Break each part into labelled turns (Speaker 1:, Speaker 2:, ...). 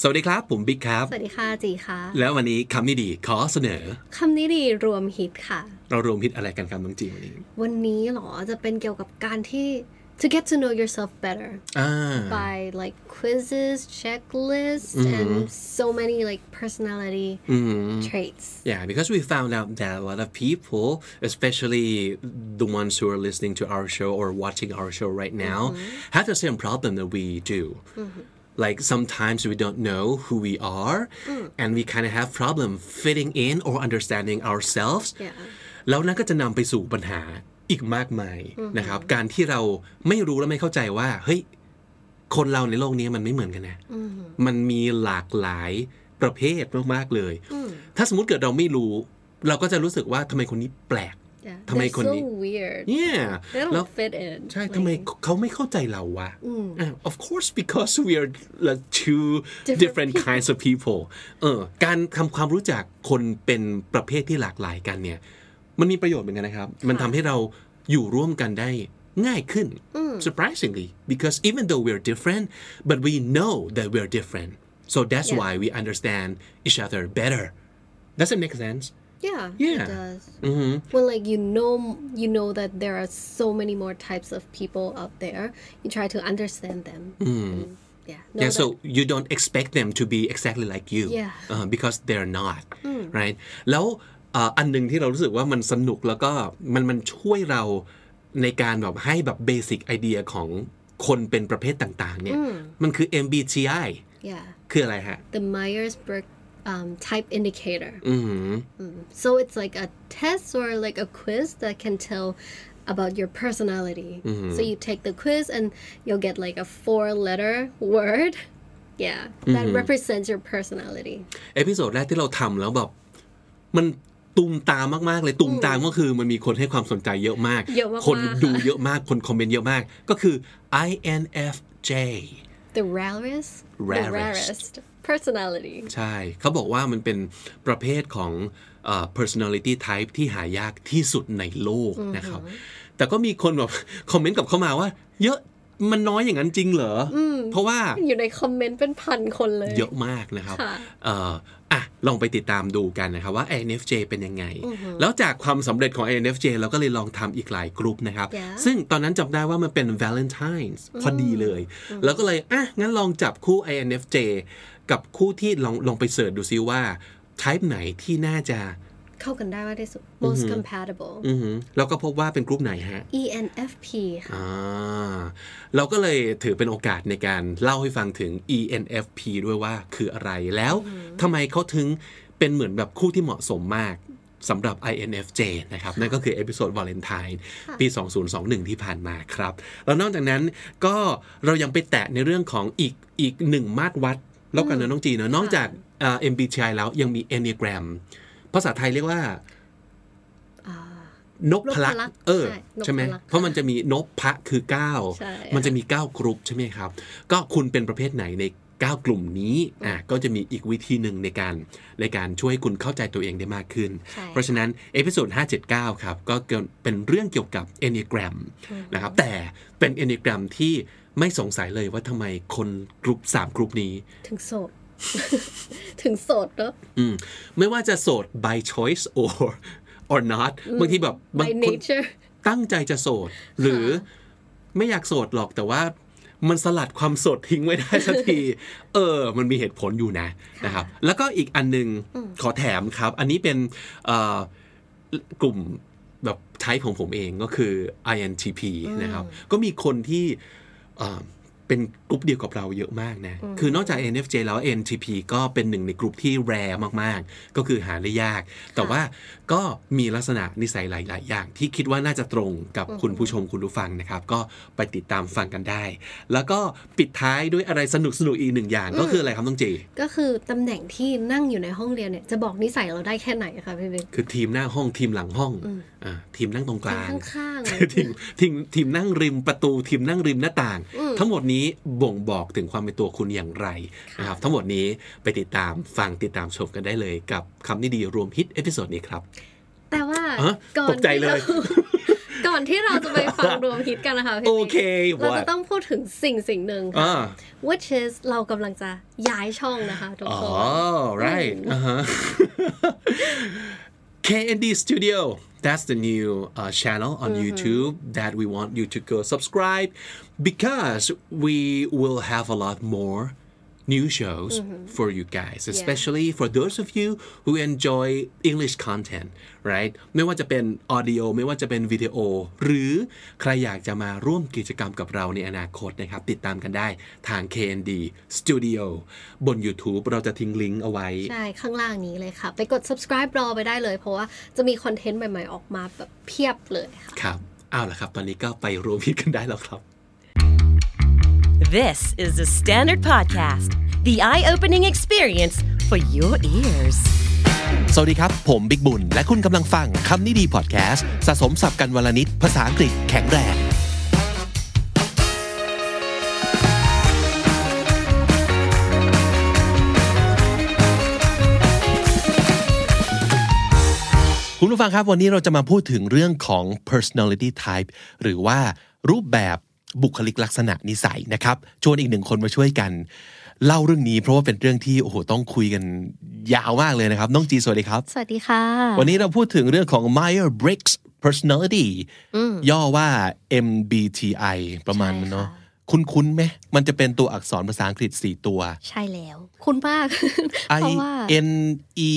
Speaker 1: สวัสดีครับ ผมบิ๊กครับ
Speaker 2: สวัสดีค่ะจีค่ะ
Speaker 1: แล้ววันนี้คำนี้ดีขอเสนอ
Speaker 2: คำนี้ดีรวมฮิตค่ะ
Speaker 1: เรารวมพิษอะไรกันครับน้องจีวันนี้
Speaker 2: วันนี้เหรอจะเป็นเกี่ยวกับการที่ to get to know yourself better
Speaker 1: อ่า
Speaker 2: by like quizzes checklists and so many like personality traits
Speaker 1: Yeah, because we found out that a lot of people, especially the ones who are listening to our show or watching our show right now, have the same problem that we do. Like sometimes we don't know who we are, and we kind of have problem fitting in or understanding ourselves.
Speaker 2: Yeah.
Speaker 1: แล้วนั่นก็จะนำไปสู่ปัญหาอีกมากมายนะครับ การที่เราไม่รู้และไม่เข้าใจว่าเฮ้ย คนเราในโลกนี้มันไม่เหมือนกันนะ มันมีหลากหลายประเภทมากๆเลย ถ้าสมมติเกิดเราไม่รู้ เราก็จะรู้สึกว่าทำไมคนนี้แปลก
Speaker 2: yeah
Speaker 1: ทำไม
Speaker 2: they're
Speaker 1: คน
Speaker 2: so
Speaker 1: นี้
Speaker 2: weird
Speaker 1: yeah
Speaker 2: they
Speaker 1: แล้ว
Speaker 2: don't fit in
Speaker 1: ใช่ทำไม
Speaker 2: like
Speaker 1: เขาไม่เข้าใจเราวะอ่ะ of course because we are like two
Speaker 2: Different
Speaker 1: different kinds of people เออการทำความรู้จักคนเป็นประเภทที่หลากหลายกันเนี่ย มันมีประโยชน์เหมือนกันนะครับ มันทำให้เราอยู่ร่วมกันได้ง่ายขึ้น surprisingly because even though we're different but we know that we're different so that's
Speaker 2: Yeah.
Speaker 1: why we understand each other better does it make sense
Speaker 2: yeah
Speaker 1: Yeah.
Speaker 2: it does when like you know you know that there are so many more types of people out there you try to understand them And, yeah know
Speaker 1: yeah,
Speaker 2: that-
Speaker 1: so you don't expect them to be exactly like you
Speaker 2: Yeah.
Speaker 1: uh, because they're not right แล้วเอ่ออันหนึ่งที่เรารู้สึกว่ามันสนุกแล้วก็มันมันช่วยเราในการแบบให้แบบเบสิกไอเดียของคนเป็นประเภทต่างๆเนี่ยมันคือ MBTI
Speaker 2: yeah
Speaker 1: คืออะไรฮะ
Speaker 2: the Myers Briggs um, type indicator. Mm-hmm. So it's like a test or like a quiz that can tell about your personality.
Speaker 1: Mm-hmm.
Speaker 2: So you take the quiz and you'll get like a four letter word. Yeah, that
Speaker 1: Mm-hmm.
Speaker 2: represents your personality.
Speaker 1: เอพิโซดแรกที่เราทำแล้วแบบมันตุมตามมากๆเลยตุมตามก็คือมันมีคนให้ความสนใจเยอะมาก
Speaker 2: เยอะมากๆ
Speaker 1: คน
Speaker 2: ค่ะ
Speaker 1: ดูเยอะมากคนคอมเมนต์เยอะมาก ก็คือ INFJ
Speaker 2: The rarest,
Speaker 1: Rarest.
Speaker 2: the rarest personality.
Speaker 1: ใช่ เขาบอกว่ามันเป็นประเภทของเอ่อ personality type ที่หายากที่สุดในโลกนะครับ แต่ก็มีคนแบบ คอมเมนต์กลับเข้ามาว่า เยอะมันน้อยอย่างนั้นจริงเหรออเพราะว่า
Speaker 2: อยู่ในคอมเมนต์เป็นพันคนเลย
Speaker 1: เยอะมากนะครับ
Speaker 2: ค่ะ
Speaker 1: เอ่ออ่ะ ลองไปติดตามดูกันนะครับว่า INFJ เป็นยังไง แล้วจากความสำเร็จของ INFJ เราก็เลยลองทำอีกหลายกลุ่มนะครับ
Speaker 2: Yeah
Speaker 1: ซึ่งตอนนั้นจำได้ว่ามันเป็น Valentine's พอดีเลย แล้วก็เลย อ่ะ งั้นลองจับคู่ INFJ กับคู่ที่ลองลองไปเสิร์ชดูซิว่า type ไหนที่น่าจะ
Speaker 2: เข้ากันได้มากที่สุด most
Speaker 1: Mm-hmm.
Speaker 2: compatible E
Speaker 1: อือหือแล้วก็พบว่าเป็นกลุ่มไหนฮะ
Speaker 2: ENFP ค่ะ
Speaker 1: อ่าเราก็เลยถือเป็นโอกาสในการเล่าให้ฟังถึง ENFP ด้วยว่าคืออะไรแล้วทำไมเขาถึงเป็นเหมือนแบบคู่ที่เหมาะสมมากสำหรับ INFJ นะครับ นั่นก็คือเอพิโซดวาเลนไทน์ปี 2021 ที่ผ่านมาครับ แล้วนอกจากนั้นก็เรายังไปแตะในเรื่องของอีกอีกหนึ่งมาตรวัด แล้วกันนะน้องจีเนอะนอกจากเอ่อ MBTI แล้วยังมี Enneagram ภาษาไทยเรียกว่า Oh.
Speaker 2: Ah,
Speaker 1: นกพลัก
Speaker 2: นกพลักษ์
Speaker 1: เออ
Speaker 2: ใช่
Speaker 1: ใช่ไหม
Speaker 2: นกพลักษ์
Speaker 1: เพราะมันจะมีนกพะคือ
Speaker 2: ใช่
Speaker 1: 9 มันจะมี 9 กรุ๊ปใช่ไหมครับ ก็คุณเป็นประเภทไหนใน 9 กลุ่มนี้อ่ะก็จะมีอีกวิธีหนึ่งในการในการช่วยให้คุณเข้าใจตัวเองได้มากขึ้น
Speaker 2: ใช่
Speaker 1: เพราะฉะนั้นเอพิโซด579 ครับ ก็เกี่ยวเป็นเรื่องเกี่ยวกับ Enneagram นะครับ แต่เป็น Enneagram ที่ไม่สงสัยเลยว่าทำไมคนกลุ่ม3 กลุ่มนี้
Speaker 2: ถึงโสด ถึงโสดเนอะ
Speaker 1: อืมไม่ว่าจะโสด by choice or or not บางทีแบบบาง
Speaker 2: by
Speaker 1: คน
Speaker 2: nature
Speaker 1: ตั้งใจจะโสด หรือไม่อยากโสดหรอกแต่ว่ามันสลัดความโสดทิ้งไว้ได้สักที เออ มันมีเหตุผลอยู่นะนะครับ แล้วก็อีกอันหนึงขอแถมครับ อันนี้เป็นเอ่อกลุ่มแบบไทป์ของผมเองก็คือ INTP นะครับ ก็มีคนที่เอ่อเป็นกลุ่มเดียวกับเราเยอะมากนะ คือนอกจาก NFJ แล้ว NTP ก็เป็นหนึ่งในกลุ่มที่แรมาก ๆ ก็คือหาได้ยาก แต่ว่าก็มีลักษณะนิสัยหลาย ๆ อย่างที่คิดว่าน่าจะตรงกับคุณผู้ชมคุณผู้ฟังนะครับ ก็ไปติดตามฟังกันได้ แล้วก็ปิดท้ายด้วยอะไรสนุกสนุกๆอีกหนึ่งอย่าง ก็คืออะไรครับต้องจี
Speaker 2: ก็คือตำแหน่งที่นั่งอยู่ในห้องเรียนเนี่ย จะบอกนิสัยเราได้แค่ไหนคะพี่เบน
Speaker 1: คือทีมหน้าห้องทีมหลังห้องอ่าทีมนั่งตรงกลาง
Speaker 2: ข้างๆเลย
Speaker 1: ทีมทีมทีมนั่งริมประตูทีมนั่งริมหน้าต่าง ทั้งหมดนี้บ่งบอกถึงความเป็นตัวคุณอย่างไรนะครับทั้งหมดนี้ไปติดตามฟังติดตามชมกันได้เลยกับคำนิดีรวมฮิตเอพิโซดนี้ครับ
Speaker 2: แต่ว่า
Speaker 1: ฮะ
Speaker 2: ก่อน
Speaker 1: ตกใจเลย
Speaker 2: ที่รา ก่ ก่อนที่เราจะไปฟังรวมฮิตกันนะคะพี่
Speaker 1: โอเค
Speaker 2: เราจะ
Speaker 1: what
Speaker 2: ต้องพูดถึงสิ่งสิ่งหนึ่งค่ะ
Speaker 1: อ่า
Speaker 2: which is เรากำลังจะย้ายช่องนะคะทุก
Speaker 1: อ๋อ
Speaker 2: คน
Speaker 1: right อ่าฮะ KND Studio that's the new uh, channel on YouTube that we want you to go subscribe because we will have a lot more new shows for you guys especially for those of you who enjoy English content right ไม่ว่าจะเป็น audio ไม่ว่าจะเป็นวิดีโอ หรือใครอยากจะมาร่วมกิจกรรมกับเราในอนาคตนะครับ ติดตามกันได้ทาง KND Studio บน YouTube เราจะทิ้งลิงก์เอาไว้
Speaker 2: ใช่ ข้างล่างนี้เลยค่ะ ไปกด subscribe รอไปได้เลย เพราะว่าจะมีคอนเทนต์ใหม่ ๆ ออกมาแบบเพียบเลยค่ะ
Speaker 1: ครับเอาละครับ ตอนนี้ก็ไปรวมพิตกันได้แล้วครับ
Speaker 3: This is the Standard Podcast, the eye opening experience for your ears.
Speaker 1: สวัสดีครับ ผมบิ๊กบุญ และคุณกำลังฟังคำนี้ดีพอดแคสต์สะสมสับกันวลนิด ภาษาอังกฤษแข็งแรง คุณผู้ฟังครับ วันนี้เราจะมาพูดถึงเรื่องของ personality type หรือว่ารูปแบบบุคลิกลักษณะนิสัยนะครับ ชวนอีกหนึ่งคนมาช่วยกัน เล่าเรื่องนี้เพราะว่าเป็นเรื่องที่ โอ้โห ต้องคุยกันยาวมากเลยนะครับ น้องจีสวัสดีครับ
Speaker 2: สวัสดีค่ะ
Speaker 1: วันนี้เราพูดถึงเรื่องของ Meyer Briggs personality ย่อว่า MBTI ประมาณนั้นเนาะคุ้นๆไหมมันจะเป็นตัวอักษรภาษาอังกฤษ 4 ตัว
Speaker 2: ใช่แล้ว คุณมาก
Speaker 1: I
Speaker 2: เพราะว่า
Speaker 1: N E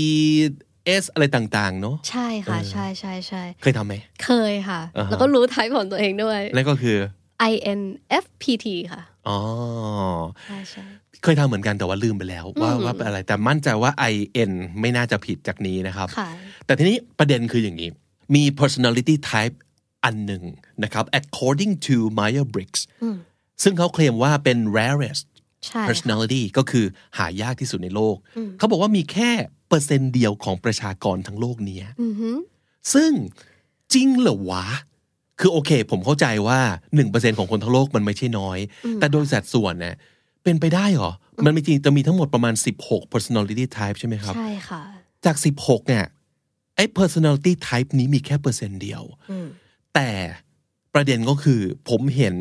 Speaker 1: S อะไรต่างๆ เนาะ
Speaker 2: ใช่ค่ะ ใช่ใช่ใช่
Speaker 1: เคยทำไหม
Speaker 2: เคยค่ะ
Speaker 1: อ่าฮะ
Speaker 2: แล้วก็รู้ไทป์ของตัวเองด้วย
Speaker 1: นั่นก็คือ
Speaker 2: INFPT ค่ะ
Speaker 1: อ๋อ
Speaker 2: ใช่ใช่
Speaker 1: เคยทำเหมือนกันแต่ว่าลืมไปแล้ว ว่าว่าเป็นอะไรแต่มั่นใจว่า IN ไม่น่าจะผิดจากนี้นะครับ
Speaker 2: ค่ะ
Speaker 1: แต่ทีนี้ประเด็นคืออย่างนี้ มี personality type อันหนึ่งนะครับ according to Meyer Briggs ซึ่งเขาเคลมว่าเป็น rarest
Speaker 2: ใช่ค่ะ
Speaker 1: personality ก็คือหายากที่สุดในโลก เขาบอกว่ามีแค่เปอร์เซ็นต์เดียวของประชากรทั้งโลกเนี้ยซึ่งจริงเหรอวะ คือโอเค ผมเข้าใจว่า 1%ของคนทั้งโลกมันไม่ใช่น้อย แต่โดยสัดส่วนเนี่ยเป็นไปได้เหรอ มันมีจริงจะมีทั้งหมดประมาณ 16 personality type ใช่ไหมครับ
Speaker 2: ใช่ค่ะ
Speaker 1: จาก 16 เนี่ย ไอ้ personality type นี้มีแค่เปอร์เซ็นต์เดียว แต่ประเด็นก็คือผมเห็น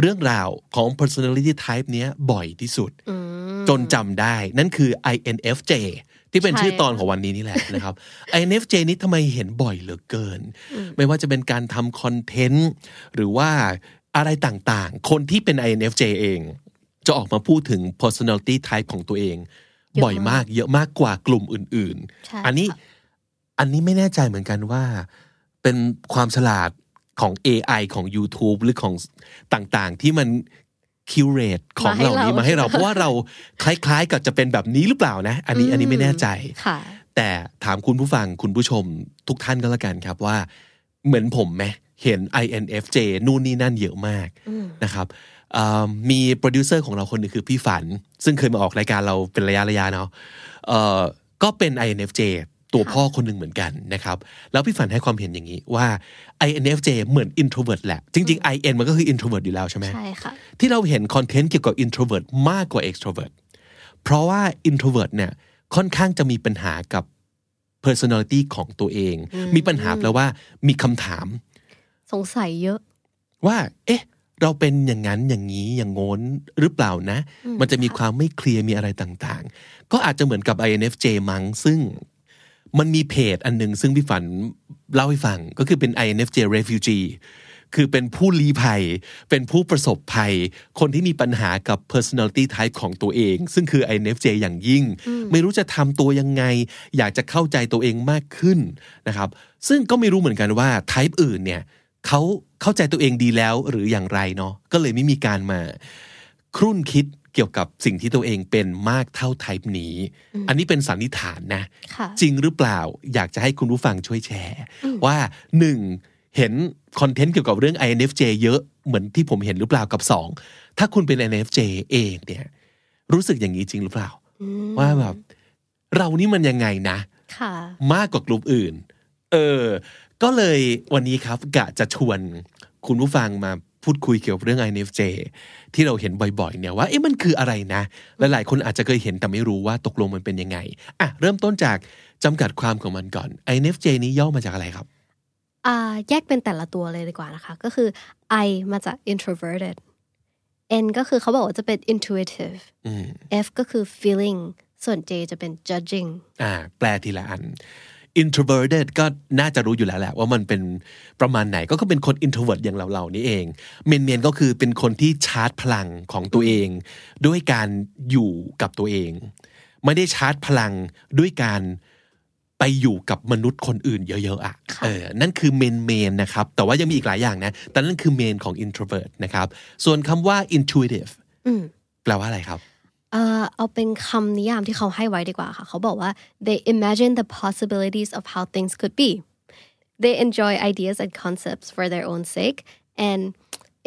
Speaker 1: เรื่องราวของ personality type เนี้ยบ่อยที่สุด จนจำได้ นั่นคือ INFJ ที่เป็น
Speaker 2: ใช่
Speaker 1: ชื่อตอนของวันนี้นี่แหละนะครับ INFJ นี้ทำไมเห็นบ่อยเหลือเกิน ไม่ว่าจะเป็นการทำคอนเทนต์ หรือว่าอะไรต่างๆ คนที่เป็น INFJ เอง จะออกมาพูดถึง personality type ของตัวเอง บ่อยมากเยอะมากกว่ากลุ่มอื่น
Speaker 2: ใช่
Speaker 1: ๆ อันนี้
Speaker 2: ค่ะ
Speaker 1: อันนี้ไม่แน่ใจเหมือนกันว่า เป็นความฉลาดของ AI ของ YouTube หรือของต่างๆ ที่มัน curate ของเหล่านี้มา
Speaker 2: มาให้
Speaker 1: ให้เรา
Speaker 2: เรา
Speaker 1: เพราะว่าเราคล้ายๆ กับจะเป็นแบบนี้หรือเปล่านะ อันนี้อันนี้ไม่แน่ใจ
Speaker 2: ค่ะ
Speaker 1: แต่ถามคุณผู้ฟังคุณผู้ชมทุกท่านก็แล้วกันครับว่า เหมือนผมไหมเห็น INFJ นู่นนี่นั่นเยอะมากนะครับเอ่อมีโปรดิวเซอร์ของเราคนหนึงคือพี่ฝัน ซึ่งเคยมาออกรายการเราเป็นระยะระยะเนาะเอ่อก็เป็น INFJ ตัวพ่อคนหนึ่งเหมือนกันนะครับ แล้วพี่ฝันให้ความเห็นอย่างนี้ว่า INFJ เหมือน introvert แหละ จริง ๆ IN มันก็คือ introvert อยู่แล้วใช่ไหม
Speaker 2: ใช่ค่ะ
Speaker 1: ที่เราเห็นคอนเทนต์เกี่ยวกับ introvert มากกว่า extrovert เพราะว่า introvert เนี่ยค่อนข้างจะมีปัญหากับ personality ของตัวเอง มีปัญหาแปลว่ามีคำถาม
Speaker 2: สงสัยเยอะ
Speaker 1: ว่า เอ๊ะ เราเป็นอย่างนั้นอย่างนี้อย่างโง้นหรือเปล่านะ มันจะมีความไม่เคลียร์มีอะไรต่างๆ ก็อาจจะเหมือนกับ INFJ มั้งซึ่งมันมีเพจอันหนึง ซึ่งพี่ฝันเล่าให้ฟัง ก็คือเป็น INFJ refugee คือเป็นผู้ลี้ภัย เป็นผู้ประสบภัย คนที่มีปัญหากับ personality type ของตัวเอง ซึ่งคือ INFJ อย่างยิ่ง ไม่รู้จะทำตัวยังไง อยากจะเข้าใจตัวเองมากขึ้นนะครับ ซึ่งก็ไม่รู้เหมือนกันว่า type อื่นเนี่ย เขาเข้าใจตัวเองดีแล้วหรืออย่างไรเนาะก็เลยไม่มีการมา ครุ่นคิดเกี่ยวกับสิ่งที่ตัวเองเป็นมากเท่าไทป์นี้ อันนี้เป็นสันนิษฐานนะ
Speaker 2: ค่ะ
Speaker 1: จริงหรือเปล่าอยากจะให้คุณผู้ฟังช่วยแชร์ ว่าหนึ่งเห็นคอนเทนต์เกี่ยวกับเรื่อง INFJ เยอะเหมือนที่ผมเห็นหรือเปล่ากับสองถ้าคุณเป็น INFJ เองเนี่ยรู้สึกอย่างนี้จริงหรือเปล่า ว่าแบบเรานี่มันยังไงนะ
Speaker 2: ค่ะ
Speaker 1: มากกว่ากลุ่มอื่น เออ ก็เลยวันนี้ครับกะจะชวนคุณผู้ฟังมาพูดคุยเกี่ยวกับเรื่อง INFJ ที่เราเห็นบ่อยๆ เนี่ยว่าเอ๊ะมันคืออะไรนะ และหลายคนอาจจะเคยเห็นแต่ไม่รู้ว่าตกลงมันเป็นยังไง อ่ะ เริ่มต้นจากจำกัดความของมันก่อน INFJ นี้ย่อมาจากอะไรครับ
Speaker 2: อ่าแยกเป็นแต่ละตัวเลยดีกว่านะคะ ก็คือ I มาจาก introverted N ก็คือเขาบอกว่าจะเป็น intuitive F ก็คือ feeling ส่วน J จะเป็น judging
Speaker 1: อ่าแปลทีละอัน introverted ก็น่าจะรู้อยู่แล้วแหละ ว่ามันเป็นประมาณไหนก็คือเป็นคน introvert อย่างเราๆนี่เอง เมนเมนๆก็คือเป็นคนที่ชาร์จพลังของตัวเอง ด้วยการอยู่กับตัวเอง ไม่ได้ชาร์จพลังด้วยการไปอยู่กับมนุษย์คนอื่นเยอะๆอ่ะเออนั่นคือเมนเมนๆนะครับ แต่ว่ายังมีอีกหลายอย่างนะ แต่นั่นคือเมนของ introvert นะครับ ส่วนคำว่า intuitive
Speaker 2: อืม
Speaker 1: แปลว่าอะไรครับ
Speaker 2: เอ่อเอาเป็นคำนิยามที่เขาให้ไว้ดีกว่าค่ะเขาบอกว่า they imagine the possibilities of how things could be they enjoy ideas and concepts for their own sake and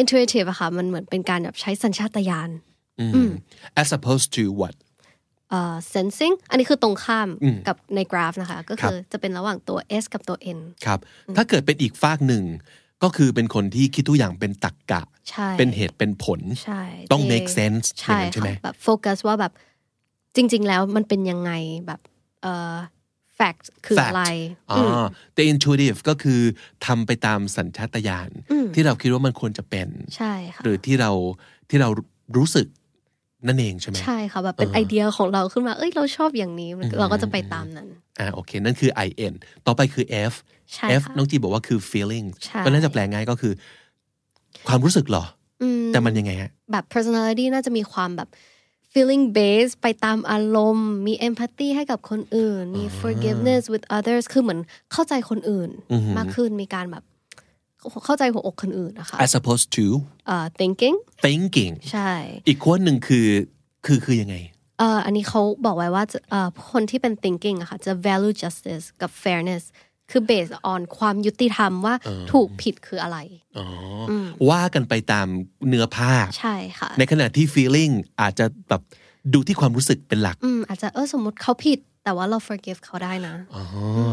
Speaker 2: intuitive อะค่ะมันเหมือนเป็นการแบบใช้สัญชาตญาณ
Speaker 1: as opposed to what
Speaker 2: เอ่อ sensing อันนี้คือตรงข้ามกับในกราฟนะคะ ก็คือจะเป็นระหว่างตัว S กับตัว N
Speaker 1: ครับ ถ้าเกิดเป็นอีกฝากหนึ่ง ก็คือเป็นคนที่คิดทุกอย่างเป็นตรรกกะ
Speaker 2: ใช่
Speaker 1: เป็นเหตุเป็นผล
Speaker 2: ใช่
Speaker 1: ต้อง
Speaker 2: ที่
Speaker 1: make sense
Speaker 2: ใช่
Speaker 1: อย่างนั้นใช่ไหม
Speaker 2: ค่ะแบบโฟกัสว่าแบบจริง ๆ แล้วมันเป็นยังไงแบบเอ่อ fact คืออะไร
Speaker 1: อ๋อ the intuitive ก็คือทำไปตามสัญชาตญาณที่เราคิดว่ามันควรจะเป็น
Speaker 2: ใช่ค่ะ
Speaker 1: หรือที่เราที่เรารู้สึกนั่นเองใช่ไหม
Speaker 2: ใช่ค่ะแบบเป็นไอเดียของเราขึ้นมา เอ้ยเราชอบอย่างนี้มันเราก็จะไปตามนั้น
Speaker 1: อ่าโอเค นั่นคือ in ต่อไปคือ f
Speaker 2: ใช่
Speaker 1: f
Speaker 2: ค่ะ
Speaker 1: น้องจีบอกว่าคือ feeling
Speaker 2: ใช่
Speaker 1: ก็น่าจะแปลง่ายก็คือ ความรู้สึกเหรออแต่มันยังไงฮะ
Speaker 2: แบบ personality น่าจะมีความแบบ feeling based ไปตามอารมณ์ มี empathy ให้กับคนอื่น มี forgiveness with others คือเหมือนเข้าใจคนอื่นมากขึ้นมีการแบบเข้าใจหัวอกคนอื่นนะคะ
Speaker 1: as opposed to
Speaker 2: เอ่อ thinking
Speaker 1: thinking
Speaker 2: ใช่
Speaker 1: อีกขั้วหนึ่งคือคือคือยังไง
Speaker 2: เอ่ออันนี้เขาบอกไว้ว่าจะเอ่อคนที่เป็น thinking อะค่ะจะ value justice กับ fairness คือ based on ความยุติธรรมว่าถูกผิดคืออะไร
Speaker 1: อ๋ออว่ากันไปตามเนื้อผ้า
Speaker 2: ใช่ค่ะ
Speaker 1: ในขณะที่ feeling อาจจะแบบดูที่ความรู้สึกเป็นหลัก
Speaker 2: อืมอาจจะเออสมมติเขาผิด แต่ว่าเรา forgive เขาได้นะ
Speaker 1: อ๋อ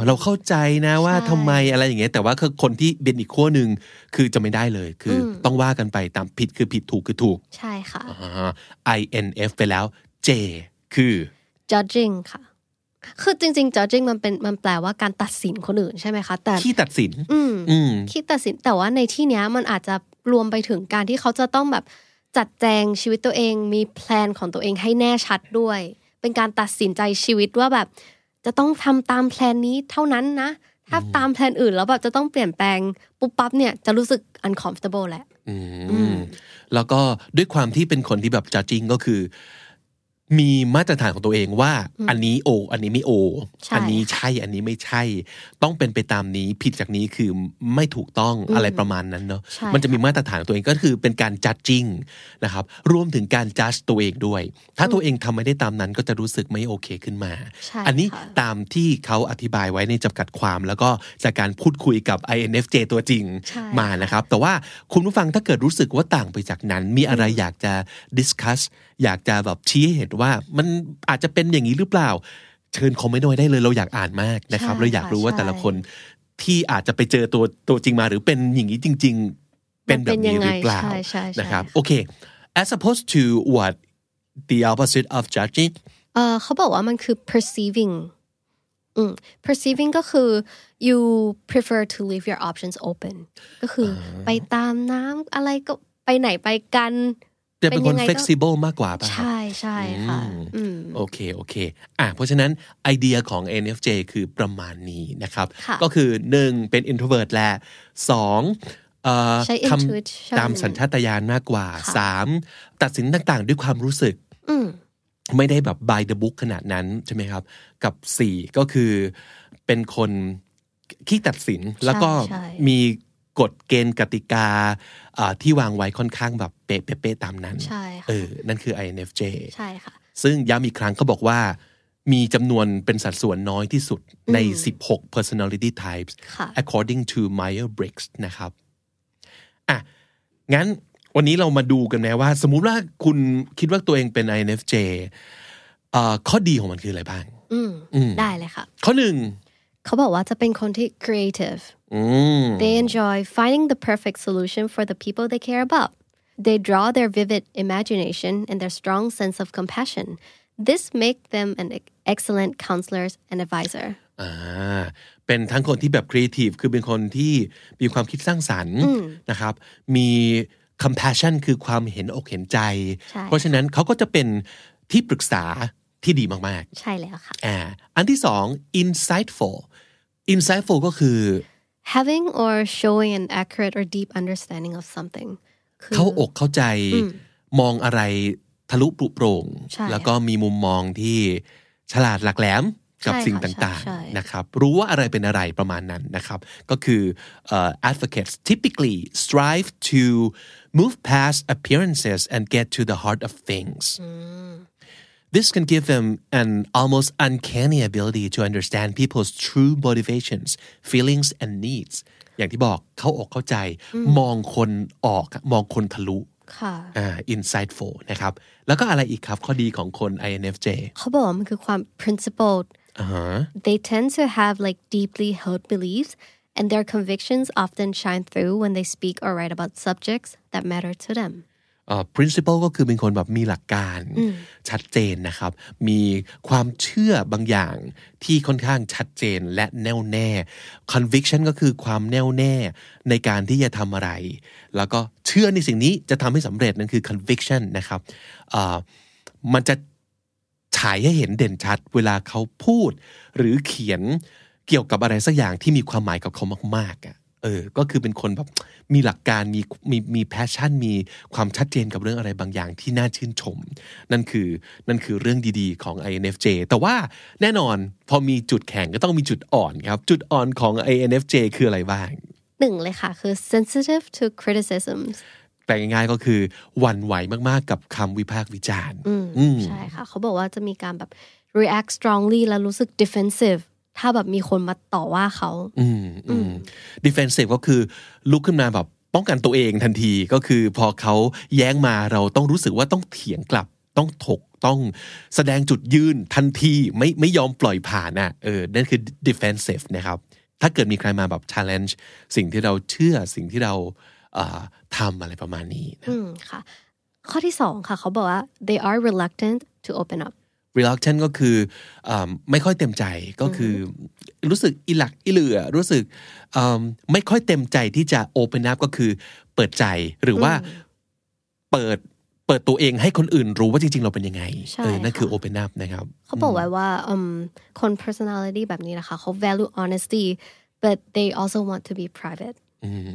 Speaker 1: เราเข้าใจนะว่าทำไมอะไรอย่างเงี้ย แต่ว่าคือคนที่เป็นอีกขั้วหนึ่งคือจะไม่ได้เลย คืออต้องว่ากันไปตามผิดคือผิดถูกคือถูก
Speaker 2: ใช่ค่ะ
Speaker 1: อ่า INF ไปแล้ว J คือ
Speaker 2: judging ค่ะ คือจริง ๆ judging มันเป็นมันแปลว่าการตัดสินคนอื่นใช่ไหมคะ แต่
Speaker 1: ที่ตัดสิน
Speaker 2: อืม
Speaker 1: อืม
Speaker 2: คิดตัดสินแต่ว่าในที่เนี้ยมันอาจจะรวมไปถึงการที่เขาจะต้องแบบจัดแจงชีวิตตัวเองมีแพลนของตัวเองให้แน่ชัดด้วย เป็นการตัดสินใจชีวิตว่าแบบ จะต้องทำตามแพลนนี้เท่านั้นนะ ถ้าตามแพลนอื่นแล้วแบบจะต้องเปลี่ยนแปลงปุ๊บปั๊บเนี่ยจะรู้สึก uncomfortable แหละ
Speaker 1: อืมแล้วก็ด้วยความที่เป็นคนที่แบบจัดจริงก็คือ มีมาตรฐานของตัวเองว่า อันนี้โอ อันนี้ไม่โอ
Speaker 2: ใช่
Speaker 1: อันี้ใช่ อันนี้ไม่ใช่ ต้องเป็นไปตามนี้ผิดจากนี้คือไม่ถูกต้องอะไรประมาณนั้นเนาะ
Speaker 2: ใช่
Speaker 1: มันจะมีมาตรฐานของตัวเองก็คือเป็นการจัดจริงนะครับ รวมถึงการจัดตัวเองด้วย ถ้าตัวเองทำไม่ได้ตามนั้นก็จะรู้สึกไม่โอเคขึ้นมา
Speaker 2: ใช่
Speaker 1: อันนี้
Speaker 2: ค่ะ
Speaker 1: ตามที่เขาอธิบายไว้ในจำกัดความ แล้วก็จากการพูดคุยกับ INFJ ตัวจริง
Speaker 2: ใช่
Speaker 1: มานะครับ แต่ว่าคุณผู้ฟังถ้าเกิดรู้สึกว่าต่างไปจากนั้น มีอะไรอยากจะดิสคัสอยากจะแบบชี้ให้เห็นว่ามันอาจจะเป็นอย่างนี้หรือเปล่า เชิญคอมเมนต์ไว้ได้เลยเราอยากอ่านมากนะครับ
Speaker 2: ใช่
Speaker 1: เราอยากรู้ว่า
Speaker 2: ค่ะ
Speaker 1: แต่ละ
Speaker 2: ใช่
Speaker 1: คนที่อาจจะไปเจอตัวตัวจริงมาหรือเป็นอย่างนี้จริง ๆ เป็นแบบนี้หรือเปล่า
Speaker 2: มัเป็นยังไงใช่ใช่ใช่
Speaker 1: นะครับโอเค as opposed to what the opposite of judging
Speaker 2: เอ่อเขาบอกว่ามันคือ perceiving อืม perceiving ก็คือ you prefer to leave your options open ก็คืออไปตามน้ำอะไรก็ไปไหนไปกัน
Speaker 1: จะเป็นคน
Speaker 2: เป็นยังไงก็
Speaker 1: flexible มากกว่าป่ะครับ
Speaker 2: ใช่ใช่ค่ะ อืม
Speaker 1: โอเค โอเค อ่ะ เพราะฉะนั้นไอเดียของ NFJ คือประมาณนี้นะครับ
Speaker 2: ค่ะ
Speaker 1: ก็คือ 1. เป็น introvert แหละ 2. เอ่อ
Speaker 2: ใช้
Speaker 1: ท
Speaker 2: intuition
Speaker 1: ำตามสัญชาตญาณมากกว่า
Speaker 2: ค่ะ
Speaker 1: 3. ตัดสินต่างๆ ด้วยความรู้สึก
Speaker 2: อืม
Speaker 1: ไม่ได้แบบ by the book ขนาดนั้นใช่ไหมครับ กับ 4 ก็คือเป็นคนขี้ตัดสินแล้วก็
Speaker 2: ใช่
Speaker 1: มีกฎเกณฑ์กติกาอ่าที่วางไว้ค่อนข้างแบบเป๊ะเป๊ะๆตามนั้น
Speaker 2: ใช่
Speaker 1: เอ
Speaker 2: ค่ะ
Speaker 1: อนั่นคือ INFJ
Speaker 2: ใช่ค่ะ
Speaker 1: ซึ่งย้ำอีกครั้งก็บอกว่า มีจำนวนเป็นสัดส่วนน้อยที่สุดใน 16 personality types
Speaker 2: ค่ะ
Speaker 1: according to Myers-Briggs นะครับอ่ะงั้นวันนี้เรามาดูกันนะว่า สมมุติว่าคุณคิดว่าตัวเองเป็น INFJ เอ่อข้อดีของมันคืออะไรบ้าง
Speaker 2: อืม
Speaker 1: อืม
Speaker 2: ได้เลยค่ะ
Speaker 1: ข้อหนึ่ง
Speaker 2: เขาบอกว่าจะเป็นคนที่ creative
Speaker 1: อืม
Speaker 2: They enjoy finding the perfect solution for the people they care about. They draw their vivid imagination and their strong sense of compassion. This make them an ex- excellent counselors and advisor.
Speaker 1: อ่าเป็นทั้งคนที่แบบครีเอทีฟคือเป็นคนที่มีความคิดสร้างสรรค์นะครับ มี compassion คือความเห็นอกเห็นใจ
Speaker 4: ใช่
Speaker 1: เพราะฉะนั้นเขาก็จะเป็นที่ปรึกษาที่ดีมาก
Speaker 4: ใช่แล้วค่ะ
Speaker 1: ๆอ่าอันที่สอง insightful insightful ก็คือ
Speaker 2: Having or showing an accurate or deep understanding of something. คือ
Speaker 1: เข้าอกเข้าใจมองอะไรทะลุปลุโปร่ง
Speaker 4: ใช่
Speaker 1: แล้วก็มีมุมมองที่ฉลาดหลักแหลมกับ
Speaker 4: ใช่
Speaker 1: สิ่ง
Speaker 4: ค่ะ
Speaker 1: ต่าง
Speaker 4: ใช่ใช่
Speaker 1: ๆนะครับรู้ว่าอะไรเป็นอะไรประมาณนั้นนะครับก็คือเอ่อ advocates typically strive to move past appearances and get to the heart of things This can give them an almost uncanny ability to understand people's true motivations, feelings, and needs. อย่างที่บอกเข้าอกเข้าใจ มองคนออกอะมองคนทะลุ
Speaker 2: ค่ะ
Speaker 1: อ่า insightful นะครับ แล้วก็อะไรอีกครับข้อดีของคน INFJ
Speaker 2: เขาบอกว่ามันคือความ principled
Speaker 1: อ่าฮะ
Speaker 2: they tend to have like deeply held beliefs and their convictions often shine through when they speak or write about subjects that matter to them
Speaker 1: เอ่อ principle ก็คือเป็นคนแบบมีหลักการชัดเจนนะครับ มีความเชื่อบางอย่างที่ค่อนข้างชัดเจนและแน่วแน่ conviction ก็คือความแน่วแน่ในการที่จะทำอะไร แล้วก็เชื่อในสิ่งนี้จะทำให้สำเร็จนั่นคือ conviction นะครับเอ่อมันจะ ฉายให้เห็นเด่นชัดเวลาเขาพูด หรือเขียนเกี่ยวกับอะไรสักอย่างที่มีความหมายกับเขามากๆอ่ะเออ ก็คือเป็นคนแบบมีหลักการมีมีมีแพชชั่น มีความชัดเจนกับเรื่องอะไรบางอย่างที่น่าชื่นชม นั่นคือนั่นคือเรื่องดีๆของ INFJ แต่ว่าแน่นอนพอมีจุดแข็งก็ต้องมีจุดอ่อนครับ จุดอ่อนของ INFJ คืออะไรบ้าง
Speaker 2: หนึ่งเลยค่ะคือ sensitive to criticisms
Speaker 1: แต่ง่ายๆก็คือหวั่นไหวมากๆกับคำวิพากษ์วิจารณ์อืม
Speaker 2: Hmm, ใช่ค่ะเขาบอกว่าจะมีการแบบ react strongly แล้วรู้สึก defensive ถ้าแบบมีคนมาต่อว่าเขา
Speaker 1: อืมอืม defensive ก็คือลุกขึ้นมาแบบป้องกันตัวเองทันทีก็คือพอเขาแย้งมาเราต้องรู้สึกว่าต้องเถียงกลับต้องถกต้องแสดงจุดยืนทันทีไม่ไม่ยอมปล่อยผ่านอ่ะเออนั่นคือ defensive นะครับ ถ้าเกิดมีใครมาแบบ challenge สิ่งที่เราเชื่อสิ่งที่เราเอ่อทำอะไรประมาณนี้นะ
Speaker 2: อืมค่ะ ข้อที่สองค่ะเขาบอกว่า they are reluctant to open up
Speaker 1: reluctant ก็คือเอมไม่ค่อยเต็มใจก็คือรู้สึกอิหลักอิเหลือรู้สึกเอิ่มไม่ค่อยเต็มใจที่จะ open up ก็คือเปิดใจหรือว่าเปิดเปิดตัวเองให้คนอื่นรู้ว่าจริง ๆ เราเป็นยังไง
Speaker 2: ใช่
Speaker 1: เออนั่นคือ
Speaker 2: ค่ะ
Speaker 1: open up นะครับ
Speaker 2: เขาบอกไว้ว่าอืมคน personality แบบนี้นะคะเขา value honesty but they also want to be private
Speaker 1: อืม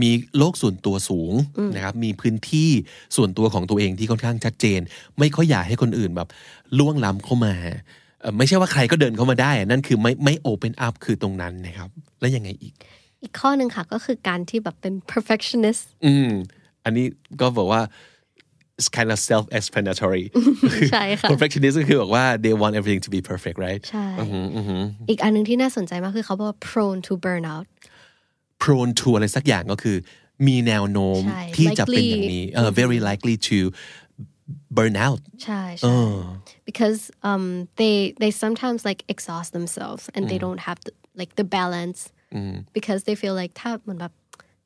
Speaker 1: มีโลกส่วนตัวสูงนะครับ มีพื้นที่ส่วนตัวของตัวเองที่ค่อนข้างชัดเจน ไม่ค่อยอยากให้คนอื่นแบบล่วงล้ำเข้ามาเอ่อไม่ใช่ว่าใครก็เดินเข้ามาได้อะนั่นคือไม่ไม่ open up คือตรงนั้นนะครับ แล้วยังไงอีก
Speaker 2: อีกข้อหนึ่งค่ะ ก็คือการที่แบบเป็น perfectionist
Speaker 1: อืมอันนี้ก็บอกว่า it's kind of self explanatory
Speaker 2: ใช่ค่ะ
Speaker 1: perfectionist ก็คือบอกว่า they want everything to be perfect right
Speaker 2: ใช่ อีกอันหนึงที่น่าสนใจมากคือเขาบอกว่า prone to burnout
Speaker 1: prone to อะไรสักอย่างก็คือ มีแนวโน้ม
Speaker 2: ใช่
Speaker 1: ที่จะเป็นอย่างนี้
Speaker 2: likely Mm-hmm.
Speaker 1: เออ very likely to burn out
Speaker 2: ใช่ใช่ because um they they sometimes like exhaust themselves and they don't have the, like the balance because they feel like ถ้าเหมือนแบบ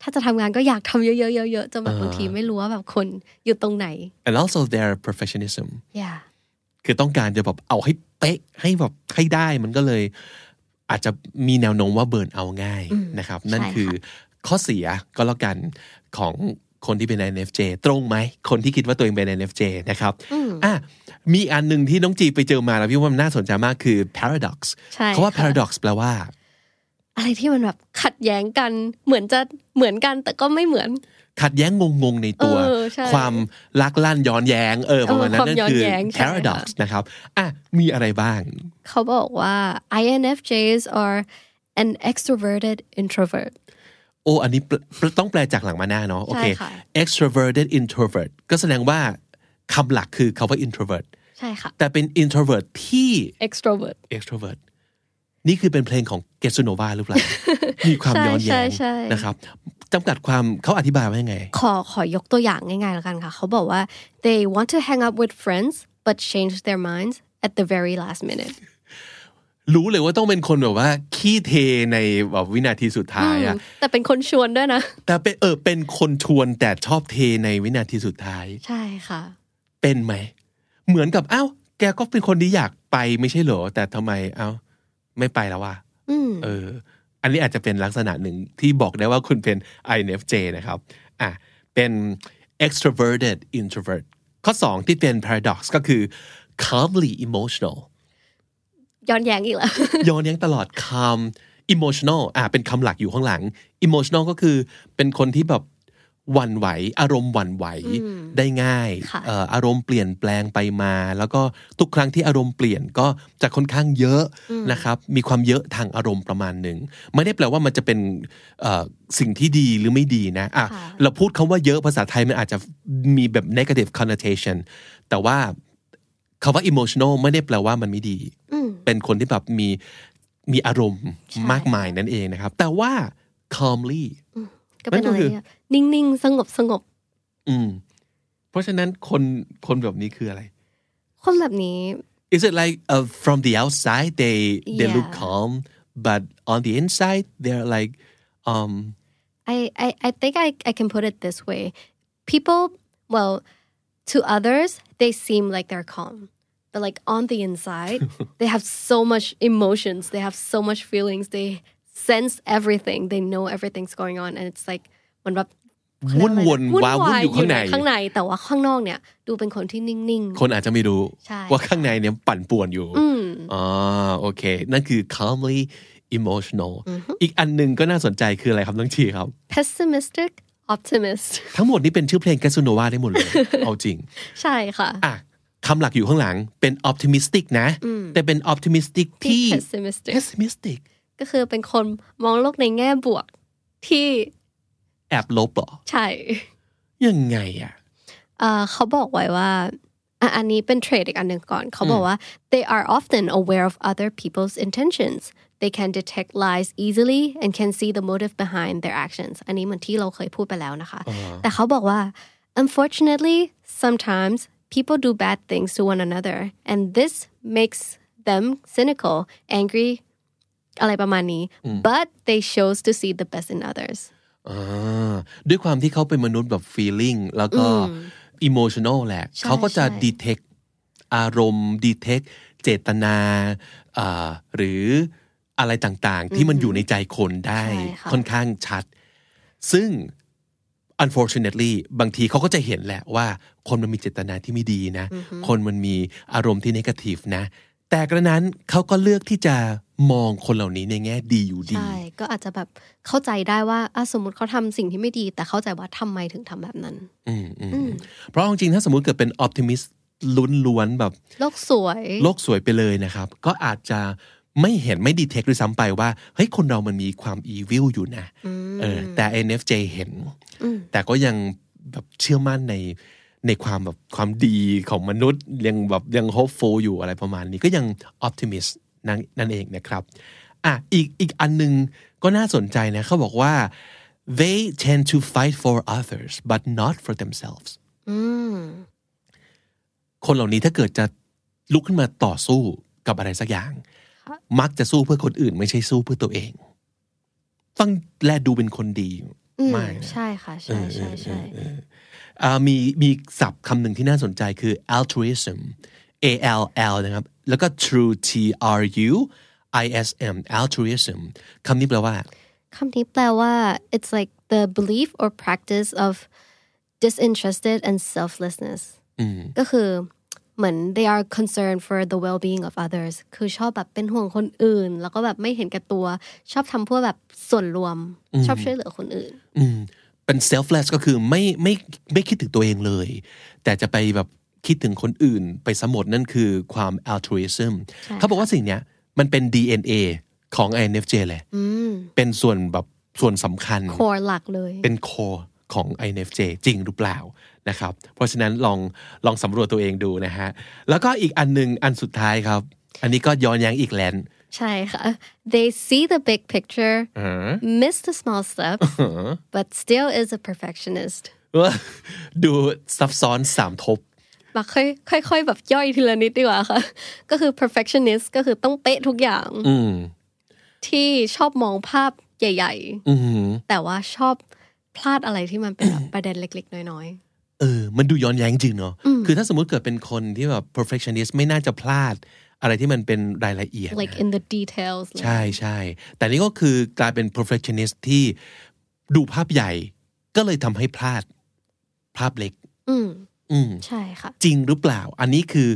Speaker 2: ถ้าจะทำงานก็อยากทำเยอะๆๆๆจนแบบบางทีไม่รู้ว่าแบบคนอยู่ตรงไหน
Speaker 1: and also their perfectionism
Speaker 2: yeah
Speaker 1: คือต้องการจะแบบเอาให้เป๊ะให้แบบให้ได้มันก็เลย อาจจะมีแนวโน้มว่าเบิร์นเอาง่ายนะครับ นั่น
Speaker 2: ใช่ค่ะ
Speaker 1: คือข้อเสียก็แล้วกันของคนที่เป็น INFJ ตรงไหม คนที่คิดว่าตัวเองเป็น INFJ นะครับอ่ะมีอันหนึ่งที่น้องจีไปเจอมาแล้วพี่ว่ามันน่าสนใจมากคือ paradox
Speaker 2: ใช่
Speaker 1: เขาว่า
Speaker 2: ค่ะ
Speaker 1: paradox แปลว่า
Speaker 2: อะไรที่มันแบบขัดแย้งกันเหมือนจะเหมือนกันแต่ก็ไม่เหมือน
Speaker 1: ขัดแย้งงงๆในตัว
Speaker 2: เออใช่
Speaker 1: ความลักลั่นย้อนแย้งเออประมาณนั้น
Speaker 2: เออความ
Speaker 1: นั่น
Speaker 2: ย้อน
Speaker 1: คือ
Speaker 2: แย้งใช่ค่ะ
Speaker 1: paradox นะครับอ่ะมีอะไรบ้าง
Speaker 2: เขาบอกว่า INFJs are an extroverted introvert
Speaker 1: โอ้อันนี้แปลแปลต้องแปลจากหลังมาหน้าเนาะโอเค
Speaker 2: ใช่ค่ะ
Speaker 1: extroverted introvert ก็แสดงว่าคำหลักคือคาว่า introvert
Speaker 2: ใช่ค่ะ
Speaker 1: แต่เป็น introvert ที่
Speaker 2: extrovert
Speaker 1: extrovert นี่คือเป็นเพลงของเกสโนวาหรือเป ล่า มีความ
Speaker 2: ใช่
Speaker 1: ย้อนแย้ง
Speaker 2: ใช่ใช่
Speaker 1: นะครับจำกัดความเขาอธิบายว่ายังไง
Speaker 2: ขอขอยกตัวอย่างง่ายๆแล้วกันค่ะ เขาบอกว่า they want to hang up with friends but change their minds at the very last minute
Speaker 1: รู้เลยว่าต้องเป็นคนแบบว่า ขี้เทในแบบวินาทีสุดท้ายอะ
Speaker 2: แต่เป็นคนชวนด้วยนะ
Speaker 1: แต่เป็นเออเป็นคนชวนแต่ชอบเทในวินาทีสุดท้าย
Speaker 2: ใช่ค่ะ
Speaker 1: เป็นไหม เหมือนกับ เอ้า แกก็เป็นคนที่อยากไปไม่ใช่เหรอ แต่ทำไม เอ้า ไม่ไปแล้วว่ะ
Speaker 2: Mm.
Speaker 1: เออ อันนี้อาจจะเป็นลักษณะหนึ่งที่บอกได้ว่าคุณเป็น INFJ นะครับ อ่ะ เป็น extroverted introvert ข้อ 2 ที่เป็น paradox ก็คือ calmly emotional
Speaker 2: ย้อนแย้งอีกแล้ว
Speaker 1: โยนเลี้ยงตลอดคำ emotional อ่ะเป็นคำหลักอยู่ข้างหลัง emotional ก็คือเป็นคนที่แบบหวันไหว อารมณ์หวันไหวได้ง่าย
Speaker 2: ค่ะ
Speaker 1: เอ่ออารมณ์เปลี่ยนแปลงไปมา แล้วก็ทุกครั้งที่อารมณ์เปลี่ยนก็จะค่อนข้างเยอะนะครับ มีความเยอะทางอารมณ์ประมาณหนึ่ง ไม่ได้แปลว่ามันจะเป็นเอ่อสิ่งที่ดีหรือไม่ดีนะอ่ะเราพูดคำว่าเยอะภาษาไทยมันอาจจะมีแบบ negative connotation แต่ว่าคำว่า emotional ไม่ได้แปลว่ามันไม่ดี เป็นคนที่แบบมีมีอารมณ์มากมายนั่นเองนะครับ แต่ว่า calmly
Speaker 2: ก็เป็นอะ
Speaker 1: นั่น
Speaker 2: ไร
Speaker 1: ก็คือ
Speaker 2: เนี่ยนิ่งๆ สงบสงบ
Speaker 1: อืมเพราะฉะนั้นคนคนแบบนี้คืออะไร
Speaker 2: คนแบบนี้
Speaker 1: is it like uh, from the outside they they look
Speaker 2: Yeah.
Speaker 1: calm but on the inside they're like um
Speaker 2: I, I, I think I, I can put it this way. People, well, to others, they seem like they're calm. But like on the inside, they have so much emotions, they have so much feelings, they sense everything, they know everything's going on. And it's like, มันแบบ
Speaker 1: วุ่นวนว้าวุ่นอยู่ข้างใน
Speaker 2: ข้างในแต่ว่าข้างนอกเนี่ยดูเป็นคนที่นิ่ง
Speaker 1: คนอาจจะไม่รู้
Speaker 2: ใช่
Speaker 1: ว่าข้างในเนี่ยปั่นป่วนอยู่อ๋อโอเค นั่นคือ calmly emotional อีกอันหนึ่งก็น่าสนใจคืออะไรครับน้องชีครับ
Speaker 2: ๆ pessimistic optimist
Speaker 1: ทั้งหมดนี้เป็นชื่อเพลงแกสโนวาได้หมดเลย เอาจริง
Speaker 2: ใช่ค่ะ
Speaker 1: อ่ะคำหลักอยู่ข้างหลังเป็น optimistic นะ แต่เป็น optimistic ที่
Speaker 2: pessimistic
Speaker 1: pessimistic
Speaker 2: ก็คือเป็นคนมองโลกในแง่บวกที่
Speaker 1: แอบลบเหรอ
Speaker 2: ใช่
Speaker 1: ยังไงอ่ะ
Speaker 2: เอ่อเขาบอกไว้ว่าอ่ะอันนี้เป็นเทรดอีกอันหนึ่งก่อนเขาบอกว่า they are often aware of other people's intentions they can detect lies easily and can see the motive behind their actions อันนี้เหมือนที่เราเคยพูดไปแล้วนะคะ แต่เขาบอกว่า unfortunately sometimes people do bad things to one another and this makes them cynical angry อะไรประมาณนี้ but they chose to see the best in others
Speaker 1: อ่าด้วยความที่เขาเป็นมนุษย์แบบ feeling แล้วก็ emotional แหละ เขาก็จะ
Speaker 2: ใช่
Speaker 1: detect อารมณ์ detect เจตนาอ่าหรืออะไรต่างๆ ที่มันอยู่ในใจคนได้
Speaker 2: ใช่ค่ะ
Speaker 1: ค่อนข้างชัด ซึ่ง unfortunately บางทีเขาก็จะเห็นแหละว่า คนมันมีเจตนาที่ไม่ดีนะ คนมันมีอารมณ์ที่ negative นะ แต่กระนั้นเขาก็เลือกที่จะมองคนเหล่านี้ในแง่ดีอยู่ดี
Speaker 2: ใช่ ก็อาจจะแบบเข้าใจได้ว่าอ่ะสมมติเขาทำสิ่งที่ไม่ดี แต่เข้าใจว่าทำไมถึงทำแบบนั้น
Speaker 1: อืมอืมเพราะเอาจริงๆถ้าสมมุติเกิดเป็นออ t ติมิสลุ้นล้วนๆ แบบ
Speaker 2: โลกสวย
Speaker 1: โลกสวยไปเลยนะครับ ก็อาจจะไม่เห็นไม่ดีเทคด้วยซ้ำไปว่า เฮ้ย คนเรามันมีความอีวิลอยู่นะเออแต่ NFJ เห็น แต่ก็ยังแบบเชื่อมั่นในในความแบบความดีของมนุษย์ ยังแบบยังโฮปฟูลอยู่อะไรประมาณนี้ก็ยังออ t ติมิสนั่นนั่นเองนะครับอ่ะอีกอีกอันหนึงก็น่าสนใจนะเขาบอกว่า they tend to fight for others but not for themselves
Speaker 2: อืม
Speaker 1: คนเหล่านี้ถ้าเกิดจะลุกขึ้นมาต่อสู้กับอะไรสักอย่าง มักจะสู้เพื่อคนอื่น ไม่ใช่สู้เพื่อตัวเอง ฟังแลดูเป็นคนดี
Speaker 2: อืม
Speaker 1: มากนะ
Speaker 2: ใช่ค่ะ ใช่ใช่ใช่
Speaker 1: อ่ามีมีศัพท์คำหนึ่งที่น่าสนใจคือ altruism A L L นะครับ แล้วก็ true T R U I S M altruism คำนี้แปลว่า
Speaker 2: คำนี้แปลว่า it's like the belief or practice of disinterested and selflessness ก็คือเหมือน they are concerned for the well-being of others คือชอบแบบเป็นห่วงคนอื่น แล้วก็แบบไม่เห็นแก่ตัว ชอบทำเพื่อแบบส่วนรวม ชอบช่วยเหลือคนอื่น
Speaker 1: อืมเป็น selfless ก็คือไม่ไม่ไม่คิดถึงตัวเองเลย แต่จะไปแบบคิดถึงคนอื่นไปสมดนั่นคือความ altruism เขาบอกว่าสิ่งเนี้ยมันเป็น DNA ของ INFJ เลยเป็นส่วนแบบส่วนสำคัญ
Speaker 2: core หลักเลย
Speaker 1: เป็น core ของ INFJ จริงหรือเปล่านะครับ เพราะฉะนั้นลองลองสำรวจตัวเองดูนะฮะ แล้วก็อีกอันหนึ่งอันสุดท้ายครับ อันนี้ก็ย้อนแย้งอีกแลน
Speaker 2: ใช่ค่ะ they see the big picture miss the small steps but still is a perfectionist
Speaker 1: ว่า ดูซับซ้อนสามทบ
Speaker 2: แบบค่อยค่อยค่อยแบบย่อยทีละนิดดีกว่าค่ะ ก็คือ perfectionist ก็คือต้องเป๊ะทุกอย่างที่ชอบมองภาพใหญ่ๆแต่ว่าชอบพลาดอะไรที่มัน เป็นแบบประเด็นเล็กๆ น้อย
Speaker 1: เออ มันดูย้อนแย้งจริงเนาะ คือถ้าสมมุติเกิดเป็นคนที่แบบ perfectionist ไม่น่าจะพลาด อะไรที่มันเป็นรายละเอียด
Speaker 2: like in the details
Speaker 1: ใช่ใช่แต่นี่ก็คือกลายเป็น perfectionist ที่ดูภาพใหญ่ ก็เลยทำให้พลาดภาพเล็ก
Speaker 2: อืม
Speaker 1: อืม
Speaker 2: ใช่ค่ะ
Speaker 1: จริงหรือเปล่า อันนี้คือ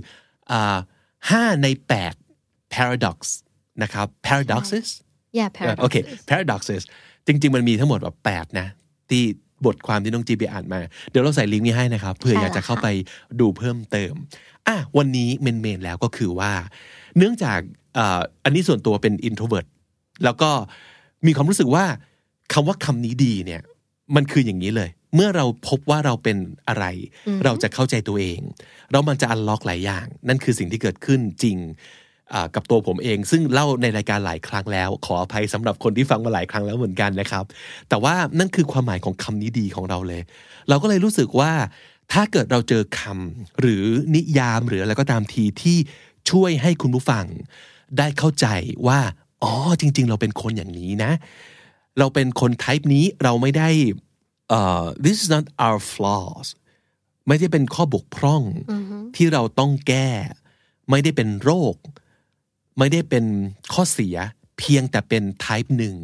Speaker 1: อ่าห้าในแปด paradox นะครับ paradoxes
Speaker 2: yeah
Speaker 1: เออ
Speaker 2: paradox
Speaker 1: โอเค paradoxes จริง ๆ มันมีทั้งหมดแบบ8นะ ที่บทความที่น้องจีไปอ่านมา เดี๋ยวเราใส่ลิงก์นี้ให้นะครับ เพื่ออยากจะเข้าไปดูเพิ่มเติม อ่ะ วันนี้เมนเมนๆแล้วก็คือว่า เนื่องจากเอ่ออันนี้ส่วนตัวเป็น introvert แล้วก็มีความรู้สึกว่าคำว่าคำนี้ดีเนี่ย มันคืออย่างนี้เลย เมื่อเราพบว่าเราเป็นอะไร เราจะเข้าใจตัวเอง เรามันจะอันล็อกหลายอย่าง นั่นคือสิ่งที่เกิดขึ้นจริง อ่ากับตัวผมเองซึ่งเล่าในรายการหลายครั้งแล้ว ขออภัยสำหรับคนที่ฟังมาหลายครั้งแล้วเหมือนกันนะครับ แต่ว่านั่นคือความหมายของคำนี้ดีของเราเลย เราก็เลยรู้สึกว่า ถ้าเกิดเราเจอคำหรือนิยามหรืออะไรก็ตามทีที่ช่วยให้คุณผู้ฟัง ได้เข้าใจว่าอ๋อจริง ๆ เราเป็นคนอย่างนี้นะ เราเป็นคน type นี้เราไม่ได้เอ่อ this is not our flaws ไม่ได้เป็นข้อบกพร่องที่เราต้องแก้ ไม่ได้เป็นโรค ไม่ได้เป็นข้อเสีย เพียงแต่เป็น type หนึ่ง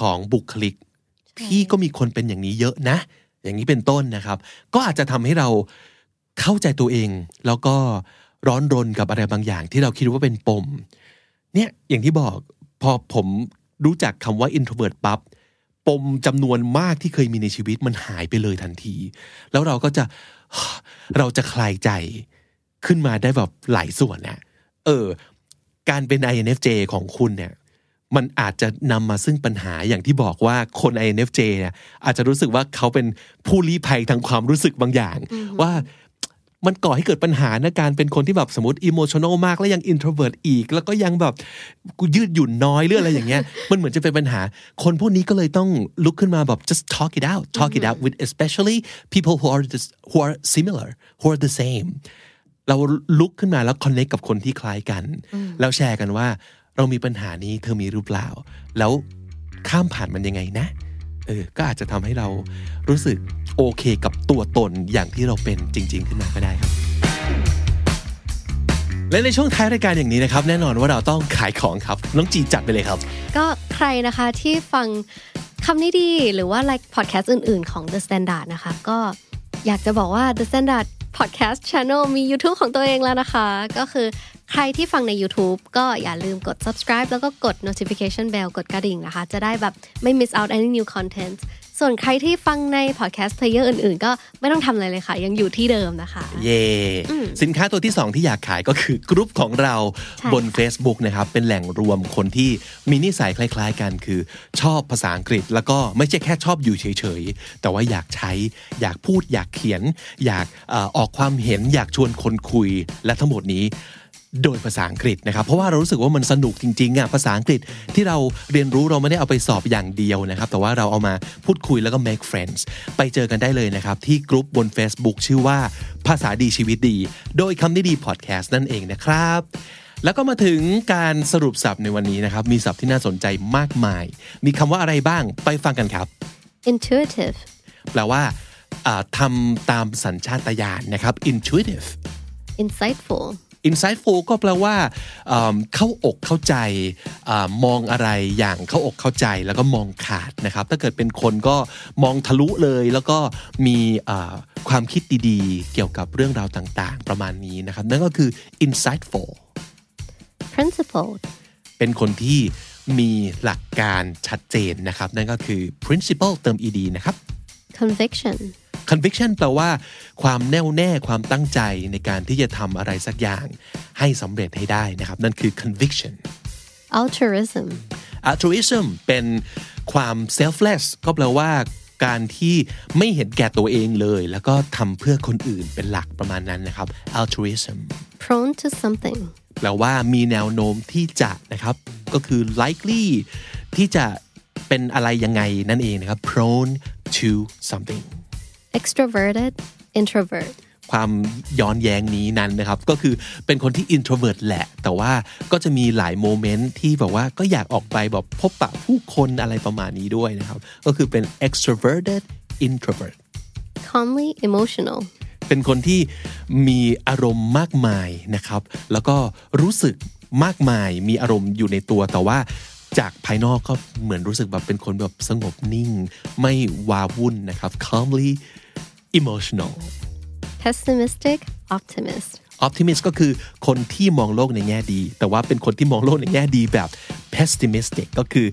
Speaker 1: ของบุคลิก ที่ก็มีคนเป็นอย่างนี้เยอะนะ อย่างนี้เป็นต้นนะครับ ก็อาจจะทำให้เราเข้าใจตัวเอง แล้วก็ร้อนรนกับอะไรบางอย่าง ที่เราคิดว่าเป็นปม เนี่ยอย่างที่บอกพอผมรู้จักคำว่า introvert ปั๊บปมจำนวนมากที่เคยมีในชีวิตมันหายไปเลยทันที แล้วเราก็จะ เราจะคลายใจขึ้นมาได้แบบหลายส่วนนะเออ การเป็น INFJ ของคุณเนี่ย มันอาจจะนำมาซึ่งปัญหาอย่างที่บอกว่าคน INFJ เนี่ยอาจจะรู้สึกว่าเขาเป็นผู้ลี้ภัยทางความรู้สึกบางอย่าง ว่า มันก่อให้เกิดปัญหานะการเป็นคนที่แบบสมมติอิโมชัน a ลมากแล้วยังอินโทรเวิร์ตอีก แล้วก็ยังแบบกูยืดหยุ่นน้อยหรืออะไรอย่างเงี้ย มันเหมือนจะเป็นปัญหา คนพวกนี้ก็เลยต้องลุกขึ้นมาแบบ just talk it out talk it out with especially people who are just, who are similar who are the same เราลุกขึ้นมาแล้วคอนเน c t กับคนที่คล้ายกัน แล้วแชร์กันว่า เรามีปัญหานี้เธอมีหรือเปล่า แล้วข้ามผ่านมันยังไงนะ เออ ก็อาจจะทำให้เรารู้สึกโอเคกับตัวตนอย่างที่เราเป็นจริง ๆ ขึ้นมาก็ได้ครับ และในช่วงท้ายรายการอย่างนี้นะครับ แน่นอนว่าเราต้องขายของครับ น้องจีจัดไปเลยครับ
Speaker 2: ก็ใครนะคะที่ฟังคำนี้ดีหรือว่า like podcast อื่นๆของ The Standard นะคะ ก็อยากจะบอกว่า The Standard Podcast Channel มี YouTube ของตัวเองแล้วนะคะ ก็คือใครที่ฟังใน YouTube ก็อย่าลืมกด subscribe แล้วก็กด notification bell กดกระดิ่งนะคะ จะได้แบบไม่ miss out any new content ส่วนใครที่ฟังใน podcast player อื่นๆ ก็ไม่ต้องทำอะไรเลยค่ะ ยังอยู่ที่เดิมนะคะ
Speaker 1: เย่สินค้าตัวที่ 2 ที่อยากขายก็คือกรุ๊ปของเรา
Speaker 2: ใช่
Speaker 1: บน Facebook นะครับ เป็นแหล่งรวมคนที่มีนิสัยคล้าย ๆ กัน คือชอบภาษาอังกฤษ แล้วก็ไม่ใช่แค่ชอบอยู่เฉย ๆ แต่ว่าอยากใช้อยากพูดอยากเขียน อยากเอ่อออกความเห็น อยากชวนคนคุยและทั้งหมดนี้ โดยภาษาอังกฤษนะครับ เพราะว่าเรารู้สึกว่ามันสนุกจริงๆอ่ะภาษาอังกฤษที่เราเรียนรู้เราไม่ได้เอาไปสอบอย่างเดียวนะครับ แต่ว่าเราเอามาพูดคุยแล้วก็ make friends ไปเจอกันได้เลยนะครับ ที่กลุ่มบน Facebook ชื่อว่าภาษาดีชีวิตดี โดยคำนี้ดีพอดแคสต์นั่นเองนะครับ แล้วก็มาถึงการสรุปศัพท์ในวันนี้นะครับ มีศัพท์ที่น่าสนใจมากมาย มีคำว่าอะไรบ้างไปฟังกันครับ
Speaker 2: intuitive
Speaker 1: แปลว่าอ่าทำตามสัญชาตญาณนะครับ intuitive
Speaker 2: insightful
Speaker 1: insightful ก็แปลว่าเอิ่มเข้าอกเข้าใจอามองอะไรอย่างเข้าอกเข้าใจแล้วก็มองขาดนะครับ ถ้าเกิดเป็นคนก็มองทะลุเลย แล้วก็มีอ่าความคิดดีๆ เกี่ยวกับเรื่องราวต่างๆ ประมาณนี้นะครับ นั่นก็คือ insightful
Speaker 2: principled
Speaker 1: เป็นคนที่มีหลักการชัดเจนนะครับ นั่นก็คือ principle เติม ed นะครับ
Speaker 2: conviction
Speaker 1: conviction แปลว่า ความแน่วแน่ความตั้งใจในการที่จะทำอะไรสักอย่าง ให้สำเร็จให้ได้นะครับ นั่นคือ conviction
Speaker 2: altruism
Speaker 1: altruism เป็นความ selfless ก็แปลว่าการที่ไม่เห็นแก่ตัวเองเลย แล้วก็ทำเพื่อคนอื่นเป็นหลักประมาณนั้นนะครับ altruism
Speaker 2: prone to something
Speaker 1: แปลว่ามีแนวโน้มที่จะนะครับ ก็คือ likely ที่จะเป็นอะไรยังไงนั่นเองนะครับ prone to something
Speaker 2: extroverted introvert
Speaker 1: ความย้อนแย้งนี้นั้นนะครับ ก็คือเป็นคนที่ introvert แหละ แต่ว่าก็จะมีหลายโมเมนต์ที่แบบว่าก็อยากออกไปแบบพบปะผู้คนอะไรประมาณนี้ด้วยนะครับ ก็คือเป็น extroverted introvert
Speaker 2: calmly emotional
Speaker 1: เป็นคนที่มีอารมณ์มากมายนะครับ แล้วก็รู้สึกมากมายมีอารมณ์อยู่ในตัวแต่ว่าจากภายนอกก็เหมือนรู้สึกแบบเป็นคนแบบสงบนิ่ง ไม่วาวุ่นนะครับ calmly emotional
Speaker 2: pessimistic optimist
Speaker 1: optimist ก็คือคนที่มองโลกในแง่ดี แต่ว่าเป็นคนที่มองโลกในแง่ดีแบบ pessimistic ก็คือ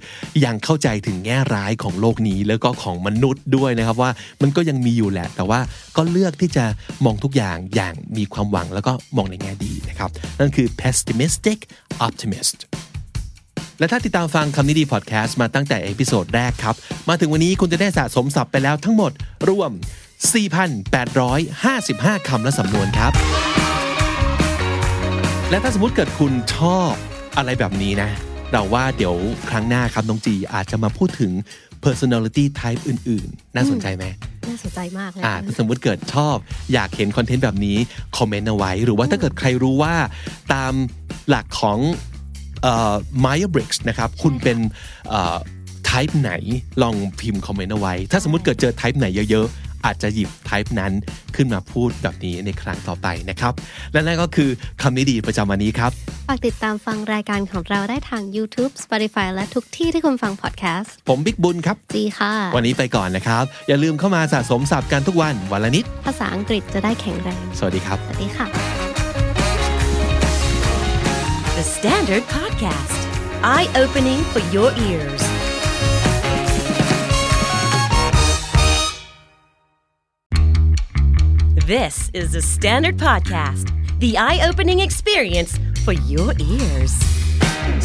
Speaker 1: ยังเข้าใจถึงแง่ร้ายของโลกนี้ แล้วก็ของมนุษย์ด้วยนะครับว่ามันก็ยังมีอยู่แหละ แต่ว่าก็เลือกที่จะมองทุกอย่างอย่างมีความหวังแล้วก็มองในแง่ดีนะครับ นั่นคือ pessimistic optimist และถ้าติดตามฟังคำนี้ดีพอดแคสต์มาตั้งแต่เอพิโซดแรกครับ มาถึงวันนี้คุณจะได้สะสมศัพท์ไปแล้วทั้งหมดรวม 4,855 คำและสำนวนครับ และถ้าสมมติเกิดคุณชอบอะไรแบบนี้นะ เราว่าเดี๋ยวครั้งหน้าครับน้องจีอาจจะมาพูดถึง personality type อื่น ๆ น่าสนใจไหม
Speaker 2: น่าสนใจมากเลย
Speaker 1: อ่าถ้าสมมติเกิดชอบอยากเห็นคอนเทนต์แบบนี้ คอมเมนต์เอาไว้ หรือว่าถ้าเกิดใครรู้ว่าตามหลักของเอ่อ Myer Briggs นะครับ คุณเป็นเอ่อ type ไหนลองพิมพ์คอมเมนต์เอาไว้ ถ้าสมมติเกิดเจอ type ไหนเยอะๆ อาจจะหยิบ type นั้นขึ้นมาพูดแบบนี้ในครั้งต่อไปนะครับ และนั่นก็คือคำนี้ดีประจำวันนี้ครับ
Speaker 2: ฝากติดตามฟังรายการของเราได้ทาง YouTube Spotify และทุกที่ที่คุณฟังพอดแคสต์
Speaker 1: ผมบิ๊กบุญครับ
Speaker 2: จีค่ะ
Speaker 1: วันนี้ไปก่อนนะครับ อย่าลืมเข้ามาสะสมศัพท์กันทุกวันวันละนิด
Speaker 2: ภาษาอังกฤษจะได้แข็งแรง
Speaker 1: สวัสดีครับ
Speaker 2: สวัสดีค่ะ
Speaker 3: The Standard Podcast, eye opening for your ears. This is the Standard Podcast, the eye opening experience for your ears.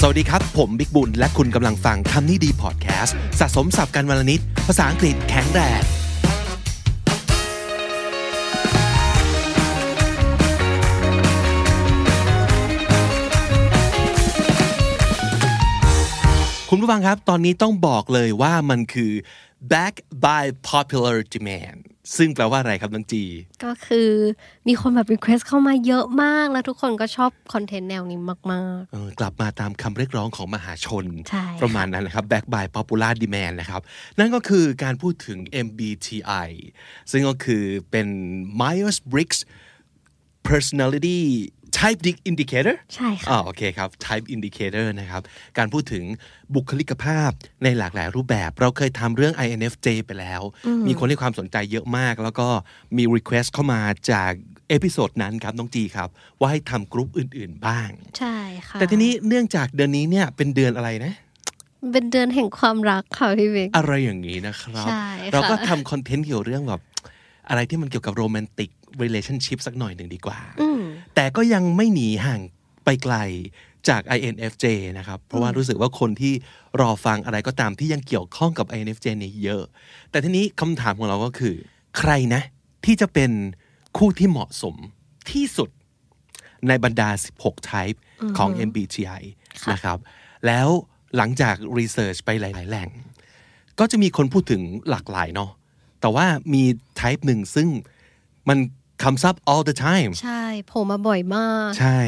Speaker 1: สวัสดีครับ ผมบิ๊กบุญ และคุณกำลังฟังคำนี้ดีพอดแคสต์สะสมศัพท์กันวันละนิด ภาษาอังกฤษแข็งแรง คุณผู้ฟังครับ ตอนนี้ต้องบอกเลยว่ามันคือ back by popular demand ซึ่งแปลว่าอะไรครับน้องจี
Speaker 2: ก็คือมีคนแบบรีเควสเข้ามาเยอะมาก แล้วทุกคนก็ชอบคอนเทนต์แนวนี้มาก
Speaker 1: เอ่อกลับมาตามคำเรียกร้องของมหาชน
Speaker 2: ใช่ค่ะ
Speaker 1: ประมาณนั้นนะครับ back by popular demand นะครับ นั่นก็คือการพูดถึง MBTI ซึ่งก็คือเป็น Myers Briggs personality type Dic- indicator
Speaker 2: ใช่ค่ะ
Speaker 1: อ่าโอเคครับ type indicator นะครับ การพูดถึงบุคลิกภาพในหลากหลายรูปแบบ เราเคยทำเรื่อง INFJ ไปแล้ว มีคนให้ความสนใจเยอะมาก แล้วก็มี request เข้ามาจากเอพิโซดนั้นครับน้องจีครับ ว่าให้ทำกรุ๊ปอื่น ๆ บ้าง
Speaker 2: ๆ ใช่ค่ะ
Speaker 1: แต่ทีนี้เนื่องจากเดือนนี้เนี่ยเป็นเดือนอะไรนะ
Speaker 2: เป็นเดือนแห่งความรักค่ะพี่เบก
Speaker 1: อะไรอย่างนี้นะครับ
Speaker 2: ใช่ค่ะ
Speaker 1: เราก็ทำคอนเทนต์เกี่ยวเรื่องแบบอะไรที่มันเกี่ยวกับโรแมนติก relationship สักหน่อยหนึ่งดีกว่า แต่ก็ยังไม่หนีห่างไปไกลจาก INFJ นะครับ เพราะว่ารู้สึกว่าคนที่รอฟังอะไรก็ตามที่ยังเกี่ยวข้องกับ INFJ เนี่ยเยอะ แต่ทีนี้คำถามของเราก็คือ ใครนะ ที่จะเป็นคู่ที่เหมาะสมที่สุด ในบรรดา 16 type ของ MBTI นะครับ แล้วหลังจากรีเสิร์ชไปหลาย ๆ แหล่ง ก็จะมีคนพูดถึงหลากหลายเนาะ แต่ว่ามี type หนึ่งซึ่งมันคำซับ all the time
Speaker 2: ใช่โผล่มาบ่อยมาก
Speaker 1: ใช่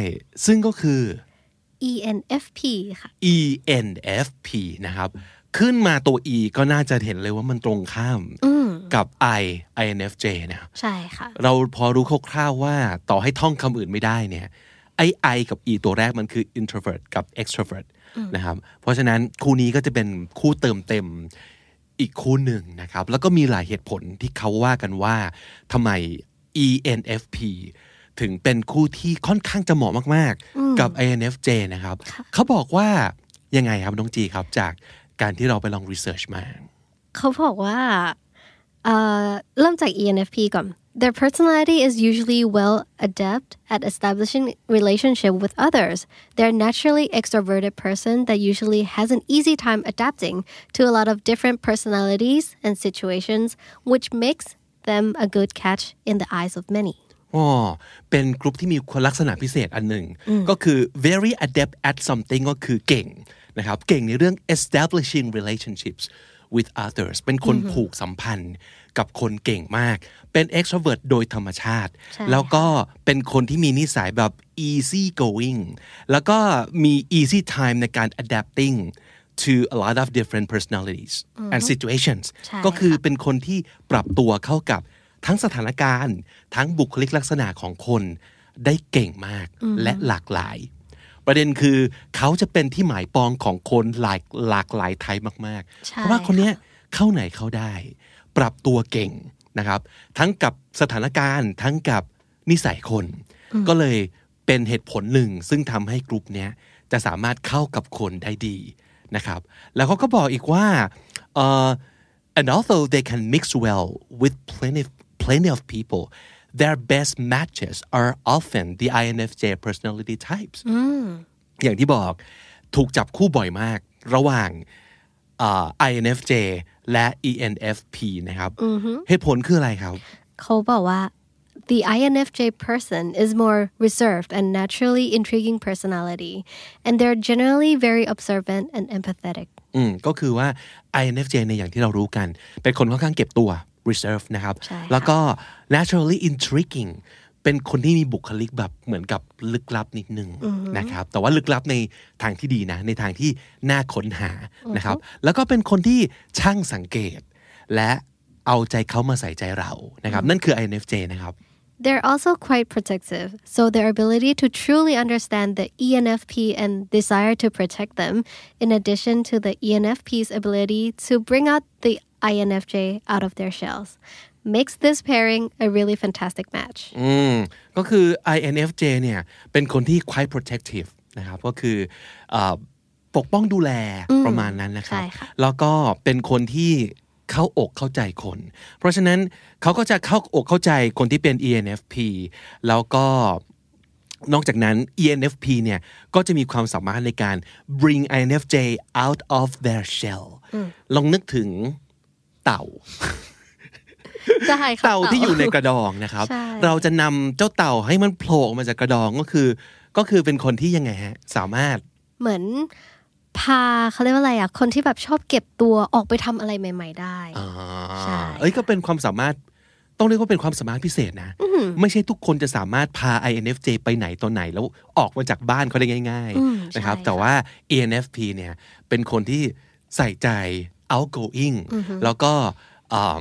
Speaker 1: ซึ่งก็คือ
Speaker 2: ENFP ค่ะ
Speaker 1: ENFP นะครับ ขึ้นมาตัว E ก็น่าจะเห็นเลยว่ามันตรงข้ามกับ I INFJ นะครับ
Speaker 2: ใช่ค่ะ
Speaker 1: เราพอรู้คร่าวๆว่าต่อให้ท่องคำอื่นไม่ได้เนี่ยไอไอกับ E ตัวแรกมันคือ introvert กับ extrovert นะครับ เพราะฉะนั้นคู่นี้ก็จะเป็นคู่เติมเต็มอีกคู่หนึ่งนะครับ แล้วก็มีหลายเหตุผลที่เขาว่ากันว่าทำไม ENFP ถึงเป็นคู่ที่ค่อนข้างจะเหมาะมากๆ กับ INFJ นะครับ เขาบอกว่ายังไงครับน้องจีครับจากการที่เราไปลองรีเสิร์ชมา
Speaker 2: เขาบอกว่าเอ่อเริ่มจาก E ENFP ก่อน Their personality is usually well adept at establishing relationship with others. They're a naturally extroverted person that usually has an easy time adapting to a lot of different personalities and situations, which makes them a good catch in the eyes of many.
Speaker 1: อ๋อเป็นกลุ่มที่มีคุณลักษณะพิเศษอันหนึ่ง ก็คือ very adept at something ก็คือเก่งนะครับ เก่งในเรื่อง establishing relationships with others เป็นคนผูกสัมพันธ์กับคนเก่งมาก เป็น extrovert โดยธรรมชาติ แล้วก็เป็นคนที่มีนิสัยแบบ easy going แล้วก็มี easy time ในการ adapting to a lot of different personalities and situations
Speaker 2: ใช่
Speaker 1: ก็คือเป็นคนที่ปรับตัวเข้ากับ ทั้งสถานการณ์ ทั้งบุคลิกลักษณะของคนได้เก่งมากและหลากหลาย ประเด็นคือเขาจะเป็นที่หมายปองของคนหลากหลากหลายไทยมากๆ
Speaker 2: ใช่
Speaker 1: เพราะว่าคนเนี้ยเข้าไหนเข้าได้ ปรับตัวเก่งนะครับ ทั้งกับสถานการณ์ทั้งกับนิสัยคน ก็เลยเป็นเหตุผลหนึ่ง ซึ่งทำให้กลุ่มเนี้ยจะสามารถเข้ากับคนได้ดีนะครับ แล้วเขาก็บอกอีกว่าเอ่อ and although they can mix well with plenty plenty of people their best matches are often the INFJ personality types อย่างที่บอกถูกจับคู่บ่อยมากระหว่างเอ่อ INFJ และ ENFP นะครับเหตุผลคืออะไรครับ
Speaker 2: เขาบอกว่า the INFJ person is more reserved and naturally intriguing personality, and they're generally very observant and empathetic.
Speaker 1: อืมก็คือว่า INFJ ในยอย่างที่เรารู้กัน เป็นคนค่อนข้างเก็บตัว reserve นะครับ
Speaker 2: ใช่ค่ะ
Speaker 1: แล้วก็ naturally intriguing เป็นคนที่มีบุคลิกแบบเหมือนกับลึกลับนิดนึงนะครับ แต่ว่าลึกลับในทางที่ดีนะ ในทางที่น่าค้นหานะครับ แล้วก็เป็นคนที่ช่างสังเกต และเอาใจเขามาใส่ใจเรานะครับ นั่นคือ INFJ นะครับ
Speaker 2: They're also quite protective, so their ability to truly understand the E ENFP and desire to protect them, in addition to the E ENFP's ability to bring out the INFJ out of their shells, makes this pairing a really fantastic match.
Speaker 1: อืมก็คือ INFJ เนี่ยเป็นคนที่ quite protective นะครับก็คือเอ่อปกป้องดูแลประมาณนั้นนะครับ
Speaker 2: ใช่ค่ะ
Speaker 1: แล้วก็เป็นคนที่เข้าอกเข้าใจคน เพราะฉะนั้นเขาก็จะเข้าอกเข้าใจคนที่เป็น ENFP แล้วก็นอกจากนั้น ENFP เนี่ยก็จะมีความสามารถในการ bring INFJ out of their shell ลองนึกถึงเต่า
Speaker 2: ใช่ค่ะ
Speaker 1: เต่าที่อยู่ในกระดองนะครับ
Speaker 2: ใช่
Speaker 1: เราจะนำเจ้าเต่าให้มันโผล่ออกมาจากกระดองก็คือ ก็คือเป็นคนที่ยังไงฮะ สามารถ
Speaker 2: เหมือนพาเขาเรียกว่าอะไรอ่ะ คนที่แบบชอบเก็บตัวออกไปทำอะไรใหม่ ๆ ได้ ใช่
Speaker 1: เอ้ยก็เป็นความสามารถต้องเรียกว่าเป็นความสามารถพิเศษนะ ไม่ใช่ทุกคนจะสามารถพา INFJ ไปไหนตอนไหนแล้วออกมาจากบ้านเขาได้ง่าย
Speaker 2: อืม
Speaker 1: ๆ นะครับ
Speaker 2: ใช่ค่ะ
Speaker 1: แต่ว่า ENFP เนี่ยเป็นคนที่ใส่ใจ outgoing แล้วก็อ่า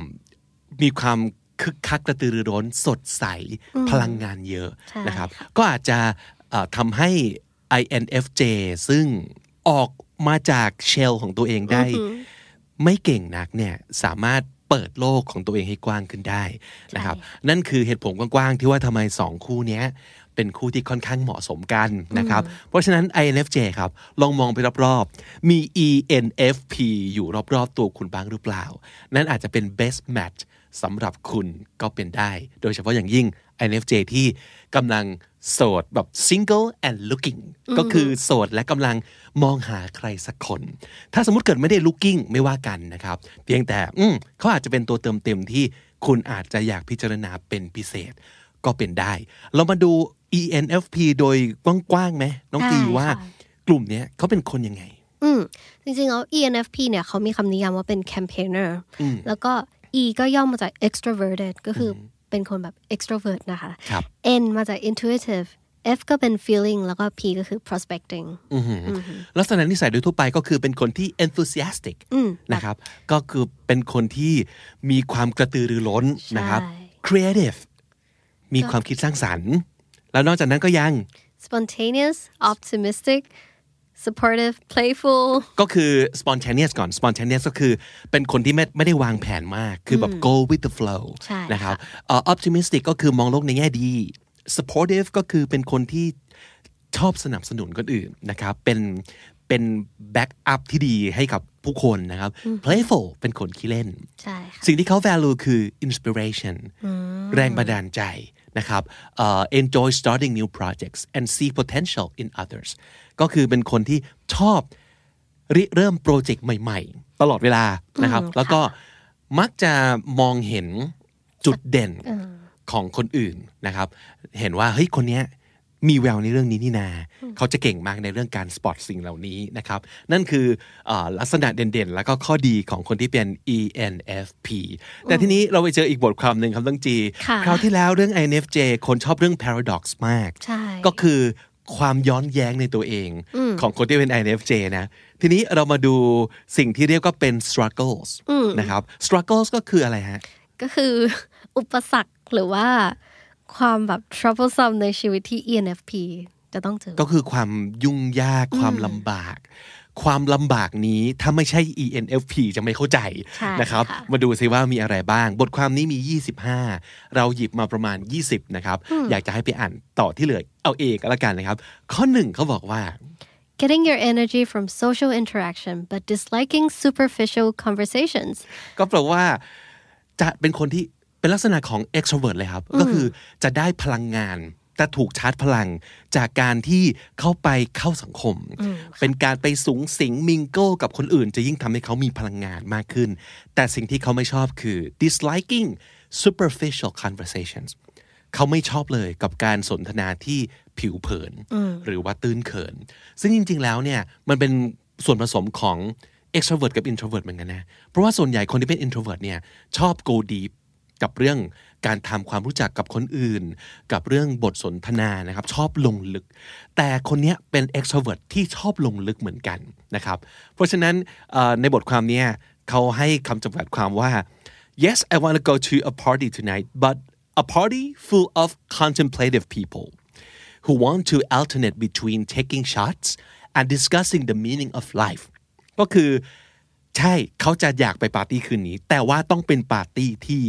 Speaker 1: มีความคึกคักกระตือรือร้นสดใสพลังงานเยอะ
Speaker 2: ใช่
Speaker 1: นะครับ
Speaker 2: ค่ะ
Speaker 1: ก็อาจจะเอ่อทำให้ INFJ ซึ่งออกมาจากเชลของตัวเองได้ ไม่เก่งนักเนี่ยสามารถเปิดโลกของตัวเองให้กว้างขึ้นได้นะครับ นั่นคือเหตุผลกว้างๆ ที่ว่าทำไมสองคู่เนี้ยเป็นคู่ที่ค่อนข้างเหมาะสมกันนะครับ เพราะฉะนั้น INFJ ครับ ลองมองไปรอบๆ มี ENFP อยู่รอบๆ ตัวคุณบ้างหรือเปล่า นั่นอาจจะเป็น best match สำหรับคุณก็เป็นได้ โดยเฉพาะอย่างยิ่ง INFJ ที่กำลังโสดแบบ single and looking ก็คือโสดและกำลังมองหาใครสักคน ถ้าสมมติเกิดไม่ได้ looking ไม่ว่ากันนะครับ เพียงแต่อืมเขาอาจจะเป็นตัวเติมเต็มที่คุณอาจจะอยากพิจารณาเป็นพิเศษ ก็เป็นได้ เรามาดู ENFP โดยกว้างๆไหมน้องตี
Speaker 2: ได้ค่ะ
Speaker 1: ว่ากลุ่มเนี้ยเขาเป็นคนยังไง
Speaker 2: อืมจริงๆแล้ว ENFP เนี่ยเขามีคำนิยามว่าเป็น campaigner แล้วก็ E ก็ย่อมาจาก extroverted ก็คืออเป็นคนแบบ extrovert นะคะ
Speaker 1: ครับ
Speaker 2: N มาจาก intuitive F ก็เป็น feeling แล้วก็ P ก็คือ prospecting
Speaker 1: ลักษณะนิสัยโดยทั่วไปก็คือเป็นคนที่ enthusiastic นะครับ ก็คือเป็นคนที่มีความกระตือรือร้นนะครับ
Speaker 2: ใช่
Speaker 1: creative มีความคิดสร้างสรรค์ แล้วนอกจากนั้นก็ยัง
Speaker 2: spontaneous optimistic supportive playful
Speaker 1: ก็คือ spontaneous ก่อน spontaneous ก็คือเป็นคนที่ไม่ไม่ได้วางแผนมาก คือแบบ go with the flow
Speaker 2: ใช่
Speaker 1: นะครับเอ่อ optimistic ก็คือมองโลกในแง่ดี supportive ก็คือเป็นคนที่ชอบสนับสนุนคนอื่นนะครับ เป็นเป็น back up ที่ดีให้กับผู้คนนะครับ playful เป็นคนขี้เล่น
Speaker 2: ใช่ค่ะ
Speaker 1: สิ่งที่เขา value คือ inspiration แรงบันดาลใจนะครับเอ่อ enjoy starting new projects and see potential in others ก็คือเป็นคนที่ชอบริเริ่มโปรเจกต์ใหม่ๆ ตลอดเวลานะครับ แล้วก็มักจะมองเห็นจุดเด่นของคนอื่นนะครับ เห็นว่าเฮ้ยคนเนี้ยมีแววในเรื่องนี้นี่นา เขาจะเก่งมากในเรื่องการสปอตสิ่งเหล่านี้นะครับ นั่นคือเออลักษณะเด่นๆ แล้วก็ข้อดีของคนที่เป็น ENFP แต่ทีนี้เราไปเจออีกบทความหนึ่งครับต้องจี
Speaker 2: ค่ะ
Speaker 1: คราวที่แล้วเรื่อง INFJ คนชอบเรื่อง paradox มาก
Speaker 2: ใช่
Speaker 1: ก็คือความย้อนแย้งในตัวเองของคนที่เป็น INFJ นะ ทีนี้เรามาดูสิ่งที่เรียกว่าเป็น struggles นะครับ struggles ก็คืออะไรฮะ
Speaker 2: ก็คือ อุปสรรคหรือว่าความแบบ troublesome ในชีวิตที่ E ENFP จะต้องเจอ
Speaker 1: ก็คือความยุ่งยากความลำบาก ความลำบากนี้ถ้าไม่ใช่ ENFP จะไม่เข้าใจ
Speaker 2: ใช่
Speaker 1: นะครับ
Speaker 2: ค่ะ
Speaker 1: มาดูซิว่ามีอะไรบ้าง บทความนี้มี 25 เราหยิบมาประมาณ 20 นะครับ อยากจะให้ไปอ่านต่อที่เหลือเอาเองก็แล้วกันนะครับ ข้อหนึ่งเขาบอกว่า
Speaker 2: getting your energy from social interaction but disliking superficial conversations
Speaker 1: ก็แปลว่าจะเป็นคนที่เป็นลักษณะของ extrovert เลยครับ ก็คือจะได้พลังงานแต่ถูกชาร์จพลังจากการที่เข้าไปเข้าสังคม เป็นการไปสูงสิงมิง g ก e กับคนอื่น จะยิ่งทำให้เขามีพลังงานมากขึ้น แต่สิ่งที่เขาไม่ชอบคือ disliking superficial conversations เขาไม่ชอบเลยกับการสนทนาที่ผิวเผิน หรือว่าตื้นเขิน ซึ่งจริง ๆ แล้วเนี่ยมันเป็นส่วนผสมของ extrovert กับ introvert เหมือนกันนะ เพราะว่าส่วนใหญ่คนที่เป็น introvert เนี่ยชอบ go deep กับเรื่องการทำความรู้จักกับคนอื่น กับเรื่องบทสนทนานะครับ ชอบลงลึก แต่คนเนี้ยเป็น extrovert ที่ชอบลงลึกเหมือนกันนะครับ เพราะฉะนั้นเอ่อในบทความเนี้ยเขาให้คำจำกัดความว่า yes I want to go to a party tonight but a party full of contemplative people who want to alternate between taking shots and discussing the meaning of life ก็คือใช่เขาจะอยากไปปาร์ตี้คืนนี้ แต่ว่าต้องเป็นปาร์ตี้ที่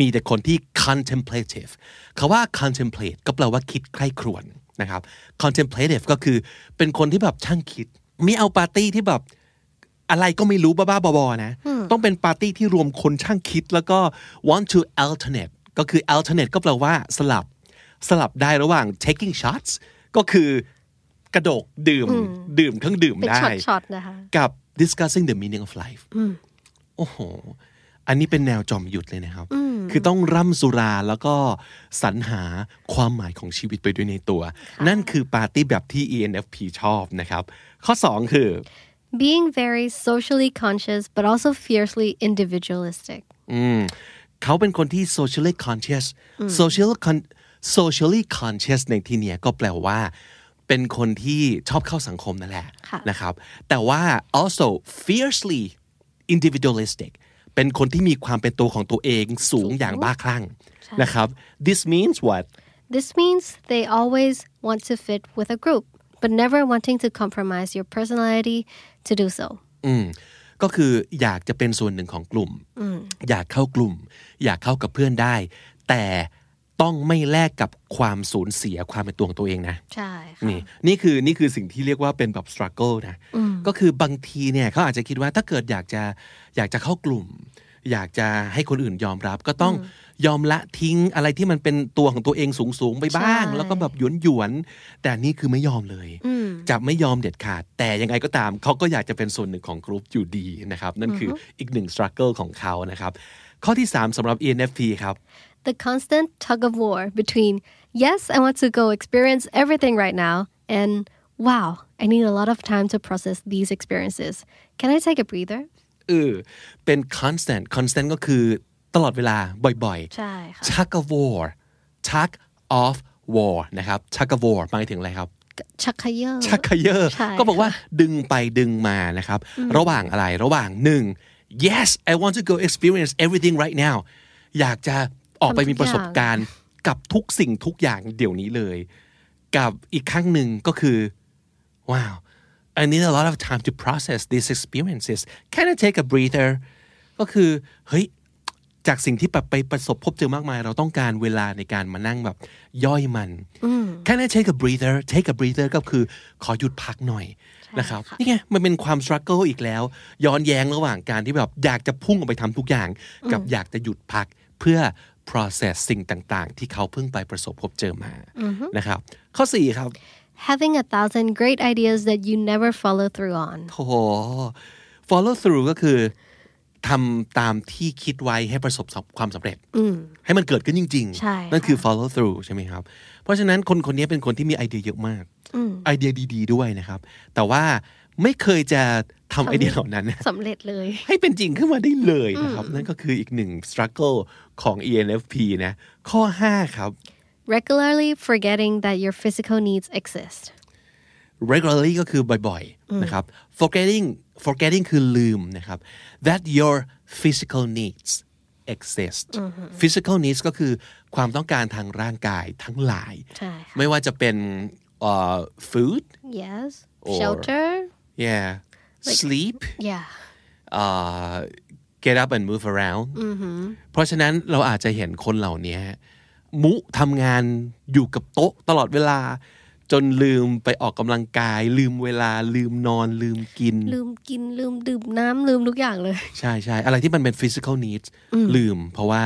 Speaker 1: มีแต่คนที่ contemplative คาว่า contemplate ก็แปลว่าคิดใคร่ครวญนะครับ contemplative ก็คือเป็นคนที่แบบช่างคิด ไม่เอาปาร์ตี้ที่แบบ อะไรก็ไม่รู้บ้าๆบอๆนะ ต้องเป็นปาร์ตี้ที่รวมคนช่างคิดแล้วก็ want to alternate ก็คือ alternate ก็แปลว่าสลับ สลับได้ระหว่าง taking shots ก็คือกระโดกดื่มดื่มเครื่องดื่ม
Speaker 2: เป็น
Speaker 1: ได้
Speaker 2: ช็อตๆนะคะ
Speaker 1: กับ discussing the meaning of life โอ้โห อันนี้เป็นแนวจอมยุทธเลยนะครับ คือต้องร่ำสุราแล้วก็สรรหาความหมายของชีวิตไปด้วยในตัว นั่นคือปาร์ตี้แบบที่ ENFP ชอบนะครับ ข้อ 2 คือ
Speaker 2: being very socially conscious but also fiercely individualistic
Speaker 1: อืมเขาเป็นคนที่ socially conscious social con- socially conscious ในที่เนี้ยก็แปลว่า เป็นคนที่ชอบเข้าสังคมนั่นแหละ
Speaker 2: ค่ะ
Speaker 1: นะครับ แต่ว่า also fiercely individualistic เป็นคนที่มีความเป็นตัวของตัวเองสูงอย่างบ้าคลั่งนะครับ this means what
Speaker 2: This means they always want to fit with a group, but never wanting to compromise your personality to do so.
Speaker 1: อืมก็คืออยากจะเป็นส่วนหนึ่งของกลุ่ม อยากเข้ากลุ่ม อยากเข้ากับเพื่อนได้ แต่ต้องไม่แลกกับความสูญเสียความเป็นตัวของตัวเองนะ นี่นี่คือนี่คือสิ่งที่เรียกว่าเป็นแบบ struggle นะ ก็คือบางทีเนี่ยเขาอาจจะคิดว่าถ้าเกิดอยากจะอยากจะเข้ากลุ่ม อยากจะให้คนอื่นยอมรับ ก็ต้องยอมละทิ้งอะไรที่มันเป็นตัวของตัวเองสูงๆ ไปบ้าง
Speaker 2: ใช่
Speaker 1: แล้วก็แบบหยวนหยวนๆแต่นี่คือไม่ยอมเลย จะไม่ยอมเด็ดขาด แต่ยังไงก็ตามเขาก็อยากจะเป็นส่วนหนึ่งของกลุ่มอยู่ดีนะครับ นั่นคืออีกหนึ่ง struggle ของเขานะครับ ข้อที่ 3สำหรับ ENFP ครับ
Speaker 2: The constant tug of war between, yes, I want to go experience everything right now, and wow, I need a lot of time to process these experiences. Can I take a breather?
Speaker 1: เออเป็น constant constant ก็คือตลอดเวลาบ่อยๆ tug of war tug of war นะครับ tug of war หมายถึงอะไรครับ
Speaker 2: Chakayo.
Speaker 1: ชักเขยอ
Speaker 2: ใช่ค่ะ
Speaker 1: ก็บอกว่าดึงไปดึงมานะครับ ระหว่างอะไรระหว่างหนึ่ง yes I want to go experience everything right now อยากจะออกไปมีประสบการณ์กับทุกสิ่งทุกอย่างเดี๋ยวนี้เลย กับอีกข้างหนึ่งก็คือ ว้าว I need a lot of time to process these experiences Can I take a breather ก็คือ เฮ้ย จากสิ่งที่แบบไปประสบพบเจอมากมาย เราต้องการเวลาในการมานั่งแบบย่อยมัน Can I take a breather take a breather ก็คือขอหยุดพักหน่อยนะครับ นี่ไง มันเป็นความ struggle อีกแล้ว ย้อนแย้งระหว่างการที่แบบอยากจะพุ่งออกไปทำทุกอย่าง กับอยากจะหยุดพักเพื่อ process สิ่งต่างๆ ที่เขาเพิ่งไปประสบพบเจอมานะครับ ข้อสี่ครับ
Speaker 2: Having a thousand great ideas that you never follow through on.
Speaker 1: โอ้โห follow through ก็คือทำตามที่คิดไว้ให้ประสบความสำเร็จ ให้มันเกิดขึ้นจริง
Speaker 2: ใช่
Speaker 1: ๆ นั่น
Speaker 2: ค่ะ
Speaker 1: คือ follow through ใช่ไหมครับ เพราะฉะนั้นคนคนนี้เป็นคนที่มีไอเดียเยอะมาก ไอเดียดี ๆ ด้วยนะครับ แต่ว่าไม่เคยจะทำไอเดียเหล่านั้นนะ
Speaker 2: สำเร็จเลย
Speaker 1: ให้เป็นจริงขึ้นมาได้เลยนะครับ นั่นก็คืออีกหนึ่ง struggle ของ ENFP นะ ข้อ 5 ครับ
Speaker 2: Regularly forgetting that your physical needs exist.
Speaker 1: regularly ก็คือบ่อยๆนะครับ forgetting forgetting คือลืมนะครับ that your physical needs exist physical needs ก็คือความต้องการทางร่างกายทั้งหลาย
Speaker 2: ใช่ค่ะ
Speaker 1: ไม่ว่าจะเป็นเอ่อ food
Speaker 2: yes
Speaker 1: Or-
Speaker 2: shelter
Speaker 1: yeah sleep
Speaker 2: yeah
Speaker 1: เอ่อ get up and move around เพราะฉะนั้นเราอาจจะเห็นคนเหล่านี้มุทำงานอยู่กับโต๊ะตลอดเวลา จนลืมไปออกกำลังกาย ลืมเวลาลืมนอนลืมกิน
Speaker 2: ลืมกินลืมดื่มน้ำลืมทุกอย่างเลย
Speaker 1: ใช่ใช่อะไรที่มันเป็น physical needs ลืม เพราะว่า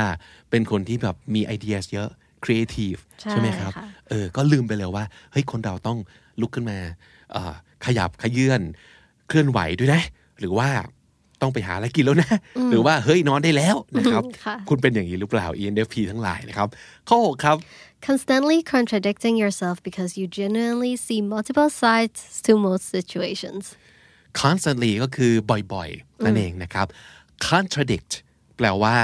Speaker 1: เป็นคนที่แบบมี ideas เยอะ creative
Speaker 2: ใช่
Speaker 1: ใช่ไหมครับ
Speaker 2: ค่ะ
Speaker 1: เออ ก็ลืมไปเลยว่า เฮ้ย คนเราต้องลุกขึ้นมาเอ่อขยับขยื่นเคลื่อนไหวด้วยนะ หรือว่าต้องไปหาอะไรกินแล้วนะ หรือว่าเฮ้ยนอนได้แล้วนะครับ
Speaker 2: ค่ะ
Speaker 1: คุณเป็นอย่างนี้หรือเปล่า ENFP ทั้งหลายนะครับ ข้อหกครับ
Speaker 2: constantly contradicting yourself because you genuinely see multiple sides to most situations
Speaker 1: constantly ก็คือบ่อยๆ นั่นเองนะครับ contradict แปลว่า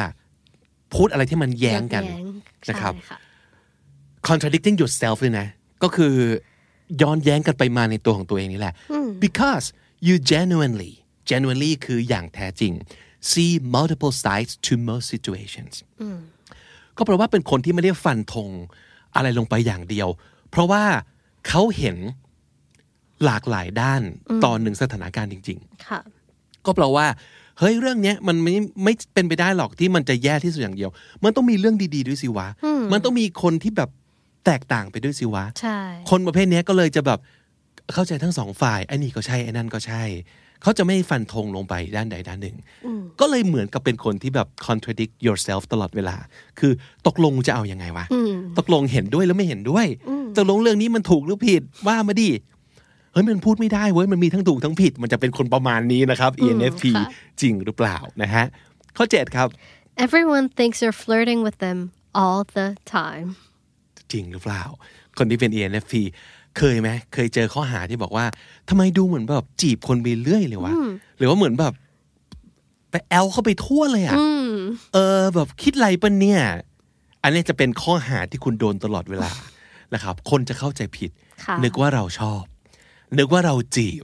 Speaker 1: พูดอะไรที่มันแย้งกัน
Speaker 2: แย้ง
Speaker 1: นะครับ
Speaker 2: ใช่
Speaker 1: contradicting yourself เลยนะ ก็คือย้อนแย้งกันไปมาในตัวของตัวเองนี่แหละ because you genuinely genuinely คืออย่างแท้จริง see multiple sides to most situations ก็แปลว่าเป็นคนที่ไม่ได้ฟันธงอะไรลงไปอย่างเดียว เพราะว่าเขาเห็นหลากหลายด้านต่อหนึ่งสถานการณ์จริง ๆ
Speaker 2: ค่ะ
Speaker 1: ก็แปลว่า เฮ้ย เรื่องเนี้ยมันไม่ไม่เป็นไปได้หรอกที่มันจะแย่ที่สุดอย่างเดียว มันต้องมีเรื่องดีๆด้วยสิวะ มันต้องมีคนที่แบบแตกต่างไปด้วยสิวะ
Speaker 2: ใช่
Speaker 1: คนประเภทเนี้ยก็เลยจะแบบเข้าใจทั้งสองฝ่ายไอ้นี่ก็ใช่ไอ้นั่นก็ใช่ เขาจะไม่ฟันธงลงไปด้านใดด้านหนึ่ง ก็เลยเหมือนกับเป็นคนที่แบบ contradict yourself ตลอดเวลา คือตกลงจะเอาอยัางไงวะ ตกลงเห็นด้วยแล้วไม่เห็นด้วย ตกลงเรื่องนี้มันถูกหรือผิดว่ามาดิ เฮ้ยมันพูดไม่ได้เว้ยมันมีทั้งถูกทั้งผิด มันจะเป็นคนประมาณนี้นะครับ ENFP
Speaker 2: ค่ะ
Speaker 1: จริงหรือเปล่านะฮะ ข้อเจ็ดครับ
Speaker 2: everyone thinks you're flirting with them all the time
Speaker 1: จริงหรือเปล่า คนที่เป็น ENFP เคยไหมเคยเจอข้อหาที่บอกว่าทำไมดูเหมือนแบบจีบคนไปเรื่อยเลยวะ หรือว่าเหมือนแบบไปแอลเข้าไปทั่วเลยอะ่ะเออ แบบคิดไรปะเนี่ย อันนี้จะเป็นข้อหาที่คุณโดนตลอดเวลา นะครับ คนจะเข้าใจผิด
Speaker 2: ค่ะ
Speaker 1: นึกว่าเราชอบ นึกว่าเราจีบ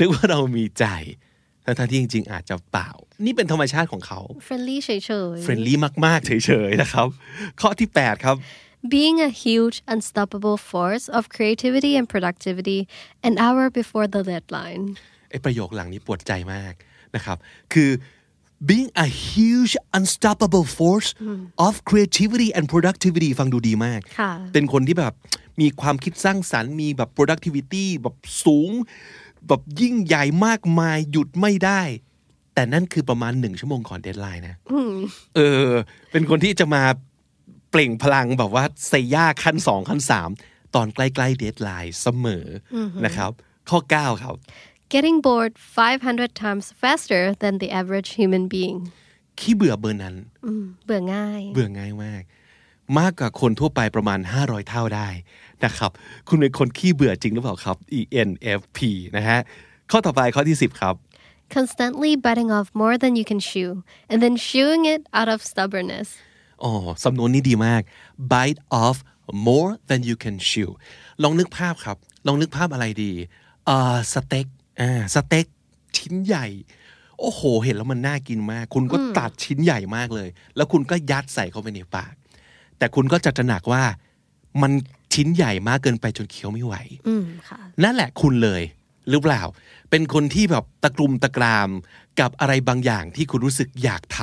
Speaker 1: นึกว่าเรามีใจทั้งๆที่จริง ๆ อาจจะเปล่า นี่เป็นธรรมชาติของเขา
Speaker 2: friendly เฉย
Speaker 1: เฟรนลี่มากๆ เฉยๆนะครับ ข้อที่แปดครับ
Speaker 2: ๆ being a huge unstoppable force of creativity and productivity an hour before the deadline
Speaker 1: ไอประโยคหลังนี้ปวดใจมากนะครับ คือ being a huge unstoppable force of creativity and productivity ฟังดูดีมาก
Speaker 2: ค่ะ
Speaker 1: เป็นคนที่แบบมีความคิดสร้างสรรค์มีแบบ productivity แบบสูง แบบยิ่งใหญ่มากมายหยุดไม่ได้ แต่นั่นคือประมาณหนึ่งชั่วโมงก่อนเด d ไลน์นะเออ เป็นคนที่จะมาเปล่งพลังแบบว่าใส่ย่าขั้นสองขั้นสามตอนใกล้ๆเด d ไลน์เสมอนะครับ ข้อ 9 ครับ
Speaker 2: getting bored 500 times faster than the average human being Mm,
Speaker 1: ขี้เบื่อเบอร์นั้น
Speaker 2: เบื่อง่าย
Speaker 1: เบื่อง่ายมาก มากกว่าคนทั่วไปประมาณ 500 เท่าได้นะครับ คุณเป็นคนขี้เบื่อจริงหรือเปล่าครับ ENFP นะฮะ ข้อต่อไปข้อที่ 10 ครับ
Speaker 2: constantly biting off more than you can chew and then chewing it out of stubbornness
Speaker 1: อ๋อ สำนวนนี้ดีมาก bite off more than you can chew ลองนึกภาพครับ ลองนึกภาพอะไรดีเอ่อสเต็กอ่าสเต็กชิ้นใหญ่ โอ้โห เห็นแล้วมันน่ากินมาก คุณก็ตัดชิ้นใหญ่มากเลย แล้วคุณก็ยัดใส่เข้าไปในปาก แต่คุณก็จะตระหนักว่า มันชิ้นใหญ่มากเกินไปจนเคี้ยวไม่ไหว
Speaker 2: อืมค่ะ
Speaker 1: นั่นแหละคุณเลยหรือเปล่า เป็นคนที่แบบตะกลุมตะกรามกับอะไรบางอย่างที่คุณรู้สึกอยากท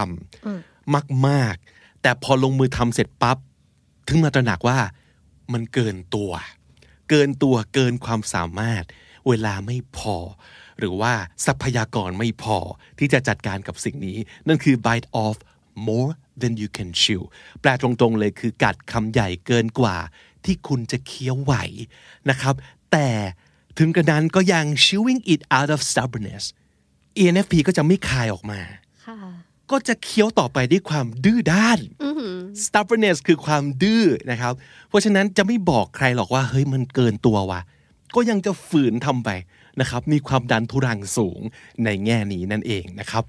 Speaker 1: ำมากๆ แต่พอลงมือทำเสร็จปั๊บถึงมาตระหนักว่ามันเกินตัว เกินตัวเกินความสามารถ เวลาไม่พอ หรือว่าทรัพยากรไม่พอที่จะจัดการกับสิ่งนี้ นั่นคือ bite off more than you can chew แปลตรงๆเลยคือกัดคำใหญ่เกินกว่า ที่คุณจะเคี้ยวไหวนะครับ แต่ถึงกระนั้นก็ยัง chewing it out of stubbornness ENFP ก็จะไม่คายออกมา
Speaker 2: ค่ะ
Speaker 1: ก็จะเคี้ยวต่อไปด้วยความดื้อด้าน stubbornness คือความดื้อนะครับ เพราะฉะนั้นจะไม่บอกใครหรอกว่า เฮ้ยมันเกินตัวว่ะ ก็ยังจะฝืนทำไปนะครับ มีความดันทุรังสูงในแง่นี้นั่นเองนะครับ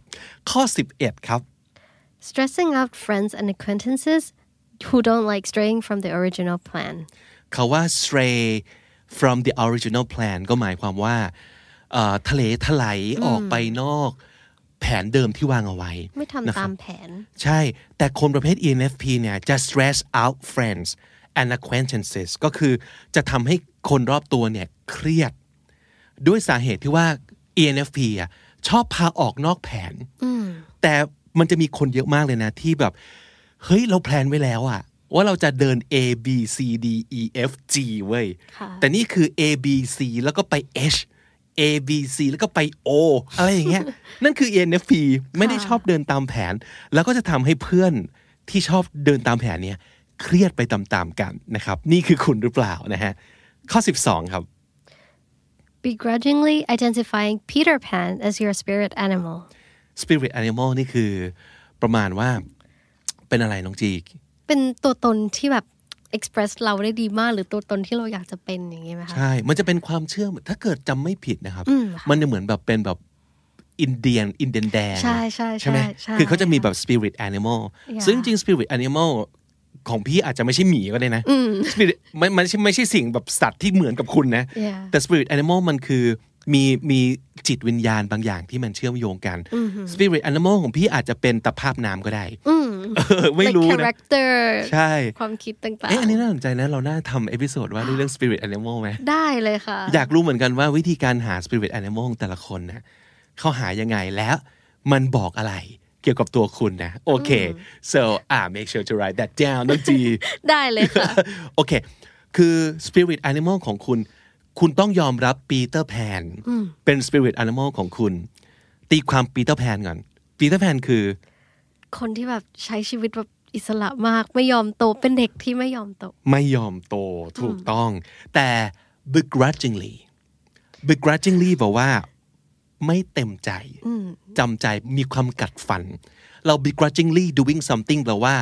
Speaker 1: ข้อ 11 ครับ
Speaker 2: stressing out friends and acquaintances who don't like straying from the original plan
Speaker 1: คาว่า stray from the original plan ก็หมายความว่าเอ่อทะเลทลายออกไปนอก แผนเดิมที่วางเอาไว้
Speaker 2: ไม่ทำตามแผน
Speaker 1: ใช่ แต่คนประเภท ENFP เนี่ยจะ stress out friends and acquaintances ก็คือจะทำให้คนรอบตัวเนี่ยเครียด ด้วยสาเหตุที่ว่า ENFP อ่ะชอบพาออกนอกแผน แต่มันจะมีคนเยอะมากเลยนะ ที่แบบ เฮ้ย เราแพลนไว้แล้วอะว่าเราจะเดิน A B C D E F G เว้ย
Speaker 2: ค่ะ
Speaker 1: แต่นี่คือ A B C แล้วก็ไป H A B C แล้วก็ไป O อะไรอย่าง เงี้ย นั่นคือ ENFP ไม่ได้ชอบเดินตามแผน แล้วก็จะทำให้เพื่อนที่ชอบเดินตามแผนเนี่ย เครียดไปตามๆกันนะครับ นี่คือคุณหรือเปล่านะฮะ ข้อ 12 ครับ
Speaker 2: begrudgingly identifying Peter Pan as your spirit animal
Speaker 1: spirit animal นี่คือประมาณว่าเป็นอะไรน้องจี
Speaker 2: เป็นตัวตนที่แบบ express เราได้ดีมาก หรือตัวตนที่เราอยากจะเป็นอย่างนี้ไหมคะ
Speaker 1: ใช่ มันจะเป็นความเชื่อเหมือนถ้าเกิดจำไม่ผิดนะครับ มันจะเหมือนแบบเป็นแบบอินเดียนอินเดียนแดง
Speaker 2: ใช่ใช่
Speaker 1: ใช่ไหม
Speaker 2: ใช่ใช่
Speaker 1: คือเขาจะมีแบบ spirit animal
Speaker 2: ค่ะ
Speaker 1: ซึ่งจริง spirit animal ของพี่อาจจะไม่ใช่หมีก็ได้นะ spirit มันมันไม่ใช่ไม่ใช่สิ่งแบบสัตว์ที่เหมือนกับคุณนะ
Speaker 2: Yeah
Speaker 1: แต่ spirit animal มันคือมีมีจิตวิญญาณบางอย่างที่มันเชื่อมโยงกัน spirit animal ของพี่อาจจะเป็นตะภาพน้ำก็ได้เออไม่
Speaker 2: like
Speaker 1: รู้นะ
Speaker 2: character
Speaker 1: ใช่
Speaker 2: ความคิดต่าง
Speaker 1: เอ๊ะอันนี้น่าสนใจนะ เราน่าทำเอพิโซดว่าด้วยเรื่อง spirit animal ไหม
Speaker 2: ๆ ได้เลยค่ะ
Speaker 1: อยากรู้เหมือนกันว่าวิธีการหา spirit animal ของแต่ละคนนะเขาหายังไงแล้วมันบอกอะไรเกี่ยวกับตัวคุณนะ โอเค so ah make sure to write that down น้องจี
Speaker 2: ได้เลยค่ะ
Speaker 1: โอเค คือ spirit animal ของคุณ คุณต้องยอมรับปีเตอร์แพนเป็น spirit animal ของคุณ ตีความปีเตอร์แพนก่อนปีเตอร์แพนคือ
Speaker 2: คนที่แบบใช้ชีวิตแบบอิสระมาก ไม่ยอมโต เป็นเด็กที่ไม่ยอมโต
Speaker 1: ไม่ยอมโตถูกต้อง แต่ begrudgingly begrudgingly บอกว่าไม่เต็มใจจำใจมีความกัดฟัน เรา begrudgingly doing something แปลว่า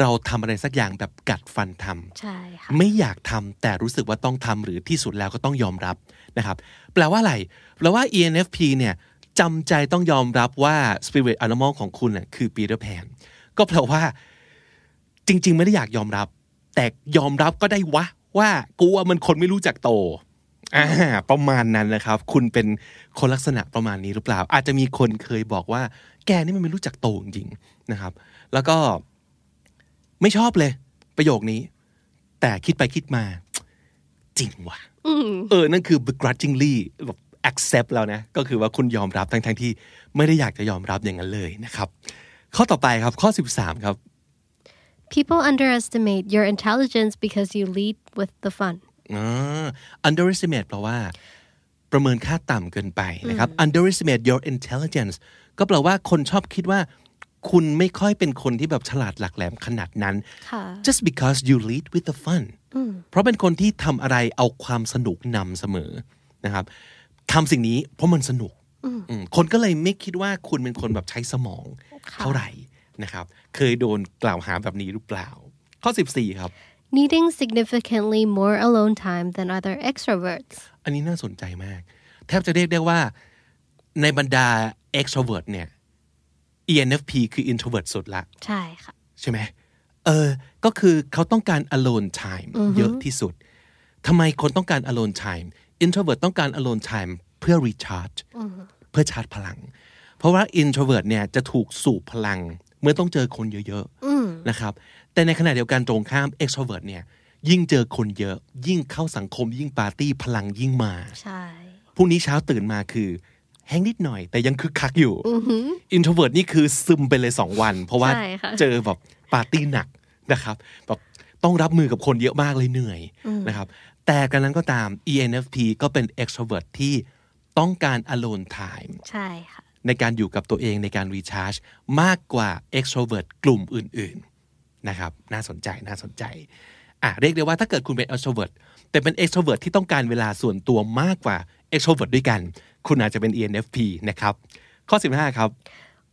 Speaker 1: เราทำอะไรสักอย่างแบบกัดฟันทำ
Speaker 2: ใช่ค่ะ
Speaker 1: ไม่อยากทำแต่รู้สึกว่าต้องทำหรือที่สุดแล้วก็ต้องยอมรับนะครับ แปลว่าอะไร แปลว่า ENFP เนี่ยจำใจต้องยอมรับว่า Spirit Animal ของคุณน่ะคือ Peter Pan ก็แปลว่า จริง ๆ ไม่ได้อยากยอมรับ แต่ยอมรับก็ได้วะ ว่ากูว่ามันคนไม่รู้จักโตอ่าประมาณนั้นนะครับ คุณเป็นคนลักษณะประมาณนี้หรือเปล่า อาจจะมีคนเคยบอกว่า แกนี่มันไม่รู้จักโตจริงๆนะครับ แล้วก็ไม่ชอบเลย ประโยคนี้ แต่คิดไปคิดมา จริงว่ะเออ นั่นคือ begrudgingly แบบ accept แล้วนะ ก็คือว่าคุณยอมรับทั้งๆทที่ไม่ได้อยากจะยอมรับอย่างนั้นเลยนะครับ ข้อต่อไปครับข้อ 13 ครับ
Speaker 2: people underestimate your intelligence because you lead with the fun
Speaker 1: อ่า underestimate แปลว่า ประเมินค่าต่ำเกินไปนะครับ underestimate your intelligence ก็แปลว่าคนชอบคิดว่า คุณไม่ค่อยเป็นคนที่แบบฉลาดหลักแหลมขนาดนั้น
Speaker 2: ค่ะ
Speaker 1: just because you lead with the fun เพราะเป็นคนที่ทำอะไรเอาความสนุกนำเสมอนะครับทำสิ่งนี้เพราะมันสนุกอืมคนก็เลยไม่คิดว่าคุณเป็นคนแบบใช้สมองเท่าไหร่นะครับ เคยโดนกล่าวหาแบบนี้หรือเปล่า ข้อ 14 ครับ
Speaker 2: needing significantly more alone time than other extroverts
Speaker 1: อันนี้น่าสนใจมาก แทบจะเรียกได้ว่าในบรรดา extrovert เนี่ย ENFP คือ introvert สุดละ
Speaker 2: ใช่ค่ะ
Speaker 1: ใช่ไหมเออ ก็คือเขาต้องการ alone time เยอะที่สุด ทำไมคนต้องการ alone time introvert ต้องการ alone time เพื่อ recharge เพื่อชาร์จพลัง เพราะว่า introvert เนี่ยจะถูกสูบพลัง เมื่อต้องเจอคนเยอะๆนะครับ แต่ในขณะเดียวกันตรงข้าม extrovert เนี่ย ยิ่งเจอคนเยอะ ยิ่งเข้าสังคม ยิ่งปาร์ตี้พลังยิ่งมา
Speaker 2: ใช่
Speaker 1: พรุ่งนี้เช้าตื่นมาคือแห้งนิดหน่อย แต่ยังคึกคักอยู่อินโทรเวิร์ดนี่คือซึมไปเลย 2 วัน เพราะว่า
Speaker 2: ใช่ค่ะ
Speaker 1: เจอแบบปาร์ตี้หนักนะครับแบบต้องรับมือกับคนเยอะมากเลยเหนื่อยนะครับ แต่กันนั้นก็ตาม ENFP ก็เป็น extrovert ที่ต้องการ alone time
Speaker 2: ใช่ค่ะ
Speaker 1: ในการอยู่กับตัวเองในการ recharge มากกว่า extrovert กลุ่มอื่น ๆ นะครับ น่าสนใจน่าสนใจอ่ะเรียกได้ว่าถ้าเกิดคุณเป็น extrovert แต่เป็น extrovert ที่ต้องการเวลาส่วนตัวมากกว่า extrovert ด้วยกัน คุณอาจจะเป็น ENFP นะครับ ข้อ 15 ครับ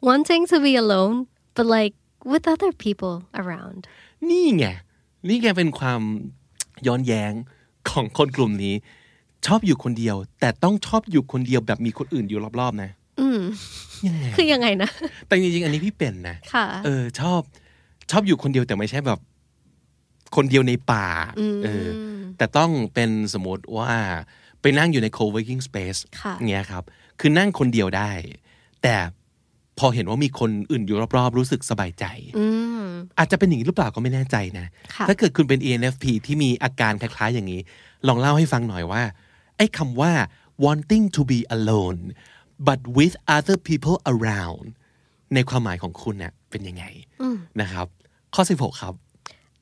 Speaker 2: wanting to be alone but like with other people around
Speaker 1: นี่ไง นี่ไงเป็นความย้อนแย้งของคนกลุ่มนี้ ชอบอยู่คนเดียว แต่ต้องชอบอยู่คนเดียวแบบมีคนอื่นอยู่รอบๆนะยังไง
Speaker 2: Mm. คือยังไงนะ
Speaker 1: แต่จริงๆ อันนี้พี่เป็นนะ
Speaker 2: ค่ะ
Speaker 1: เออชอบชอบอยู่คนเดียวแต่ไม่ใช่แบบ คนเดียวในป่าเออแต่ต้องเป็นสมมติว่าไปนั่งอยู่ใน co-working space
Speaker 2: ค่ะ
Speaker 1: เงี้ยครับ คือนั่งคนเดียวได้ แต่พ พอเห็นว่ามีคนอื่นอยู่รอบๆ รู้สึกสบายใจ
Speaker 2: อืม
Speaker 1: อาจจะเป็นอย่างนี้หรือเปล่าก็ไม่แน่ใจนะ
Speaker 2: ค่ะ
Speaker 1: ถ้าเกิดคุณเป็น ENFP ที่มีอาการคล้ายๆอย่างนี้ ลองเล่าให้ฟังหน่อยว่า ไอ้คำว่า wanting to be alone but with other people around ในความหมายของคุณเนี่ยเป็นยังไงนะครับ ข้อ 16 ครับ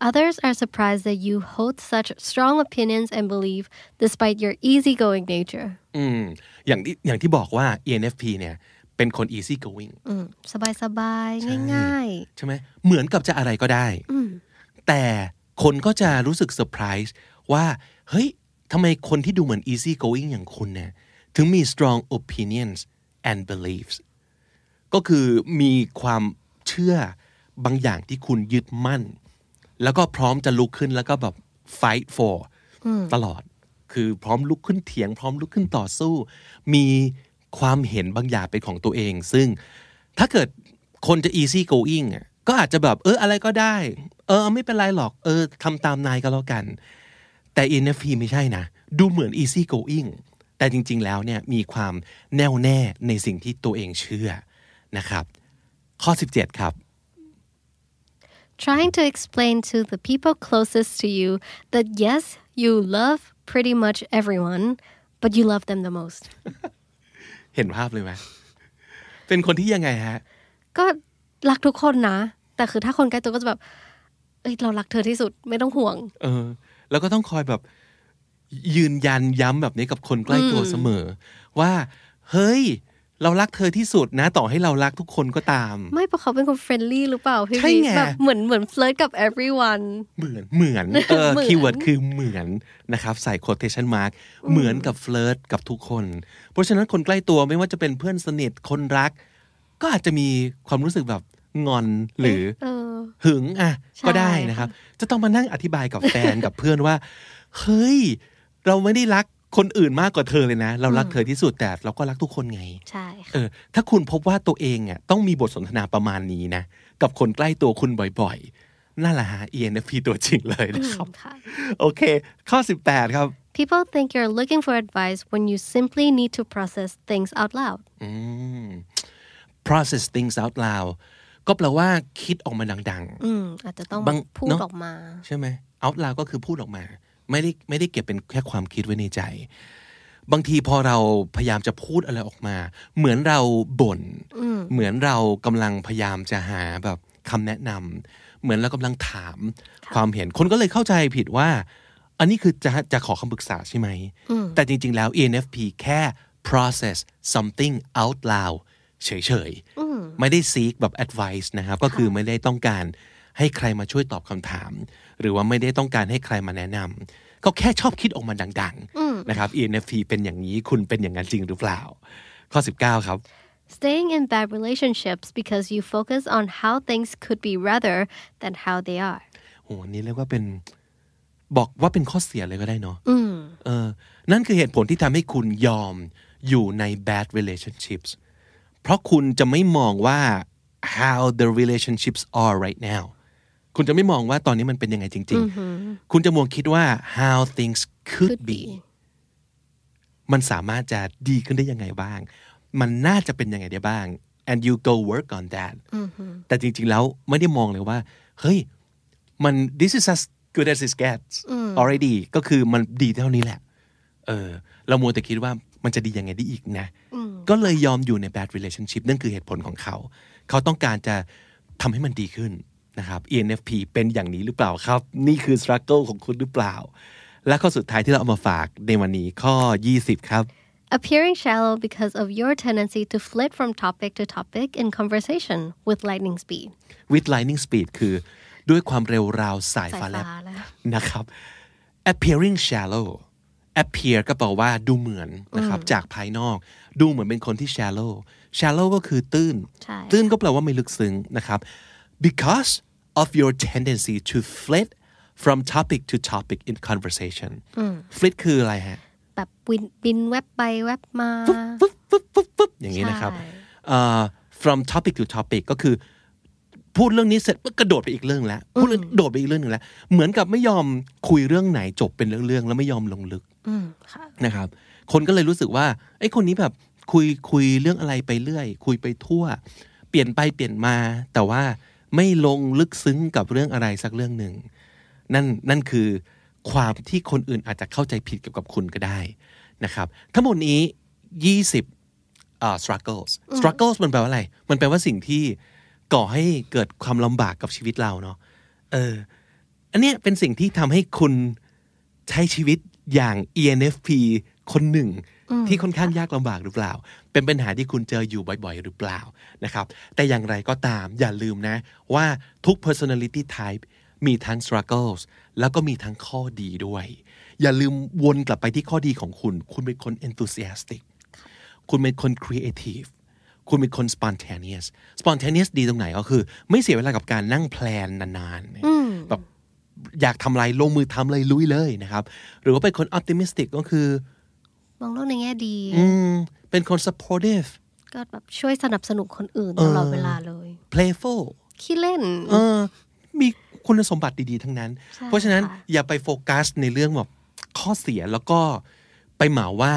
Speaker 2: Others are surprised that you hold such strong opinions and belief despite your easygoing nature.
Speaker 1: อืมอย่างที่อย่างที่บอกว่า ENFP เนี่ยเป็นคน easy going
Speaker 2: สบายๆง่าย
Speaker 1: ใช่ไหมเหมือนกับจะอะไรก็ได้ แต่คนก็จะรู้สึกเซอร์ไพรส์ว่า เฮ้ยทำไมคนที่ดูเหมือน easy going อย่างคุณเนี่ยถึงมี strong opinions and beliefs ก็คือมีความเชื่อบางอย่างที่คุณยึดมั่น แล้วก็พร้อมจะลุกขึ้นแล้วก็แบบ fight for ตลอด คือพร้อมลุกขึ้นเถียง พร้อมลุกขึ้นต่อสู้ มีความเห็นบางอย่างเป็นของตัวเอง ซึ่งถ้าเกิดคนจะ easy going อะก็อาจจะแบบ เอออะไรก็ได้ เออ ไม่เป็นไรหรอก เออทำตามนายก็แล้วกัน แต่ ENFP ไม่ใช่นะ ดูเหมือน easy going แต่จริง ๆ แล้วเนี่ยมีความแน่วแน่ในสิ่งที่ตัวเองเชื่อนะครับ ข้อ 17 ครับ
Speaker 2: Trying to explain to the people closest to you that yes, you love pretty much everyone, but you love them the most.
Speaker 1: เห็นภาพเลยไหมเป็นคนที่ยังไงฮะ
Speaker 2: ก็รักทุกคนนะ แต่คือถ้าคนใกล้ตัวก็จะแบบ เอ้ยเรารักเธอที่สุดไม่ต้องห่วง
Speaker 1: เออแล้วก็ต้องคอยแบบยืนยันย้ำแบบนี้กับคนใกล้ตัวเสมอ ว่า เฮ้ย เรารักเธอที่สุดนะ ต่อให้เรารักทุกคนก็ตาม
Speaker 2: ไม่เพราะเขาเป็นคนเฟรนลี่หรือเปล่าพี่
Speaker 1: ใช่
Speaker 2: พี
Speaker 1: ไง
Speaker 2: แบบเหมือนเหมือนเฟลิร์ตกับ everyone
Speaker 1: เหมือนเห มือนเออ
Speaker 2: เหมือน
Speaker 1: คีย์เวิร์ดคือเหมือนนะครับ ใส่ quotation mark เหมือนกับเฟลิร์ตกับทุกคน เพราะฉะนั้นคนใกล้ตัวไม่ว่าจะเป็นเพื่อนสนิทคนรัก ก็อาจจะมีความรู้สึกแบบงอนหรือ
Speaker 2: เออ
Speaker 1: หึงอ่ะ
Speaker 2: ใช่
Speaker 1: ก็ได้นะครับ จะต้องมานั่งอธิบายกับแฟน กับเพื่อนว่า เฮ้ย เราไม่ได้รักคนอื่นมากกว่าเธอเลยนะ เรารักเธอที่สุดแต่เราก็รักทุกคนไง
Speaker 2: ใช่ค่ะ
Speaker 1: เออถ้าคุณพบว่าตัวเองอ่ะต้องมีบทสนทนาประมาณนี้นะ กับคนใกล้ตัวคุณบ่อยๆนั่นแหละฮะ ENFP ตัวจริงเลยนะครับ โอเค ข้อ 18 ครับ
Speaker 2: People think you're looking for advice when you simply need to process things out loud.
Speaker 1: อืม process things out loud ก็แปลว่าคิดออกมาดัง ๆ
Speaker 2: อืมอาจจะต้อง
Speaker 1: บาง
Speaker 2: พูด
Speaker 1: เนอะ
Speaker 2: ออกมา
Speaker 1: ใช่ไหม out loud ก็คือพูดออกมา ไม่ได้ไม่ได้เก็บเป็นแค่ความคิดไว้ในใจ บางทีพอเราพยายามจะพูดอะไรออกมา เหมือนเราบ่น เหมือนเรากำลังพยายามจะหาแบบคำแนะนำเหมือนเรากำลังถามความเห็นคนก็เลยเข้าใจผิดว่า อันนี้คือจะจะขอคำปรึกษาใช่ไหม แต่จริง ๆ แล้ว ENFP แค่ process something out loud เฉยๆ ไม่ได้ seek แบบ advice นะครับ ก็คือไม่ได้ต้องการให้ใครมาช่วยตอบคำถาม หรือว่าไม่ได้ต้องการให้ใครมาแนะนำก็แค่ชอบคิดออกมาดังๆ นะครับ ENFP เป็นอย่างนี้คุณเป็นอย่างนั้นจริงหรือเปล่า ข้อ 19 ครับ
Speaker 2: Staying in bad relationships because you focus on how things could be rather than how they are.
Speaker 1: โหอันนี้เรียกว่าเป็นบอกว่าเป็นข้อเสียเลยก็ได้เนาะเออ นั่นคือเหตุผลที่ทำให้คุณยอมอยู่ใน bad relationships เพราะคุณจะไม่มองว่า how the relationships are right now คุณจะไม่มองว่าตอนนี้มันเป็นยังไงจริง ๆ คุณจะมวงคิดว่า how things could
Speaker 2: Could
Speaker 1: be
Speaker 2: be
Speaker 1: มันสามารถจะดีขึ้นได้ยังไงบ้าง มันน่าจะเป็นยังไงได้บ้าง and you go work on that แต่จริง ๆ แล้วไม่ได้มองเลยว่า เฮ้ย มัน this is as good as it gets already ก็คือมันดีเท่านี้แหละ เออ เรามัวแต่คิดว่ามันจะดียังไงได้อีกนะ ก็เลยยอมอยู่ใน bad relationship นั่นคือเหตุผลของเขา เขาต้องการจะทำให้มันดีขึ้นนะครับ ENFP เป็นอย่างนี้หรือเปล่าครับ นี่คือ struggle ของคุณหรือเปล่า และข้อสุดท้ายที่เราเอามาฝากในวันนี้ข้อ 20 ครับ
Speaker 2: Appearing shallow because of your tendency to flit from topic to topic in conversation with lightning speed.
Speaker 1: with lightning speed คือด้วยความเร็วราวสายฟ้าแลบ
Speaker 2: สายฟ้าแลบ
Speaker 1: นะครับ appearing shallow appear ก็แปลว่าดูเหมือนนะครับ จากภายนอก ดูเหมือนเป็นคนที่ shallow shallow ก็คือตื้น
Speaker 2: ใช่
Speaker 1: ตื้นก็แปลว่าไม่ลึกซึ้งนะครับ because of your tendency to flit from topic to topic in conversation flit คืออะไรฮะ
Speaker 2: แบบบินบินแวบไปแวบมา
Speaker 1: ปุ๊บปุ๊บปุ๊บปุ๊บอย่างนี้นะครับ
Speaker 2: ใช่
Speaker 1: เอ่อ from topic to topic ก็คือ พูดเรื่องนี้เสร็จปุ๊บกระโดดไปอีกเรื่องแล้วพูดเรื่องโดดไปอีกเรื่องหนึ่งแล้ว เหมือนกับไม่ยอมคุยเรื่องไหนจบเป็นเรื่องๆแล้วไม่ยอมลงลึก
Speaker 2: อืมค่ะ
Speaker 1: นะครับ คนก็เลยรู้สึกว่าไอ้ยคนนี้แบบคุยคุยเรื่องอะไรไปเรื่อย คุยไปทั่ว เปลี่ยนไปเปลี่ยนมา แต่ว่าไม่ลงลึกซึ้งกับเรื่องอะไรสักเรื่องหนึ่ง นั่นนั่นคือความที่คนอื่นอาจจะเข้าใจผิดเกี่ยวกับคุณก็ได้นะครับ ทั้งหมดนี้ 20อ่า struggles struggles มันแปลว่าอะไร มันแปลว่าสิ่งที่ก่อให้เกิดความลำบากกับชีวิตเราเนาะเออ อันเนี้ยเป็นสิ่งที่ทำให้คุณใช้ชีวิตอย่าง ENFP คนหนึ่ง ที่ค่อนข้างยากลำบากหรือเปล่า เป็นปัญหาที่คุณเจออยู่บ่อยๆ หรือเปล่านะครับ แต่อย่างไรก็ตามอย่าลืมนะ ว่าทุก personality type มีทั้ง struggles แล้วก็มีทั้งข้อดีด้วย อย่าลืมวนกลับไปที่ข้อดีของคุณ คุณเป็นคน enthusiastic คุณเป็นคน creative คุณเป็นคน spontaneous spontaneous ดีตรงไหนก็คือ ไม่เสียเวลากับการนั่งแพลนนานๆแบบ อยากทำอะไรลงมือทำเลยลุยเลยนะครับ หรือว่าเป็นคน optimistic ก็คือ
Speaker 2: มองโลกในแง่ดี
Speaker 1: อืม เป็นคน supportive
Speaker 2: ก็แบบช่วยสนับสนุนคนอื่นตลอดเวลาเลย
Speaker 1: playful
Speaker 2: ขี้เล่น
Speaker 1: เออมีคุณสมบัติดี ๆ ทั้งนั้น
Speaker 2: ใช่
Speaker 1: เพราะฉะนั้น
Speaker 2: ค่ะ
Speaker 1: อย่าไปโฟกัสในเรื่องแบบข้อเสียแล้วก็ไปเหมาว่า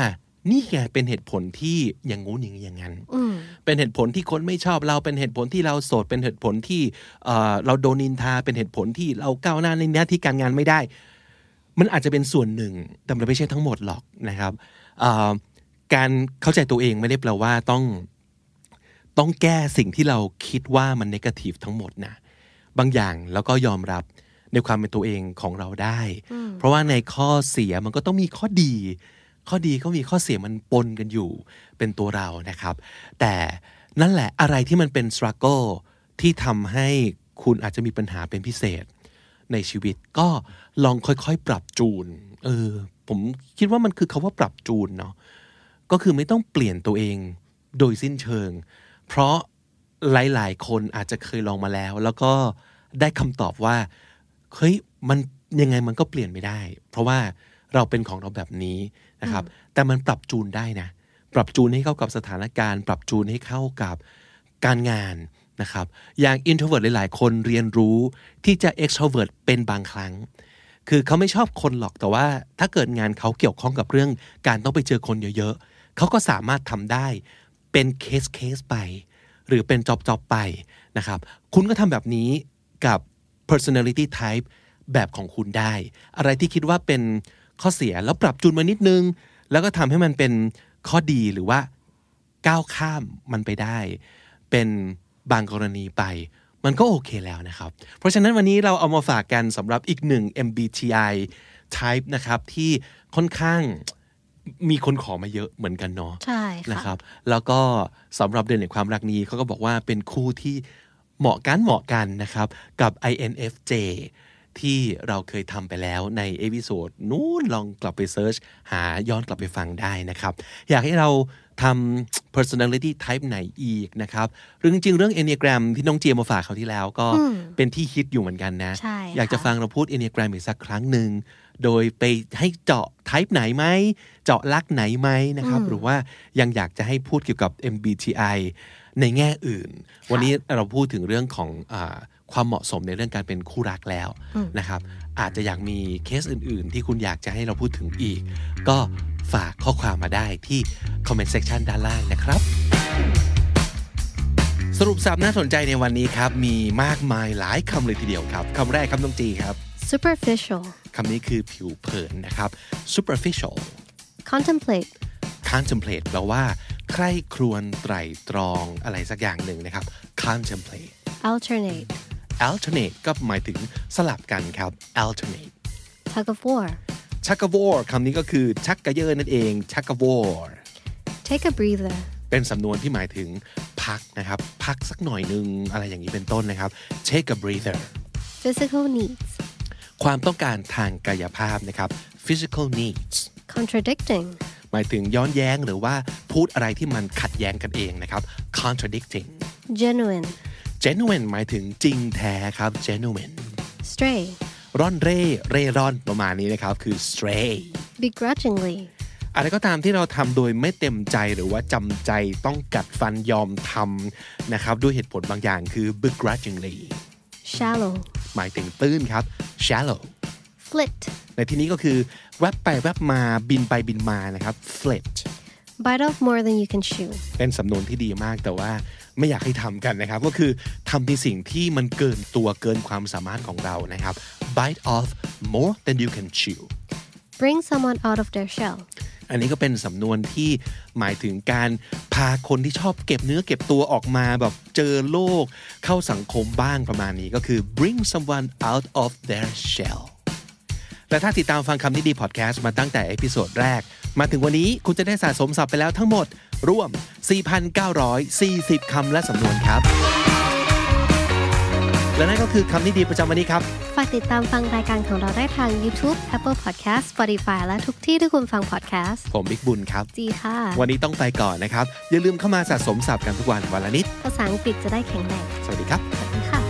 Speaker 1: นี่แกเป็นเหตุผลที่อย่างงู้นอย่างนี้อย่างนั้น
Speaker 2: อืม
Speaker 1: เป็นเหตุผลที่คนไม่ชอบเราเป็นเหตุผลที่เราโสด เป็นเหตุผลที่เอ่อเราโดนนินทาเป็นเหตุผลที่เราก้าวหน้าในหน้าที่การงานไม่ได้ มันอาจจะเป็นส่วนหนึ่งแต่มันไม่ใช่ทั้งหมดหรอกนะครับเอ่อการเข้าใจตัวเองไม่ได้แปลว่าต้อง ต้องแก้สิ่งที่เราคิดว่ามันนกาทีฟทั้งหมดนะบางอย่างแล้วก็ยอมรับในความเป็นตัวเองของเราได้ เพราะว่าในข้อเสียมันก็ต้องมีข้อดี ข้อดีก็มีข้อเสียมันปนกันอยู่เป็นตัวเรานะครับ แต่นั่นแหละอะไรที่มันเป็น struggle ที่ทำให้คุณอาจจะมีปัญหาเป็นพิเศษ ในชีวิตก็ลองค่อยๆ ปรับจูน เออ ผมคิดว่ามันคือคาว่าปรับจูนเนาะ ก็คือไม่ต้องเปลี่ยนตัวเองโดยสิ้นเชิง เพราะหลายๆ คนอาจจะเคยลองมาแล้ว แล้วก็ได้คำตอบว่า เฮ้ย มันยังไงมันก็เปลี่ยนไม่ได้ เพราะว่าเราเป็นของเราแบบนี้นะครับ แต่มันปรับจูนได้นะ ปรับจูนให้เข้ากับสถานการณ์ ปรับจูนให้เข้ากับการงานนะครับ อย่าง introvert หลาย ๆ คนเรียนรู้ที่จะ extrovert เป็นบางครั้ง คือเขาไม่ชอบคนหรอกแต่ว่า ถ้าเกิดงานเขาเกี่ยวข้องกับเรื่องการต้องไปเจอคนเยอะๆเขาก็สามารถทำได้เป็นเคสเคสไป หรือเป็นจ็อบจ็อบไปนะครับ คุณก็ทำแบบนี้กับ personality type แบบของคุณได้ อะไรที่คิดว่าเป็นข้อเสียแล้วปรับจูนมานิดนึง แล้วก็ทำให้มันเป็นข้อดีหรือว่า ก้าวข้ามมันไปได้ เป็นบางกรณีไป มันก็โอเคแล้วนะครับ เพราะฉะนั้นวันนี้เราเอามาฝากกันสำหรับอีกหนึ่ง MBTI type นะครับ ที่ค่อนข้างมีคนขอมาเยอะเหมือนกันเนาะ
Speaker 2: ใช่ค่ะ
Speaker 1: นะครับ แล้วก็สำหรับเดือนแห่งความรักนี้เขาก็บอกว่าเป็นคู่ที่เหมาะกันเหมาะกันนะครับ กับ INFJ ที่เราเคยทำไปแล้วในเอพิโซดนู้นลองกลับไปเซิร์ชหาย้อนกลับไปฟังได้นะครับ อยากให้เราทำ personality type ไหนอีกนะครับ หรือจริงๆ เรื่อง Enneagram ที่น้องเจียมาฝากเขาวที่แล้วก็เป็นที่ฮิตอยู่เหมือนกันนะ
Speaker 2: ใช่
Speaker 1: อยากจะ
Speaker 2: ค่ะ
Speaker 1: ฟังเราพูด Enneagram อีกสักครั้งหนึ่ง โดยไปให้เจาะ type ไหนไหม เจาะลักษณ์ไหนไหมนะครับ หรือว่ายังอยากจะให้พูดเกี่ยวกับ MBTI ในแง่อื่น วันนี้เราพูดถึงเรื่องของอาความเหมาะสมในเรื่องการเป็นคู่รักแล้วนะครับ อาจจะอยากมีเคสอื่น ๆ ที่คุณอยากจะให้เราพูดถึงอีก ก็ฝากข้อความมาได้ที่ comment section ด้านล่างนะครับ สรุปสับน่าสนใจในวันนี้ครับ มีมากมายหลายคำเลยทีเดียวครับคำแรกครับน้องจีครับ
Speaker 2: superficial
Speaker 1: คำนี้คือผิวเผินนะครับ superficial
Speaker 2: contemplate
Speaker 1: contemplate แปลว่า ใคร่ครวญไตร่ตรองอะไรสักอย่างหนึ่งนะครับ contemplate
Speaker 2: alternate
Speaker 1: alternate ก็หมายถึงสลับกันครับ alternate
Speaker 2: tug of war
Speaker 1: tug of war คำนี้ก็คือชักกระเยอะนั่นเอง tug of war
Speaker 2: take a breather
Speaker 1: เป็นสำนวนที่หมายถึงพักนะครับ พักสักหน่อยหนึง อะไรอย่างนี้เป็นต้นนะครับ take a breather
Speaker 2: physical needs
Speaker 1: ความต้องการทางกายภาพนะครับ physical needs
Speaker 2: contradicting
Speaker 1: หมายถึงย้อนแย้งหรือว่าพูดอะไรที่มันขัดแย้งกันเองนะครับ contradicting
Speaker 2: genuine
Speaker 1: genuine หมายถึงจริงแท้ครับ genuine
Speaker 2: stray
Speaker 1: ร่อนเร่เร่ร่อนประมาณนี้นะครับ คือ stray
Speaker 2: begrudgingly
Speaker 1: อะไรก็ตามที่เราทำโดยไม่เต็มใจหรือว่าจำใจต้องกัดฟันยอมทำนะครับ ด้วยเหตุผลบางอย่างคือ begrudgingly
Speaker 2: shallow
Speaker 1: หมายถึงตื้นครับ shallow
Speaker 2: flit
Speaker 1: ในที่นี้ก็คือแวบไปแวบมาบินไปบินมานะครับ flit
Speaker 2: bite off more than you can chew
Speaker 1: เป็นสำนวนที่ดีมากแต่ว่าไม่อยากให้ทำกันนะครับ ก็คือทำในสิ่งที่มันเกินตัวเกินความสามารถของเรานะครับ bite off more than you can chew
Speaker 2: bring someone out of their shell
Speaker 1: อันนี้ก็เป็นสำนวนที่หมายถึงการพาคนที่ชอบเก็บเนื้อเก็บตัวออกมาแบบเจอโลกเข้าสังคมบ้างประมาณนี้ก็คือ bring someone out of their shell และถ้าติดตามฟังคำนี้ดีพอดแคสต์มาตั้งแต่เอพิโซดแรก มาถึงวันนี้คุณจะได้สะสมศัพท์ไปแล้วทั้งหมด รวม 4,940 คำและสำนวนครับ และนั่นก็คือคำนี้ดีประจำวันนี้ครับ
Speaker 2: ฝากติดตามฟังรายการของเราได้ทาง YouTube Apple Podcast Spotify และทุกที่ที่คุณฟัง podcast
Speaker 1: ผมบิ๊กบุญครับ
Speaker 2: จีค่ะ
Speaker 1: วันนี้ต้องไปก่อนนะครับ อย่าลืมเข้ามาสะสมศัพท์กันทุกวันวันละนิด
Speaker 2: ภาษาอังกฤษจะได้แข็งแรง
Speaker 1: สวัสดีครับ
Speaker 2: ขอบคุณค่ะ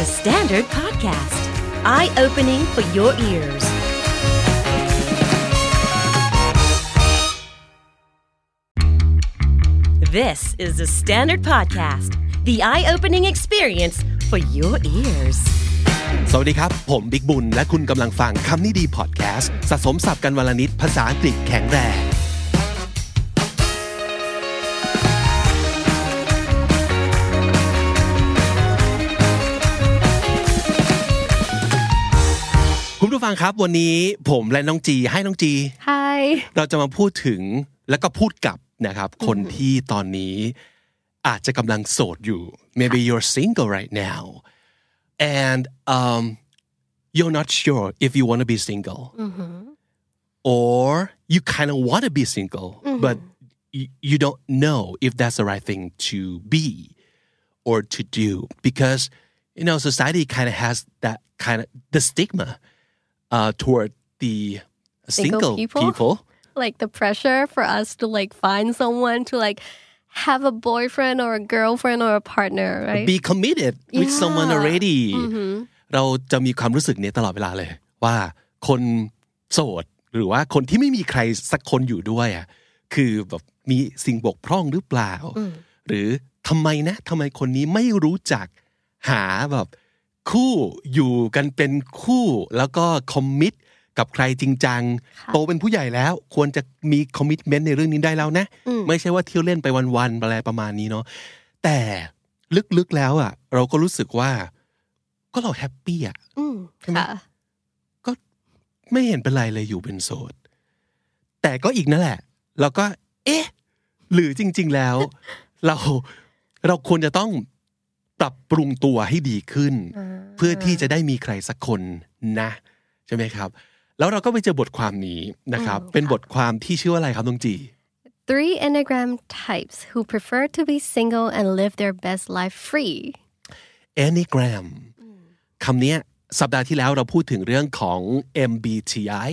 Speaker 3: The Standard Podcast, eye opening for your ears. This is the Standard Podcast, the eye opening experience for your ears.
Speaker 1: สวัสดีครับ ผมบิ๊กบุญ และคุณกำลังฟังคำนี้ดีพอดแคสต์สะสมศัพท์กันวันละนิด ภาษาอังกฤษแข็งแรง คุณผู้ฟังครับวันนี้ผมและน้องจีให้น้องจี
Speaker 2: Hi
Speaker 1: เราจะมาพูดถึงแล้วก็พูดกับนะครับ คนที่ตอนนี้อาจจะกำลังโสดอยู่ maybe you're single right now and um, you're not sure if you want to be single or you kind of want to be single but you, you don't know if that's the right thing to be or to do because you know society kind of has that kind of the stigma uh, toward the single,
Speaker 2: people?
Speaker 1: people.
Speaker 2: like the pressure for us to like find someone to like have a boyfriend or a girlfriend or a partner right
Speaker 1: be committed with someone
Speaker 2: Yeah. Mm-hmm.
Speaker 1: already เราจะมีความรู้สึกนี้ตลอดเวลาเลย ว่าคนโสด หรือว่าคนที่ไม่มีใครสักคนอยู่ด้วยอ่ะคือแบบมีสิ่งบกพร่องหรือเปล่า หรือทำไมนะทำไมคนนี้ไม่รู้จักหาแบบคู่อยู่กันเป็นคู่แล้วก็คอมมิตกับใครจริงจัง โตเป็นผู้ใหญ่แล้วควรจะมีคอมมิตเมนต์ในเรื่องนี้ได้แล้วนะ ไม่ใช่ว่าเที่ยวเล่นไปวันๆอะไรประมาณนี้เนาะแต่ลึกๆแล้วอ่ะ เราก็รู้สึกว่า ก็เราแฮปปี้อ่ะ
Speaker 2: Mm, yeah.
Speaker 1: ก็ไม่เห็นเป็นไรเลยอยู่เป็นโสด แต่ก็อีกนั่นแหละ เราก็ เอ๊ะ หรือจริง ๆแล้ว เราเราควรจะต้องปรับปรุงตัวให้ดีขึ้น เพื่อที่จะได้มีใครสักคนนะ ใช่ไหมครับ แล้วเราก็ไปเจอบทความนี้นะครับ เป็นบทความที่ชื่อว่าอะไรครับน้องจี
Speaker 2: Three Enneagram types who prefer to be single and live their best life free.
Speaker 1: Enneagram คำเนี้ยสัปดาห์ที่แล้วเราพูดถึงเรื่องของ MBTI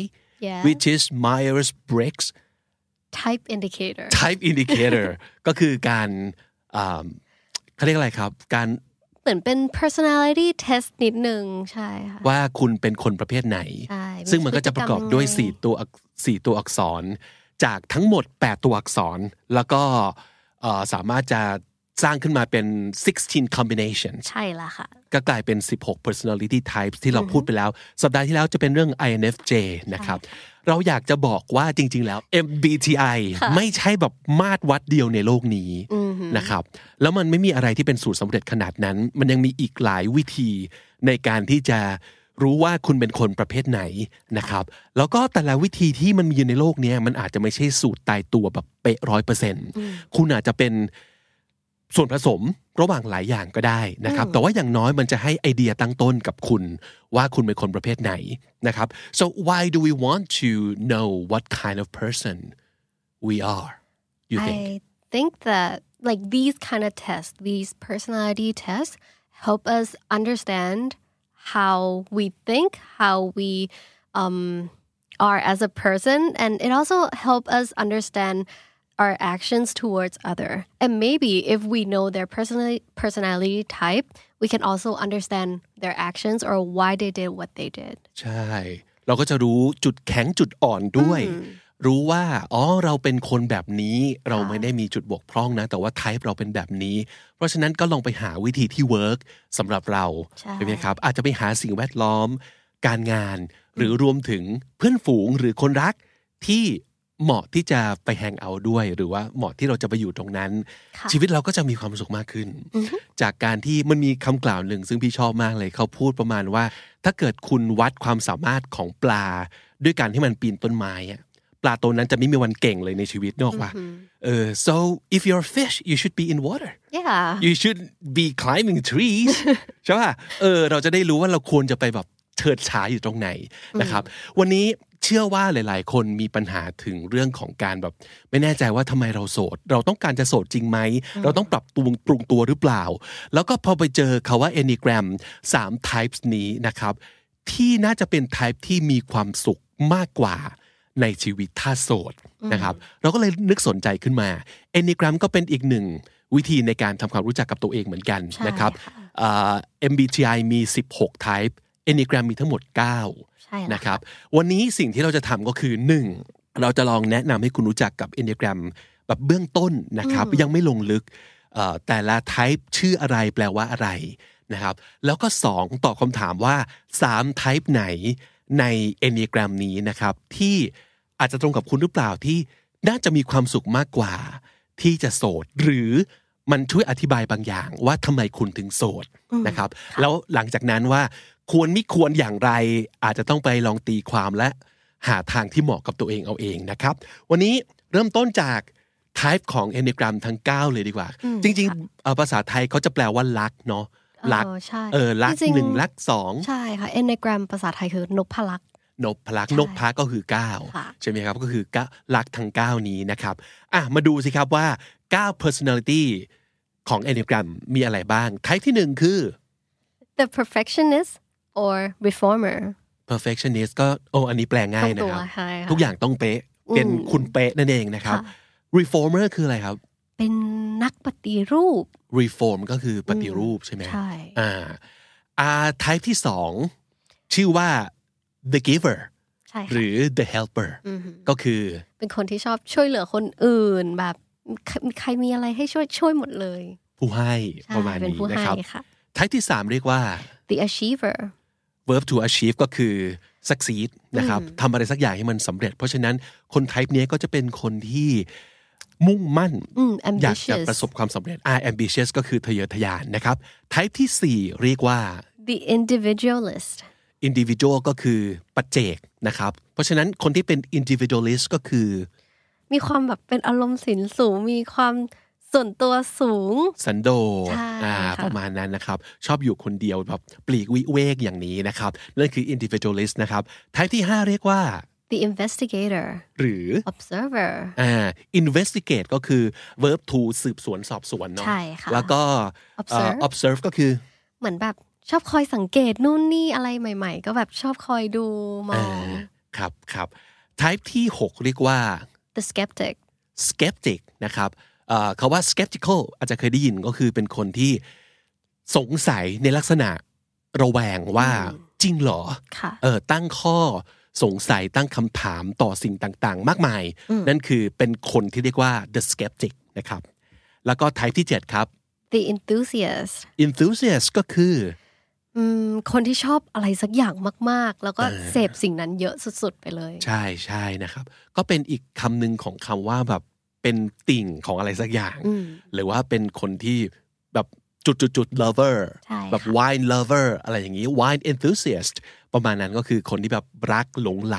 Speaker 2: Yeah.
Speaker 1: which is Myers Briggs
Speaker 2: Type indicator.
Speaker 1: type indicator ก็คือการอ่าเขาเรียกอะไรครับ การ
Speaker 2: เหมือนเป็น personality test นิดหนึ่งใช่ค่ะ
Speaker 1: ว่าคุณเป็นคนประเภทไหน
Speaker 2: ใช่
Speaker 1: ซึ่งมันก็จะประกอบด้วย
Speaker 2: มีพฤติ
Speaker 1: 4
Speaker 2: กรรมยังไง
Speaker 1: ตัวอักสี่ตัวอักษร จากทั้งหมด 8 ตัวอักษร แล้วก็เอ่อสามารถจะสร้างขึ้นมาเป็น 16 combinations
Speaker 2: ใช่ละค่ะ
Speaker 1: ก็กลายเป็น 16 personality types ที่เราพูดไปแล้ว สัปดาห์ที่แล้วจะเป็นเรื่อง INFJ นะครับ เราอยากจะบอกว่าจริง ๆ แล้ว MBTI ไม่ใช่แบบมาตรวัดเดียวในโลกนี้นะครับ แล้วมันไม่มีอะไรที่เป็นสูตรสำเร็จขนาดนั้น มันยังมีอีกหลายวิธีในการที่จะรู้ว่าคุณเป็นคนประเภทไหนนะครับ แล้วก็แต่ละวิธีที่มันมีอยู่ในโลกเนี้ยมันอาจจะไม่ใช่สูตรตายตัวแบบเป๊ะร้อยเปอร์เซ็นต์คุณอาจจะเป็น ส่วนผสมระหว่างหลายอย่างก็ได้นะครับ แต่ว่าอย่างน้อยมันจะให้ไอเดียตั้งต้นกับคุณ ว่าคุณเป็นคนประเภทไหนนะครับ so why do we want to know what kind of person we are you think
Speaker 2: I think that like these kind of tests, these personality tests help us understand how we think, how we um, are as a person and it also help us understand our actions towards other. And maybe if we know their personality personality type, we can also understand their actions or why they did what they did.
Speaker 1: ใช่ เราก็จะรู้จุดแข็งจุดอ่อนด้วย รู้ว่า อ๋อ เราเป็นคนแบบนี้ เราไม่ได้มีจุดบกพร่องนะ แต่ว่าไทป์เราเป็นแบบนี้ เพราะฉะนั้นก็ลองไปหาวิธีที่เวิร์กสำหรับเรา
Speaker 2: ใช่
Speaker 1: ใช่ไหมครับ อาจจะไปหาสิ่งแวดล้อม การงาน หรือรวมถึงเพื่อนฝูงหรือคนรัก ที่เหมาะที่จะไปแฮงเอาท์ด้วย หรือว่าเหมาะที่เราจะไปอยู่ตรงนั้น
Speaker 2: ค่ะ
Speaker 1: ชีวิตเราก็จะมีความสุขมากขึ้น จากการที่มันมีคำกล่าวหนึ่งซึ่งพี่ชอบมากเลยเขาพูดประมาณว่า ถ้าเกิดคุณวัดความสามารถของปลา ด้วยการที่มันปีนต้นไม้อะปลาตัวนั้นจะไม่มีวันเก่งเลยในชีวิตนอกว่าเออ so if you're a fish you should be in water
Speaker 2: Yeah.
Speaker 1: you should be climbing trees ใช่ป่ะเออเราจะได้รู้ว่าเราควรจะไปแบบเฉิดฉายอยู่ตรงไหนนะครับ วันนี้เชื่อว่าหลาย ๆ คนมีปัญหาถึงเรื่องของการแบบ ไม่แน่ใจว่าทำไมเราโสด เราต้องการจะโสดจริงไหม เราต้องปรับตัวปรุงตัวหรือเปล่า แล้วก็พอไปเจอคาว่า enneagram 3 types นี้นะครับ ที่น่าจะเป็น type ที่มีความสุขมากกว่า ในชีวิตท่าโสดนะครับ เราก็เลยนึกสนใจขึ้นมา Enneagram ก็เป็นอีกหนึ่งวิธีในการทำความรู้จักกับตัวเองเหมือนกันนะครับเอ่อ MBTI มี 16 type Enneagram มีทั้งหมด 9
Speaker 2: ใช่แล้ว
Speaker 1: นะครับวันนี้สิ่งที่เราจะทำก็คือ 1. เราจะลองแนะนำให้คุณรู้จักกับ Enneagram แบบเบื้องต้นนะครับ ยังไม่ลงลึกเอ่อแต่ละ type ชื่ออะไรแปลว่าอะไรนะครับ แล้วก็ 2. ตอบคำถามว่า 3 type ไหนใน Enneagram นี้นะครับ ที่อาจจะตรงกับคุณหรือเปล่าที่น่าจะมีความสุขมากกว่า ที่จะโสด หรือมันช่วยอธิบายบางอย่างว่าทำไมคุณถึงโสดนะครับ แล้วหลังจากนั้นว่าควรไม่ควรอย่างไรอาจจะต้องไปลองตีความและหาทางที่เหมาะกับตัวเองเอาเองนะครับ วันนี้เริ่มต้นจาก type ของ enneagram ทั้ง 9 เลยดีกว่า จริงๆเอ่อภาษาไทยเขาจะแปลว่ารักเนาะรัก
Speaker 2: เออใช่
Speaker 1: เออรัก
Speaker 2: จริงๆ
Speaker 1: หนึ่งรักสอง
Speaker 2: ใช่ค่ะ Enneagram ภาษาไทยคือนพลักษ์
Speaker 1: นพลักษ์
Speaker 2: ใช่
Speaker 1: นพพลักษ์ก็คือ
Speaker 2: ค่ะ
Speaker 1: 9ใช่ไหมครับก็คือเก้าลักษ์ทั้ง 9 นี้นะครับอ่ะมาดูสิครับว่า 9 personality ของ Enneagram มีอะไรบ้าง ไทป์ที่ 1 คือ
Speaker 2: the perfectionist or reformer
Speaker 1: perfectionist ก็โอ้อันนี้แปลง่ายนะ
Speaker 2: ตรง
Speaker 1: ค
Speaker 2: ตั
Speaker 1: รั
Speaker 2: ว
Speaker 1: บ
Speaker 2: ใช่ค่ะ
Speaker 1: ทุกอย่างต้องเป๊ะ เป็นคุณเป๊ะนั่นเองนะครับ
Speaker 2: ค่ะ
Speaker 1: reformer คืออะไรครับ
Speaker 2: เป็นนักปฏิรูป
Speaker 1: reform ก็คือปฏิรูปใช่ไหม
Speaker 2: ใช่
Speaker 1: อ่าอ่า type ที่ 2 ชื่อว่า the giver
Speaker 2: ใช่
Speaker 1: ห
Speaker 2: ค่ะ
Speaker 1: รือ the helper ก็คือ
Speaker 2: เป็นคนที่ชอบช่วยเหลือคนอื่นแบบใครใครมีอะไรให้ช่วยช่วยหมดเลย
Speaker 1: ผู้ให้
Speaker 2: ใช่
Speaker 1: ประมาณ
Speaker 2: เป็น
Speaker 1: นี้
Speaker 2: ผู้
Speaker 1: นะ
Speaker 2: ให้
Speaker 1: ครับ
Speaker 2: ค่ะ
Speaker 1: ท้ายที่ 3 เรียกว่า
Speaker 2: the achiever
Speaker 1: verb to achieve ก็คือ succeed นะครับทำอะไรสักอย่างให้มันสำเร็จ เพราะฉะนั้นคน type เนี้ยก็จะเป็นคนที่มุ่งมั่น
Speaker 2: อืม
Speaker 1: อยากจะ
Speaker 2: ambitious
Speaker 1: ประสบความสำเร็จ I ambitious ก็คือทะเยอทะยานนะครับ type ที่ 4 เรียกว่า
Speaker 2: the individualist
Speaker 1: individual ก็คือปัจเจกนะครับ เพราะฉะนั้นคนที่เป็น individualist ก็คือ
Speaker 2: มีความแบบเป็นอารมณ์สินสูง มีความส่วนตัวสูง
Speaker 1: สันโดษ
Speaker 2: ใช่
Speaker 1: อ่า
Speaker 2: ค่ะ
Speaker 1: ประมาณนั้นนะครับ ชอบอยู่คนเดียวแบบปลีกวิเวกอย่างนี้นะครับนั่นคือ individualist นะครับ type ที่ 5 เรียกว่า
Speaker 2: the investigator
Speaker 1: หรือ
Speaker 2: observer
Speaker 1: อ่า investigate ก็คือ verb to สืบสวนสอบสวนเนาะ
Speaker 2: ใช่ค่ะ
Speaker 1: แล้วก็เอ่อ
Speaker 2: Observe
Speaker 1: observe ก็คือ
Speaker 2: เหมือนแบบชอบคอยสังเกตนู่นนี่อะไรใหม่ ๆ ก็แบบชอบคอยดูมอ
Speaker 1: อ่าง ครับครับ type ที่ 6 เรียกว่า
Speaker 2: the skeptic
Speaker 1: skeptic นะครับเอ่อคาว่า skeptical อาจจะเคยได้ยินก็คือเป็นคนที่สงสัยในลักษณะระแวงว่าจริงเหรอ
Speaker 2: ค่ะ
Speaker 1: เออตั้งข้อสงสัยตั้งคำถามต่อสิ่งต่างๆ มากมาย นั่นคือเป็นคนที่เรียกว่า the skeptic นะครับ แล้วก็ type ที่ 7 ครับ
Speaker 2: the enthusiast
Speaker 1: enthusiast ก็คือ
Speaker 2: อืมคนที่ชอบอะไรสักอย่างมากๆ แล้วก็เสพสิ่งนั้นเยอะสุดๆ ไปเลย
Speaker 1: ใช่ใช่นะครับ ก็เป็นอีกคำหนึ่งของคำว่าแบบเป็นติ่งของอะไรสักอย่าง หรือว่าเป็นคนที่แบบจุดจุดจุด lover
Speaker 2: ใช่ค่ะ
Speaker 1: แบบ wine lover อะไรอย่างนี้ wine enthusiast ประมาณนั้นก็คือคนที่แบบรักหลงไหล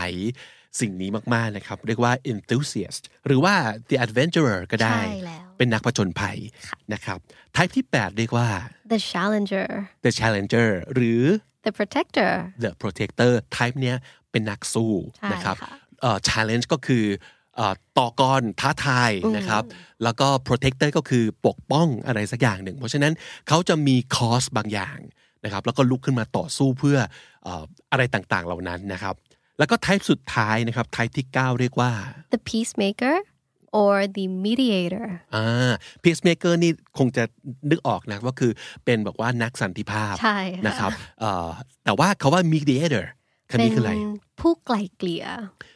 Speaker 1: สิ่งนี้มาก ๆ นะครับ เรียกว่า enthusiast หรือว่า the adventurer ก็ได้
Speaker 2: ใช่แล้ว
Speaker 1: เป็นนักผจญภัยนะครับ type ที่ 8 เรียกว่า
Speaker 2: the challenger
Speaker 1: the challenger หรือ
Speaker 2: the protector
Speaker 1: The Protector type เนี้ยเป็นนักสู้
Speaker 2: ใช่
Speaker 1: นะครับ
Speaker 2: ค่ะ
Speaker 1: เอ่อ challenge ก็คือเอ่อต่อกรท้าทายนะครับ แล้วก็ protector ก็คือปกป้องอะไรสักอย่างหนึ่ง เพราะฉะนั้นเขาจะมีคอสบางอย่างนะครับ แล้วก็ลุกขึ้นมาต่อสู้เพื่อเอ่ออะไรต่างๆเหล่านั้นนะครับ แล้วก็ type สุดท้ายนะครับ type ที่ 9 เรียกว่า
Speaker 2: the peacemaker or the mediator
Speaker 1: อ่า peacemaker นี่คงจะนึกออกนะว่าคือเป็นแบบว่านักสันติภาพ
Speaker 2: ใช่ค่ะ
Speaker 1: นะครับเอ่อแต่ว่าเขาว่า mediator คำนี้คืออะไร
Speaker 2: เป็นผู้ไกลเกลี่ย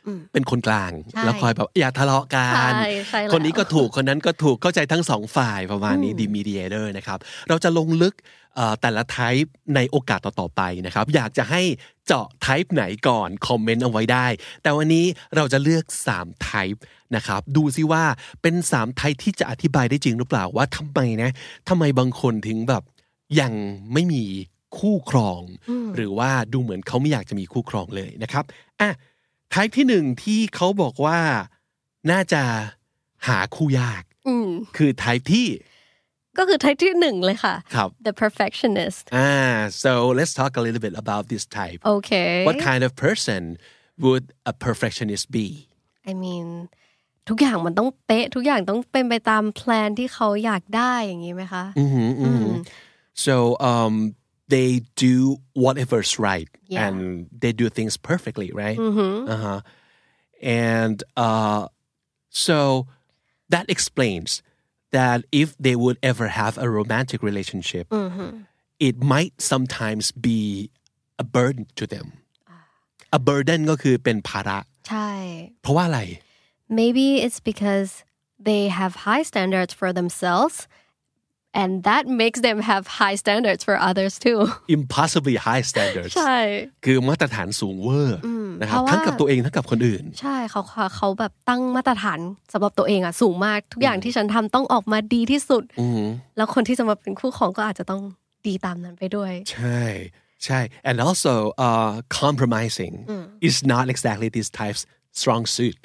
Speaker 2: อืม
Speaker 1: เป็นคนกลาง
Speaker 2: ใช่
Speaker 1: แล้วคอยแบบอย่าทะเลาะกัน
Speaker 2: ใช่ใช่แล้ว
Speaker 1: คนนี้ก็ถูกคนนั้นก็ถูกเข้าใจทั้งสองฝ่ายประมาณนี้ดีมีเดียเดอร์นะครับ เราจะลงลึกเอ่อแต่ละไทป์ในโอกาสต่อ ๆ ไปนะครับ อยากจะให้เจาะไทป์ไหนก่อน คอมเมนต์เอาไว้ได้ แต่วันนี้เราจะเลือก3ไทป์นะครับ ดูซิว่าเป็น3ไทป์ที่จะอธิบายได้จริงหรือเปล่าว่าทำไมนะทำไมบางคนถึงแบบยังไม่มีคู่ครอง
Speaker 2: อืม
Speaker 1: หรือว่าดูเหมือนเขาไม่อยากจะมีคู่ครองเลยนะครับอ่ะ ทายที่หนึ่งที่เขาบอกว่าน่าจะหาคู่ยาก
Speaker 2: อืม
Speaker 1: คือทายที่
Speaker 2: ก็คือ type ที่หนึ่งเลยค่ะ
Speaker 1: ครับ
Speaker 2: the perfectionist
Speaker 1: อ่า so let's talk a little bit about this type
Speaker 2: okay
Speaker 1: what kind of person would a perfectionist be
Speaker 2: I mean ทุกอย่างมันต้องเป๊ะ ทุกอย่างต้องเป็นไปตามแพลนที่เขาอยากได้อย่างนี้ไหมคะ
Speaker 1: อืมอืม Mm-hmm,
Speaker 2: Hmm.
Speaker 1: so um they do whatever's right
Speaker 2: Yeah.
Speaker 1: and they do things perfectly right uh-huh and uh so that explains that if they would ever have a romantic relationship
Speaker 2: อืมฮึ
Speaker 1: it might sometimes be a burden to them a burden ก็คือเป็นภาระ
Speaker 2: ใช่
Speaker 1: เพราะว่าอะไร
Speaker 2: maybe it's because they have high standards for themselves and that makes them have high standards for others too
Speaker 1: impossibly high standards
Speaker 2: ใช่
Speaker 1: คือมาตรฐานสูงเวอร์
Speaker 2: อืม
Speaker 1: นะครับ
Speaker 2: เพราะว่า
Speaker 1: ทั้งกับตัวเองทั้งกับคนอื่น
Speaker 2: ใช่เขาเขาเขาแบบตั้งมาตรฐานสำหรับตัวเองอะสูงมาก ทุกอย่างที่ฉันทำต้องออกมาดีที่สุด
Speaker 1: อืม
Speaker 2: แล้วคนที่จะมาเป็นคู่ของก็อาจจะต้องดีตามนั้นไปด้วย
Speaker 1: ใช่ใช่ and also uh, compromising
Speaker 2: Mm.
Speaker 1: is not exactly this type's strong suit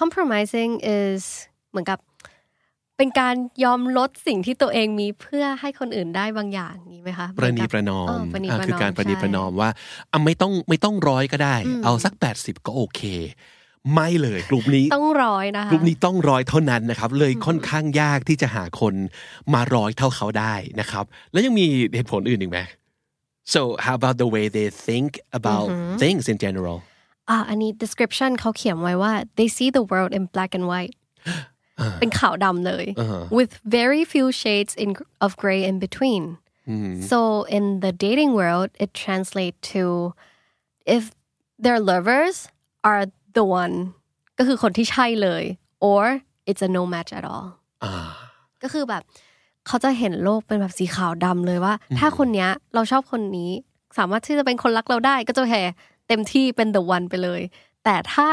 Speaker 2: compromising is เหมือนกับเป็นการยอมลดสิ่งที่ตัวเองมีเพื่อให้คนอื่นได้บางอย่างนี้ไหมคะ
Speaker 1: ประนี
Speaker 2: เหมือกับ
Speaker 1: ประนอม
Speaker 2: เประนี
Speaker 1: อ่า
Speaker 2: ประนอม
Speaker 1: คือการประนีประนอ
Speaker 2: ใช่
Speaker 1: มว่าอ่ะไม่ต้องไม่ต้องร้อยก็ได้ เอาสัก 80 ก็โอเค ไม่เลยกลุ่มนี้
Speaker 2: ต้องร้อยนะคะ
Speaker 1: กลุ่มนี้ต้องร้อยเท่านั้นนะครับ เลยค่อนข้างยากที่จะหาคนมาร้อยเท่าเขาได้นะครับ แล้วยังมีเหตุผลอื่นอีกไหม so how about the way they think about things in general
Speaker 2: อ่าอันนี้ description เขาเขียนไว้ว่า they see the world in black and white เป็นขาวดำเลย with very few shades in of gray in between so in the dating world it translates to if their lovers are the one ก็คือคนที่ใช่เลย or it's a no match at all
Speaker 1: อ่า
Speaker 2: ก็คือแบบเขาจะเห็นโลกเป็นแบบสีขาวดำเลยว่า ถ้าคนเนี้ยเราชอบคนนี้ สามารถที่จะเป็นคนรักเราได้ก็จะแห่เต็มที่เป็น the one ไปเลย แต่ถ้า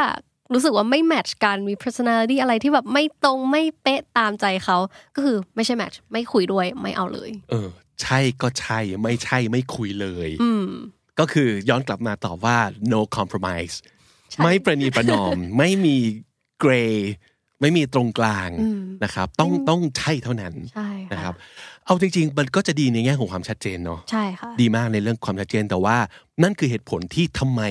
Speaker 2: รู้สึกว่าไม่แมทช์กันมี personality อะไรที่แบบไม่ตรงไม่เป๊ะตามใจเขาก็คือไม่ใช่แมทช์ไม่คุยด้วยไม่เอาเลย
Speaker 1: เออ ใช่ก็ใช่ไม่ใช่ไม่คุยเลย ก็คือย้อนกลับมาตอบว่า no compromise ไม่ประนีประนอม ไม่มี gray ไม่มีตรงกลางนะครับ ต้องต้องใช่เท่านั้น
Speaker 2: ใช่
Speaker 1: นะครั
Speaker 2: ค่ะ
Speaker 1: บ เอาจริง ๆ มันก็จะดีในแง่ของความชัดเจนเนาะ
Speaker 2: ใช่ค่ะ
Speaker 1: ดีมากในเรื่องความชัดเจนแต่ว่านั่นคือเหตุผลที่ทำไม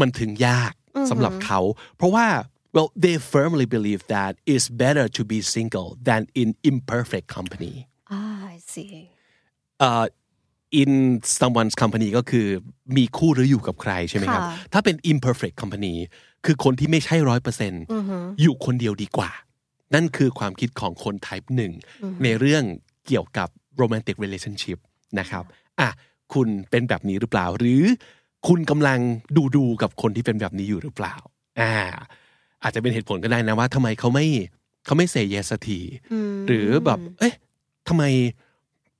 Speaker 1: มันถึงยากสำหรับเขา เพราะว่า well they firmly believe that it's better to be single than in imperfect company
Speaker 2: ah I see
Speaker 1: เอ่อ in someone's company ก็คือมีคู่หรืออยู่กับใครใช่ไหมครับ
Speaker 2: ค่ะ
Speaker 1: ถ้าเป็น imperfect company คือคนที่ไม่ใช่ร้อยเปอร์เซ็นต์อยู่คนเดียวดีกว่า นั่นคือความคิดของคน type หนึ่งในเรื่องเกี่ยวกับ romantic relationship นะครับอ่ะคุณเป็นแบบนี้หรือเปล่า หรือคุณกำลังดูดูๆกับคนที่เป็นแบบนี้อยู่หรือเปล่าอ่าอาจจะเป็นเหตุผลก็ได้นะว่าทำไมเขาไม่เขาไม่ say yes สักทีหรือแบบ เอ๊ะทำไม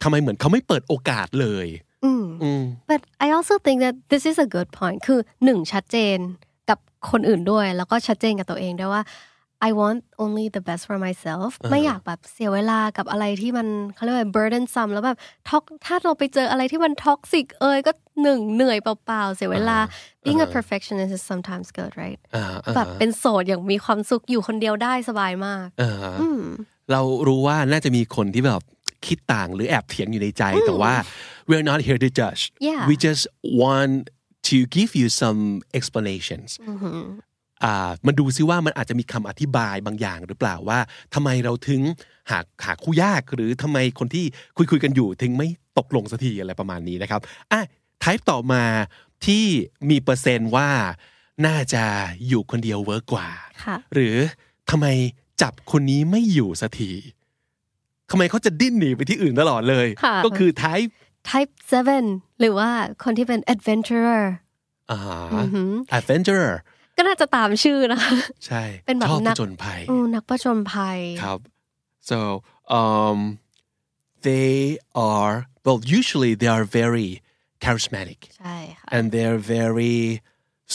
Speaker 1: ทำไมเหมือนเขาไม่เปิดโอกาสเลย
Speaker 2: อืม
Speaker 1: อืม
Speaker 2: but I also think that this is a good point คือหนึ่งชัดเจนกับคนอื่นด้วย แล้วก็ชัดเจนกับตัวเองด้วยว่า I want only the best for myself ไม่อยากแบบเสียเวลากับอะไรที่มันเขาเรียกว่า burdensome แล้วแบบท็อกถ้าเราไปเจออะไรที่มันท็อกซิกเอยก็หนึ่งเหนื่อยเปล่าๆ เสียเวลา being a perfectionist is sometimes good right
Speaker 1: อ่าอ่า
Speaker 2: แบบเป็นโสดอย่างมีความสุขอยู่คนเดียวได้สบายมาก
Speaker 1: อ่าเรารู้ว่าน่าจะมีคนที่แบบคิดต่างหรือแอบเถียงอยู่ในใจแต่ว่า we're not here to judge
Speaker 2: Yeah.
Speaker 1: we just want to give you some explanations อ่ามันดูซิว่ามันอาจจะมีคำอธิบายบางอย่างหรือเปล่าว่าทำไมเราถึงหาหาคู่ยากหรือทำไมคนที่คุยคุยๆกันอยู่ถึงไม่ตกลงสักทีอะไรประมาณนี้นะครับอ่ะ type ต่อมาที่มีเปอร์เซนต์ว่าน่าจะอยู่คนเดียวเวิร์กกว่า
Speaker 2: ค่ะ
Speaker 1: หรือทำไมจับคนนี้ไม่อยู่สักทีทำไมเขาจะดิ้นหนีไปที่อื่นตลอดเลย
Speaker 2: ค่ะ
Speaker 1: ก็คือ type
Speaker 2: type 7 หรือว่าคนที่เป็น adventurer
Speaker 1: อ่าฮะ adventurer
Speaker 4: ก็น่าจะตามชื่อนะคะ
Speaker 1: ใช่
Speaker 4: เป็นแบบ
Speaker 1: ชอบ
Speaker 4: นั
Speaker 1: ผ
Speaker 4: ก
Speaker 1: จญภัย
Speaker 4: อืมนักประจนภัย
Speaker 1: ครับ so um they are well usually they are very charismatic
Speaker 4: ใช่ค่ะ
Speaker 1: and they're very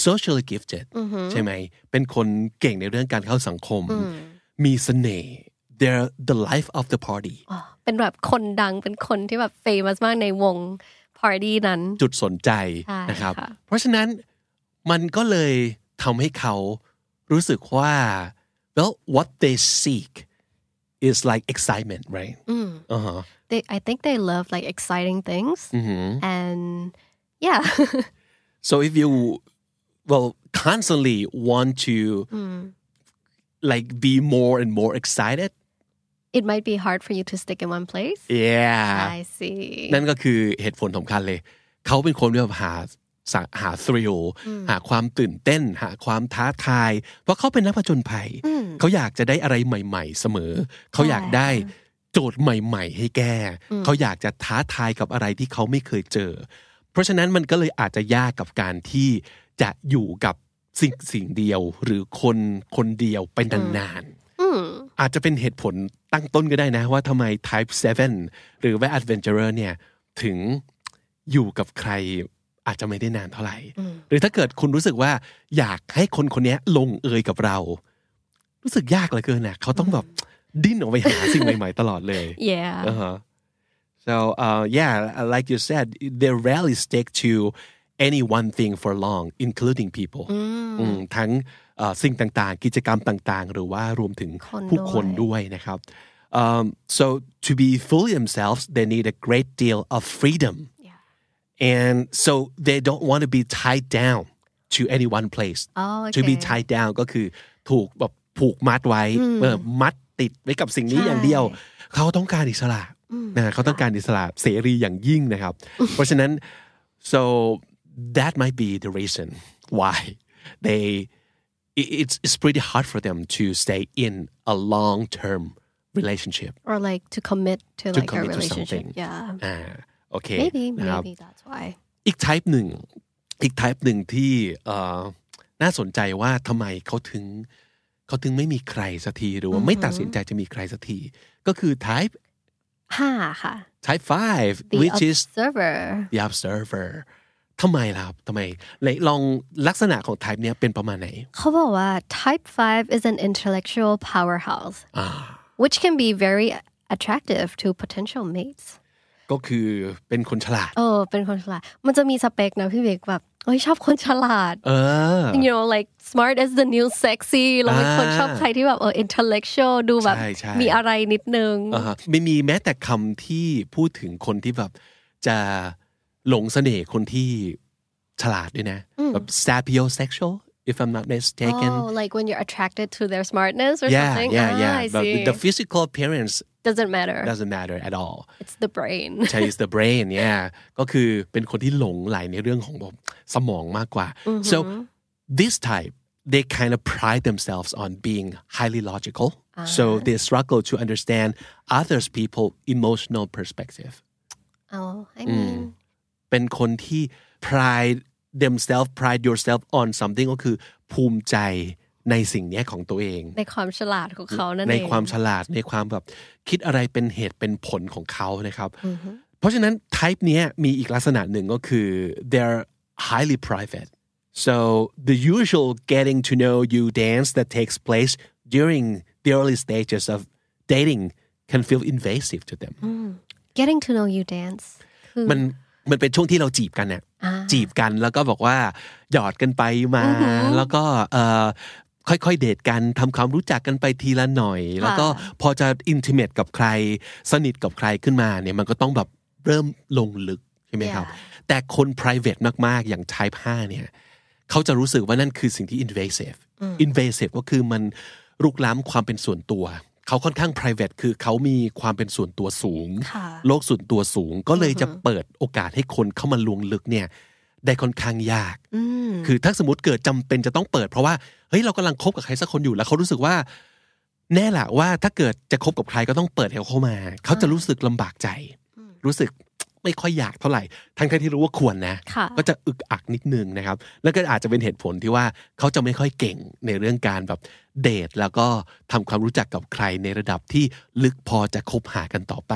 Speaker 1: socially gifted ใช่ไหม เป็นคนเก่งในเรื่องการเข้าสังคม มีเสน่ห์ they're the life of the party
Speaker 4: เป็นแบบคนดังเป็นคนที่แบบเฟมัสมากในวงพาร์ตี้นั้น
Speaker 1: จุดสนใจ
Speaker 4: ใช่
Speaker 1: นะครับ
Speaker 4: ค่ะ
Speaker 1: เพราะฉะนั้นมันก็เลยทำให้เขารู้สึกว่า well what they seek is like excitement right อ่าฮะ
Speaker 4: they I think they love like exciting things and yeah
Speaker 1: so if you well constantly want to like be more and more excited
Speaker 4: it might be hard for you to stick in one place
Speaker 1: yeah
Speaker 4: I see
Speaker 1: นั่นก็คือเหตุผลสำคัญเลย เขาเป็นคนที่แบบหาสะหาทริลหาความตื่นเต้น หาความท้าทาย เพราะเขาเป็นนักผจญภัย เขาอยากจะได้อะไรใหม่ ๆ เสมอ เขาอยากได้โจทย์ใหม่ ๆ ให้แก้ เขาอยากจะท้าทายกับอะไรที่เขาไม่เคยเจอ เพราะฉะนั้นมันก็เลยอาจจะยากกับการที่จะอยู่กับสิ่งสิ่งเดียวหรือคนคนเดียวไปนานๆ อาจจะเป็นเหตุผลตั้งต้นก็ได้นะว่าทำไม type 7 หรือว่า adventurer เนี่ยถึงอยู่กับใครอาจจะไม่ได้นานเท่าไหร่ หรือถ้าเกิดคุณรู้สึกว่าอยากให้คนคนเนี้ยลงเอยกับเรา รู้สึกยากเหลือเกินนะเขาต้องแบบดิ้นออกไปหาสิ่งใหม่ ๆ ตลอด เลย
Speaker 4: yeah
Speaker 1: Uh-huh. So uh, yeah, like you said, they rarely stick to any one thing for long, including people. อืมทั้งเอ่อสิ่งต่างๆ กิจกรรมต่างๆ หรือว่ารวมถึง
Speaker 4: คน
Speaker 1: ผู้
Speaker 4: ด้วย
Speaker 1: คนด้วยนะครับ Um, so to be fully themselves, they need a great deal of freedom, and so they don't want to be tied down to any one place.
Speaker 4: Oh,
Speaker 1: To be
Speaker 4: okay.
Speaker 1: tied down ก็คือถูกแบบผูกมัดไว้เออมัดติดไว้กับสิ่งนี้อย่างเดียว เขาต้องการอิสระนะเขาต้องการอิสระเสรีอย่างยิ่งนะครับ เพราะฉะนั้น so that might be the reason why they it- it's it's pretty hard for them to stay in a long term relationship
Speaker 4: or like to commit to
Speaker 1: to
Speaker 4: like a
Speaker 1: commit to
Speaker 4: relationship
Speaker 1: something
Speaker 4: yeah
Speaker 1: อ่าโอเค
Speaker 4: maybe
Speaker 1: นะครับ
Speaker 4: maybe that's why
Speaker 1: อีก type หนึ่งอีก type หนึ่งที่เอ่อน่าสนใจว่าทำไมเขาถึงเขาถึงไม่มีใครสักทีหรือว่าไม่ตัดสินใจจะมีใครสักที ก็คือ type
Speaker 4: ห้าค่ะ
Speaker 1: type 5
Speaker 4: the
Speaker 1: which is
Speaker 4: observer
Speaker 1: the observer ทำไมล่ะครับทำไมไหนลองลักษณะของ type เนี้ยเป็นประมาณไหน
Speaker 4: เขาบอกว่า type 5 is an intellectual powerhouse
Speaker 1: อ่า
Speaker 4: which can be very attractive to potential mates
Speaker 1: ก็คือเป็นคนฉลาด
Speaker 4: เออเป็นคนฉลาด มันจะมีสเปคนะพี่เบกแบบเอ้ยชอบคนฉลาด
Speaker 1: เออ
Speaker 4: you know like smart as the new sexy เราเป็นคน
Speaker 1: อ่า
Speaker 4: ชอบใครที่แบบเออ oh, intellectual ดูแบบ
Speaker 1: ใช่ใช่ Uh,
Speaker 4: มีอะไรนิดนึง
Speaker 1: อ่าฮะไม่มีแม้แต่คำที่พูดถึงคนที่แบบจะหลงเสน่ห์คนที่ฉลาดด้วยนะ แบบ sapiosexual if I'm not mistaken
Speaker 4: oh like when you're attracted to their smartness or
Speaker 1: yeah
Speaker 4: something
Speaker 1: yeah
Speaker 4: Ah,
Speaker 1: yeah
Speaker 4: I
Speaker 1: but
Speaker 4: see
Speaker 1: the physical appearance
Speaker 4: doesn't matter
Speaker 1: doesn't matter at all
Speaker 4: it's the brain
Speaker 1: Chai is the brain yeah ก็คือเป็นคนที่หลงไหลในเรื่องของแบบสมองมากกว่า so this type they kind of pride themselves on being highly logical so they struggle to understand others people emotional perspective
Speaker 4: oh I
Speaker 1: Mm.
Speaker 4: mean
Speaker 1: เป็นคนที่ pride themselves pride yourself on something ก็คือภูมิใจในสิ่งเนี้ยของตัวเอง
Speaker 4: ในความฉลาดของเขานั่น
Speaker 1: ใน
Speaker 4: เอง
Speaker 1: ความฉลาดในความแบบคิดอะไรเป็นเหตุเป็นผลของเขานะครับ เพราะฉะนั้น type เนี้ยมีอีกลักษณะหนึ่งก็คือ they're highly private so the usual getting to know you dance that takes place during the early stages of dating can feel invasive to them
Speaker 4: getting to know you dance คือ
Speaker 1: มันมันเป็นช่วงที่เราจีบกันเนี่ยจีบกันแล้วก็บอกว่าหยอดกันไปมา แล้วก็เอ่อค่อยๆเดทกันทำความรู้จักกันไปทีละหน่อย แล้วก็พอจะอินทิเมตกับใคร สนิทกับใครขึ้นมาเนี่ยมันก็ต้องแบบเริ่มลงลึกใช่ไหมครับ แต่คน private มากๆ อย่าง type 5 เนี่ย เขาจะรู้สึกว่านั่นคือสิ่งที่ invasive invasive ก็คือมันรุกล้ำความเป็นส่วนตัว เขาค่อนข้าง private คือเขามีความเป็นส่วนตัวสูง โลกส่วนตัวสูงก็เลยจะเปิดโอกาสให้คนเข้ามาลวงลึกเนี่ย ได้ค่อนข้างยาก คือถ้าสมมติเกิดจำเป็นจะต้องเปิด เพราะว่าเฮ้ยเรากำลังคบกับใครสักคนอยู่แล้วเขารู้สึกว่า แน่ละว่าถ้าเกิดจะคบกับใครก็ต้องเปิดให้เขาเข้ามา เขาจะรู้สึกลำบากใจ รู้สึก ไม่ค่อยอยากเท่าไหร่ ทั้งๆที่รู้ว่าควรนะ
Speaker 2: ค่ะ
Speaker 1: ก็จะอึกอักนิดนึงนะครับ แล้วก็อาจจะเป็นเหตุผลที่ว่าเขาจะไม่ค่อยเก่งในเรื่องการแบบเดท แล้วก็ทำความรู้จักกับใครในระดับที่ลึกพอจะคบหากันต่อไป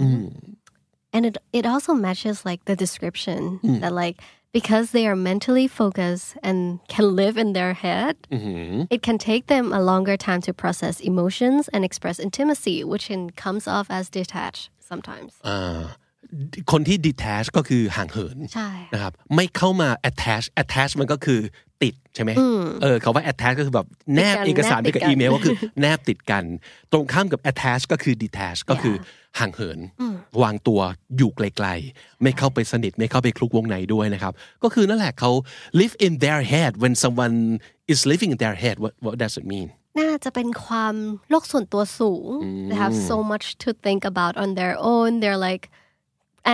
Speaker 1: อืม
Speaker 2: and it, it also matches like the description that like because they are mentally focused and can live in their head it can take them a longer time to process emotions and express intimacy which can comes off as detached sometimes
Speaker 1: อ่าคนที่ detach ก็คือห่างเหิน
Speaker 2: ใช่
Speaker 1: นะครับไม่เข้ามา attach attach มันก็คือติดใช่ไหมเออเขาว่า attach ก็คือแบบแนบ
Speaker 2: ติ
Speaker 1: เอก
Speaker 2: ดกัน
Speaker 1: สารไปกับ
Speaker 2: แนบติดกัน
Speaker 1: อีเมลก็ คือ แนบติดกัน ตรงข้ามกับ attach ก็คือ detach ก็คือห่างเหิน วางตัวอยู่ไกลๆ ไม่เข้าไปสนิท ไม่เข้าไปคลุกวงในด้วยนะครับ ก็คือนั่นแหละเขา live in their head when someone is living in their head what what does it mean
Speaker 2: น่าจะเป็นความโลกส่วนตัวสูง they have
Speaker 1: Mm.
Speaker 2: so much to think about on their own they're like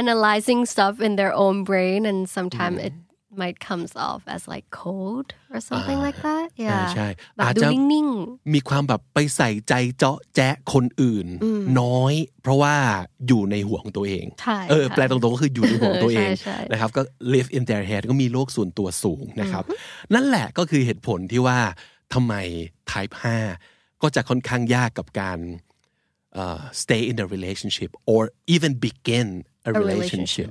Speaker 2: analyzing stuff in their own brain and sometimes
Speaker 1: Mm.
Speaker 2: it might comes off as like cold or something like that
Speaker 1: อ่า
Speaker 2: yeah
Speaker 1: Ah. ใช่
Speaker 2: แบบดูนิ่ง
Speaker 1: มีความแบบไปใส่ใจเจาะแจ๊ะคนอื่น น้อย เพราะว่าอยู่ในหัวของตัวเอง
Speaker 2: ๆใช่
Speaker 1: เออ
Speaker 2: ค่ะ
Speaker 1: แปลตรงๆก็คืออยู่ในหัวของตัวเอง
Speaker 2: ใช่ใช่
Speaker 1: นะครับก็ live in their head ก็มีโลกส่วนตัวสูงนะครับ นั่นแหละก็คือเหตุผลที่ว่าทำไม type 5 ก็จะค่อนข้างยากกับการเอ่อ stay in a relationship or even begin a relationship
Speaker 2: relationship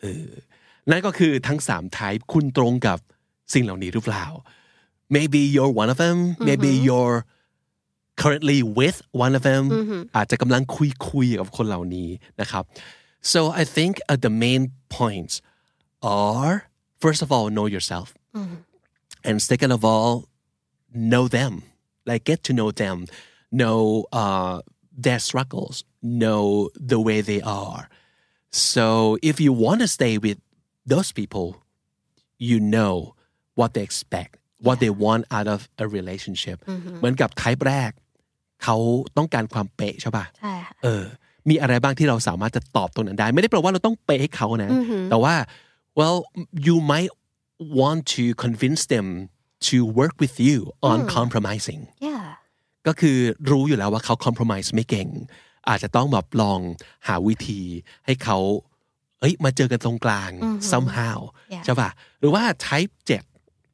Speaker 1: เออนั่นก็คือทั้ง 3 type คุณตรงกับสิ่งเหล่านี้หรือเปล่า maybe you're one of them maybe you're currently with one of them อาจจะกำลังคุยคุยๆกับคนเหล่านี้นะครับ so I think uh, the main points are first of all know yourself and second of all know them like get to know them know uh, their struggles know the way they are so if you want to stay with those people you know what they expect what they want out of a relationship เหมือนกับ type แรก เขาต้องการความเป๊ะใช่ป่ะ
Speaker 2: ใช่ค่ะ
Speaker 1: เออ มีอะไรบ้างที่เราสามารถจะตอบตรงนั้นได้ ไม่ได้แปลว่าเราต้องเป๊ะให้เขานะ แต่ว่า well you might want to convince them to work with you on compromising
Speaker 2: yeah
Speaker 1: ก็คือรู้อยู่แล้วว่าเขา compromise ไม่เก่ง อาจจะต้องแบบลองหาวิธีให้เขาเอ้ยมาเจอกันตรงกลาง somehow
Speaker 2: Yeah.
Speaker 1: ใช่ป่ะหรือว่า type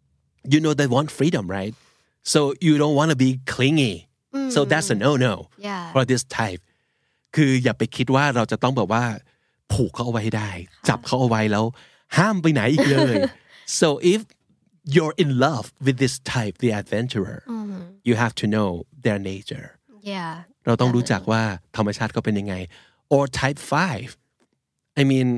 Speaker 1: 7 you know they want freedom right so you don't want to be clingy so that's a no no
Speaker 2: Mm. yeah
Speaker 1: for this type คืออย่าไปคิดว่าเราจะต้องแบบว่า ผูกเขาเอาไว้ให้ได้ จับเขาเอาไว้แล้ว ห้ามไปไหนอีกเลย so if you're in love with this type the adventurer you have to know their nature
Speaker 2: Mm-hmm. yeah
Speaker 1: เราต้องรู้จักว่าธรรมชาติเขาเป็นยังไง or type 5 I mean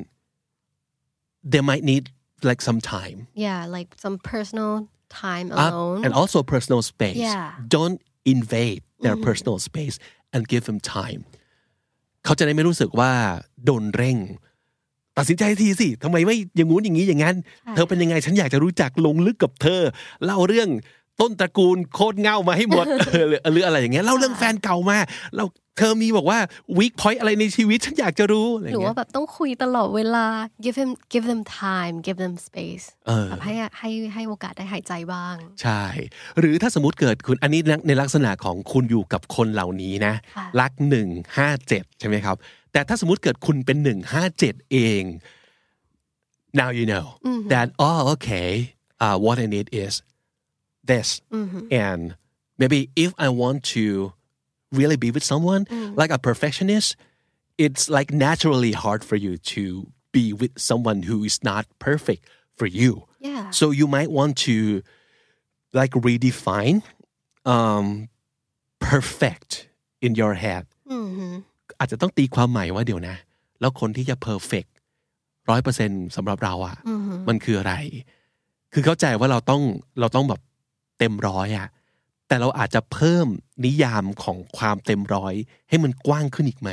Speaker 1: they might need like some time
Speaker 2: yeah like some personal time
Speaker 1: up
Speaker 2: alone
Speaker 1: Ah, and also personal space.
Speaker 2: Yeah.
Speaker 1: Don't invade their personal space and give them time. เขาจะได้ไม่รู้สึกว่าโดนเร่ง ตัดสินใจทีสิทำไมไม่อย่างงู้นอย่างนี้อย่างนั้น เธอเป็นยังไงฉันอยากจะรู้จักลงลึกกับเธอ เล่าเรื่องต้นตระกูลโคตรเง่ามาให้ห มด เออหรือหรืออะไรอย่างเงี้ยเล่าเรื่องแฟนเก่ามาเราเธอมีบอกว่าวีคพอยต์อะไรในชีวิตฉันอยากจะรู้อะไรอ
Speaker 2: หรื
Speaker 1: ย่า
Speaker 2: อง
Speaker 1: เงี้
Speaker 2: ว่าย แบบต้องคุยตลอดเวลา give him give them time give them space
Speaker 1: เออ
Speaker 2: แบบให้ให้ให้โอกาสได้หายใจบ้าง
Speaker 1: ใช่ หรือถ้าสมมติเกิดคุณอันนี้ในในลักษณะของคุณอยู่กับคนเหล่านี้นะ
Speaker 2: ค่ะ
Speaker 1: ลักหนึ่งห้าเจ็ดใช่ไหมครับ แต่ถ้าสมมติเกิดคุณเป็นหนึ่งห้าเจ็ดเอง now you know that oh okay uh, what I need is this and maybe if I want to really be with someone like a perfectionist it's like naturally hard for you to be with someone who is not perfect for you
Speaker 2: yeah
Speaker 1: so you might want to like redefine um, perfect in your head
Speaker 2: อือหือ
Speaker 1: อาจจะต้องตีความใหม่ว่าเดี๋ยวนะ แล้วคนที่จะ perfect ร้อยเปอร์เซ็นสำหรับเราอะ่ะ มันคืออะไร คือเข้าใจว่าเราต้องเราต้องแบบเต็มร้อยอะ่ะ แต่เราอาจจะเพิ่มนิยามของความเต็มร้อย ให้มันกว้างขึ้นอีกไหม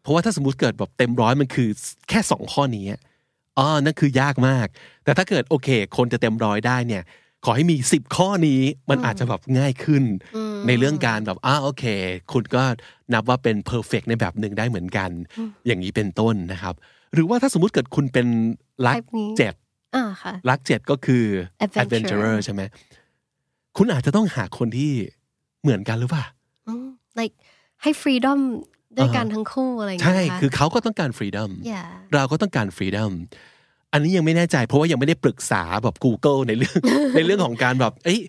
Speaker 1: เพราะว่าถ้าสมมติเกิดแบบเต็มร้อยมันคือแค่สองข้อนี้อะอ๋อนั่นคือยากมาก แต่ถ้าเกิดโอเค คนจะเต็มร้อยได้เนี่ย ขอให้มีสิบข้อนี้มันอาจจะแบบง่ายขึ้น ในเรื่องการแบบอ้าโอเค คุณก็นับว่าเป็นเพอร์เฟกในแบบหนึ่งได้เหมือนกัน อย่างนี้เป็นต้นนะครับ หรือว่าถ้าสมมติเกิดคุณเป็นลัก
Speaker 2: Type นี้
Speaker 1: เจ็ด
Speaker 2: อ่าค่ะ
Speaker 1: ลักเจ็ดก็คือ
Speaker 2: Adventurer
Speaker 1: adventurer ใช่ไหม คุณอาจจะต้องหาคนที่เหมือนกันหรือเปล่า
Speaker 2: like ให้ freedom ด้วยกันทั้งคู่อะไรอย่าง
Speaker 1: ใช่
Speaker 2: เงี้ย
Speaker 1: คือเขาก็ต้องการ freedom
Speaker 2: yeah
Speaker 1: เราก็ต้องการ freedom อันนี้ยังไม่แน่ใจ เพราะว่ายังไม่ได้ปรึกษาแบบ Google ในเรื่อง ในเรื่องของการแบบเอ้ย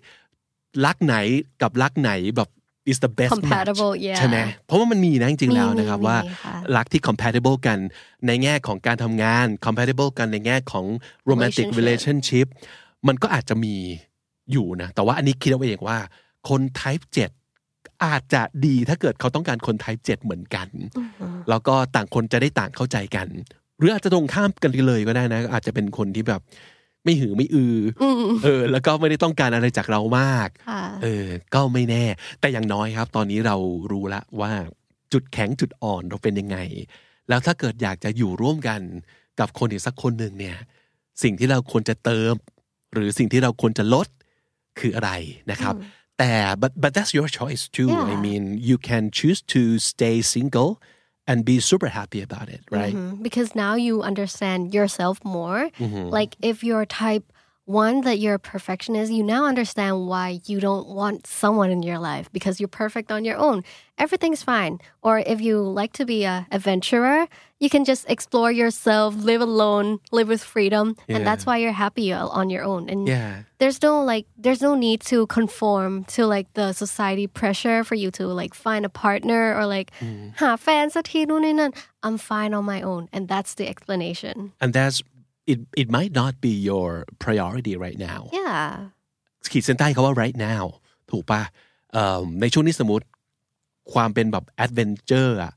Speaker 1: รักไหนกับรักไหนแบบ is the best match
Speaker 2: Compatible, yeah
Speaker 1: ใช่ไหมเพราะว่ามันมีนะจริงๆ
Speaker 2: มี
Speaker 1: แล้ว
Speaker 2: มี
Speaker 1: นะครับ
Speaker 2: มี
Speaker 1: ว่า
Speaker 2: ค่ะ
Speaker 1: รักที่ compatible กันในแง่ของการทำงาน compatible กันในแง่ของ romantic
Speaker 2: Relationship
Speaker 1: relationship มันก็อาจจะมีอยู่นะ แต่ว่าอันนี้คิดเอาเองว่าคน type 7 อาจจะดีถ้าเกิดเขาต้องการคน type 7 เหมือนกัน แล้วก็ต่างคนจะได้ต่างเข้าใจกัน หรืออาจจะตรงข้ามกันไปเลยก็ได้นะ อาจจะเป็นคนที่แบบไม่หือไม่อืออเออ แล้วก็ไม่ได้ต้องการอะไรจากเรามาก
Speaker 2: ค่ะ
Speaker 1: เออ ก็ไม่แน่ แต่อย่างน้อยครับ ตอนนี้เรารู้ละว่าจุดแข็งจุดอ่อนเราเป็นยังไง แล้วถ้าเกิดอยากจะอยู่ร่วมกันกับคนอีกสักคนหนึ่งเนี่ย สิ่งที่เราควรจะเติม หรือสิ่งที่เราควรจะลดคืออะไรนะครับ แต่ but but that's your choice too
Speaker 2: Yeah.
Speaker 1: I mean you can choose to stay single and be super happy about it right
Speaker 2: Mhm. because now you understand yourself more
Speaker 1: Mm-hmm.
Speaker 2: like if you're type one that you're a perfectionist you now understand why you don't want someone in your life because you're perfect on your own everything's fine or if you like to be a adventurer you can just explore yourself live alone live with freedom and that's why you're happy on your own and
Speaker 1: yeah
Speaker 2: there's no like there's no need to conform to like the society pressure for you to like find a partner or like ha fans at I'm fine on my own and that's the explanation.
Speaker 1: and that's it it might not be your priority right now
Speaker 2: Yeah.
Speaker 1: ขีดเส้นใต้เขาว่า right now ถูกปะเอิ่มในช่วงนี้สมมติความเป็นแบบ adventure อะ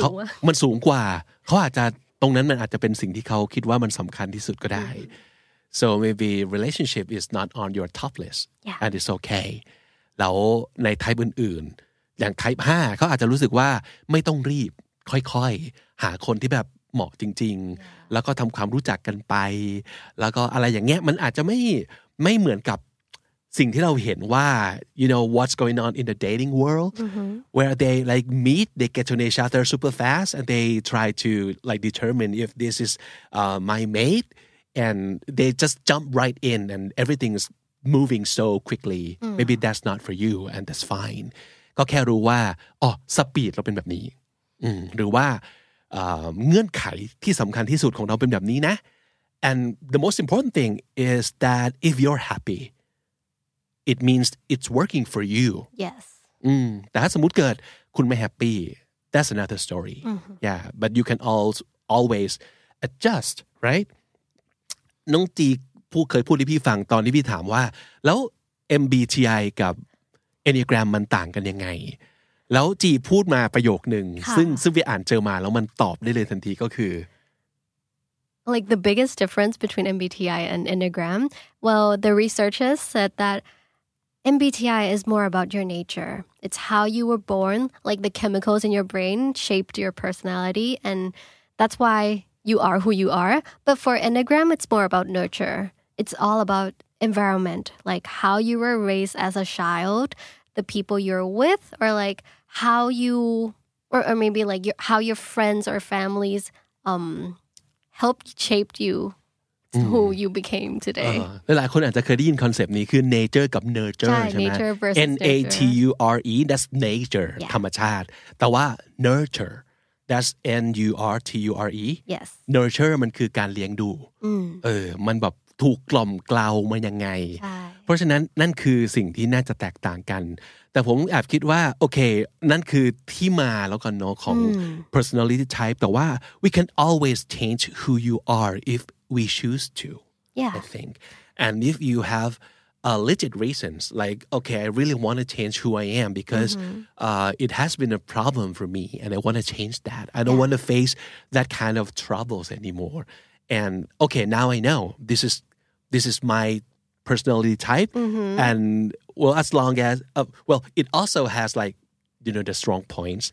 Speaker 1: เขา
Speaker 2: มันสูงอะ
Speaker 1: มันสูงกว่า เขาอาจจะตรงนั้นมันอาจจะเป็นสิ่งที่เขาคิดว่ามันสำคัญที่สุดก็ได้ so maybe relationship is not on your top list
Speaker 2: Yeah.
Speaker 1: and it's okay แล้วใน type อื่นๆ อย่าง type 5เขาอาจจะรู้สึกว่าไม่ต้องรีบค่อยๆ หาคนที่แบบเหมาะจริง ๆ แล้วก็ทำความรู้จักกันไป แล้วก็อะไรอย่างเงี้ยมันอาจจะไม่ไม่เหมือนกับ สิ่งที่เราเห็นว่า you know what's going on in the dating world where they like meet they get to know each other super fast and they try to like determine if this is uh, my mate and they just jump right in and everything is moving so quickly maybe that's not for you and that's fine ก็แค่รู้ว่าอ๋อสปีดเราเป็นแบบนี้อืมหรือว่าเอ่อเงื่อนไขที่สำคัญที่สุดของเราเป็นแบบนี้นะ and the most important thing is that if you're happy it means it's working for you
Speaker 2: Yes.
Speaker 1: อืมแต่ถ้าสมมติเกิดคุณไม่แฮปปี้ that's another story yeah but you can al always adjust right น้องจีพูดเคยพูดให้พี่ฟังตอนที่พี่ถามว่า แล้ว MBTI กับ Enneagram มันต่างกันยังไง แล้วจีพูดมาประโยคหนึ่ง
Speaker 2: ค่ะ
Speaker 1: ซึ่งซึ่งพี่อ่านเจอมาแล้วมันตอบได้เลยทันทีก็คือ
Speaker 2: Like the biggest difference between MBTI and Enneagram, well, the researchers said that MBTI is more about your nature. It's how you were born, like the chemicals in your brain shaped your personality, and that's why you are who you are. But for Enneagram, it's more about nurture. It's all about environment, like how you were raised as a child, the people you're with, or like how you, or, or maybe like your, how your friends or families um, helped shape you to who you became today.
Speaker 1: เออหลายๆคนอาจจะเคยได้ยินคอนเซปต์นี้คือ nature กับ nurture
Speaker 2: ใช่
Speaker 1: ใช่ไหม
Speaker 2: nature versus
Speaker 1: N A T U R E that's nature ธรรมชาติ แต่ว่า nurture that's N U R T U R E
Speaker 2: Yes.
Speaker 1: nurture มันคือการเลี้ยงดูเออ มันแบบถูกกล่อมเกลามายังไง เพราะฉะนั้นนั่นคือสิ่งที่น่าจะแตกต่างกัน แต่ผมแอบคิดว่า โอเค นั่นคือที่มาแล้วกันเนาะของ personality type แต่ว่า we can always change who you are if we choose to
Speaker 2: Yeah.
Speaker 1: I think. And if you have uh, legit reasons, like, okay, I really want to change who I am because uh, it has been a problem for me and I want to change that. I don't want to face that kind of troubles anymore. And okay, now I know this is this is my personality type and well as long as uh, well it also has like you know the strong points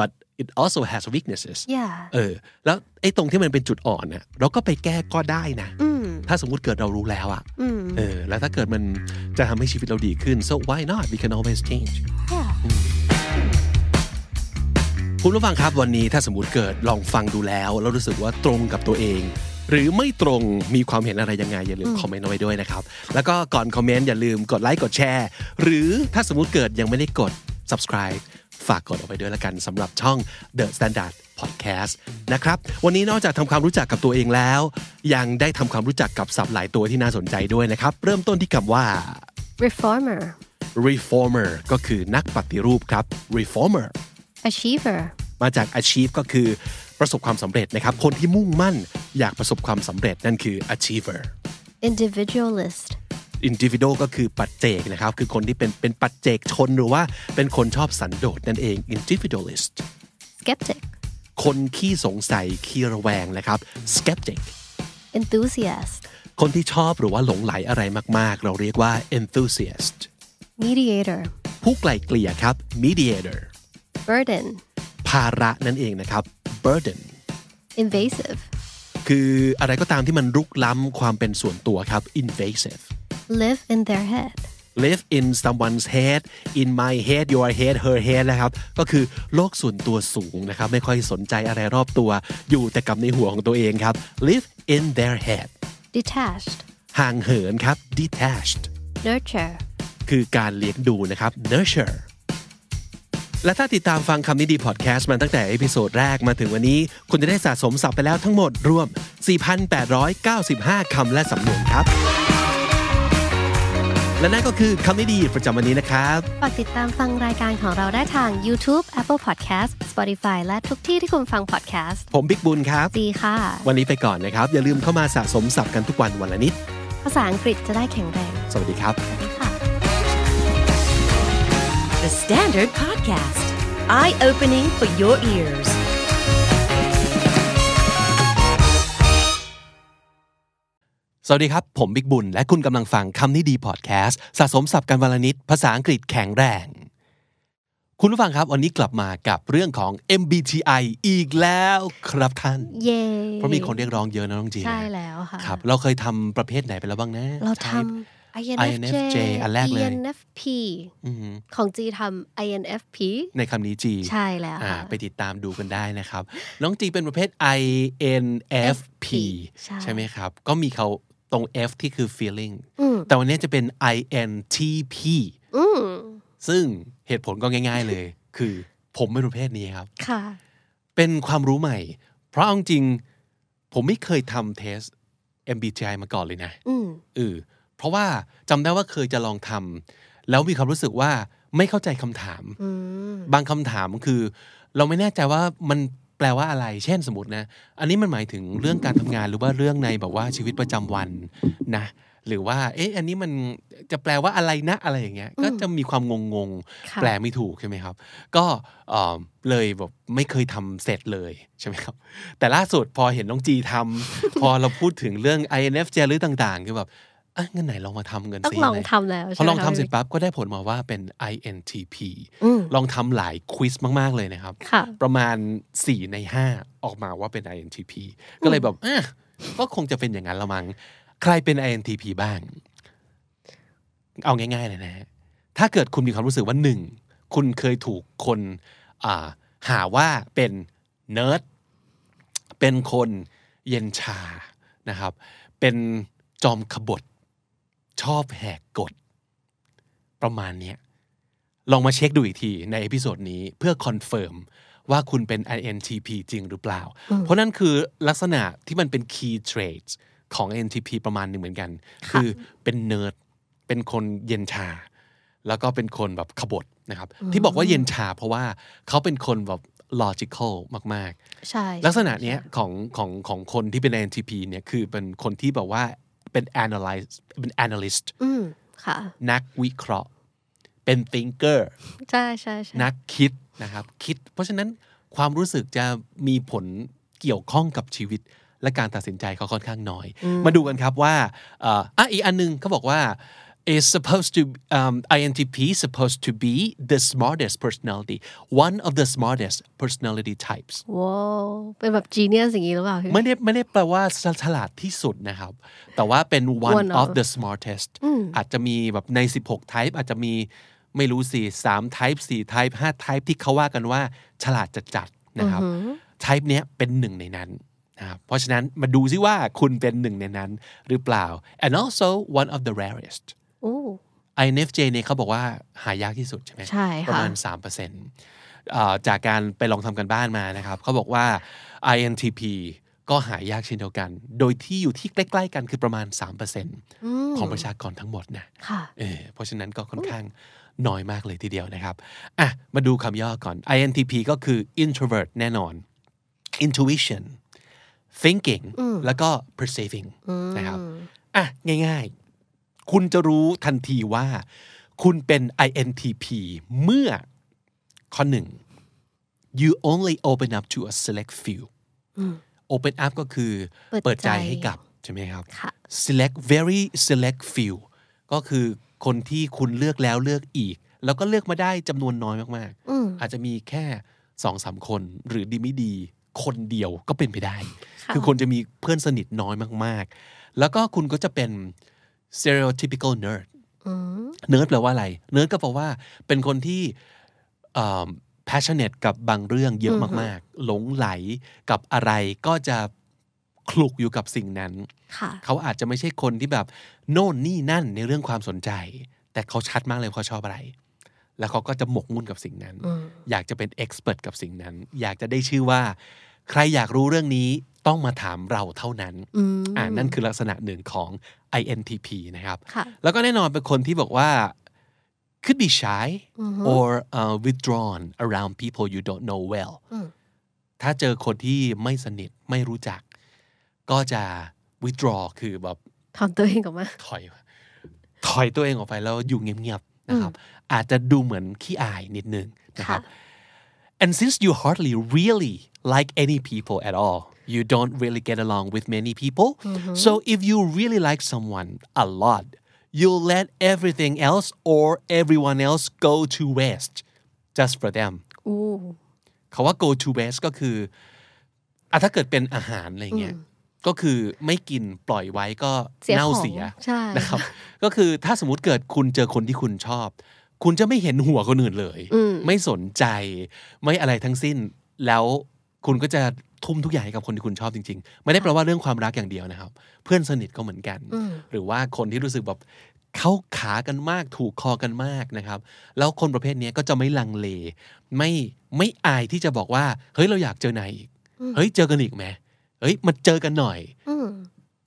Speaker 1: but it also has weaknesses
Speaker 2: Yeah.
Speaker 1: เออแล้วไอ้ตรงที่มันเป็นจุดอ่อนน่ะเราก็ไปแก้ก็ได้นะ ถ้าสมมุติเกิดเรารู้แล้วอะเออแล้วถ้าเกิดมันจะทำให้ชีวิตเราดีขึ้น so why not we can always change อืมคุณผู้ฟังครับวันนี้ถ้าสมมติเกิดลองฟังดูแล้ว แล้วรู้สึกว่าตรงกับตัวเอง หรือไม่ตรงมีความเห็นอะไรยังไง อย่าลืมคอมเมนต์เอาไว้ด้วยนะครับ แล้วก็ก่อนคอมเมนต์อย่าลืมกดไลค์กดแชร์ หรือถ้าสมมติเกิดยังไม่ได้กด subscribe ฝากกดเอาไปด้วยละกันสำหรับช่อง The Standard Podcast นะครับ วันนี้นอกจากทำความรู้จักกับตัวเองแล้ว ยังได้ทำความรู้จักกับศัพท์หลายตัวที่น่าสนใจด้วยนะครับ เริ่มต้นที่คำว่า
Speaker 4: reformer,
Speaker 1: reformer ก็คือนักปฏิรูปครับ reformer
Speaker 4: achiever,
Speaker 1: มาจาก achieve ก็คือประสบความสำเร็จนะครับ คนที่มุ่งมั่นอยากประสบความสำเร็จนั่นคือ achiever
Speaker 4: individualist,
Speaker 1: individual ก็คือปัจเจกนะครับ คือคนที่เป็นเป็นปัจเจกชนหรือว่าเป็นคนชอบสันโดษนั่นเอง individualist
Speaker 4: skeptic,
Speaker 1: คนขี้สงสัยขี้ระแวงนะครับ skeptic
Speaker 4: enthusiast,
Speaker 1: คนที่ชอบหรือว่าหลงไหลอะไรมาก ๆ เราเรียกว่า enthusiast
Speaker 4: mediator,
Speaker 1: ผู้ไกลเกลี่ยครับ mediator
Speaker 4: burden,
Speaker 1: ภาระนั่นเองนะครับ burden
Speaker 4: invasive,
Speaker 1: คืออะไรก็ตามที่มันรุกล้ำความเป็นส่วนตัวครับ invasive
Speaker 4: live in their head,
Speaker 1: live in someone's head in my head your head her head นะครับ ก็คือโลกส่วนตัวสูงนะครับ ไม่ค่อยสนใจอะไรรอบตัว อยู่แต่กับในหัวของตัวเองครับ live in their head
Speaker 4: detached,
Speaker 1: ห่างเหินครับ detached
Speaker 4: nurture,
Speaker 1: คือการเลี้ยงดูนะครับ nurture และถ้าติดตามฟังคำนี้ดีพอดแคสต์มาตั้งแต่เอพิโซดแรกมาถึงวันนี้ คุณจะได้สะสมศัพท์ไปแล้วทั้งหมดรวม 4,895 คำและสำนวนครับ และนั่นก็คือคำนี้ดีประจำวันนี้นะครับ
Speaker 4: ฝากติดตามฟังรายการของเราได้ทาง YouTube, Apple Podcast, Spotify และทุกที่ที่คุณฟัง podcast
Speaker 1: ผมบิ๊กบุญครับ
Speaker 4: ดีค่ะ
Speaker 1: วันนี้ไปก่อนนะครับ อย่าลืมเข้ามาสะสมศัพท์กันทุกวันวันละนิด
Speaker 4: ภาษาอังกฤษจะได้แข็งแรง
Speaker 1: สวัสดีครับ
Speaker 4: ค่ะ
Speaker 3: The Standard Podcast, eye opening for your ears.
Speaker 1: สวัสดีครับ ผมบิ๊กบุญ และคุณกำลังฟังคำนี้ดีพอดแคสต์สะสมสับกันวลนิดภาษาอังกฤษแข็งแรง คุณผู้ฟังครับ วันนี้กลับมากับเรื่องของ MBTI อีกแล้วครับท่าน
Speaker 4: เย่
Speaker 1: เพราะมีคนเรียกร้องเยอะนะน้องจีน
Speaker 4: ใช่แล้วค่ะ
Speaker 1: ครับ เราเคยทำประเภทไหนไปแล้วบ้างนะ
Speaker 4: เราท
Speaker 1: Type
Speaker 4: ำ INFJ
Speaker 1: INFJ อันแรกเลย
Speaker 4: INFP
Speaker 1: อือหือ
Speaker 4: ของจีทำ INFP
Speaker 1: ในคำนี้จี
Speaker 4: ใช่แล้ว
Speaker 1: อ่า
Speaker 4: ค่ะ
Speaker 1: ไปติดตามดูกันได้นะครับ น้องจีเป็นประเภท INFP
Speaker 4: ใช่
Speaker 1: ไหมครับ ก็มีเขาตรง F ที่คือ feeling
Speaker 4: อืม
Speaker 1: แต่วันนี้จะเป็น INTP
Speaker 4: อืม
Speaker 1: ซึ่งเหตุผลก็ง่าย ๆเลย คือผมไม่รู้เพศนี้ครับ
Speaker 4: ค่ะ
Speaker 1: เป็นความรู้ใหม่ เพราะเอาจริงๆผมไม่เคยทำเทส MBTI มาก่อนเลยนะ
Speaker 4: อืม
Speaker 1: เออเพราะว่าจำได้ว่าเคยจะลองทำแล้วมีความรู้สึกว่าไม่เข้าใจคำถาม
Speaker 4: อืม
Speaker 1: บางคำถามคือ เราไม่แน่ใจว่ามันแปลว่าอะไร เช่นสมมตินะ อันนี้มันหมายถึงเรื่องการทำงานหรือว่าเรื่องในแบบว่าชีวิตประจำวันนะ หรือว่า เอ๊ะ อันนี้มันจะแปลว่าอะไรนะอะไรอย่างเงี้ย ก็จะมีความงงๆ
Speaker 4: ค่ะ
Speaker 1: แปลไม่ถูกใช่ไหมครับ ก็เอ่อเลยแบบไม่เคยทำเสร็จเลยใช่ไหมครับ แต่ล่าสุดพอเห็นน้องจีทำ พอเราพูดถึงเรื่อง INFJ หรือต่างๆ คือแบบเอ้ยงั้นไหนลองมาทำกัน
Speaker 4: ต้องลอง
Speaker 1: สิะไร
Speaker 4: ทำแล้ว
Speaker 1: พอ
Speaker 4: ใช่ไหม
Speaker 1: ลอง
Speaker 4: คะ
Speaker 1: ทำเสร็จ
Speaker 4: พี่
Speaker 1: ปั๊บก็ได้ผลมาว่าเป็น INTP
Speaker 4: อืม
Speaker 1: ลองทำหลายควิสมาก ๆ เลยนะครับ
Speaker 4: ค่ะ
Speaker 1: ประมาณ 4 ใน 5 ออกมาว่าเป็น INTP ก็เลยแบบอ่ะก็คงจะเป็นอย่างนั้นละมัง้งใครเป็น INTP บ้าง เอาง่าย ๆ เลยนะฮะถ้าเกิดคุณมีความรู้สึกว่าหนึ่งคุณเคยถูกคนอ่าหาว่าเป็นเนิร์ดเป็นคนเย็นชานะครับ เป็นจอมขบฏชอบแหกกฎ ประมาณเนี้ยลองมาเช็คดูอีกทีในเอพิโซดนี้เพื่อคอนเฟิร์มว่าคุณเป็น INTP จริงหรือเปล่า เพราะนั่นคือลักษณะที่มันเป็น key traits ของ INTP ประมาณหนึ่งเหมือนกัน คือเป็นเนิร์ด เป็นคนเย็นชา แล้วก็เป็นคนแบบขบฏนะครับ ที่บอกว่าเย็นชาเพราะว่าเขาเป็นคนแบบ logical มาก ๆ
Speaker 4: ใช่
Speaker 1: ลักษณะเนี้ยของของของคนที่เป็น INTP เนี่ยคือเป็นคนที่แบบว่าเป็น analyze เป็น analyst
Speaker 4: อืมค่ะ
Speaker 1: นักวิเคราะห์ เป็น thinker
Speaker 4: ใช่ใช่ใช่
Speaker 1: นักคิดนะครับ คิด เพราะฉะนั้นความรู้สึกจะมีผลเกี่ยวข้องกับชีวิต และการตัดสินใจเขาค่อนข้างน้อย มาดูกันครับว่าเอ่ออ่ะอีกอันหนึงเขาบอกว่า is supposed to um, INTP supposed to be the smartest personality one of the smartest personality types
Speaker 4: ว้าวเป็นแบบจีเนียสอย่างนี้หรือเปล่าพี่
Speaker 1: ไม่ได้ไม่ได้แปลว่าฉลาดที่สุดนะครับ แต่ว่าเป็น one
Speaker 4: One
Speaker 1: of
Speaker 4: of
Speaker 1: the smartest อาจจะมีแบบใน 16 type อาจจะมีไม่รู้สิ3 type 4 type 5 type ที่เขาว่ากันว่า ฉลาดจัดๆนะครับ type เนี้ยเป็นหนึ่งในนั้นนะครับเพราะฉะนั้นมาดูซิว่าคุณเป็นหนึ่งในนั้นหรือเปล่า and also one of the rarest
Speaker 4: โอ้
Speaker 1: INFJ เนี่ยเขาบอกว่าหายากที่สุดใช่ไหม
Speaker 4: ใช่ค่ะ
Speaker 1: ประมาณ3%เ เอ่อจากการไปลองทำกันบ้านมานะครับเขาบอกว่า INTP ก็หายากเช่นเดียวกัน โดยที่อยู่ที่ใกล้ ๆ กันคือประมาณ 3%ของประชากรทั้งหมดนะ
Speaker 4: ค่ะ
Speaker 1: เออเพราะฉะนั้นก็ค่อนข้างน้อยมากเลยทีเดียวนะครับอ่ะมาดูคำย่อก่อน INTP ก็คือ introvert แน่นอน intuition thinking แล้วก็ perceiving นะครับอ่ะง่ายๆ คุณจะรู้ทันทีว่า คุณเป็น INTP เมื่อข้อหนึ่ง you only open up to a select few open up ก็คือ
Speaker 4: เปิ
Speaker 1: เปิ
Speaker 4: ด
Speaker 1: ด
Speaker 4: ใจ
Speaker 1: ใจให้กับ ใช่ไหมครับ
Speaker 4: ค่ะ
Speaker 1: select very select few ก็คือคนที่คุณเลือกแล้วเลือกอีก แล้วก็เลือกมาได้จำนวนน้อยมากๆ อาจจะมีแค่สองสามคน หรือดีไม่ดี คนเดียวก็เป็นไปได้ คือคนจะมีเพื่อนสนิทน้อยมากๆ แล้วก็คุณก็จะเป็น stereotypical nerd เนิร์ดแปลว่าอะไร เนิร์ดก็แปลว่าเป็นคนที่เอิ่ม passionate กับบางเรื่องเยอะมากๆ หลงไหลกับอะไรก็จะคลุกอยู่กับสิ่งนั้น
Speaker 4: ค่ะ
Speaker 1: เขาอาจจะไม่ใช่คนที่แบบ โน่นนี่นั่นในเรื่องความสนใจ แต่เขาชัดมากเลยว่าเขาชอบอะไร แล้วเขาก็จะหมกมุ่นกับสิ่งนั้น อยากจะเป็นเอ็กซ์เพรสกับสิ่งนั้น อยากจะได้ชื่อว่า ใครอยากรู้เรื่องนี้ต้องมาถามเราเท่านั้นอ่านั่นคือลักษณะหนึ่งของ INTP นะครับ
Speaker 4: ค่ะ
Speaker 1: แล้วก็แน่นอนเป็นคนที่บอกว่า could be shy or uh, withdrawn around people you don't know well ถ้าเจอคนที่ไม่สนิทไม่รู้จัก ก็จะ withdraw คือแบบ
Speaker 4: ถอนตัวเองออกมา
Speaker 1: ถอย ถอยตัวเองออกไปแล้วอยู่เงียบๆนะครับ อาจจะดูเหมือนขี้อายนิดนึงนะครับ and since you hardly really like any people at all you don't really get along with many people so if you really like someone a lot you'll let everything else or everyone else go to waste just for them
Speaker 4: อู้
Speaker 1: คาว่า go to waste ก็คืออ่ะถ้าเกิดเป็นอาหารอะไรเงี้ย ก็คือไม่กินปล่อยไว้ก็
Speaker 4: เสีย
Speaker 1: เน่า
Speaker 4: ของ
Speaker 1: เสีย
Speaker 4: ใช่
Speaker 1: นะครับ ก็คือถ้าสมมติเกิดคุณเจอคนที่คุณชอบ คุณจะไม่เห็นหัวคนอื่นเลย ไม่สนใจ ไม่อะไรทั้งสิ้น แล้วคุณก็จะทุ่มทุกอย่างให้กับคนที่คุณชอบจริง ๆ ไม่ได้แปลว่าเรื่องความรักอย่างเดียวนะครับ เพื่อนสนิทก็เหมือนกัน หรือว่าคนที่รู้สึกแบบเข้าขากันมากถูกคอกันมากนะครับ แล้วคนประเภทเนี้ยก็จะไม่ลังเล ไม่ไม่อายที่จะบอกว่า เฮ้ยเราอยากเจอนายอีก เฮ้ยเจอกันอีกไหมเฮ้ยมาเจอกันหน่อย
Speaker 4: อืม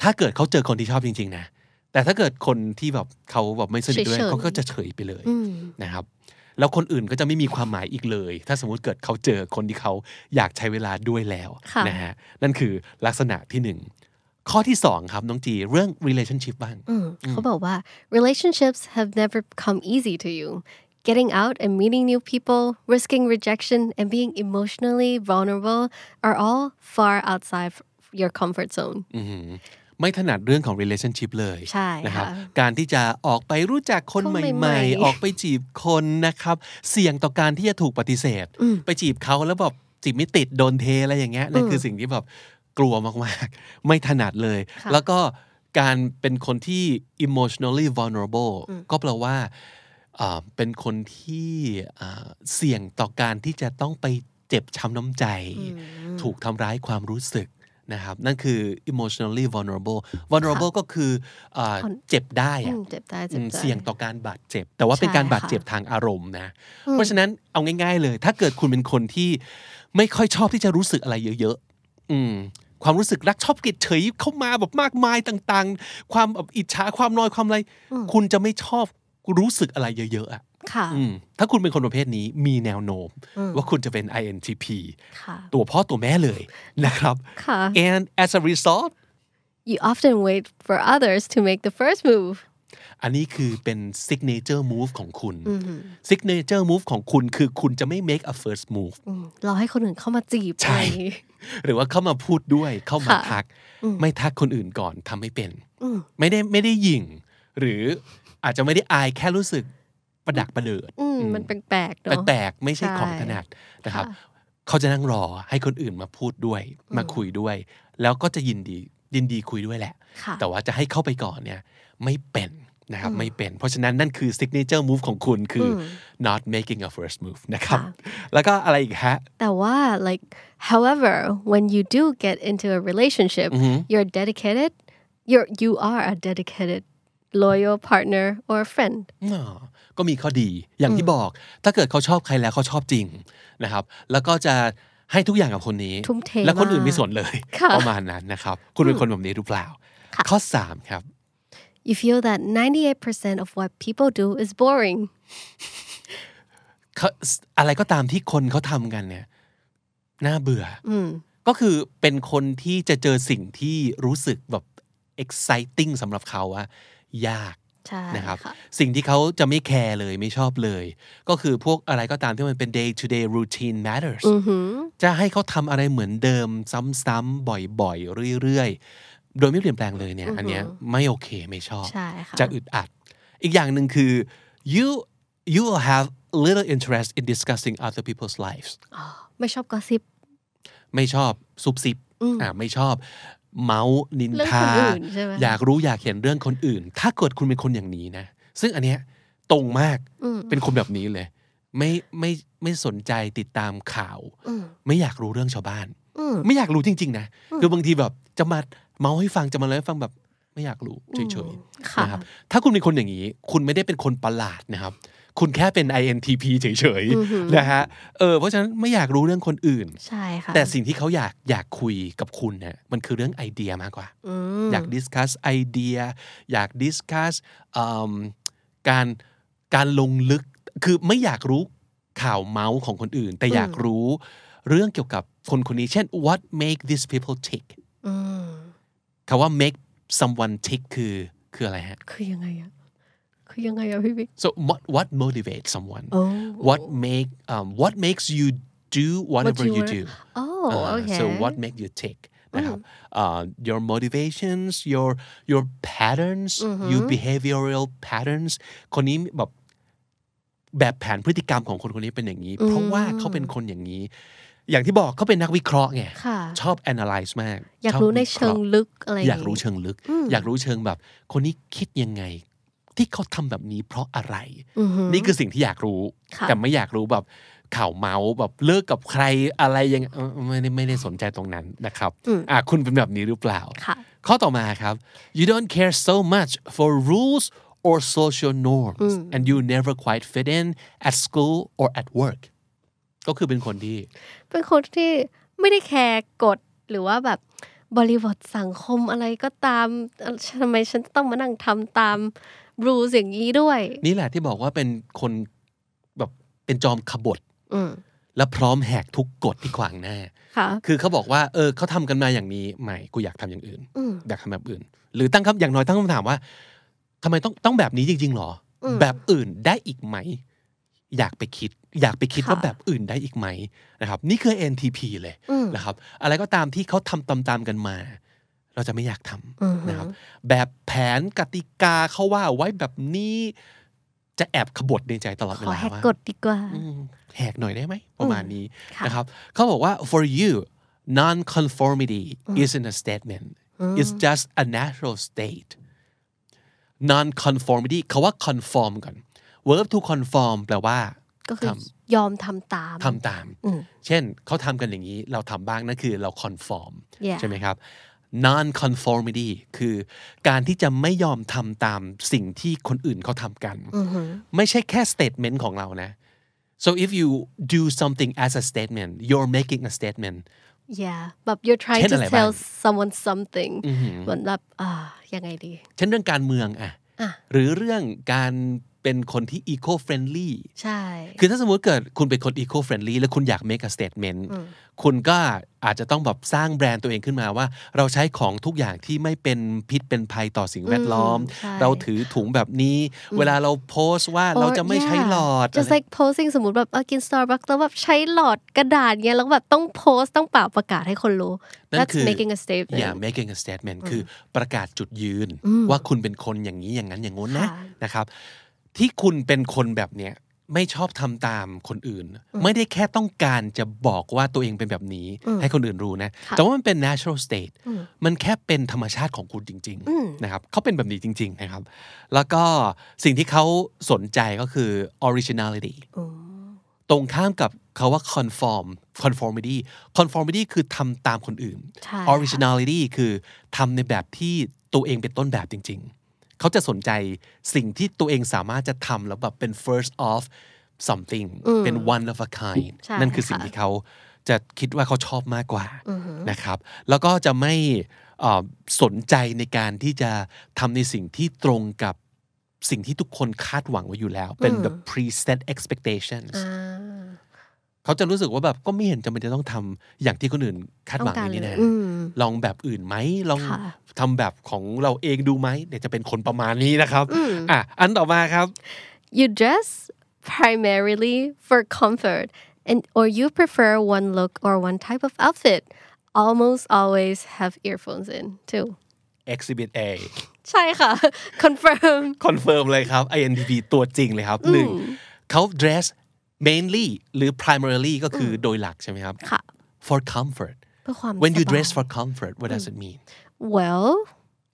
Speaker 1: ถ้าเกิดเขาเจอคนที่ชอบจริง ๆ นะ แต่ถ้าเกิดคนที่แบบเขาแบบไม่สนิทด้วย
Speaker 4: เฉยๆ
Speaker 1: เขาก็จะเฉยไปเลย
Speaker 4: อืม
Speaker 1: นะครับ แล้วคนอื่นก็จะไม่มีความหมายอีกเลย ถ้าสมมุติเกิดเขาเจอคนที่เขาอยากใช้เวลาด้วยแล้ว
Speaker 4: ค่ะ
Speaker 1: นะฮะนั่นคือลักษณะที่หนึ่งข้อที่สองครับน้องจีเรื่อง relationship บ้าง
Speaker 4: อืมเขาบอกว่า relationships have never come easy to you getting out and meeting new people risking rejection and being emotionally vulnerable are all far outside your comfort zone
Speaker 1: ไม่ถนัดเรื่องของ relationship เลย
Speaker 4: ใช่
Speaker 1: นะครับ
Speaker 4: ค่ะ
Speaker 1: การที่จะออกไปรู้จักคน
Speaker 4: คนให
Speaker 1: ให
Speaker 4: ม่
Speaker 1: ม่
Speaker 4: ๆ
Speaker 1: ๆ ออกไปจีบคนนะครับ เสี่ยงต่อการที่จะถูกปฏิเสธ ไปจีบเขาแล้วแบบจีบไม่ติดโดนเทอะไรอย่างเงี้ยนั่นคือสิ่งที่แบบกลัวมากๆ ไม่ถนัดเลย
Speaker 4: ค่ะ
Speaker 1: แล้วก็การเป็นคนที่ emotionally vulnerable ก็แปลว่าอ่าเป็นคนที่อ่าเสี่ยงต่อการที่จะต้องไปเจ็บช้ำน้ำใจ ถูกทำร้ายความรู้สึกนะครับ นั่นคือ emotionally vulnerable vulnerable ก็คืออ่าเจ็บได้
Speaker 4: อื
Speaker 1: อะ
Speaker 4: มเจ็บได้เจ็
Speaker 1: อื
Speaker 4: บ
Speaker 1: ม
Speaker 4: ได้
Speaker 1: เสี่ยงต่อการบาดเจ็บ แต่ว่าเป็น
Speaker 4: ใช่
Speaker 1: การบาด
Speaker 4: ค่ะ
Speaker 1: เจ็บทางอารมณ์นะ เพราะฉะนั้นเอาง่าย ๆเลย ถ้าเกิดคุณเป็นคนที่ไม่ค่อยชอบที่จะรู้สึกอะไรเยอะๆอืมความรู้สึกรักชอบเกลียดเฉยเข้ามาแบบมากมายต่างๆ ความแบบอิจฉาความน้อยความอะไร คุณจะไม่ชอบรู้สึกอะไรเยอะๆอะ
Speaker 4: ค่ะ
Speaker 1: อืมถ้าคุณเป็นคนประเภทนี้มีแนวโน้ม ว่าคุณจะเป็น INTP
Speaker 4: ค่ะ
Speaker 1: ตัวพ่อตัวแม่เลยนะครับ
Speaker 4: ค่ะ
Speaker 1: and as a result
Speaker 4: you often wait for others to make the first move
Speaker 1: อันนี้คือเป็น signature move ของคุณ signature move ของคุณคือคุณจะไม่ make a first move
Speaker 4: อืมรอให้คนอื่น Mm. เข้ามาจีบ
Speaker 1: ใช่
Speaker 4: อะไรอย่างงี้
Speaker 1: หรือว่าเข้ามาพูดด้วยเข้ามา
Speaker 4: ค่ะ
Speaker 1: ทัก ไม่ทักคนอื่นก่อนทำไม่เป็น ไม่ได้ไม่ได้หยิ่ง หรืออาจจะไม่ได้อายแค่รู้สึกประดักประเดิด
Speaker 4: อืมมันแปลกๆเนาะ
Speaker 1: แปลกๆไม่ใช่
Speaker 4: ใช่
Speaker 1: ของถนัดนะครับ เขาจะนั่งรอให้คนอื่นมาพูดด้วย มาคุยด้วย แล้วก็จะยินดียินดีคุยด้วยแหละ
Speaker 4: ค่ะ
Speaker 1: แต่ว่าจะให้เข้าไปก่อนเนี่ยไม่เป็นนะครับไม่เป็น เพราะฉะนั้นนั่นคือ signature move ของคุณคืออ not making a first move นะครับ แล้วก็อะไรอีกฮะ
Speaker 4: แต่ว่า like however when you do Mm-hmm. get into a relationship you're dedicated you're you are a dedicated loyal partner or friend
Speaker 1: อ่าก็มีข้อดีอย่างที่บอก ถ้าเกิดเขาชอบใครแล้วเขาชอบจริงนะครับ แล้วก็จะให้ทุกอย่างกับคนนี้
Speaker 4: ทุ่มเท
Speaker 1: และคนอื่น
Speaker 4: มาก
Speaker 1: ไม่สนเลย
Speaker 4: ค่ะ
Speaker 1: ประมาณนั้นนะครับ คุณเป็นคนแบบนี้หรือเปล่า ข้อ 3 ครับ
Speaker 4: you feel that 98% of what people do is boring
Speaker 1: เขาอะไรก็ตามที่คนเขาทำกันเนี่ยน่าเบื่ออ
Speaker 4: Mm.
Speaker 1: ก็คือเป็นคนที่จะเจอสิ่งที่รู้สึกแบบ exciting สำหรับเขาอะยาก
Speaker 4: ใช่
Speaker 1: นะครับ
Speaker 4: ค่ะ
Speaker 1: สิ่งที่เขาจะไม่แคร์เลยไม่ชอบเลย ก็คือพวกอะไรก็ตามที่มันเป็น day to day routine matters จะให้เขาทำอะไรเหมือนเดิม ซ้ำๆบ่อยๆ เรื่อยๆ โดยไม่เปลี่ยนแปลงเลยเนี่ยอันเนี้ยไม่โอเคไม่ชอบ
Speaker 4: ใช่ค่ะ
Speaker 1: จะอึดอัด อีกอย่างหนึ่งคือ you you will have little interest in discussing other people's lives
Speaker 4: ไม่ชอบกอสิบ
Speaker 1: ไม่ชอบซุบซิบอ่าไม่ชอบ เมาส์นินทา
Speaker 4: เรื่องคนอื่นใช่ไหม
Speaker 1: อยากรู้อยากเห็นเรื่องคนอื่น ถ้าเกิดคุณเป็นคนอย่างนี้นะ ซึ่งอันเนี้ยตรงมากเป็นคนแบบนี้เลย ไม่ไม่ไม่สนใจติดตามข่าว ไม่อยากรู้เรื่องชาวบ้าน ไม่อยากรู้จริง ๆ นะ คือบางทีแบบจะมาเมาให้ฟังจะมาเล่าให้ฟังแบบไม่อยากรู้เฉยๆ
Speaker 4: ค่ะ
Speaker 1: นะครับถ้าคุณเป็นคนอย่างนี้ คุณไม่ได้เป็นคนประหลาดนะครับ คุณแค่เป็น INTP เฉยๆนะฮะเออเพราะฉะนั้นไม่อยากรู้เรื่องคนอื่น
Speaker 4: ใช่ค่ะ
Speaker 1: แต่สิ่งที่เขาอยากอยากคุยกับคุณเนี่ยมันคือเรื่องไอเดียมากกว่า อยากดิสคัสไอเดีย อยากดิสคัสการการลงลึกคือไม่อยากรู้ข่าวเมาส์ของคนอื่น แต่อยากรู้เรื่องเกี่ยวกับคนคนนี้ เช่น what make these people tick คำว่า make someone tick คือคืออะไรฮะ
Speaker 4: คือยังไงอะคือยังไงอะพี่บิ๊ก
Speaker 1: so what what motivates someone
Speaker 4: โอ้
Speaker 1: what make um, what makes you do whatever you
Speaker 4: you
Speaker 1: do
Speaker 4: are- โอ้
Speaker 1: อ่า
Speaker 4: โอเค
Speaker 1: so what make you tick นะครับอ่า your motivations your your patterns your behavioral patterns คนนี้แบบแบบแผนพฤติกรรมของคนคนนี้เป็นอย่างนี้ เพราะว่าเขาเป็นคนอย่างนี้ อย่างที่บอกเขาเป็นนักวิเคราะห์ไง
Speaker 4: ค่ะ
Speaker 1: ชอบ analyze มาก
Speaker 4: อยาก
Speaker 1: ชบ
Speaker 4: รู้ใน
Speaker 1: วิคาะห์
Speaker 4: เชิงลึกอะไรอย
Speaker 1: อากรู้เชิงลึก อยากรู้เชิงแบบ คนนี้คิดยังไง ที่เขาทำแบบนี้เพราะอะไร นี่คือสิ่งที่อยากรู้ แต่ไม่อยากรู้แบบข่าวเมาส์แบบเลิกกับใครอะไรยังเออไม่ได้ไม่ได้สนใจตรงนั้นนะครับอ่ะคุณเป็นแบบนี้หรือเปล่า
Speaker 4: ค่ะ
Speaker 1: ข้อต่อมาครับ you don't care so much for rules or social norms and you never quite fit in at school or at work ก็คือเป็นคนที่
Speaker 4: เป็นคนที่ไม่ได้แคร์กฎหรือว่าแบบบริบทสังคมอะไรก็ตามเอ่อทำไมฉันต้องมานั่งทำตามรูสอย่างนี้ด้วย
Speaker 1: นี่แหละที่บอกว่าเป็นคนแบบเป็นจอมขบฏ
Speaker 4: อืม
Speaker 1: และพร้อมแหกทุกกฎที่ขวางหน้า
Speaker 4: ค่ะ
Speaker 1: คือเขาบอกว่าเออเขาทำกันมาอย่างนี้ไม่กูอยากทำอย่างอื่นอยากทำแบบอื่น หรือตั้งคำอย่างน้อยตั้งคำถามว่าทำไมต้องต้องแบบนี้จริงๆหรออแบบอื่นได้อีกไหม อยากไปคิด อยากไปคิดว่าแบบอื่นได้อีกไหมนะครับ นี่คือ NTP เลยนะครับ อะไรก็ตามที่เขาทำตามๆกันมา เราจะไม่อยากทำนะครับ แบบแผนกติกาเขาว่าไว้แบบนี้จะแอบขบฏในใจตลอด
Speaker 4: ข
Speaker 1: เว
Speaker 4: อ
Speaker 1: ลา
Speaker 4: แหก
Speaker 1: ว่า
Speaker 4: กฎดีกว่า
Speaker 1: อืมแหกหน่อยได้ไหม ประมาณนี้นะครับเขาบอกว่า for you nonconformity isn't a statement it's just a natural state nonconformity คาว่า conform ก่อน verb to conform แปลว่า
Speaker 4: ก็คือ
Speaker 1: ท
Speaker 4: ยอมทำตาม
Speaker 1: ำทำตาม เช่นเขาทำกันอย่างนี้เราทำบ้างนั่นคือเรา conform
Speaker 4: Yeah
Speaker 1: ใช่ไหมครับ nonconformity คือการที่จะไม่ยอมทำตามสิ่งที่คนอื่นเขาทำกัน ไม่ใช่แค่ statement ของเรานะ so if you do something as a statement you're making a statement
Speaker 4: yeah แบบ you're trying
Speaker 1: เช่น
Speaker 4: to
Speaker 1: อะไรบ้าง
Speaker 4: tell someone something เหมือนแบบอ่ายังไงดี
Speaker 1: เช่นเรื่องการเมืองอะ
Speaker 4: อ่ะ
Speaker 1: หรือเรื่องการเป็นคนที่ eco friendly
Speaker 4: ใช่
Speaker 1: คือถ้าสมมุติเกิดคุณเป็นคน eco friendly แล้วคุณอยาก make a statement คุณก็อาจจะต้องแบบสร้างแบรนด์ตัวเองขึ้นมาว่า เราใช้ของทุกอย่างที่ไม่เป็นพิษเป็นภัยต่อสิ่งแวดล้อม
Speaker 4: อืมใช่
Speaker 1: เราถือถุงแบบนี้ เวลาเราโพสต์ว่าเรา
Speaker 4: Or-
Speaker 1: จะไม่ใช้
Speaker 4: yeah.
Speaker 1: หลอด
Speaker 4: just like posting สมมติแบบเอากิน Starbucks แล้วแบบใช้หลอดกระดาษเงี้ยแล้วแบบต้องโพสต้องเป่าประกาศให้คนรู้
Speaker 1: นั่น
Speaker 4: that's
Speaker 1: คือ
Speaker 4: making a statement
Speaker 1: อย่า making a statement คือประกาศจุดยืน ว่าคุณเป็นคนอย่างนี้อย่างนั้นอย่างงู้นนะ
Speaker 4: ค่ะ
Speaker 1: นะครับ ที่คุณเป็นคนแบบเนี้ยไม่ชอบทำตามคนอื่น ไม่ได้แค่ต้องการจะบอกว่าตัวเองเป็นแบบนี้ ให้คนอื่นรู้นะ แต่ว่ามันเป็น natural state มันแค่เป็นธรรมชาติของคุณจริง ๆ นะครับเขาเป็นแบบนี้จริง ๆ นะครับ แล้วก็สิ่งที่เขาสนใจก็คือ originality ตรงข้ามกับคาว่า conform conformity conformity คือทำตามคนอื่น
Speaker 4: ใช่ค่ะ
Speaker 1: originality คือทำในแบบที่ตัวเองเป็นต้นแบบจริง ๆ เขาจะสนใจสิ่งที่ตัวเองสามารถจะทำแล้วแบบเป็น first of something เป็น one of a kind
Speaker 2: ใช่
Speaker 1: นั่นคือสิ่ง
Speaker 2: ค่ะ
Speaker 1: ที่เขาจะคิดว่าเขาชอบมากกว่านะครับ แล้วก็จะไม่เอ่อสนใจในการที่จะทำในสิ่งที่ตรงกับสิ่งที่ทุกคนคาดหวังไว้อยู่แล้ว เป็น the preset expectations
Speaker 2: อ่า
Speaker 1: เขาจะรู้สึกว่าแบบก็ไม่เห็นจำเป็นจะต้องทำอย่างที่คนอื่นคาด
Speaker 2: ต้
Speaker 1: หวั
Speaker 2: อง
Speaker 1: ง
Speaker 2: การ
Speaker 1: เลยนี่
Speaker 2: เล
Speaker 1: นะ
Speaker 2: ยอืม
Speaker 1: ลองแบบอื่นไหมลอง
Speaker 2: ค่ะ
Speaker 1: ทำแบบของเราเองดูไหมเนี่ยจะเป็นคนประมาณนี้นะครับอ่ะอันต่อมาครับ
Speaker 2: You dress primarily for comfort and or you prefer one look or one type of outfit. Almost always have earphones in too.
Speaker 1: exhibit A
Speaker 2: ใช่ค่ะ confirm
Speaker 1: คอนเฟิร์มเลยครับ INTP ตัวจริงเลยครับหนึ่งเขา dress mainly หรือ primarily ก็คืออโดยหลักใช่ไหมครับ
Speaker 2: ค่ะ
Speaker 1: for comfort
Speaker 2: เพื่อความ
Speaker 1: when you
Speaker 2: สบาย
Speaker 1: dress for comfort what does it mean
Speaker 2: well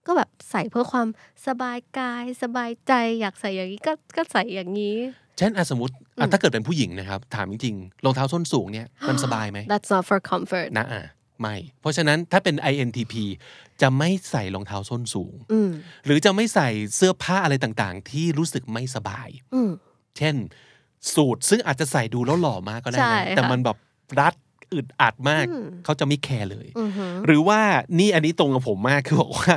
Speaker 2: ก็แบบใส่เพื่อความสบายกายสบายใจอยากใส่อย่างนี้ก็ก็ใส่อย่างนี้
Speaker 1: เช่นอ่ะสมมติอ่ะถ้าเกิดเป็นผู้หญิงนะครับ ถามจริงๆรองเท้าส้นสูงเนี่ยมันสบายไหม
Speaker 2: that's not for comfort
Speaker 1: นะอ่ะไม่ เพราะฉะนั้นถ้าเป็น INTP จะไม่ใส่รองเท้าส้นสูง หรือจะไม่ใส่เสื้อผ้าอะไรต่างๆ ที่รู้สึกไม่สบาย เช่น สูทซึ่งอาจจะใส่ดูแล้วหล่อมากก็ได้
Speaker 2: ใช่
Speaker 1: นะ
Speaker 2: ค่ะ
Speaker 1: แต่มันแบบรัดอึดอัดมาก เขาจะไม่แคร์เลย หรือว่านี่อันนี้ตรงกับผมมากคือบอกว่า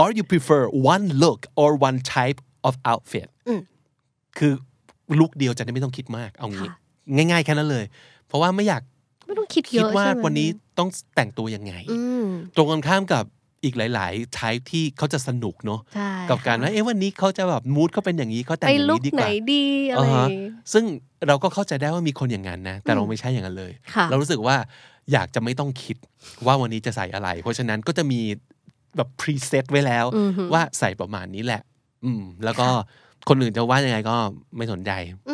Speaker 1: or you prefer one look or one type of outfit คือลุกเดียวจะได้ไม่ต้องคิดมากเอางี้ ง่ายๆแค่นั้นเลย เพราะว่าไม่อยาก
Speaker 2: ไม่ต้องคิดเย
Speaker 1: คิด
Speaker 2: อะ
Speaker 1: ว่า
Speaker 2: ใช่ไหม
Speaker 1: วันนี้ต้องแต่งตัวยังไง
Speaker 2: อืม
Speaker 1: ตรงกันข้ามกับอีกหลายๆ type ที่เขาจะสนุกเนาะ
Speaker 2: ใช่
Speaker 1: กับการว่าเอ๊ะวันนี้เขาจะแบบมูดเขาเป็นอย่างนี้เขาแต่ง
Speaker 2: ไป
Speaker 1: อย่าง
Speaker 2: ลุก
Speaker 1: นี้ดีก
Speaker 2: ไหน
Speaker 1: ว่า
Speaker 2: ดีอะไร
Speaker 1: อ่า
Speaker 2: อ
Speaker 1: ฮะ
Speaker 2: ย่างงี้
Speaker 1: ซึ่งเราก็เข้าใจได้ว่ามีคนอย่างนั้นนะ แต่เราไม่ใช่อย่างนั้นเลย
Speaker 2: ค่ะ
Speaker 1: เรารู้สึกว่าอยากจะไม่ต้องคิดว่าวันนี้จะใส่อะไร เพราะฉะนั้นก็จะมีแบบ preset ไว้แล้ว
Speaker 2: อือหือ
Speaker 1: ว่าใส่ประมาณนี้แหละ อืม แล้วก็คนอื่นจะว่ายังไงก็ไม่สนใจ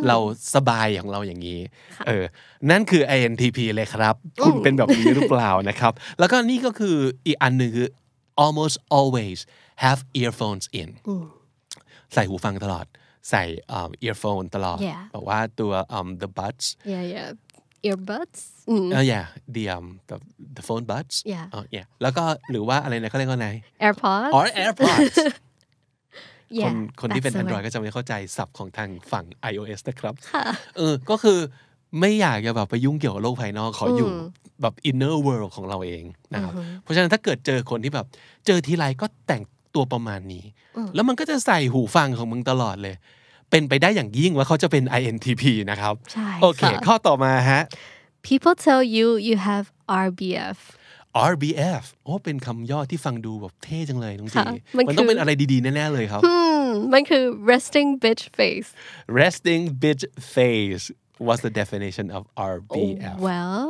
Speaker 1: เราสบายของเราอย่างนี้ เออ นั่นคือ INTP เลยครับ คุณเป็นแบบนี้หรือเปล่านะครับ แล้วก็นี่ก็คืออีกอันหนึ่งคือ almost always have earphones in ใส่หูฟังตลอด ใส่เอ่อ earphone ตลอด
Speaker 2: Yeah
Speaker 1: บอกว่าตัว um, the buds
Speaker 2: yeah yeah earbuds Mm-hmm. อืม
Speaker 1: เออ yeah the um, the the phone buds
Speaker 2: Yeah
Speaker 1: อ๋อ yeah แล้วก็หรือว่าอะไรนะเขาเรียกว่า ไง
Speaker 2: AirPods
Speaker 1: or AirPods ค
Speaker 2: yeah
Speaker 1: นคนที่เป็น
Speaker 2: that's the
Speaker 1: Android
Speaker 2: word
Speaker 1: ก็จะไม่เข้าใจศัพท์ของทางฝั่ง iOS นะครับเออก็คือไม่อยากจะแบบไปยุ่งเกี่ยวกับโลกภายนอกขออยู่แบบ inner world ของเราเองนะครับเพราะฉะนั้นถ้าเกิดเจอคนที่แบบ เจอทีไรก็แต่งตัวประมาณนี้ แล้วมันก็จะใส่หูฟังของมึงตลอดเลย เป็นไปได้อย่างยิ่งว่าเขาจะเป็น INTP นะครับ
Speaker 2: ใช่
Speaker 1: โอเค
Speaker 2: ค่ะ
Speaker 1: ข้อต่อมาฮะ
Speaker 2: people tell you you have RBF
Speaker 1: RBF โอ้เป็นคำย่อที่ฟังดูแบบเท่จังเลยน้องจี
Speaker 2: ค่ะมัน
Speaker 1: มันต้อง
Speaker 2: คือ
Speaker 1: เป็นอะไรดีๆแน่ๆเลยครับ
Speaker 2: อืมมันคือ Mm, resting bitch face
Speaker 1: resting bitch face what's the definition of RBF
Speaker 2: well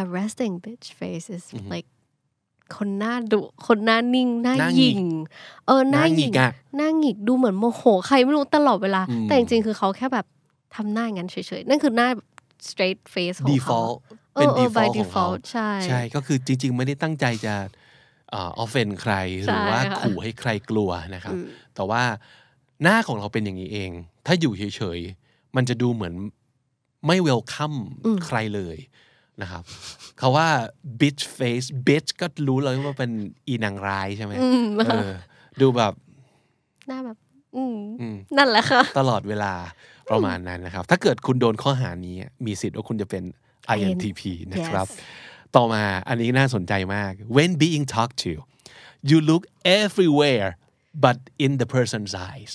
Speaker 2: a resting bitch face is like คนหน้าดุคนหน้านิ่งหน้า
Speaker 1: หน้าหงิก
Speaker 2: หยิงเออหน้าหยิ
Speaker 1: ห
Speaker 2: ง
Speaker 1: น้าหงิกอะ
Speaker 2: หน้าหงิกดูเหมือนโมโหใครไม่รู้ตลอดเวลา แต่จริงๆ คือเขาแค่แบบทำหน้าอย่างนั้นเฉยๆ นั่นคือหน้า straight face ของเขา
Speaker 1: default เป็น
Speaker 2: เออเออ by
Speaker 1: default ของเขา
Speaker 2: default ใช่
Speaker 1: ใช่ก็คือจริง ๆ ไม่ได้ตั้งใจจะเออฟเฟนใคร หรือว่า
Speaker 2: ใช่ค่ะ
Speaker 1: ขู่ให้ใครกลัวนะครับ แต่ว่าหน้าของเราเป็นอย่างนี้เอง ถ้าอยู่เฉยๆ มันจะดูเหมือนไม่เวลคัมใครเลยนะครับเขาว่า bitch face bitch ก็รู้เลยว่าเป็นอีนางร้ายใช่ไหมเออดูแบบ
Speaker 2: หน้าแบบ อืมนั่นแหละ ค่ะ
Speaker 1: ตลอดเวลาประมาณนั้นนะครับ ถ้าเกิดคุณโดนข้อหานี้ มีสิทธิ์ว่าคุณจะเป็น INTP นะครับ ต่อมาอันนี้น่าสนใจมาก when being talked to you look everywhere but in the person's eyes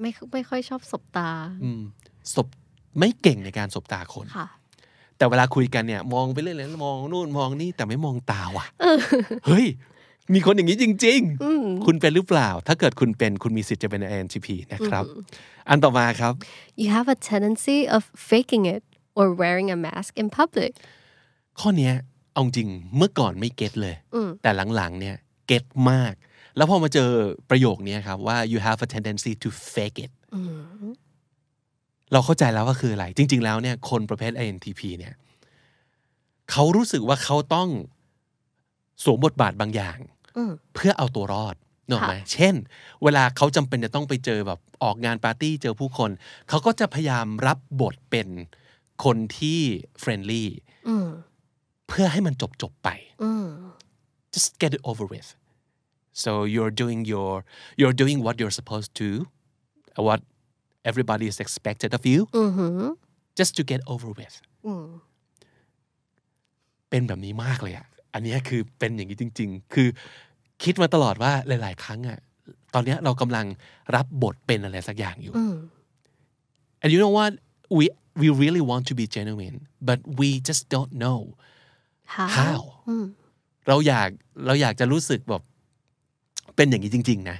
Speaker 2: ไม่ไม่ค่อยชอบสบตา
Speaker 1: สบไม่เก่งในการสบตาคน
Speaker 2: ค่ะ
Speaker 1: แต่เวลาคุยกันเนี่ย มองไปเรื่อยๆมองนู่นมองนี่แต่ไม่มองตา ว่ะเฮ้ย มีคนอย่างนี้จริง ๆ คุณเป็นหรือเปล่า ถ้าเกิดคุณเป็นคุณมีสิทธิ์จะเป็น INTP นะครับ อันต่อมาครับ
Speaker 2: you have a tendency of faking it or wearing a mask in public
Speaker 1: ข้อเนี้ยเอาจริงเมื่อก่อนไม่เก็ตเลย แต่หลังๆเนี่ยเก็ตมาก แล้วพอมาเจอประโยคเนี้ยครับว่า you have a tendency to fake it เราเข้าใจแล้วว่าคืออะไร จริง ๆ แล้วเนี่ยคนประเภท INTP เนี่ยเขารู้สึกว่าเขาต้องสวมบทบาทบางอย่าง เพื่อเอาตัวรอดนกออกไหมเช่น เวลาเขาจำเป็นจะต้องไปเจอแบบออกงานปาร์ตี้เจอผู้คน เขาก็จะพยายามรับบทเป็นคนที่เฟรนลี่ เพื่อให้มันจบจบๆไป just get it over with so you're doing your you're doing what you're supposed to what everybody is expected of you just to get over with เป็นแบบนี้มากเลยอะอันเนี้ยคือเป็นอย่างนี้จริง ๆ คือคิดมาตลอดว่าหลาย ๆ ครั้งอะตอนเนี้ยเรากำลังรับบทเป็นอะไรสักอย่างอยู่ and you know what we we really want to be genuine but we just don't know
Speaker 4: How?
Speaker 1: how เราอยากเราอยากจะรู้สึกแบบเป็นอย่างนี้จริง ๆ นะ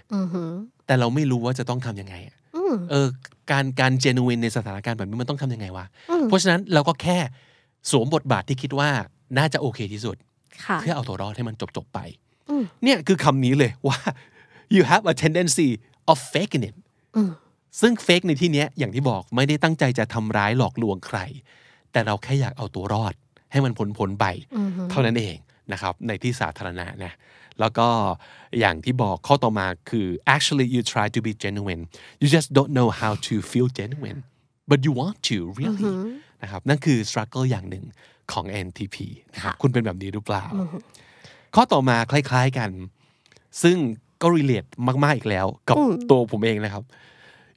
Speaker 1: แต่เราไม่รู้ว่าจะต้องทำยังไงอะเออ การการเจนูนในสถานการณ์แบบนี้มันต้องทำยังไงวะ เพราะฉะนั้นเราก็แค่สวมบทบาทที่คิดว่าน่าจะโอเคที่สุด
Speaker 4: ค่ะ
Speaker 1: เพื่อเอาตัวรอดให้มันจบจบๆไป เนี่ยคือคำนี้เลย ว่า you have a tendency of faking it ซึ่ง fake ในที่เนี้ยอย่างที่บอกไม่ได้ตั้งใจจะทำร้ายหลอกลวงใคร แต่เราแค่อยากเอาตัวรอด ให้มันพ้นพ้นๆไป เท่านั้นเองนะครับ ในที่สาธารณะนะ แล้วก็อย่างที่บอกข้อต่อมาคือ actually you try to be genuine you just don't know how to feel genuine but you want to really นะครับนั่นคือ struggle อย่างหนึ่งของ NTP นะครับคุณเป็นแบบนี้หรือเปล่า ข้อต่อมาคล้ายๆกัน ซึ่งก็ relate มาก ๆ อีกแล้ว กับตัวผมเองนะครับ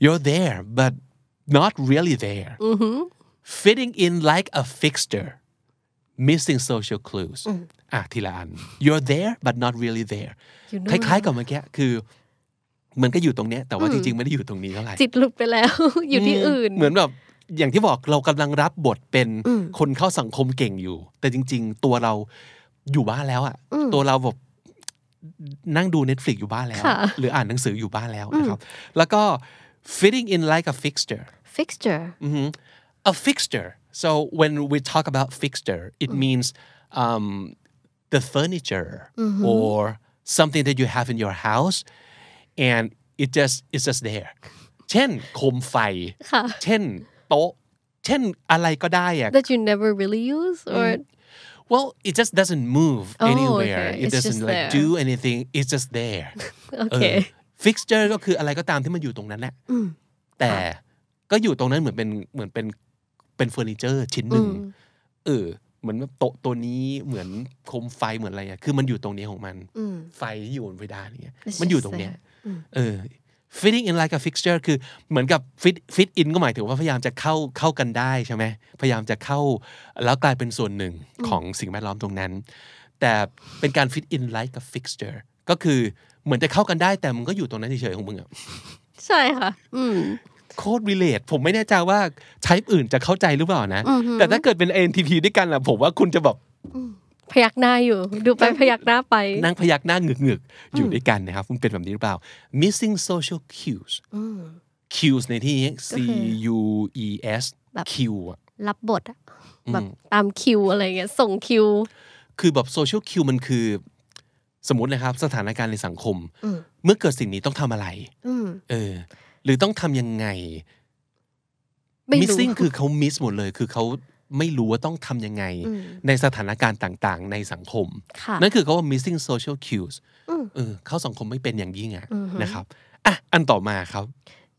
Speaker 1: you're there but not really there fitting in like a fixture missing social clues อ่ะทีละอัน you're there but not really there คล้ายๆกับเมื่อกี้คือ มันก็อยู่ตรงเนี้ยแต่ว่าจริง ๆ ไม่ได้อยู่ตรงนี้เท่าไหร่
Speaker 4: จิตหลุดไปแล้ว อยู่ที่อื่น
Speaker 1: เหมือนแบบอย่างที่บอกเรากำลังรับบทเป็นคนเข้าสังคมเก่งอยู่ แต่จริง ๆ ตัวเราอยู่บ้านแล้วอะตัวเราแบบนั่งดู Netflix อยู่บ้านแล้ว
Speaker 4: ค่ะ
Speaker 1: หรืออ่านหนังสืออยู่บ้านแล้วนะครับ แล้วก็ fitting in like a fixture
Speaker 4: fixture
Speaker 1: Mhm. a fixture so when we talk about fixture it
Speaker 4: Mm.
Speaker 1: means um, the furniture
Speaker 4: Mm-hmm.
Speaker 1: or something that you have in your house and it just it's just there เช่นโคมไฟ เช่นโต๊ะ เช่นอะไรก็ได้อะ
Speaker 4: that you never really use or
Speaker 1: well it just doesn't move
Speaker 4: Oh,
Speaker 1: anywhere
Speaker 4: okay.
Speaker 1: it
Speaker 4: It's
Speaker 1: doesn't
Speaker 4: just
Speaker 1: like
Speaker 4: there.
Speaker 1: do anything it's just there เออ
Speaker 4: okay
Speaker 1: fixture ก็คืออะไรก็ตามที่มันอยู่ตรงนั้นแหละแต่ก็อยู่ตรงนั้นเหมือนเป็นเหมือนเป็นเป็นเฟอร์นิเจอร์ชิ้นหนึ่งเออเหมือนแบบโต๊ะตัวนี้เหมือนโคมไฟเหมือนอะไรอะคือมันอยู่ตรงนี้ของมัน ไฟที่อยู่บนเพดานอย่างเงี้ย
Speaker 4: It's
Speaker 1: มันอยู่
Speaker 4: just
Speaker 1: ตรงเนี้ย
Speaker 4: there
Speaker 1: เออ fitting in like a fixture คือเหมือนกับ fit fit in ก็หมายถึงว่าพยายามจะเข้าเข้ากันได้ใช่ไหมพยายามจะเข้าแล้วกลายเป็นส่วนหนึ่งของสิ่งแวดล้อมตรงนั้น แต่เป็นการ fit in like a fixture ก็คือเหมือนจะเข้ากันได้แต่มันก็อยู่ตรงนั้นเฉยๆของมึงอะ
Speaker 4: ใช่ค่ะ อืม
Speaker 1: โคตร relate ผมไม่แน่ใจว่า type อื่นจะเข้าใจหรือเปล่านะ แต่ถ้าเกิดเป็น INTP ด้วยกันล่ะผมว่าคุณจะแบบ
Speaker 4: พยักหน้าอยู่ ดูไปพยักหน้าไป
Speaker 1: นั่งพยักหน้าหงึกๆ อยู่ด้วยกันนะครับ มันเป็นแบบนี้หรือเปล่า missing social cues cues ในที่นี้ C U E S
Speaker 4: แบบ
Speaker 1: Q อะ
Speaker 4: รับบทอะแบบตามคิวอะไรเงี้ย ส่งคิว
Speaker 1: คือแบบโซเชียลคิวมันคือ สมมตินะครับ สถานการณ์ในสังคม เมื่อเกิดสิ่งนี้ต้องทำอะไรเออ หรือต้องทำยังไง
Speaker 4: ไม่รู้
Speaker 1: missing คือเขา miss หมดเลย คือเขาไม่รู้ว่าต้องทำยังไง ในสถานการณ์ต่างๆ ในสังคม
Speaker 4: ค่ะ
Speaker 1: นั่นคือเขาว่า missing social cues เออเข้าสังคมไม่เป็นอย่างยิ่งอะนะครับอ่ะอันต่อมาครับ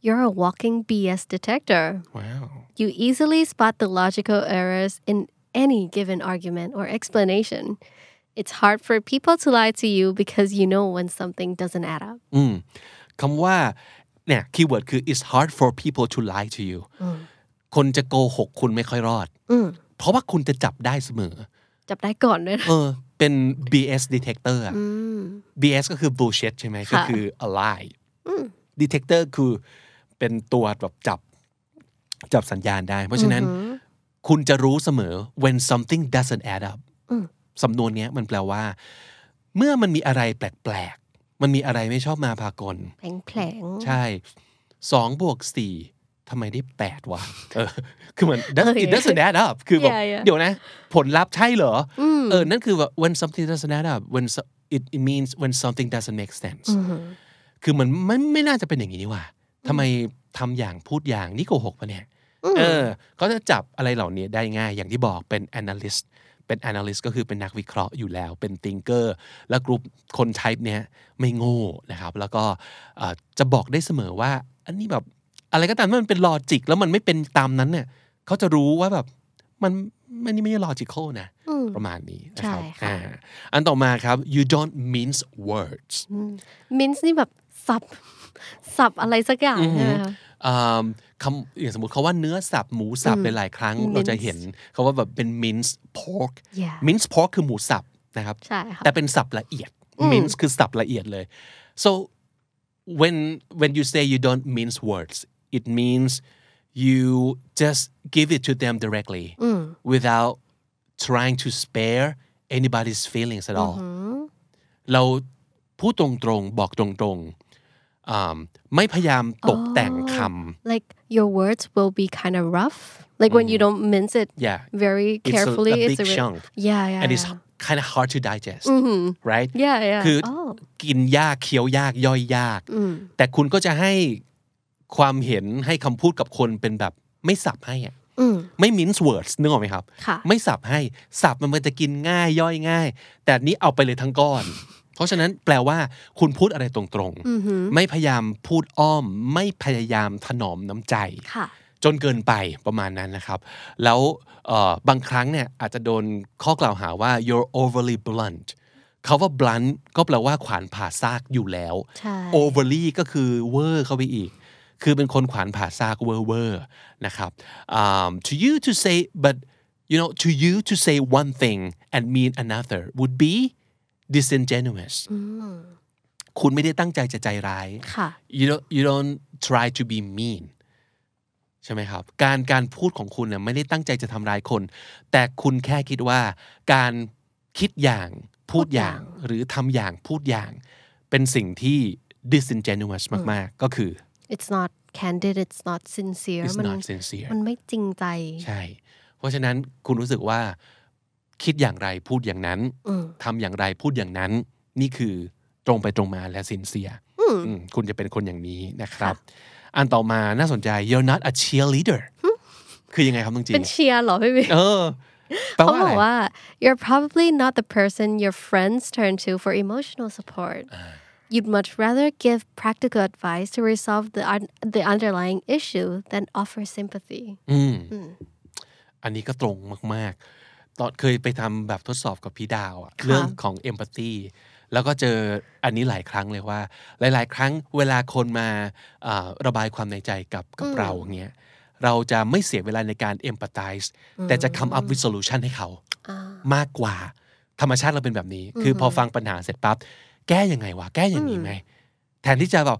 Speaker 4: you're a walking BS detector
Speaker 1: ว้าว
Speaker 4: you easily spot the logical errors in any given argument or explanation it's hard for people to lie to you because you know when something doesn't add up
Speaker 1: อืมคำว่าเนี่ยคีย์เวิร์ดคือ it's hard for people to lie to you คนจะโกหกคุณไม่ค่อยรอด เพราะว่าคุณจะจับได้เสมอ
Speaker 4: จับได้ก่อน ด้วยนะ
Speaker 1: เออ เป็น BS detector อะ BS ก็คือ bullshit ใช่ไหมก็คือ a lie detector คือเป็นตัวแบบจับจับสัญญาณได้ เพราะฉะนั้นคุณจะรู้เสมอ when something doesn't add up สำนวนเนี้ยมันแปลว่า เมื่อมันมีอะไรแปลกๆ มันมีอะไรไม่ชอบมาพากล
Speaker 4: แผลงแผลง
Speaker 1: ใช่สองบวกสี่ทำไมได้แปดวะเออคือเหมือน does- it doesn't add up คือแบบ
Speaker 4: Yeah, yeah.
Speaker 1: เดี๋ยวนะ ผลลัพธ์ใช่เหรออเออ นั่นคือแบบ when something doesn't add up when so- it it means when something doesn't make sense คือมันไม่ไม่น่าจะเป็นอย่างนี้นี่หว่าทำไมทำอย่างพูดอย่างนี่โกหกปะเนี่ย เออเขาจะจับอะไรเหล่านี้ได้ง่าย อย่างที่บอกเป็น analyst เป็น analyst ก็คือเป็นนักวิเคราะห์อยู่แล้ว เป็น thinker และกลุ่มคน type เนี้ยไม่โง่นะครับ แล้วก็เอ่อจะบอกได้เสมอว่า อันนี้แบบอะไรก็ตามที่มันเป็นลอจิกแล้วมันไม่เป็นตามนั้นเนี่ยเขาจะรู้ว่าแบบมัน มันนี่ไม่ใช่ logical นะ ประมาณนี้นะครับ
Speaker 4: ใช่ค่ะ
Speaker 1: อ่าอันต่อมาครับ you don't mince words
Speaker 4: มินส์นี่แบบสั บ สับอะไรสักอย่างใช่ไหมคะ
Speaker 1: อ่าคำอย่างสมมติเขาว่าเนื้อสับหมูสับหลายๆครั้ง เราจะเห็นเขาว่าแบบเป็น mince pork
Speaker 4: Yeah
Speaker 1: mince pork คือหมูสับนะครับ
Speaker 4: ใช่ค่ะ
Speaker 1: แต่เป็นสับละเอียด mince คือสับละเอียดเลย so when when you say you don't mince words it means you just give it to them directly without trying to spare anybody's feelings at all เราพูดตรงๆ บอกตรงๆอ่าไม่พยายามตกแต่งคำ
Speaker 4: like your words will be kind of rough like when you don't mince it
Speaker 1: Yeah.
Speaker 4: very
Speaker 1: It's a-
Speaker 4: carefully
Speaker 1: a big
Speaker 4: re-
Speaker 1: chunk.
Speaker 4: yeah yeah
Speaker 1: and it's
Speaker 4: yeah.
Speaker 1: kind of hard to digest right
Speaker 4: Yeah, yeah.
Speaker 1: คือ
Speaker 4: Oh.
Speaker 1: กินยากเคี้ยวยากย่อยยาก แต่คุณก็จะให้ความเห็นให้คำพูดกับคนเป็นแบบไม่สับให้อะไม่ mince words นึกออกไหมครับ
Speaker 4: ค่ะ
Speaker 1: ไม่สับให้ สับมันมันจะกินง่ายย่อยง่าย แต่อันนี้เอาไปเลยทั้งก้อน เพราะฉะนั้นแปลว่าคุณพูดอะไรตรงๆ ไม่พยายามพูดอ้อม ไม่พยายามถนอมน้ำใจ
Speaker 4: ค่ะ
Speaker 1: จนเกินไปประมาณนั้นนะครับ แล้วเอ่อบางครั้งเนี่ยอาจจะโดนข้อกล่าวหาว่า you're overly blunt เขาว่า blunt ก็แปลว่าขวานผ่าซากอยู่แล้ว
Speaker 4: ใช่
Speaker 1: overly ก็คือเวอร์เข้าไปอีก คือเป็นคนขวานผ่าซากเวอร์เวอร์นะครับอ่า to you to say but you know to you to say one thing and mean another would be disingenuous คุณไม่ได้ตั้งใจจะใจร้าย
Speaker 4: ค่ะ
Speaker 1: you don't you don't try to be mean ใช่ไหมครับ การการพูดของคุณเนี่ยไม่ได้ตั้งใจจะทำร้ายคน แต่คุณแค่คิดว่า การคิดอย่างพูดอย่างหรือทำอย่างพูดอย่าง เป็นสิ่งที่ disingenuous มาก ๆ ก็คือ
Speaker 4: it's not candid it's not sincere
Speaker 1: it's
Speaker 4: มัน
Speaker 1: not sincere
Speaker 4: มันไม่จริงใจ
Speaker 1: ใช่ เพราะฉะนั้นคุณรู้สึกว่าคิดอย่างไรพูดอย่างนั้น
Speaker 4: อืม
Speaker 1: ทำอย่างไรพูดอย่างนั้น นี่คือตรงไปตรงมาและสินเสียอืมคุณจะเป็นคนอย่างนี้นะครับ อันต่อมาน่าสนใจ you're not a cheerleader คือยังไงครับน้องจี
Speaker 4: เป็นเชียร์เหรอพี่บิ๊ก
Speaker 1: เออแปล
Speaker 4: เขาบอ
Speaker 1: ว่าอะ
Speaker 4: ก
Speaker 1: ไร
Speaker 4: ว่า you're probably not the person your friends turn to for emotional support You'd much rather give practical advice to resolve the un- the underlying issue than offer sympathy.
Speaker 1: อืมอันนี้ก็ตรงมาก ๆ ตอนเคยไปทำแบบทดสอบกับพี่ดาวอะเรื่องของ empathy แล้วก็เจออันนี้หลายครั้งเลยว่า หลาย ๆ ครั้งเวลาคนมาอ่าระบายความในใจกับกับเราเงี้ยเราจะไม่เสียเวลาในการ empathize แต่จะ come up with solution ให้เขามากกว่า ธรรมชาติเราเป็นแบบนี้ คือพอฟังปัญหาเสร็จปั๊บ แก้ยังไงวะ แก้อย่างนี้ไหม แทนที่จะแบบ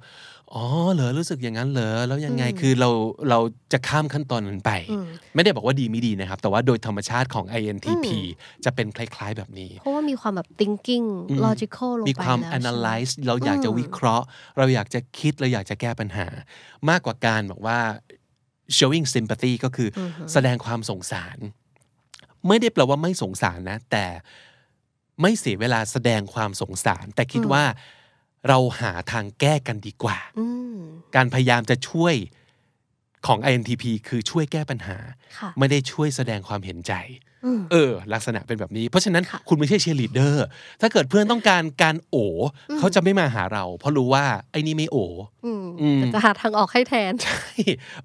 Speaker 1: อ๋อ เหรอ รู้สึกอย่างนั้นเหรอ แล้วยังไง คือเรา เราจะข้ามขั้นตอนนั้นไป ไม่ได้บอกว่าดีไม่ดีนะครับ แต่ว่าโดยธรรมชาติของ INTP จะเป็นคล้าย ๆแบบนี้
Speaker 4: เพราะว่ามีความแบบ thinking logical ลงไป
Speaker 1: มีความ
Speaker 4: แล้วใช่ไห
Speaker 1: analyze เราอยากจะวิเคราะห์ เราอยากจะคิด เราอยากจะแก้ปัญหา มากกว่าการบอกว่า showing sympathy ก็คืออแสดงความสงสาร ไม่ได้แปลว่าไม่สงสารนะ แต่ไม่เสียเวลาแสดงความสงสาร แต่คิดว่าเราหาทางแก้กันดีกว่า
Speaker 4: อืม
Speaker 1: การพยายามจะช่วยของ INTP คือช่วยแก้ปัญหา
Speaker 4: ค่ะ
Speaker 1: ไม่ได้ช่วยแสดงความเห็นใจ เออ ลักษณะเป็นแบบนี้ เพราะฉะนั้นคุณไม่ใช่เชียร์ลีดเดอร์ ถ้าเกิดเพื่อนต้องการการโอเขาจะไม่มาหาเรา เพราะรู้ว่าไอ้นี่ไม่โอ
Speaker 4: อืม
Speaker 1: อืม
Speaker 4: แต่จะหาทางออกให้แทน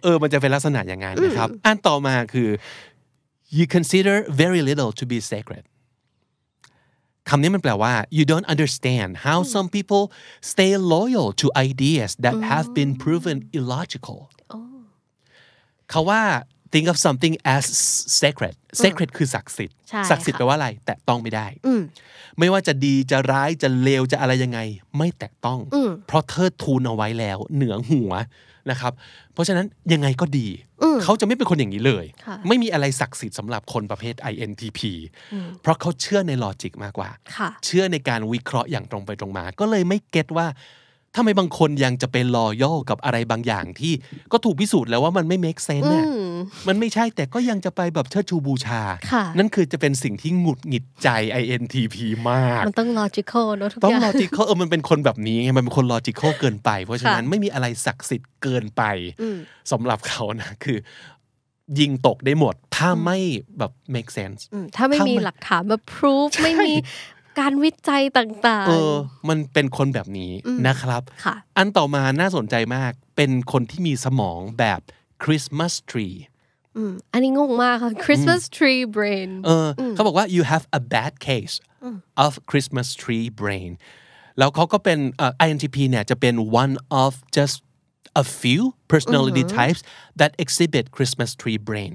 Speaker 1: เออ มันจะเป็นลักษณะอย่างนั้นนะครับ อันต่อมาคือ you consider very little to be sacred คำนี้มันแปลว่า you don't understand how some people stay loyal to ideas that have been proven illogical เขาว่า think of something as sacred sacred คือศักดิ์สิทธิ์
Speaker 4: ใช่ค่ะ
Speaker 1: ศักดิ์สิทธิ์แปลว่าอะไร แตะต้องไม่ได้ ไม่ว่าจะดีจะร้ายจะเลวจะอะไรยังไง ไม่แตะต้อง เพราะเทิดทูนเอาไว้แล้ว เหนือหัวนะครับ เพราะฉะนั้นยังไงก็ดี เขาจะไม่เป็นคนอย่างนี้เลย
Speaker 4: ค่ะ
Speaker 1: ไม่มีอะไรศักดิ์สิทธิ์สำหรับคนประเภท INTP เพราะเขาเชื่อในลอจิกมากกว่า
Speaker 4: ค่ะ
Speaker 1: เชื่อในการวิเคราะห์อย่างตรงไปตรงมา ก็เลยไม่เก็ตว่าทำไมบางคนยังจะเป็นลอยอกับอะไรบางอย่างที่ก็ถูกพิสูจน์แล้วว่ามันไม่ make sense น่ะมันไม่ใช่แต่ก็ยังจะไปแบบเชิดชูบูชา
Speaker 4: ค่ะ
Speaker 1: นั่นคือจะเป็นสิ่งที่หงุดหงิดใจ INTP มาก
Speaker 4: มันต้อง logical เนอะทุก
Speaker 1: ต้
Speaker 4: อ
Speaker 1: อ
Speaker 4: ง ย่าง
Speaker 1: logical เออมันเป็นคนแบบนี้ไงมันเป็นคน logical เกินไป เพราะฉะนั้น
Speaker 4: ค่ะ
Speaker 1: ไม่มีอะไรศักดิ์สิทธิ์เกินไปสำหรับเขานะ คือ ยิงตกได้หมด ถ้าไม่แบบ make sense
Speaker 4: อืมถ้าไม่มี
Speaker 1: ทำไม
Speaker 4: หลักฐานมา proof ไม่มีการวิจัยต่าง
Speaker 1: เออ มันเป็นคนแบบนี้นะครับ
Speaker 4: ๆ ค่ะ
Speaker 1: อันต่อมาน่าสนใจมาก เป็นคนที่มีสมองแบบ Christmas tree
Speaker 2: อันนี้งงมากค่ะ Christmas tree brain
Speaker 1: เอออเขาบอกว่า you have a bad case of Christmas tree brain แล้วเขาก็เป็นเอ่อ INTP เนี่ยจะเป็น one of just a few personality types that exhibit Christmas tree brain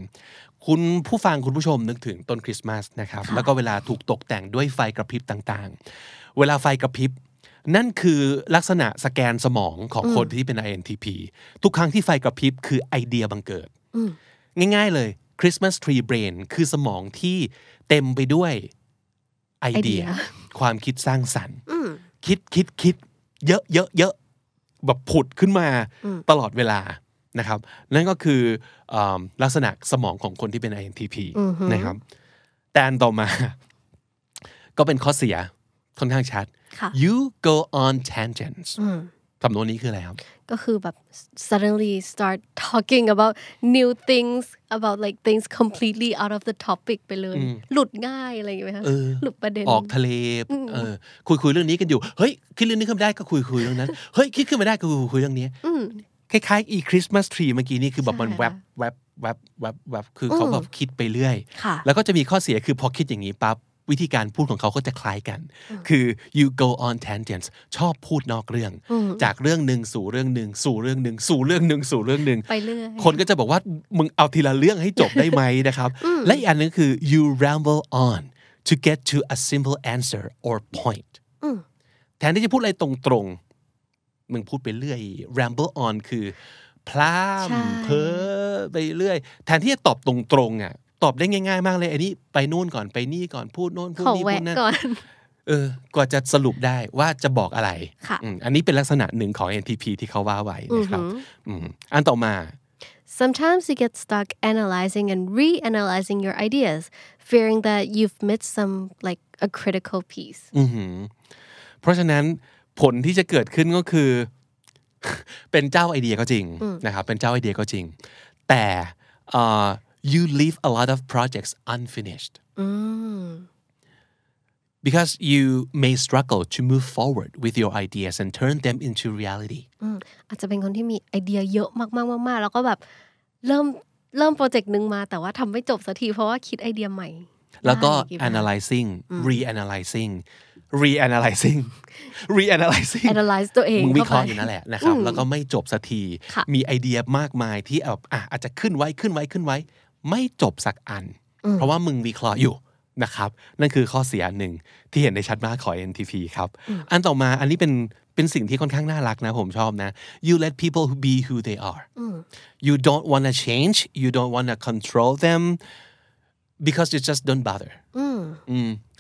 Speaker 1: คุณผู้ฟังคุณผู้ชมนึกถึงต้นคริสต์มาสนะครับ แล้วก็เวลาถูกตกแต่งด้วยไฟกระพริบต่างๆ เวลาไฟกระพริบ นั่นคือลักษณะสแกนสมองของคนที่เป็น INTP ทุกครั้งที่ไฟกระพริบคือไอเดียบังเกิด ง่ายๆเลย Christmas tree brain คือสมองที่เต็มไปด้วยไอเดีย
Speaker 2: ไอเดี
Speaker 1: ความคิดสร้างสรรค์ คิดคิดคิดเยอะเยอะเยอะแบบผุดขึ้นมาตลอดเวลานะครับ นั่นก็คือเอิ่มลักษณะสมองของคนที่เป็น INTP นะครับ แต่อันต่อมา ก็เป็นข้อเสียค่อนข้างชัด
Speaker 2: ค่ะ
Speaker 1: you go on tangents สำนวนนี้คืออะไรครับ
Speaker 2: ก็คือแบบ suddenly start talking about new things about like things completely out of the topic ไปเลย หลุดง่ายอะไรอย่างเงี้ยไหมคะ
Speaker 1: เออ
Speaker 2: หลุดประเด็น
Speaker 1: ออกทะเลเออคุยคุยเรื่องนี้กันอยู่ เฮ้ย คิดเรื่องนี้ขึ้นมาได้ก็คุยคุยเรื่องนั้น เฮ้ย คิดขึ้นมาได้ก็คุยคุยเรื่องนี้คล้ายๆ อีคริสต์มาสทรีเมื่อกี้นี่คือแบบมัน
Speaker 2: ใช่
Speaker 1: แวบแวบแวบแวบแวบคือเขาแบบคิดไปเรื่อย
Speaker 2: ค่ะ
Speaker 1: แล้วก็จะมีข้อเสียคือพอคิดอย่างนี้ปั๊บวิธีการพูดของเขาก็จะคล้ายกัน คือ you go on tangents ชอบพูดนอกเรื่อง จากเรื่องหนึ่งสู่เรื่องหนึ่งสู่เรื่องหนึ่งสู่เรื่องหนึ่งสู่เรื่องหนึ่ง
Speaker 2: ไปเรื่อย
Speaker 1: คนก็จะบอกว่า มึงเอาทีละเรื่องให้จบได้ไหมนะครับ และอีกอันนึงคือ you ramble on to get to a simple answer or point แทนที่จะพูดอะไรตรงๆ มึงพูดไปเรื่อย ramble on คือ พลา
Speaker 2: ใช่
Speaker 1: มเพ้อไปเรื่อย แทนที่จะตอบตรงๆอ่ะตอบได้ง่ายๆ มากเลย อันนี้ไปนู่นก่อนไปนี่ก่อนพูดโน่นพูด
Speaker 2: ขอ
Speaker 1: นี่พู
Speaker 2: แวะ
Speaker 1: ดนั่น
Speaker 2: ก่อน
Speaker 1: เออกว่าจะสรุปได้ว่าจะบอกอะไร
Speaker 2: ค่ะ
Speaker 1: อืมอันนี้เป็นลักษณะหนึ่งของ NTP ที่เขาว่าไว้นะครับอืมอันต่อมา
Speaker 2: Sometimes you get stuck analyzing and reanalyzing your ideas, fearing that you've missed some like a critical piece.
Speaker 1: อื้อหือเพราะฉะนั้นผลที่จะเกิดขึ้นก็คือ เป็นเจ้าไอเดียก็จริงนะครับเป็นเจ้าไอเดียก็จริง แต่เอ่อ you leave a lot of projects unfinished because you may struggle to move forward with your ideas and turn them into reality
Speaker 2: อาจจะเป็นคนที่มีไอเดียเยอะมากๆๆๆแล้วก็แบบเริ่มเริ่มโปรเจกต์หนึ่งมาแต่ว่าทำไม่จบสักทีเพราะว่าคิดไอเดียใหม่
Speaker 1: แล้วก็
Speaker 2: ได้
Speaker 1: analyzing reanalyzing reanalyzing reanalyzing
Speaker 2: analyze ตัวเอง
Speaker 1: มึงวิเคราะห์อ
Speaker 2: ข้ไป
Speaker 1: ยู่นั่นแหละนะครับ แล้วก็ไม่จบสักที
Speaker 2: ค่ะ
Speaker 1: มีไอเดียมากมายที่แบบอ่ะอาจจะขึ้นไว้ขึ้นไว้ขึ้นไว้ ไม่จบสักอัน เพราะว่ามึงวิเคราะห์อยู่นะครับ นั่นคือข้อเสียหนึ่งที่เห็นได้ชัดมากของ NTP ครับ อันต่อมาอันนี้เป็นเป็นสิ่งที่ค่อนข้างน่ารักนะผมชอบนะ you let people be who they are you don't w a n n a change you don't w a n n a control them because you just don't bother อืม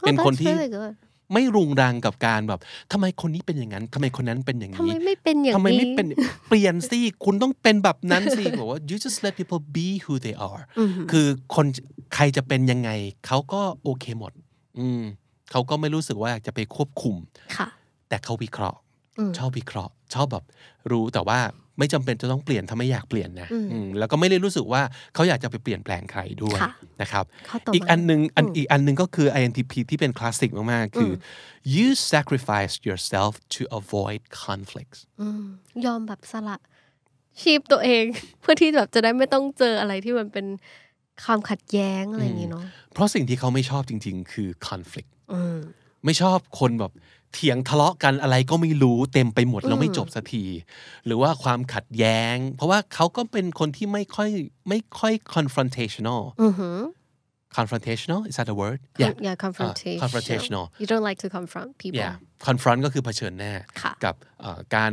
Speaker 2: Oh,
Speaker 1: เป็นคน
Speaker 2: that's
Speaker 1: ที่
Speaker 2: really good
Speaker 1: ไม่รุงรังกับการแบบทำไมคนนี้เป็นอย่างนั้นทำไมคนนั้นเป็นอย่างนี้
Speaker 2: ทำไมไม่เป็นอย่างนี้
Speaker 1: ทำไมไม่เป็นเปลี่ยนสิคุณต้องเป็นแบบนั้น สิ บอกว่า you just let people be who they are คือคนใครจะเป็นยังไง เขาก็โอเคหมด อืมเขาก็ไม่รู้สึกว่าอยากจะไปควบคุม
Speaker 2: ค่ะ
Speaker 1: แต่เขาวิเคราะห์ชอบวิเคราะห์ ชอบแบบรู้แต่ว่าไม่จำเป็นจะต้องเปลี่ยนถ้าไม่อยากเปลี่ยนนะอืมแล้วก็ไม่ได้รู้สึกว่าเขาอยากจะไปเปลี่ยนแปลงใครด้วย
Speaker 2: ค่ะ
Speaker 1: นะครับ
Speaker 2: ข้อต่อมา
Speaker 1: อีกอันหนึงอันอีกอันหนึงก็คือ INTP ที่เป็นคลาสสิกมาก ๆ คือ you sacrifice yourself to avoid conflicts
Speaker 2: ยอมแบบสละชีพตัวเอง เพื่อที่แบบจะได้ไม่ต้องเจออะไรที่มันเป็นความขัดแย้งอะไรอย่างนี้เนาะ
Speaker 1: เพราะสิ่งที่เขาไม่ชอบจริง ๆ คือ conflict ไม่ชอบคนแบบเถียงทะเลาะกันอะไรก็ไม่รู้เต็มไปหมดแล้วไม่จบสักที หรือว่าความขัดแย้ง เพราะว่าเขาก็เป็นคนที่ไม่ค่อยไม่ค่อย confrontational confrontational is that the word Yeah.
Speaker 2: อย่า confrontation
Speaker 1: Uh, confrontational
Speaker 2: you don't like to confront people
Speaker 1: yeah confront ก็คือเผชิญหน้า
Speaker 2: ค่ะ
Speaker 1: กับเอ่อการ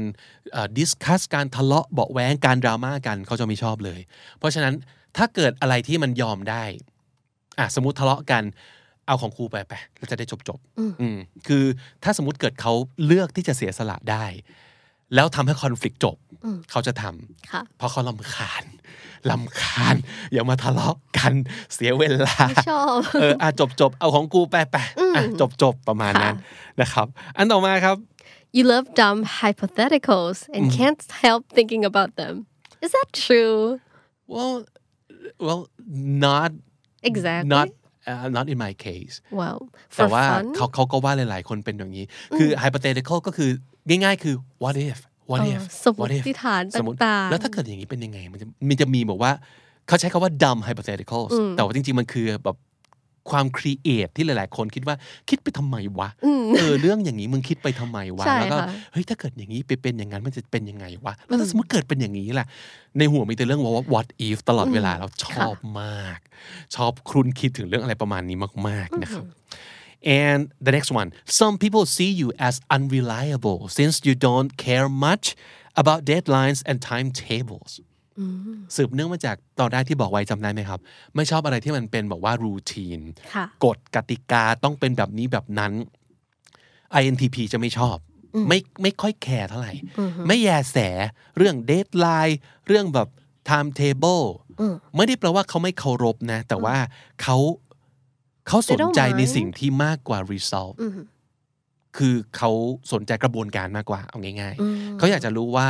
Speaker 1: เอ่อ discuss การทะเลาะเบาะแว้งการดราม่ากันเขาจะไม่ชอบเลย เพราะฉะนั้นถ้าเกิดอะไรที่มันยอมได้อ่ะสมมติทะเลาะกันเอาของครูไปไปเราจะได้จบจบๆอืมคือถ้าสมมติเกิดเขาเลือกที่จะเสียสละได้ แล้วทำให้คอน FLICT จบเขาจะทำ
Speaker 2: ค่ะ
Speaker 1: เพราะเขาลำคาญ ลำคาญ อย่ามาทะเลาะกันเสียเวลา
Speaker 2: ไม่ชอบ
Speaker 1: เอออ่ะจบจบเอาของกูไปไปอ่ะจบจบประมาณนั้นนะครับ อันต่อมาครับ
Speaker 2: you love dumb hypotheticals and can't help thinking about them. Is that true?
Speaker 1: well well not
Speaker 2: Exactly.
Speaker 1: not uh, not in my case
Speaker 2: well,
Speaker 1: แต่
Speaker 2: for
Speaker 1: ว่า
Speaker 2: fun.
Speaker 1: เขาเขาก็ว่าหลาย ๆ คนเป็นอย่างนี้ คือ hypothetical ก็คือง่าย ๆ คือ what if what
Speaker 2: เออ
Speaker 1: if
Speaker 2: สมมุ
Speaker 1: what if
Speaker 2: ติฐาน
Speaker 1: สมมุติ
Speaker 2: ต่างๆ
Speaker 1: แล้วถ้าเกิดอย่างนี้เป็นยังไง มันจะมันจะมีบอกว่า เขาใช้คาว่า dumb hypotheticals แต่ว่าจริงๆ มันคือแบบความครีเอทที่หลายๆ คนคิดว่าคิดไปทำไมวะ เออ เรื่องอย่างนี้มึงคิดไปทำไมวะ
Speaker 4: ใช่
Speaker 1: แล้วก็
Speaker 4: ค่ะ
Speaker 1: เฮ้ย ถ้าเกิดอย่างนี้ไปเป็นอย่างนั้น มันจะเป็นยังไงวะ แล้วถ้าสมมติเกิดเป็นอย่างนี้ล่ะ ในหัวมีแต่เรื่องว่า what if ตลอดเวลาเราชอบมาก ชอบครุ่นคิดถึงเรื่องอะไรประมาณนี้มากๆนะครับ and the next one some people see you as unreliable since you don't care much about deadlines and timetables สืบเนื่องมาจากตอนแรกที่บอกไว้จำได้ไหมครับ ไม่ชอบอะไรที่มันเป็นแบบว่ารูทีน
Speaker 4: ค่ะ
Speaker 1: กฎกติกาต้องเป็นแบบนี้แบบนั้น INTP จะไม่ชอบ ไม่ไม่ค่อยแคร์เท่าไหร่ ไม่แยแสเรื่องเดทไลน์เรื่องแบบ time table ไม่ได้แปลว่าเขาไม่เคารพนะ แต่ว่าเขาเขาสนใจ
Speaker 4: They don't mind
Speaker 1: ในสิ่งที่มากกว่า result คือเขาสนใจกระบวนการมากกว่า เอาง่าย ๆ เขาอยากจะรู้ว่า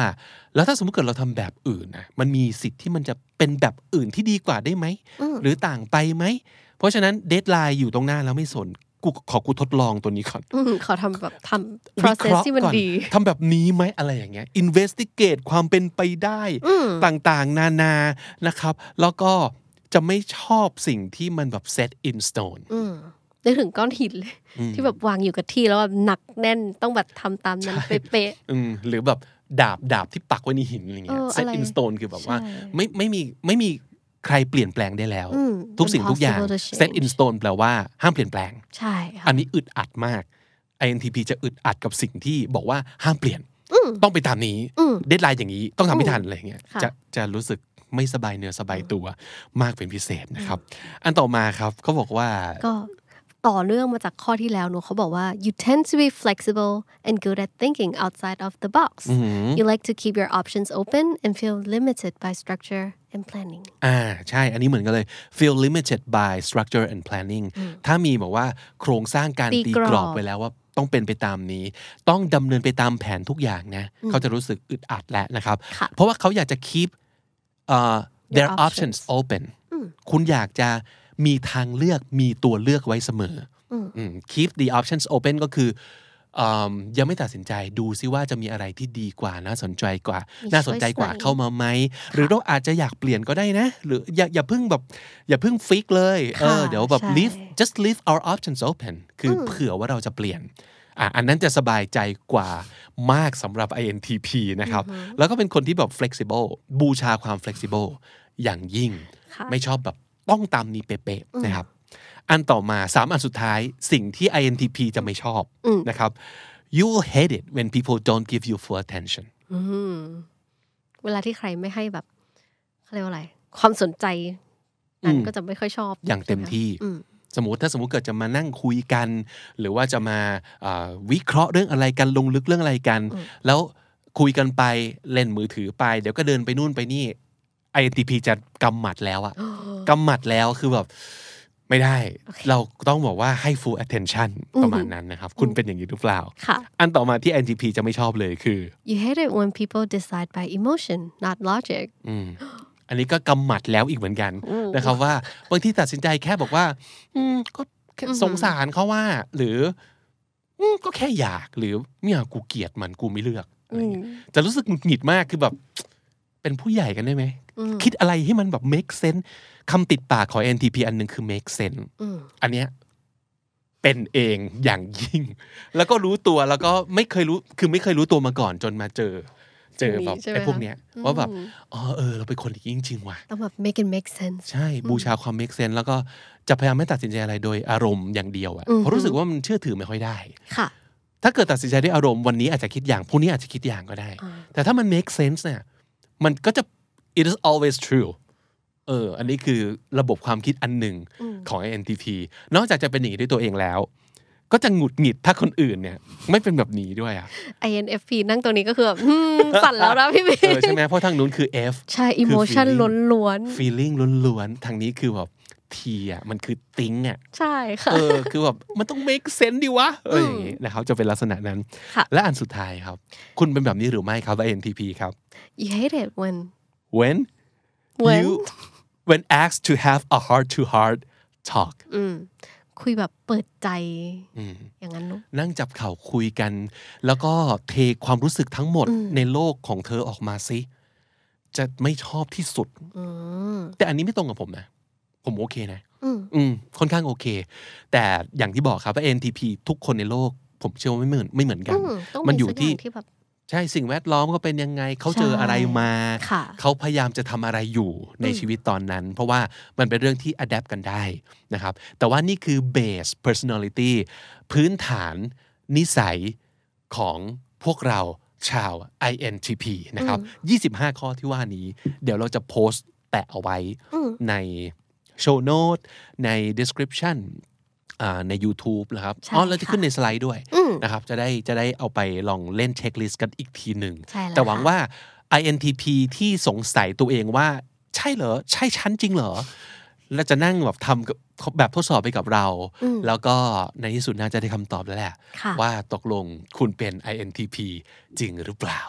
Speaker 1: แล้วถ้าสมมติเกิดเราทำแบบอื่นนะมันมีสิทธิ์ที่มันจะเป็นแบบอื่นที่ดีกว่าได้ไหม หรือต่างไปไหม เพราะฉะนั้นเดทไลน์อยู่ตรงหน้าแล้วไม่สนกูขอกูทดลองตัวนี้ก่อน
Speaker 4: อืมขอทำแบบทำ
Speaker 1: วิเค
Speaker 4: process
Speaker 1: ราะห์
Speaker 4: ที่มัน
Speaker 1: ก่อน
Speaker 4: ดี
Speaker 1: ทำแบบนี้ไหมอะไรอย่างเงี้ย investigate ความเป็นไปได้ต่างๆ นานานะครับ แล้วก็จะไม่ชอบสิ่งที่มันแบบ set in stone
Speaker 4: นึกถึงก้อนหินเลย ที่แบบวางอยู่กับที่แล้วแบบหนักแน่นต้องแบบทำตามนั้นเป๊ะ
Speaker 1: อืมหรือแบบดาบดาบที่ปักไว้ในหินอะไรเงี้ย
Speaker 4: เออ
Speaker 1: set
Speaker 4: อะไร
Speaker 1: in stone คือแบบว่า
Speaker 4: ใช่
Speaker 1: ไม่ไม่มีไม่มีใครเปลี่ยนแปลงได้แล้ว
Speaker 4: อืม
Speaker 1: ทุกสิ่งทุกอย่าง
Speaker 4: impossible to change
Speaker 1: set in stone แปลว่าห้ามเปลี่ยนแปลง
Speaker 4: ๆ ใช่ค่ะ
Speaker 1: อันนี้อึดอัดมาก INTP จะอึดอัดกับสิ่งที่บอกว่าห้ามเปลี่ยน ต้องไปตามนี้เดทไลน์อย่างนี้ต้องทำให้ทันอะไรอย่างเงี้ยจะจะรู้สึกไม่สบายเนื้อสบายตัวมากเป็นพิเศษนะครับ อันต่อมาครับเขาบอกว่า
Speaker 4: ก็ต่อเนื่องมาจากข้อที่แล้วเนอะเขาบอกว่า you tend to be flexible and good at thinking outside of the box you like to keep your options open and feel limited by structure and planning
Speaker 1: อ่าใช่อันนี้เหมือนกันเลย feel limited by structure and planning ถ้ามีแบบว่าโครงสร้างการ
Speaker 4: ตี
Speaker 1: ตี
Speaker 4: กรอบ
Speaker 1: กรอบไปแล้วว่าต้องเป็นไปตามนี้ ต้องดำเนินไปตามแผนทุกอย่างนะเขาจะรู้สึกอึดอัดแล้วนะครับ
Speaker 4: ค่ะ
Speaker 1: เพราะว่าเขาอยากจะ keep เอ่อ their
Speaker 4: Your
Speaker 1: options
Speaker 4: options
Speaker 1: open คุณอยากจะมีทางเลือกมีตัวเลือกไว้เสมออืม keep the options open ก็คืออืมยังไม่ตัดสินใจดูซิว่าจะมีอะไรที่ดีกว่าน่าสนใจกว่า
Speaker 4: มี
Speaker 1: น่าสนใจกว่า
Speaker 4: choice ไหน
Speaker 1: เข้ามาไหม หรือเราอาจจะอยากเปลี่ยนก็ได้นะ หรืออย่าอย่าเพิ่งแบบ อย่าเพิ่งฟิกเลยเออ
Speaker 4: ค่ะ
Speaker 1: เดี๋ยวแบบ
Speaker 4: ใช่
Speaker 1: leave just leave our options open คืออเผื่อว่าเราจะเปลี่ยนอ่ะอันนั้นจะสบายใจกว่ามากสำหรับ INTP นะครับ แล้วก็เป็นคนที่แบบ flexible บูชาความ flexible อย่างยิ่ง ไม่ชอบแบบต้องตามนี้เป๊ะๆนะครับ อันต่อมาสามอันสุดท้ายสิ่งที่ INTP จะไม่ชอบนะครับ you will hate it when people don't give you full attention
Speaker 4: เวลาที่ใครไม่ให้แบบเขาเรียกว่าอะไร ความสนใจนั้นก็จะไม่ค่อยชอบ
Speaker 1: อย่างเต็ม
Speaker 4: ใช่ไหคะ
Speaker 1: ที่สมมติถ้าสมมติเกิดจะมานั่งคุยกัน หรือว่าจะมาเอ่อวิเคราะห์เรื่องอะไรกันลงลึกเรื่องอะไรกัน แล้วคุยกันไปเล่นมือถือไป เดี๋ยวก็เดินไปนู่นไปนี่ INTP จะกำหมัดแล้วอะกำหมัดแล้วคือแบบไม่ได้ เราต้องบอกว่าให้ full attention ประมาณนั้นนะครับ คุณเป็นอย่างนี้หรือเปล่า
Speaker 4: ค่ะ
Speaker 1: อันต่อมาที่ INTP จะไม่ชอบเลยคือ
Speaker 4: You hate it when people decide by emotion, not logic.
Speaker 1: อืมอันนี้ก็กำหมัดแล้วอีกเหมือนกันนะครับว่าบางที่ตัดสินใจแค่บอกว่า อืมก็แค่สงสารเขาว่า หรืออืมก็แค่อยากหรือเนี่ยกูเกลียดมันกูไม่เลือกอะไรเงี้ยจะรู้สึกหงุดหงิดมากคือแบบ เป็นผู้ใหญ่กันได้ไหม คิดอะไรให้มันแบบ make sense คำติดปากของ NTP อันหนึ่งคือ make sense อันเนี้ยเป็นเองอย่างยิ่ง แล้วก็รู้ตัวแล้วก็ไม่เคยรู้คือไม่เคยรู้ตัวมาก่อนจนมาเจอ เจอแบบ
Speaker 4: ตรงนี้ใช่ไหม
Speaker 1: ไอ้พวกเนี้ยว่าแบบ
Speaker 4: อืม
Speaker 1: อ๋อเออ เราเป็นคนอย่างนี้จริงๆว่ะ
Speaker 4: ต้องแบบ make it make sense
Speaker 1: ใช่บูชาความ make sense แล้วก็จะพยายามไม่ตัดสินใจอะไรโดยอารมณ์อย่างเดียวอะเพราะรู้สึกว่ามันเชื่อถือไม่ค่อยได้
Speaker 4: ค่ะ
Speaker 1: ถ้าเกิดตัดสินใจด้วยอารมณ์วันนี้อาจจะคิดอย่างพรุ่งนี้อาจจะคิดอย่างก็ได้ แต่ถ้ามัน make sense เนี่ยมันก็จะ it is always true เออ อันนี้คือระบบความคิดอันหนึ่งของ INTP นอกจากจะเป็นอย่างนี้ด้วยตัวเองแล้ว ก็จะหงุดหงิดถ้าคนอื่นเนี่ย ไม่เป็นแบบนี้ด้วยอ่ะ
Speaker 4: INFP นั่งตรงนี้ก็ คือแบบอืมสั่นแล้วนะพี่บิ๊ก
Speaker 1: เอ อใช่ไหมเพราะทางนู้นคือ F
Speaker 4: ใช่ emotion ล้นล้วน
Speaker 1: feeling ล้วนๆทางนี้คือแบบ T อ่ะมันคือ think อ่ะ
Speaker 4: ใช่ค่ะ
Speaker 1: เออ คือแบบ มันต้อง make sense ดิวะเอออย่างงี้นะครับ จะเป็นลักษณะนั้น
Speaker 4: ค่ะ
Speaker 1: และอันสุดท้ายครับ คุณเป็นแบบนี้หรือไม่ครับ INTP ครับ
Speaker 4: You hate it when
Speaker 1: when
Speaker 4: when
Speaker 1: you when asked to have a heart to heart talk
Speaker 4: คุยแบบเปิดใจอย่างนั้นเนอะ
Speaker 1: นั่งจับเข่าคุยกัน แล้วก็เทความรู้สึกทั้งหมดในโลกของเธอออกมาสิ จะไม่ชอบที่สุด แต่อันนี้ไม่ตรงกับผมนะ ผมโอเคนะ อืมค่อนข้างโอเค แต่อย่างที่บอกครับว่า NTP ทุกคนในโลก ผมเชื่อว่าไม่เหมือนไม่เหมือนกัน
Speaker 2: อืมต้องมี
Speaker 1: มันอยู่
Speaker 2: สั
Speaker 1: ที่
Speaker 2: กางที่แบบ
Speaker 1: ใช่สิ่งแวดล้อมเขาเป็นยังไงเขาเจออะไรมา
Speaker 2: ค่ะ
Speaker 1: เขาพยายามจะทำอะไรอยู่ในชีวิตตอนนั้น เพราะว่ามันเป็นเรื่องที่อัดแอปกันได้นะครับ แต่ว่านี่คือ base personality พื้นฐานนิสัยของพวกเราชาว INTP นะครับ 25 ข้อที่ว่านี้ เดี๋ยวเราจะโพสต์แปะเอาไว้ใน show note ใน description อ่าใน YouTube นะครับ
Speaker 2: ใช่
Speaker 1: อ๋อ เราจะ
Speaker 2: ค่ะ
Speaker 1: ขึ้นในสไลด์ด้วยนะครับ จะได้จะได้เอาไปลองเล่นเช็คลิสต์กันอีกทีหนึ่ง
Speaker 2: ใช่แล้ว
Speaker 1: แต่หวัง
Speaker 2: ค่ะ
Speaker 1: ว่า INTP ที่สงสัยตัวเองว่าใช่เหรอ ใช่ฉันจริงเหรอ แล้วจะนั่งแบบทำกับแบบทดสอบไปกับเรา แล้วก็ในที่สุดน่าจะได้คำตอบแล้วแหละ
Speaker 2: ค่ะ
Speaker 1: ว่าตกลงคุณเป็น INTP จริงหรือเปล่า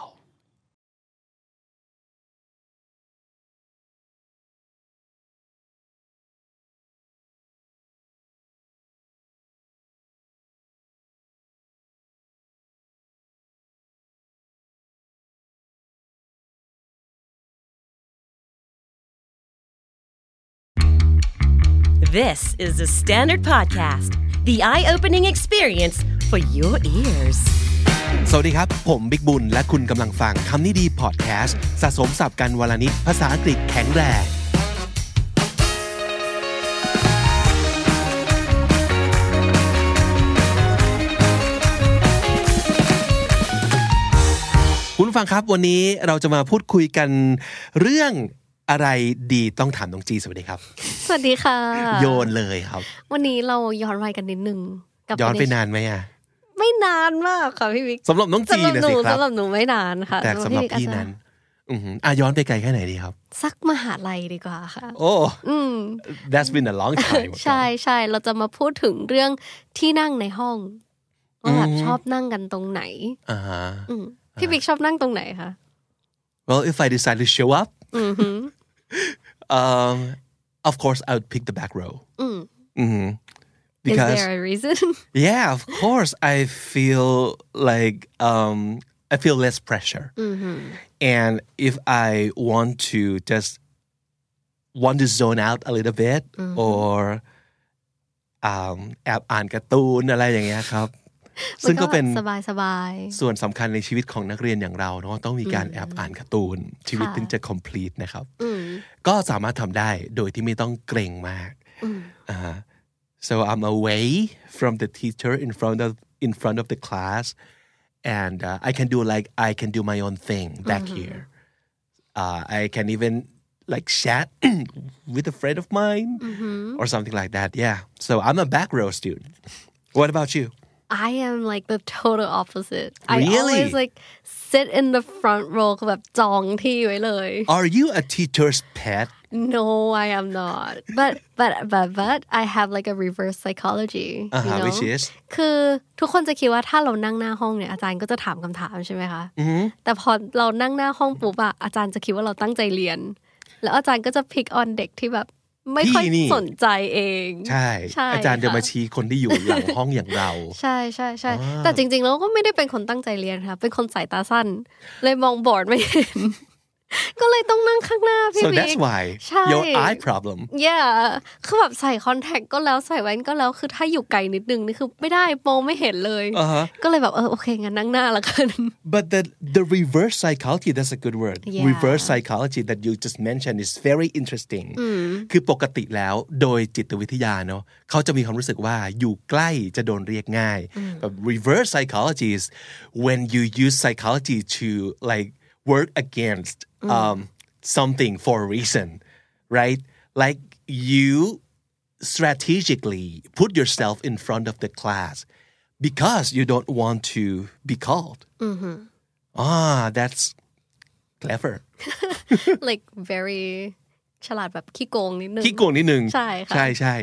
Speaker 3: This is the Standard Podcast, the eye opening experience for your ears.
Speaker 1: สวัสดีครับ ผมบิ๊กบุญ และคุณกำลังฟังคำนี้ดีพอดแคสต์สะสมสับกันวลนิดภาษาอังกฤษแข็งแรง คุณผู้ฟังครับวันนี้เราจะมาพูดคุยกันเรื่องอะไรดีต้องถามน้องจีสวัสดีครับ
Speaker 2: สวัสดีค่ะ
Speaker 1: โยนเลยครับ
Speaker 2: วันนี้เราย้อนวัยกันนิดนึงกับ
Speaker 1: ย้อนไป
Speaker 2: ใ
Speaker 1: นานไหมอ่ะ
Speaker 2: ไม่นานมากค่ะพี่บิ๊ก
Speaker 1: สำหรับน้องจี
Speaker 2: สำหรับ
Speaker 1: นะ
Speaker 2: หนู
Speaker 1: สิครับ
Speaker 2: สำหรับหนูไม่นานค่ะ
Speaker 1: แต่สำหรับ
Speaker 2: พี่
Speaker 1: พี่
Speaker 2: บิ๊กอาจจะ
Speaker 1: นั้น อือหืออ่ะย้อนไปไกลแค่ไหนดีครับ
Speaker 2: สักมหาลัยดีกว่าค่ะ
Speaker 1: โอ้
Speaker 2: อืม
Speaker 1: Oh, that's been a long time
Speaker 2: ใช่ใช่เราจะมาพูดถึงเรื่องที่นั่งในห้องว่าแบบ
Speaker 1: อืม
Speaker 2: ชอบนั่งกันตรงไหน
Speaker 1: อ่าฮะ
Speaker 2: อืมพี่บิ๊กชอบนั่งตรงไหนคะ
Speaker 1: Uh-huh. well if I decide to show up
Speaker 2: อือหือ
Speaker 1: um of course I would pick the back row
Speaker 2: อืม
Speaker 1: Mhm.
Speaker 2: Mm. is
Speaker 1: because
Speaker 2: there a reason
Speaker 1: yeah of course I feel like um I feel less pressure
Speaker 2: อือหือ
Speaker 1: and if I want to just want to zone out a little bit
Speaker 2: Mm-hmm.
Speaker 1: or um แอบอ่านการ์ตูนอะไรอย่างเงี้ยครับ ซึ่งก็เป็น
Speaker 2: สบายสบาย
Speaker 1: ส่วนสำคัญในชีวิตของนักเรียนอย่างเราเนาะต้องมีการแอบอ่านการ์ตูน ชีวิต
Speaker 2: ค่ะ
Speaker 1: ถึงจะ complete นะครับ
Speaker 2: ๆอืม
Speaker 1: ก็สามารถทำได้โดยที่ไม่ต้องเกรงมากอ่า so I'm away from the teacher in front of in front of the class and uh, I can do like I can do my own thing back here uh, I can even like chat with a friend of mine or something like that yeah so I'm a back row student what about you
Speaker 2: I am like the total opposite I
Speaker 1: Really?
Speaker 2: always like sit in the front row แบบจองที่ไว้เลย
Speaker 1: are you a teacher's pet
Speaker 2: No, I am not. But but but but I have like a reverse psychology.
Speaker 1: Uh-huh,
Speaker 2: you know?
Speaker 1: which is?
Speaker 2: คือทุกคนจะคิดว่าถ้าเรานั่งหน้าห้องเนี่ยอาจารย์ก็จะถามคำถามใช่ไหมคะ แต่พอเรานั่งหน้าห้องปุ๊บอะอาจารย์จะคิดว่าเราตั้งใจเรียน แล้วอาจารย์ก็จะ pick on เด็กที่แบบ ไม่ค่อย
Speaker 1: พี่นี่
Speaker 2: สนใจเอง
Speaker 1: ใช่ อาจารย์จะมาชี้คนที่อยู่หลังห้องอย่างเรา
Speaker 2: ใช่ใช่ใช่แต่จริงๆแล้วก็ไม่ได้เป็นคนตั้งใจเรียนค่ะ เป็นคนสายตาสั้น เลยมองบอร์ดไม่เห็น ก็เลยต้องนั่งข้างหน้าพี่
Speaker 1: so
Speaker 2: บิ๊
Speaker 1: that's
Speaker 2: ก
Speaker 1: why
Speaker 2: ใช่
Speaker 1: your eye problem
Speaker 2: yeah คือแบบใส่คอนแทคก็แล้วใส่แว่นก็แล้วคือถ้าอยู่ไกลนิดนึงนี่คือไม่ได้มองไม่เห็นเลย
Speaker 1: อ่าฮะ
Speaker 2: ก็เลยแบบเออโอเคงั้นนั่งหน้าละกัน
Speaker 1: But the the reverse psychology that's a good word.
Speaker 2: Yeah.
Speaker 1: Reverse psychology that you just mentioned is very interesting. คือปกติแล้วโดยจิตวิทยาเนอะเขาจะมีความรู้สึกว่าอยู่ใกล้จะโดนเรียกง่ายแบบ reverse psychology is when you use psychology to like work against um, something for a reason, right? Like you strategically put yourself in front of the class because you don't want to be called. Ah, that's clever.
Speaker 2: like very ฉลาดแบบขี้โกงนิดนึง
Speaker 1: ขี้โกงนิดนึง
Speaker 2: ใช่ค่ะ
Speaker 1: ใช่ใช่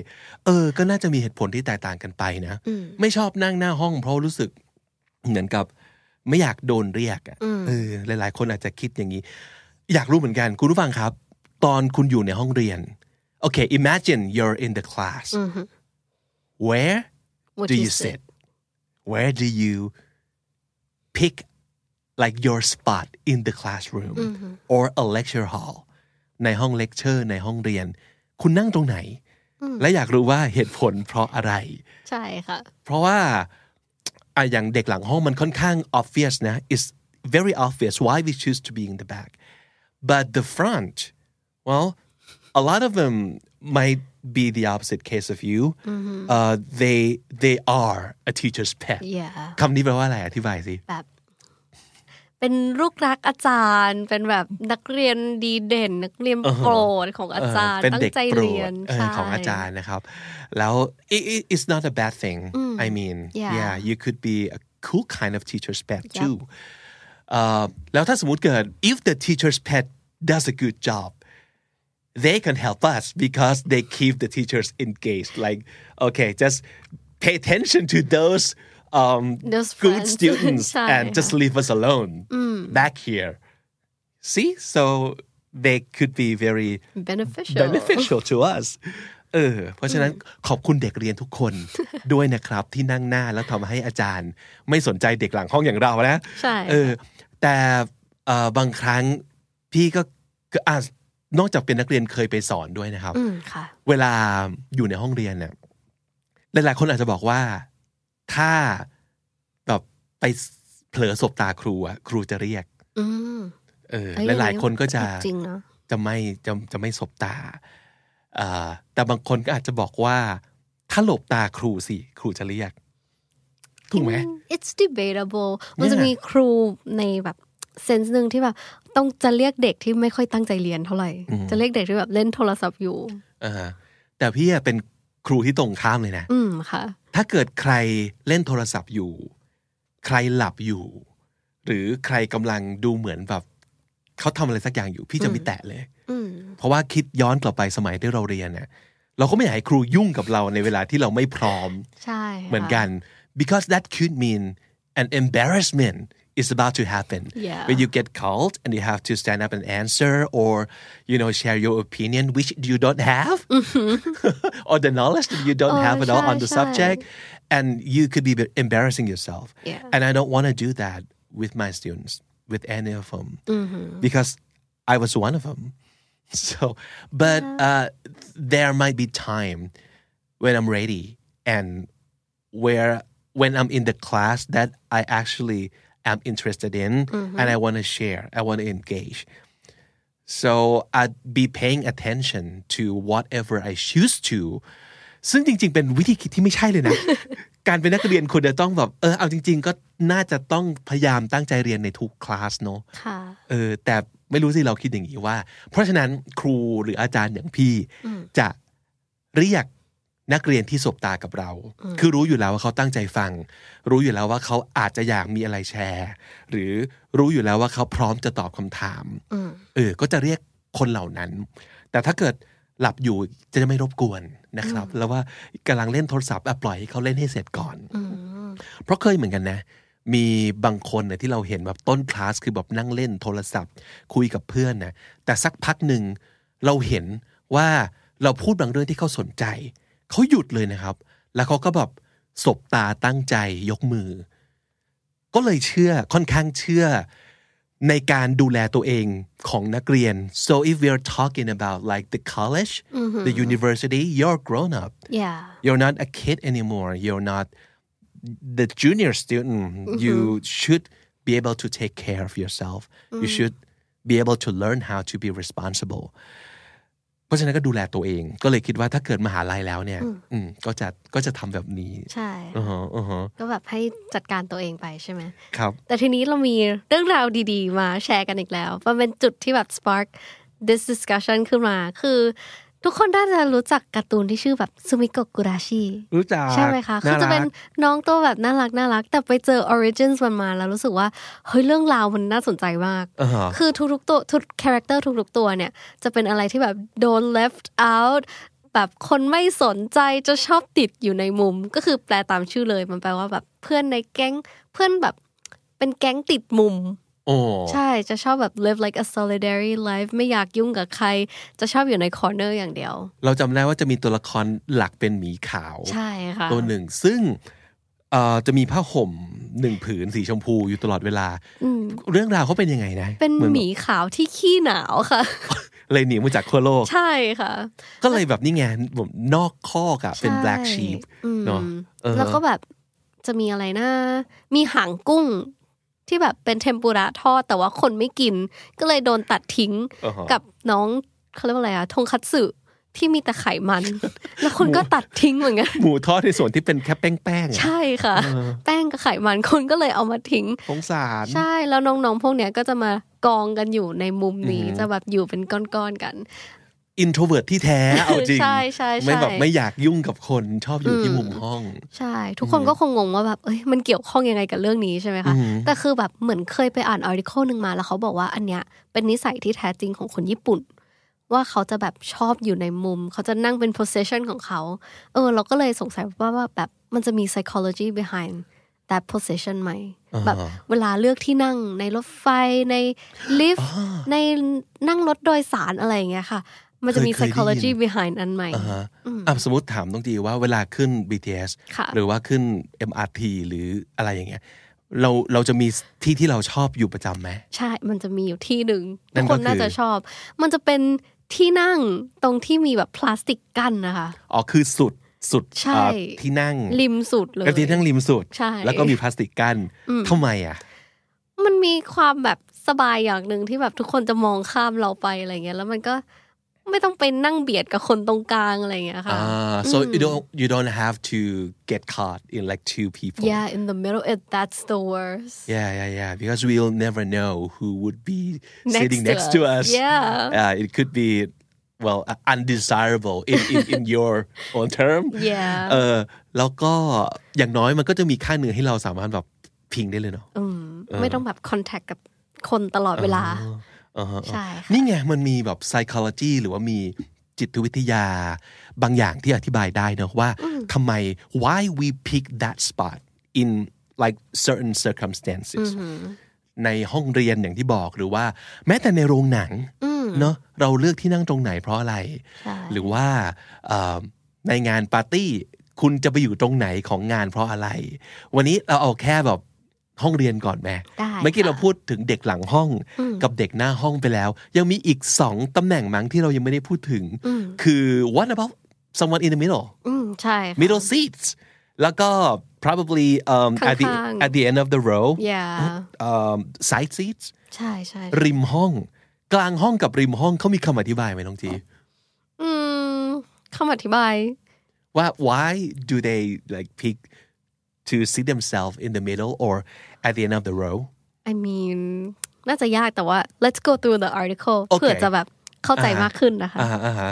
Speaker 1: เออ ก็น่าจะมีเหตุผลที่แตกต่างกันไปนะ ไม่ชอบนั่งหน้าห้องเพราะรู้สึกเหมือนกับ ไม่อยากโดนเรียกอะเออ หลาย ๆ คนอาจจะคิดอย่างนี้ อยากรู้เหมือนกัน คุณผู้ฟังครับ ตอนคุณอยู่ในห้องเรียน โอเค imagine you're in the class where
Speaker 2: What
Speaker 1: do
Speaker 2: you
Speaker 1: you sit
Speaker 2: sit?
Speaker 1: where do you pick like your spot in the classroom or a lecture hall ในห้องเลคเชอร์ในห้องเรียน คุณนั่งตรงไหน และอยากรู้ว่าเหตุผลเพราะอะไร
Speaker 2: ใช่ค่ะ
Speaker 1: เพราะว่าอ่ะอย่างเด็กหลังห้องมันค่อนข้าง obvious นะ it's very obvious why we choose to be in the back but the front well a lot of them might be the opposite case of you uh, they they are a teacher's pet
Speaker 2: Yeah
Speaker 1: คำนี้แปลว่าอะไรอธิบายสิ
Speaker 2: แบบเป็นลูกรักอาจารย์ เป็นแบบนักเรียนดีเด่น นักเรียนโปรดของอาจารย์
Speaker 1: เเป็น
Speaker 2: ตั้ง
Speaker 1: เด็ก
Speaker 2: ใจ
Speaker 1: โปร
Speaker 2: เรีย
Speaker 1: ด
Speaker 2: น
Speaker 1: เออ
Speaker 2: ใช่
Speaker 1: ของอาจารย์นะครับ แล้ว it, it, it's not a bad thing I mean
Speaker 2: Mm. Yeah.
Speaker 1: yeah you could be a cool kind of teacher's pet too เอ่อแล้วถ้าสมมติเกิด if the teacher's pet does a good job they can help us because they keep the teachers engaged like okay just pay attention to those um
Speaker 2: Those
Speaker 1: good
Speaker 2: friends. Mm.
Speaker 1: students
Speaker 2: ใช่
Speaker 1: and just leave us alone back here see so they could be very
Speaker 2: beneficial
Speaker 1: beneficial to us เออ เพราะฉะนั้นขอบคุณเด็กเรียนทุกคน ด้วยนะครับที่นั่งหน้าแล้วทำให้อาจารย์ ไม่สนใจเด็กหลังห้องอย่างเรานะ
Speaker 2: ใช่
Speaker 1: เออ แต่เอ่อบางครั้งพี่ก็ก็อ่ะนอกจากเป็นนักเรียนเคยไปสอนด้วยนะครับ
Speaker 2: อืมค่ะ
Speaker 1: เวลาอยู่ในห้องเรียนเนี่ยหลายๆคนอาจจะบอกว่าถ้าแบบไปเผลอสบตาครูอะครูจะเรียก
Speaker 2: อืม
Speaker 1: เออ
Speaker 2: เอ้
Speaker 1: หลายๆคนก็จะ
Speaker 2: จริงเนาะ
Speaker 1: จะไม่จะจะไม่สบตาเอ่อแต่บางคนก็อาจจะบอกว่า ถ้าหลบตาครูสิ ครูจะเรียก ถูกไหม
Speaker 2: อื it's debatable มันจะมีครูในแบบเซนส์หนึ่งที่แบบต้องจะเรียกเด็กที่ไม่ค่อยตั้งใจเรียนเท่าไหร่ จะเรียกเด็กที่แบบเล่นโทรศัพท์อยู่
Speaker 1: เออแต่พี่อะเป็นครูที่ตรงข้ามเลยนะ
Speaker 2: อืมค่ะ
Speaker 1: ถ้าเกิดใครเล่นโทรศัพท์อยู่ ใครหลับอยู่ หรือใครกำลังดูเหมือนแบบเขาทำอะไรสักอย่างอยู่ พี่จะไม่แตะเลย
Speaker 2: อืม
Speaker 1: เพราะว่าคิดย้อนกลับไปสมัยที่เราเรียนเนี่ยเราก็ไม่อยากให้ครูยุ่งกับเราในเวลาที่เราไม่พร้อม
Speaker 2: ใช่ค่ะ
Speaker 1: เหมือนกัน because that could mean an embarrassment is about to happen
Speaker 2: Yeah.
Speaker 1: when you get called and you have to stand up and answer or you know share your opinion which you don't have or the knowledge that you don't
Speaker 2: Oh,
Speaker 1: have at all
Speaker 2: shy,
Speaker 1: on the
Speaker 2: shy.
Speaker 1: subject and you could be embarrassing yourself
Speaker 2: Yeah.
Speaker 1: and I don't want to do that with my students with any of them
Speaker 2: Mm-hmm.
Speaker 1: because I was one of them so but uh, there might be time when i'm ready and where when i'm in the class that i actually am interested in
Speaker 2: Mm-hmm.
Speaker 1: and i want to share i want to engage so i'd be paying attention to whatever i choose to ซึ่งจริง ๆ เป็นวิธีคิดที่ไม่ใช่เลยนะ การเป็นนักเรียนควรจะต้องแบบเออเอาจริง ๆ ก็น่าจะต้องพยายามตั้งใจเรียนในทุกคลาสเนอะ
Speaker 2: ค่ะ
Speaker 1: เออแต่ไม่รู้สิเราคิดอย่างนี้ว่า เพราะฉะนั้นครูหรืออาจารย์อย่างพี่จะเรียกนักเรียนที่สบตากับเรา คือรู้อยู่แล้วว่าเขาตั้งใจฟัง รู้อยู่แล้วว่าเขาอาจจะอยากมีอะไรแชร์ หรือรู้อยู่แล้วว่าเขาพร้อมจะตอบคำถาม
Speaker 2: อืม
Speaker 1: เออก็จะเรียกคนเหล่านั้น แต่ถ้าเกิดหลับอยู่จะไม่รบกวนนะครับ แล้วว่ากำลังเล่นโทรศัพท์อ่ะปล่อยให้เขาเล่นให้เสร็จก่อน
Speaker 2: อืม
Speaker 1: เพราะเคยเหมือนกันนะ มีบางคนเนี่ยที่เราเห็นแบบต้นคลาสคือแบบนั่งเล่นโทรศัพท์ คุยกับเพื่อนนะแต่สักพักหนึ่งเราเห็นว่าเราพูดบางเรื่องที่เขาสนใจ เขาหยุดเลยนะครับ แล้วเขาก็แบบสบตาตั้งใจยกมือ ก็เลยเชื่อค่อนข้างเชื่อในการดูแลตัวเองของนักเรียน so if we're talking about like the college the university you're grown up
Speaker 2: yeah
Speaker 1: you're not a kid anymore you're not the junior student you should be able to take care of yourself you should be able to learn how to be responsible เพราะฉะนั้นก็ดูแลตัวเอง ก็เลยคิดว่าถ้าเกิดมหาลัยแล้วเนี่ยอืมก็จะก็จะทำแบบนี้
Speaker 2: ใช่
Speaker 1: อือฮะอือฮะ
Speaker 2: ก็แบบให้จัดการตัวเองไปใช่ไหม
Speaker 1: ครับ
Speaker 2: แต่ทีนี้เรามีเรื่องราวดีๆ มาแชร์กันอีกแล้ว มันเป็นจุดที่แบบ spark this discussion ขึ้นมา คือ ทุกคนน่าจะรู้จักการ์ตูนที่ชื่อแบบซูมิโกะกุราชิ
Speaker 1: รู้จัก
Speaker 2: ใช่ไหมคะคือจะเป็นน้องตัวแบบน่ารักน่ารัก แต่ไปเจอ origins มันมาแล้วรู้สึกว่า เฮ้ย เรื่องราวมันน่าสนใจมาก
Speaker 1: อ่าฮะ
Speaker 2: คือทุกๆตัวทุกคาแรคเตอร์ทุกๆตัวเนี่ย จะเป็นอะไรที่แบบโดน left out แบบคนไม่สนใจจะชอบติดอยู่ในมุม ก็คือแปลตามชื่อเลยมันแปลว่าแบบเพื่อนในแก๊งเพื่อนแบบเป็นแก๊งติดมุม
Speaker 1: โอ้
Speaker 2: ใช่จะชอบแบบ live like a solitary life ไม่อยากยุ่งกับใคร จะชอบอยู่ใน corner อย่างเดียว
Speaker 1: เราจำได้ว่าจะมีตัวละครหลักเป็นหมีขาว
Speaker 2: ใช่ค่ะ
Speaker 1: ตัวหนึ่งซึ่งเอ่อจะมีผ้าห่ม หนึ่งผืนสีชมพูอยู่ตลอดเวลา เรื่องราวเขาเป็นยังไงนะ
Speaker 2: เป็น
Speaker 1: เมือน
Speaker 2: หมีขาวที่ขี้หนาวค่ะ
Speaker 1: เลยหนีมาจากขั้วโลก
Speaker 2: ใช่ค่ะ
Speaker 1: ก็เลยแบบนี่ไงผมนอกคอกอะเป็น black
Speaker 2: ใช่
Speaker 1: sheep
Speaker 2: อืม
Speaker 1: เนาะเออ
Speaker 2: แล้วก็แบบจะมีอะไรนะ มีหางกุ้งที่แบบเป็นเทมปุระทอดแต่ว่าคนไม่กิน ก็เลยโดนตัดทิ้ง
Speaker 1: อ่าฮะ
Speaker 2: กับน้องเขาเรียกว่าอะไรอะทงคัตสึที่มีแต่ไขมัน แล้วคนก็ตัดทิ้งเหมือนกัน
Speaker 1: หมูทอดในส่วนที่เป็นแค่แป้งๆอะ
Speaker 2: ใช่ค่ะ
Speaker 1: เออ
Speaker 2: แป้งกับไขมันคนก็เลยเอามาทิ้ง
Speaker 1: สงสาร
Speaker 2: ใช่แล้วน้องๆ พวกเนี้ยก็จะมากองกันอยู่ในมุมนี้
Speaker 1: อือฮึ
Speaker 2: จะแบบอยู่เป็นก้อนๆกัน
Speaker 1: อินโทรเวิร์ตที่แท้เอาจริง
Speaker 2: ใช่ใช่ใช่
Speaker 1: ไม่แบบไม่อยากยุ่งกับคนชอบอยู่ที่
Speaker 2: อืม
Speaker 1: มุมห้อง
Speaker 2: ใช่ ทุกคนก็คงงงว่าแบบเอ้ยมันเกี่ยวข้องยังไงกับเรื่องนี้ใช่ไหมคะ
Speaker 1: อือฮึ
Speaker 2: แต่คือแบบเหมือนเคยไปอ่านอาร์ติเคิลหนึ่งมาแล้วเขาบอกว่าอันเนี้ยเป็นนิสัยที่แท้จริงของคนญี่ปุ่น ว่าเขาจะแบบชอบอยู่ในมุม เขาจะนั่งเป็น possession ของเขา เออ เราก็เลยสงสัยว่าว่าแบบมันจะมี psychology behind that possession ไหม
Speaker 1: อ่าฮะ
Speaker 2: แบบเวลาเลือกที่นั่งในรถไฟในลิฟต์ในนั่งรถโดยสารอะไรอย่างเงี้ยค่ะ มันจะมี
Speaker 1: เคยเคยได้ยิน
Speaker 2: psychology behind อันใหม่
Speaker 1: อ่าฮะอ่ะสมมติถามต้องดีว่าเวลาขึ้น BTS
Speaker 2: ค่ะ
Speaker 1: หรือว่าขึ้น MRT หรืออะไรอย่างเงี้ยเราเราจะมีที่ที่เราชอบอยู่ประจำไหม
Speaker 2: ใช่ มันจะมีอยู่ที่หนึ่ง
Speaker 1: นั่
Speaker 2: ทุ
Speaker 1: น
Speaker 2: ก
Speaker 1: ก็
Speaker 2: คนน่า
Speaker 1: คือ
Speaker 2: จะชอบ มันจะเป็นที่นั่งตรงที่มีแบบพลาสติกกั้นนะคะ
Speaker 1: อ๋อคือสุดสุด
Speaker 2: ใช่
Speaker 1: อ่าที่นั่ง
Speaker 2: ริมสุดเลย
Speaker 1: ก็ที่นั่งริมสุด
Speaker 2: ใช่
Speaker 1: แล้วก็มีพลาสติกกั้นทำไมอ่ะ
Speaker 2: มันมีความแบบสบายอย่างหนึ่งที่แบบทุกคนจะมองข้ามเราไปอะไรเงี้ย แล้วมันก็ไม่ต้องไปนั่งเบียดกับคนตรงกลางอะไรเงี้ยค่ะ
Speaker 1: Ah, so you don't you don't have to get caught in like two people.
Speaker 2: yeah in the middle it that's the worst
Speaker 1: Yeah, yeah, yeah. Because we'll never know who would be
Speaker 2: Next
Speaker 1: sitting
Speaker 2: to
Speaker 1: next to
Speaker 2: us.
Speaker 1: us.
Speaker 2: Yeah.
Speaker 1: Uh, it could be, well, uh, undesirable in, in, in your own term.
Speaker 2: Yeah.
Speaker 1: เออแล้วก็อย่างน้อยมันก็จะมีค่าหนึ่งให้เราสามารถแบบพิงได้เลยเนาะ
Speaker 2: อืมไม่ต้องแบบ contact กับคนตลอดเวลา
Speaker 1: อ่าฮะ
Speaker 2: ใช่ค่ะ
Speaker 1: นี่ไงมันมีแบบ psychology หรือว่ามีจิตวิทยาบางอย่างที่อธิบายได้เนอะว่าทำไม why we pick that spot in like certain circumstances ในห้องเรียนอย่างที่บอกหรือว่า แม้แต่ในโรงหนังเนอะเราเลือกที่นั่งตรงไหนเพราะอะไร หรือว่าเอ่อในงานปาร์ตี้ คุณจะไปอยู่ตรงไหนของงานเพราะอะไร วันนี้เราเอาแค่แบบห้องเรียนก่อนแม่
Speaker 2: ได้
Speaker 1: เมื่อกี้
Speaker 2: ค่ะ
Speaker 1: เราพูดถึงเด็กหลังห้องกับเด็กหน้าห้องไปแล้ว ยังมีอีกสองตำแหน่งมั้งที่เรายังไม่ได้พูดถึง คือ what about someone in the middle
Speaker 2: อืมใช่ค่ะ
Speaker 1: middle seats แล้วก็ probably um, at the
Speaker 2: ข้างๆ
Speaker 1: at the end of the row
Speaker 2: yeah
Speaker 1: um, side seats
Speaker 2: ใช่ใช่
Speaker 1: ริมห้อง กลางห้องกับริมห้องเขามีคำอธิบายไหมน้องที
Speaker 2: อืมคำอธิบาย
Speaker 1: ว่า why do they like pick to see themselves in the middle or at the end of the row
Speaker 2: I mean น่าจะยากแต่ว่า let's go through the article
Speaker 1: โอเค
Speaker 2: เพื่อจะแบบเข้าใจมากขึ้นนะคะ
Speaker 1: อ่าฮะอ่าฮะ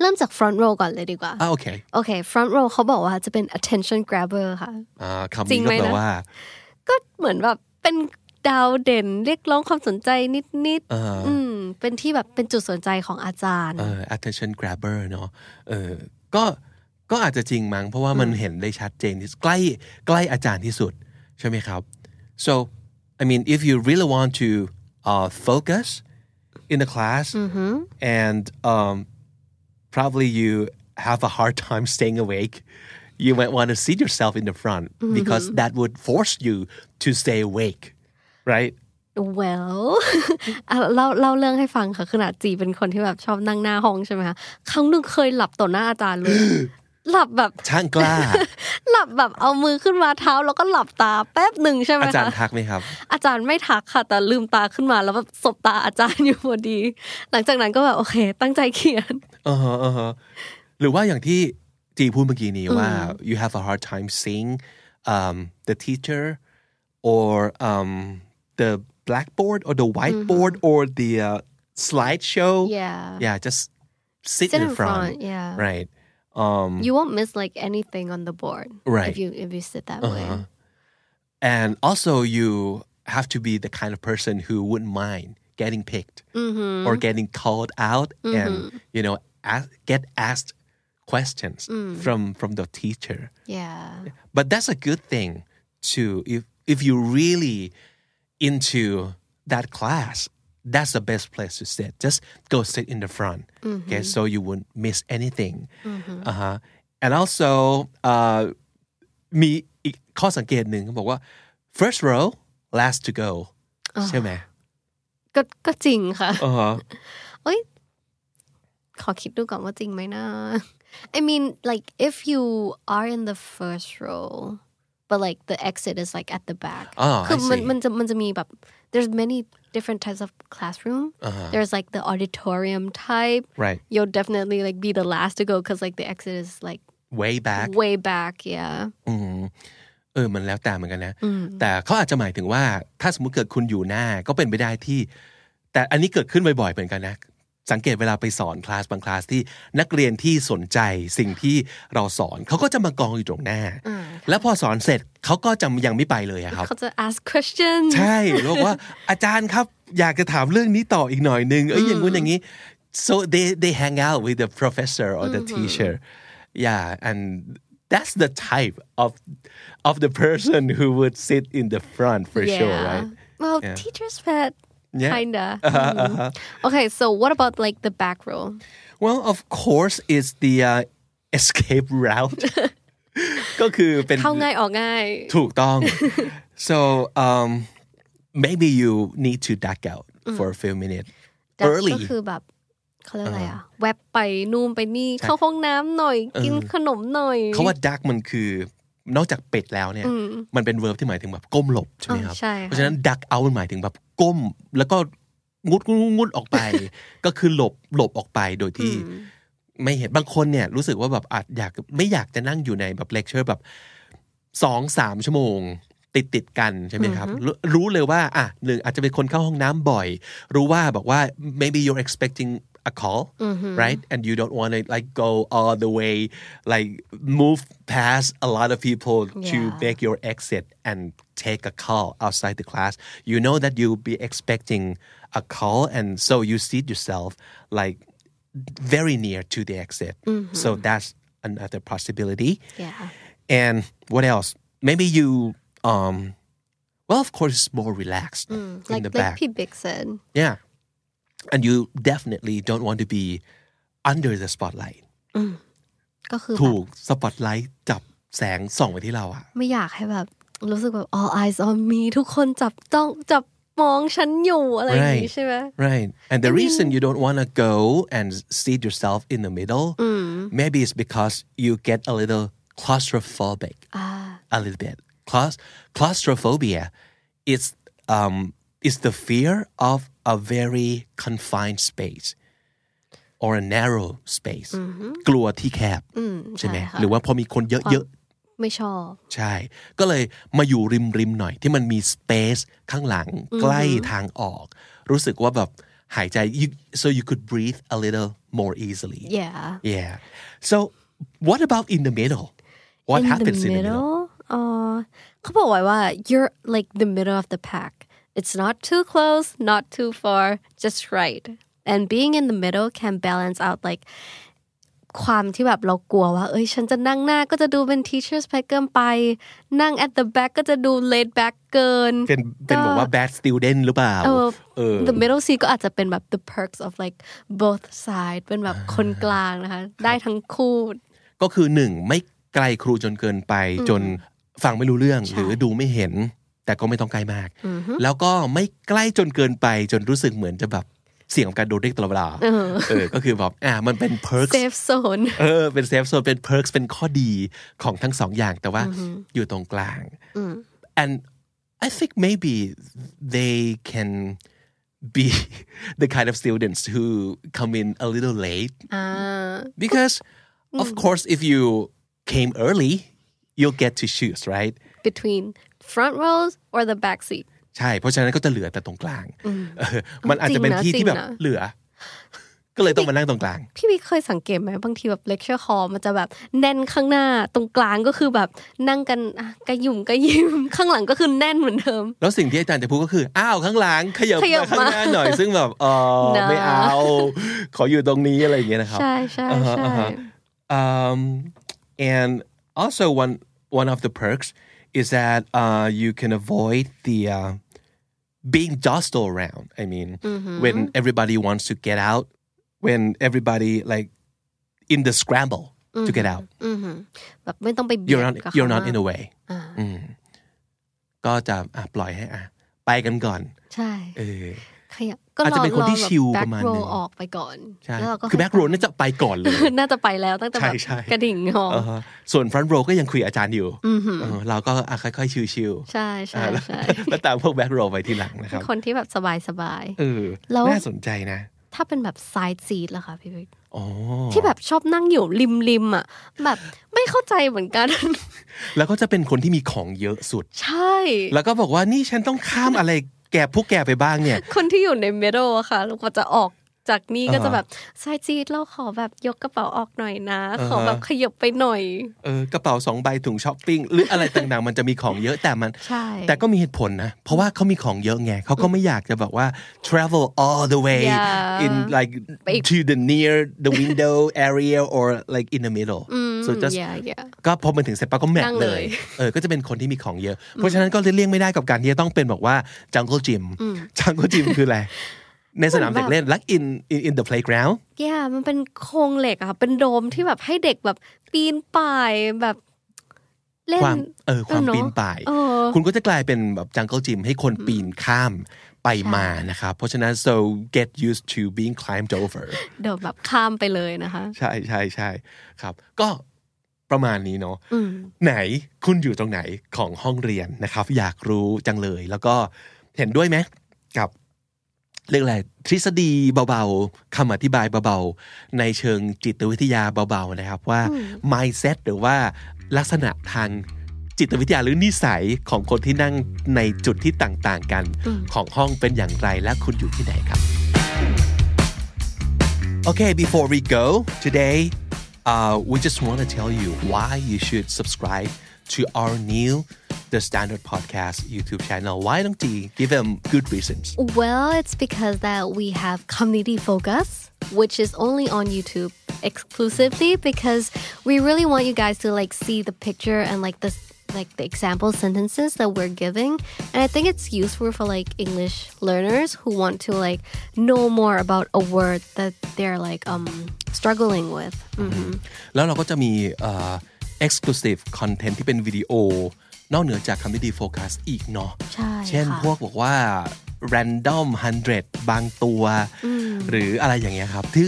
Speaker 2: เริ่มจาก front row ก่อนเลยดีกว่า
Speaker 1: อ่าโอเค
Speaker 2: โอเค front row เขาบอกว่าจะเป็น attention grabber ค่ะ
Speaker 1: อ่าคำ
Speaker 2: จริ
Speaker 1: นี้
Speaker 2: ง
Speaker 1: ก็
Speaker 2: ไหม
Speaker 1: แปล
Speaker 2: นะ
Speaker 1: ว่า
Speaker 2: ก็เหมือนแบบเป็นดาวเด่นเรียกร้องความสนใจนิด ๆ อืม เป็นที่แบบเป็นจุดสนใจของอาจารย์
Speaker 1: เออ attention grabber เนอะเออก็ก็อาจจะจริงมั้งเพราะว่ามันเห็นได้ชัดเจนที่สุดใกล้ใกล้อาจารย์ที่สุด ใช่ไหมครับ so I mean if you really want to uh, focus in the class and um, probably you have a hard time staying awake you might want to seat yourself in the front because that would force you to stay awake right
Speaker 2: well อ่ะเล่าเล่าเรื่องให้ฟังค่ะขนาดจีเป็นคนที่แบบชอบนั่งหน้าห้องใช่ไหมคะครั้งหนึ่งเคยหลับต่อหน้าอาจาร ย์เลย หลับแบบ
Speaker 1: ช่างก ล้า
Speaker 2: หลับแบบเอามือขึ้นมาเท้าแล้วก็หลับตาแป๊บหนึ่งใช่ไหม
Speaker 1: อาจาร
Speaker 2: คะ
Speaker 1: ย์ทักไหมครับ
Speaker 2: อาจารย์ไม่ทักค่ะ แต่ลืมตาขึ้นมาแล้วแบบสบตาอาจารย์อยู่พอดี หลังจากนั้นก็แบบโอเค ตั้งใจเขียน
Speaker 1: อ่าฮะอ่าฮะ Uh-huh, หรือว่าอย่างที่จีพูดเมื่อกี้นี้ว่า you have a hard time seeing um, the teacher or um, the blackboard or the whiteboard or the uh, slideshow
Speaker 2: yeah
Speaker 1: yeah just sit,
Speaker 2: Sit
Speaker 1: in
Speaker 2: in
Speaker 1: front,
Speaker 2: front, yeah.
Speaker 1: right um,
Speaker 2: you won't miss like anything on the board
Speaker 1: Right.
Speaker 2: if you if you sit that way
Speaker 1: and also you have to be the kind of person who wouldn't mind getting picked or getting called out and you know ask, get asked questions from from the teacher
Speaker 2: yeah
Speaker 1: but that's a good thing too if if you're really into that class that's the best place to sit just go sit in the front okay so you won't miss anything uh-huh. and also uh, มีอีกข้อสังเกตหนึ่งเขาบอกว่า first row last to go
Speaker 2: Ah.
Speaker 1: ใช่ไหม
Speaker 2: ก็ก็จริงค่ะ
Speaker 1: อ๋อ
Speaker 2: ขอคิดดูก่อนว่าจริงไหมนะ I mean like if you are in the first row but like the exit is like at the back
Speaker 1: อ๋อ Oh, Ah, I
Speaker 2: คือมัน
Speaker 1: see
Speaker 2: มันจะมันจะมีแบบ there's many different types of classroom
Speaker 1: Uh-huh.
Speaker 2: there's like the auditorium type
Speaker 1: right
Speaker 2: you'll definitely like be the last to go because like the exit is like
Speaker 1: way back
Speaker 2: way back yeah
Speaker 1: อืมเออ มันแล้วแต่เหมือนกันนะ แต่เขาอาจจะหมายถึงว่า ถ้าสมมติเกิดคุณอยู่หน้าก็เป็นไปได้ที่ แต่อันนี้เกิดขึ้นบ่อยๆเหมือนกันนะ สังเกตเวลาไปสอนคลาสบางคลาสที่นักเรียนที่สนใจสิ่งที่เราสอนเขาก็จะมากองอยู่ตรงหน้า แล้วพอสอนเสร็จเขาก็จะยังไม่ไปเลยอะครับ
Speaker 2: เขาจะ ask questions
Speaker 1: ใช่แล้วบอกว่า อาจารย์ครับ อยากจะถามเรื่องนี้ต่ออีกหน่อยนึงเอ้ยอย่างงู้นอย่างนี้ so they they hang out with the professor or the teacher yeah and that's the type of of the person who would sit in the front for sure
Speaker 2: Yeah.
Speaker 1: right
Speaker 2: well teacher's pet
Speaker 1: Yeah. Uh-huh,
Speaker 2: kinda okay so what about like the back row
Speaker 1: Mm-hmm. well of course it's the uh, escape route ก็คือเป็น
Speaker 2: เข้าง่ายออกง่าย
Speaker 1: ถูก ต้อง so um, maybe you need to duck out for a few minutes
Speaker 2: ดัก
Speaker 1: early
Speaker 2: ก็คือแบบเขาเรียกอะไรอะแวบไปนู่นไปนี่เข้าห้องน้ำหน่อย กินขนมหน่อย
Speaker 1: เขาว่า duck มันคือนอกจากเป็ดแล้วเนี่ย มันเป็น verb ที่หมายถึงแบบก้มหลบใช่ไหมครับ
Speaker 2: ใช่
Speaker 1: เพราะ
Speaker 2: ค่ะ
Speaker 1: ฉะนั้น duck out มันหมายถึงแบบก้ม แล้วก็งุดงุดงุดงุดออกไป ก็คือหลบหลบออกไปโดยที่ ไม่เห็นบางคนเนี่ย รู้สึกว่าแบบอาจอยากไม่อยากจะนั่งอยู่ในแบบเลคเชอร์แบบสองสามชั่วโมง ติดติดๆกันใช่ไหมครับรรู้เลยว่าอ่ะหนึ่งอาจจะเป็นคนเข้าห้องน้ำบ่อย รู้ว่าบอกว่า maybe you're expecting a call right and you don't want to like go all the way like move past a lot of people to
Speaker 2: Yeah.
Speaker 1: make your exit and take a call outside the class you know that you'll be expecting a call and so you seat yourself like very near to the exit. So that's another possibility.
Speaker 2: yeah
Speaker 1: And what else? Maybe you, um, well, of course, it's more relaxed in
Speaker 2: like
Speaker 1: the
Speaker 2: like
Speaker 1: back.
Speaker 2: P Big said
Speaker 1: yeah. And you definitely don't want to be under the spotlight.
Speaker 2: ก็คือแบบ
Speaker 1: ถูกสปอตไลท์จับแสงส่องไปที่เราอะ
Speaker 2: ไม่อยากให้แบบ รู้สึกแบบ all eyes on me ทุกคนจับต้องจับมองฉันอยู่อะไรอย่างงี้
Speaker 1: Right.
Speaker 2: ใช่ไหม
Speaker 1: Right. And the reason you don't want to go and seat yourself in the middle, maybe it's because you get a little claustrophobic. A little bit. Claus- claustrophobia is um is the fear of a very confined space or a narrow space. กลัวที่แคบใช่ไหม
Speaker 2: ใช่ค่ะ
Speaker 1: หรือว่าพอมีคนเยอะๆ
Speaker 2: ไม่ชอบ
Speaker 1: ใช่ ก็เลยมาอยู่ริมริมหน่อยที่มันมีสเปซข้างหลังใกล้ทางออก รู้สึกว่าแบบหายใจ you- so you could breathe a little more easily
Speaker 2: yeah
Speaker 1: yeah so what about in the middle what
Speaker 2: in
Speaker 1: happens
Speaker 2: the
Speaker 1: in the middle
Speaker 2: middle อ๋อเขาบอกไว้ว่า you're like the middle of the pack it's not too close not too far just right and being in the middle can balance out like ความที่แบบเรากลัวว่า เอ้ย ฉันจะนั่งหน้าก็จะดูเป็น teacher's pet เกินไป นั่ง at the back ก็จะดู laid back เกิน
Speaker 1: เป็นเป็นแบบว่า bad student หรือเปล่า
Speaker 2: เออ
Speaker 1: เออ
Speaker 2: the middle seat ก็อาจจะเป็นแบบ the perks of like both side เป็นแบบคนกลางนะคะ ได้ทั้งคู่
Speaker 1: ก็คือหนึ่งไม่ไกลครูจนเกินไปจนฟังไม่รู้เรื่องหรือดูไม่เห็น แต่ก็ไม่ต้องใกล้มาก แล้วก็ไม่ใกล้จนเกินไปจนรู้สึกเหมือนจะแบบเสี่ยงกับการโดนเรียกตลอดเวลาเออก็คือแบบอ่ะมันเป็น perks
Speaker 2: safe zone
Speaker 1: เออเป็นเซฟโซนเป็น perks เป็นข้อดีของทั้งสองอย่างแต่ว่าอยู่ตรงกลาง and I think maybe they can be the kind of students who come in a little late
Speaker 2: อ่า
Speaker 1: because of course if you came early you'll get to choose right
Speaker 2: between front rows or the back seat
Speaker 1: ใช่ เพราะฉะนั้นก็จะเหลือแต่ตรงกลางเออมันอาจจะเป็นที่ที่แบบ
Speaker 2: จริงนะ
Speaker 1: เหลือ ก็เลยต้องมานั่งตรงกลาง
Speaker 2: พี่บิ๊กเคยสังเกตไหมบางทีแบบ lecture hall มันจะแบบแน่นข้างหน้าตรงกลางก็คือแบบนั่งกันอ่ะกระหยุ่มกระยิม ข้างหลังก็คือแน่นเหมือนเดิม
Speaker 1: แล้วสิ่งที่อาจารย์จะพูดก็คือ อ้าว ข้างหลังขยับ
Speaker 2: ขยับ
Speaker 1: มาข้างหน้าห น่อย ซึ่งแบบเออ
Speaker 2: นะ
Speaker 1: ไม่เอา ขออยู่ตรงนี้อะไรอย่างเงี้ยนะครับ
Speaker 2: ใช่ใช่ใช่
Speaker 1: um, and also one one of the perks is that uh, you can avoid the uh, being jostled around I mean when everybody wants to get out when everybody like in the scramble to get out
Speaker 2: แบบไม่ต้องไปเบีย
Speaker 1: you're
Speaker 2: ด
Speaker 1: not
Speaker 2: กับเขา
Speaker 1: you're not
Speaker 2: มาก
Speaker 1: in a way อืมก็จะอ่ะปล่อยให้อ่ะไปกันก่อน
Speaker 2: ใช่
Speaker 1: เออ
Speaker 2: ขยับก็
Speaker 1: อาจจะเป็นคนที่ชิลประมาณหนึ่ง
Speaker 2: แบ็คโรออกไปก่อน
Speaker 1: ใช่
Speaker 2: แล้วเราก็
Speaker 1: คือแบ็กโรน่าจะไปก่อน เลย
Speaker 2: น่าจะไปแล้วตั้งแต่แบบ
Speaker 1: ใช่ใช่
Speaker 2: กระดิ่งงอ
Speaker 1: เออส่วนฟรอนต์โรก็ยังคุยอาจารย์อยู่เออเราก็อ่ะค่อย ๆ ชิว
Speaker 2: ใช่
Speaker 1: ๆ
Speaker 2: ใช่
Speaker 1: อ่ะแล้ว
Speaker 2: ใช่
Speaker 1: แล้วตามพวกแบ็กโรไปทีหลัง นะครับ
Speaker 2: คนที่แบบสบายสบาย
Speaker 1: เออ
Speaker 2: แล้ว
Speaker 1: น่าสนใจนะ
Speaker 2: ๆถ้าเป็นแบบ side seat ล่ะคะพี่บิ๊ก
Speaker 1: อ๋อ
Speaker 2: ที่แบบชอบนั่งอยู่ริมริมๆอ่ะแบบไม่เข้าใจเหมือนกัน
Speaker 1: แล้วก็จะเป็นคนที่มีของเยอะสุด
Speaker 2: ใช่
Speaker 1: แล้วก็บอกว่านี่ฉันต้องข้ามอะไรแก่พวกแก่ไปบ้างเนี่ย
Speaker 2: คนที่อยู่ใน middle อะค่ะแล้วก็จะออกจากนี่ก็
Speaker 1: อ่า
Speaker 2: จะแบบ side seat เราขอแบบยกกระเป๋าออกหน่อยนะ
Speaker 1: อ่า
Speaker 2: ขอแบบขยับไปหน่อย
Speaker 1: เออกระเป๋าสองใบถุงช้อปปิ้งหรืออะไรต่างๆ มันจะมีของเยอะแต่มัน
Speaker 2: ใช่
Speaker 1: แต่ก็มีเหตุผลนะ เพราะว่าเขามีของเยอะไงเขาก็ไม่อยากจะแบบว่า travel all the way
Speaker 2: Yeah.
Speaker 1: in like
Speaker 2: ไปอีก
Speaker 1: to the near the window area or like in the middle so just
Speaker 2: yeah yeah
Speaker 1: ก็พอมันถึงเสร็จปั๊บก็แมท
Speaker 2: นั่ง
Speaker 1: เล
Speaker 2: เลย ย
Speaker 1: เออ ก็จะเป็นคนที่มีของเยอะ เพราะฉะนั้นก็เลี่ยงไม่ได้กับการที่จะต้องเป็นแบบว่า jungle gym jungle gym คืออะไร ในสนามเด็กเล่น like in in in the playground
Speaker 2: แย่มันเป็นโครงเหล็กอะค่ะเป็นโดมที่แบบให้เด็กแบบปีนป่ายแบบเล่น
Speaker 1: ความเออความ
Speaker 2: ะ
Speaker 1: ปีนป่าย
Speaker 2: เออ
Speaker 1: คุณก็จะกลายเป็นแบบจังเกิลจิมให้คนปีนข้ามไปมานะครับ เพราะฉะนั้น so get used to being climbed over
Speaker 2: เดี๋ยวแบบข้ามไปเลยนะคะ
Speaker 1: ใช่ใช่ใช่ครับ ก็ประมาณนี้เนาะ
Speaker 2: อืม
Speaker 1: ไหนคุณอยู่ตรงไหนของห้องเรียนนะครับ อยากรู้จังเลย แล้วก็เห็นด้วยไหมกับเรื่องอะไรทฤษฎีเบาๆคำอธิบายเบาๆ ในเชิงจิตวิทยาเบาๆนะครับว่า mindset หรือว่าลักษณะทางจิตวิทยาหรือนิสัยของคนที่นั่งในจุดที่ต่างๆกันของห้องเป็นอย่างไรและคุณอยู่ที่ไหนครับ Okay, before we go today, uh, we just want to tell you why you should subscribe to our new The Standard Podcast YouTube channel. Why don't you give them good reasons?
Speaker 2: Well, it's because that we have community focus, which is only on YouTube exclusively because we really want you guys to like see the picture and like the like the example sentences that we're giving. And I think it's useful for like English learners who want to like know more about a word that they're like um struggling with. Mm-hmm.
Speaker 1: แล้วเราก็จะมีเอ่อ exclusive content ที่เป็นวิดีโอ นอกเหนือจากคำวิดีโฟกัสอีกเนาะ
Speaker 2: ใช่
Speaker 1: เช่น
Speaker 2: ค่ะ
Speaker 1: พวกบอกว่า random 100 บางตัว หรืออะไรอย่างเงี้ยครับที่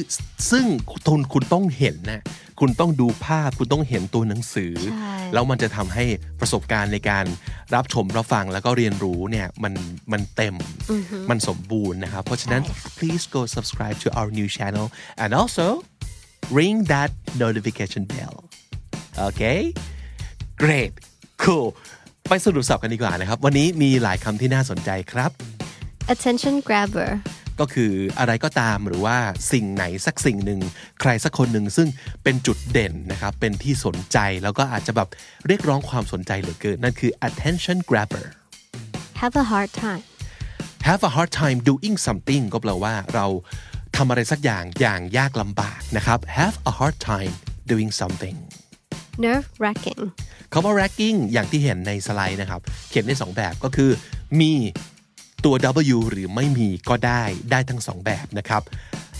Speaker 1: ซึ่งทุนคุณต้องเห็นนะคุณต้องดูภาพคุณต้องเห็นตัวหนังสือ
Speaker 2: ใช่
Speaker 1: แล้วมันจะทำให้ประสบการณ์ในการรับชมรับฟังแล้วก็เรียนรู้เนี่ยมันมันเต็มมันสมบูรณ์นะครับ เพราะฉะนั้น please go subscribe to our new channel and also ring that notification bell okay great cool ไปสรุปสับกันดีกว่านะครับ วันนี้มีหลายคำที่น่าสนใจครับ
Speaker 2: Attention grabber.
Speaker 1: ก็คืออะไรก็ตามหรือว่าสิ่งไหนสักสิ่งหนึ่งใครสักคนหนึ่งซึ่งเป็นจุดเด่นนะครับ เป็นที่สนใจแล้วก็อาจจะแบบเรียกร้องความสนใจเหลือเกิน นั่นคือ attention grabber
Speaker 2: Have a hard time.
Speaker 1: have a hard time doing something ก็แปลว่าเราทำอะไรสักอย่างอย่างยากลำบากนะครับ have a hard time doing something
Speaker 2: Nerve wracking.
Speaker 1: คำว่า racking อย่างที่เห็นในสไลด์นะครับ เขียนได้สองแบบก็คือ มีตัว W หรือไม่มีก็ได้ได้ทั้งสองแบบนะครับ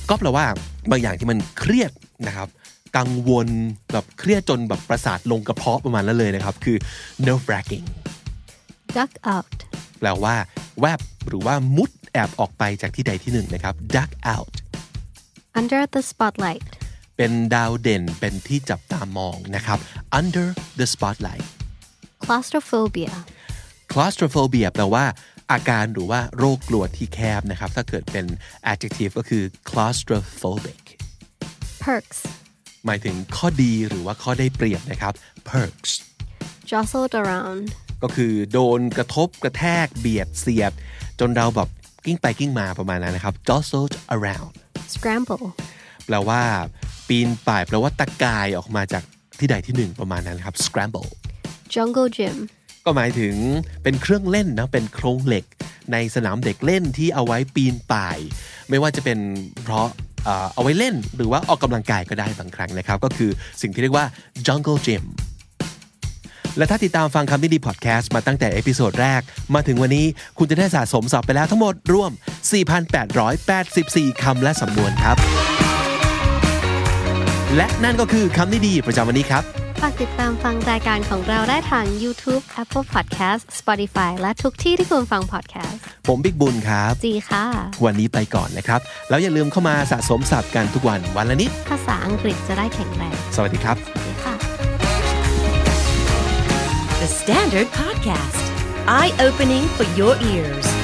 Speaker 1: ก็แปลว่าบางอย่างที่มันเครียดนะครับ กังวลแบบเครียดจนแบบประสาทลงกระเพาะประมาณนั้นเลยนะครับ คือ nerve wracking
Speaker 2: Duck out.
Speaker 1: แปลว่า แวบหรือว่ามุดแอบออกไปจากที่ใดที่หนึ่งนะครับ duck out
Speaker 2: Under the spotlight.
Speaker 1: เป็นดาวเด่นเป็นที่จับตามองนะครับ under the spotlight
Speaker 2: Claustrophobia.
Speaker 1: claustrophobia แปลว่าอาการหรือว่าโรคกลัวที่แคบนะครับ ถ้าเกิดเป็น adjective ก็คือ claustrophobic
Speaker 2: Perks.
Speaker 1: หมายถึงข้อดีหรือว่าข้อได้เปรียบนะครับ perks
Speaker 2: Jostled around.
Speaker 1: ก็คือโดนกระทบกระแทกเบียดเสียด จนเราแบบกิ้งไปกิ้งมาประมาณนั้นนะครับ jostled around
Speaker 2: Scramble.
Speaker 1: แปลว่า ปีนป่ายแปลว่าตะกายออกมาจากที่ใดที่หนึ่งประมาณนั้นครับ scramble
Speaker 2: Jungle gym.
Speaker 1: ก็หมายถึงเป็นเครื่องเล่นนะเป็นโครงเหล็กในสนามเด็กเล่นที่เอาไว้ปีนป่าย ไม่ว่าจะเป็นเพราะเอ่อเอาไว้เล่นหรือว่าออกกำลังกายก็ได้บางครั้งนะครับ ก็คือสิ่งที่เรียกว่า jungle gym และถ้าติดตามฟังคำนี้ดีพอดแคสต์มาตั้งแต่เอพิโซดแรก มาถึงวันนี้คุณจะได้สะสมศัพท์ไปแล้วทั้งหมดรวม 4,884 คำและสำนวนครับ และนั่นก็คือคำนิดีประจำวันนี้ครับ
Speaker 2: ฝากติดตามฟังรายการของเราได้ทาง YouTube Apple Podcast Spotify และทุกที่ที่คุณฟัง podcast
Speaker 1: ผมบิ๊กบุญครับ
Speaker 2: จีค่ะ
Speaker 1: วันนี้ไปก่อนนะครับ แล้วอย่าลืมเข้ามาสะสมศัพท์กันทุกวันวันละนิด
Speaker 2: ภาษาอังกฤษจะได้แข็งแรง
Speaker 1: สวัสดีครับ
Speaker 2: ดีค่ะ
Speaker 3: The Standard Podcast, eye opening for your ears.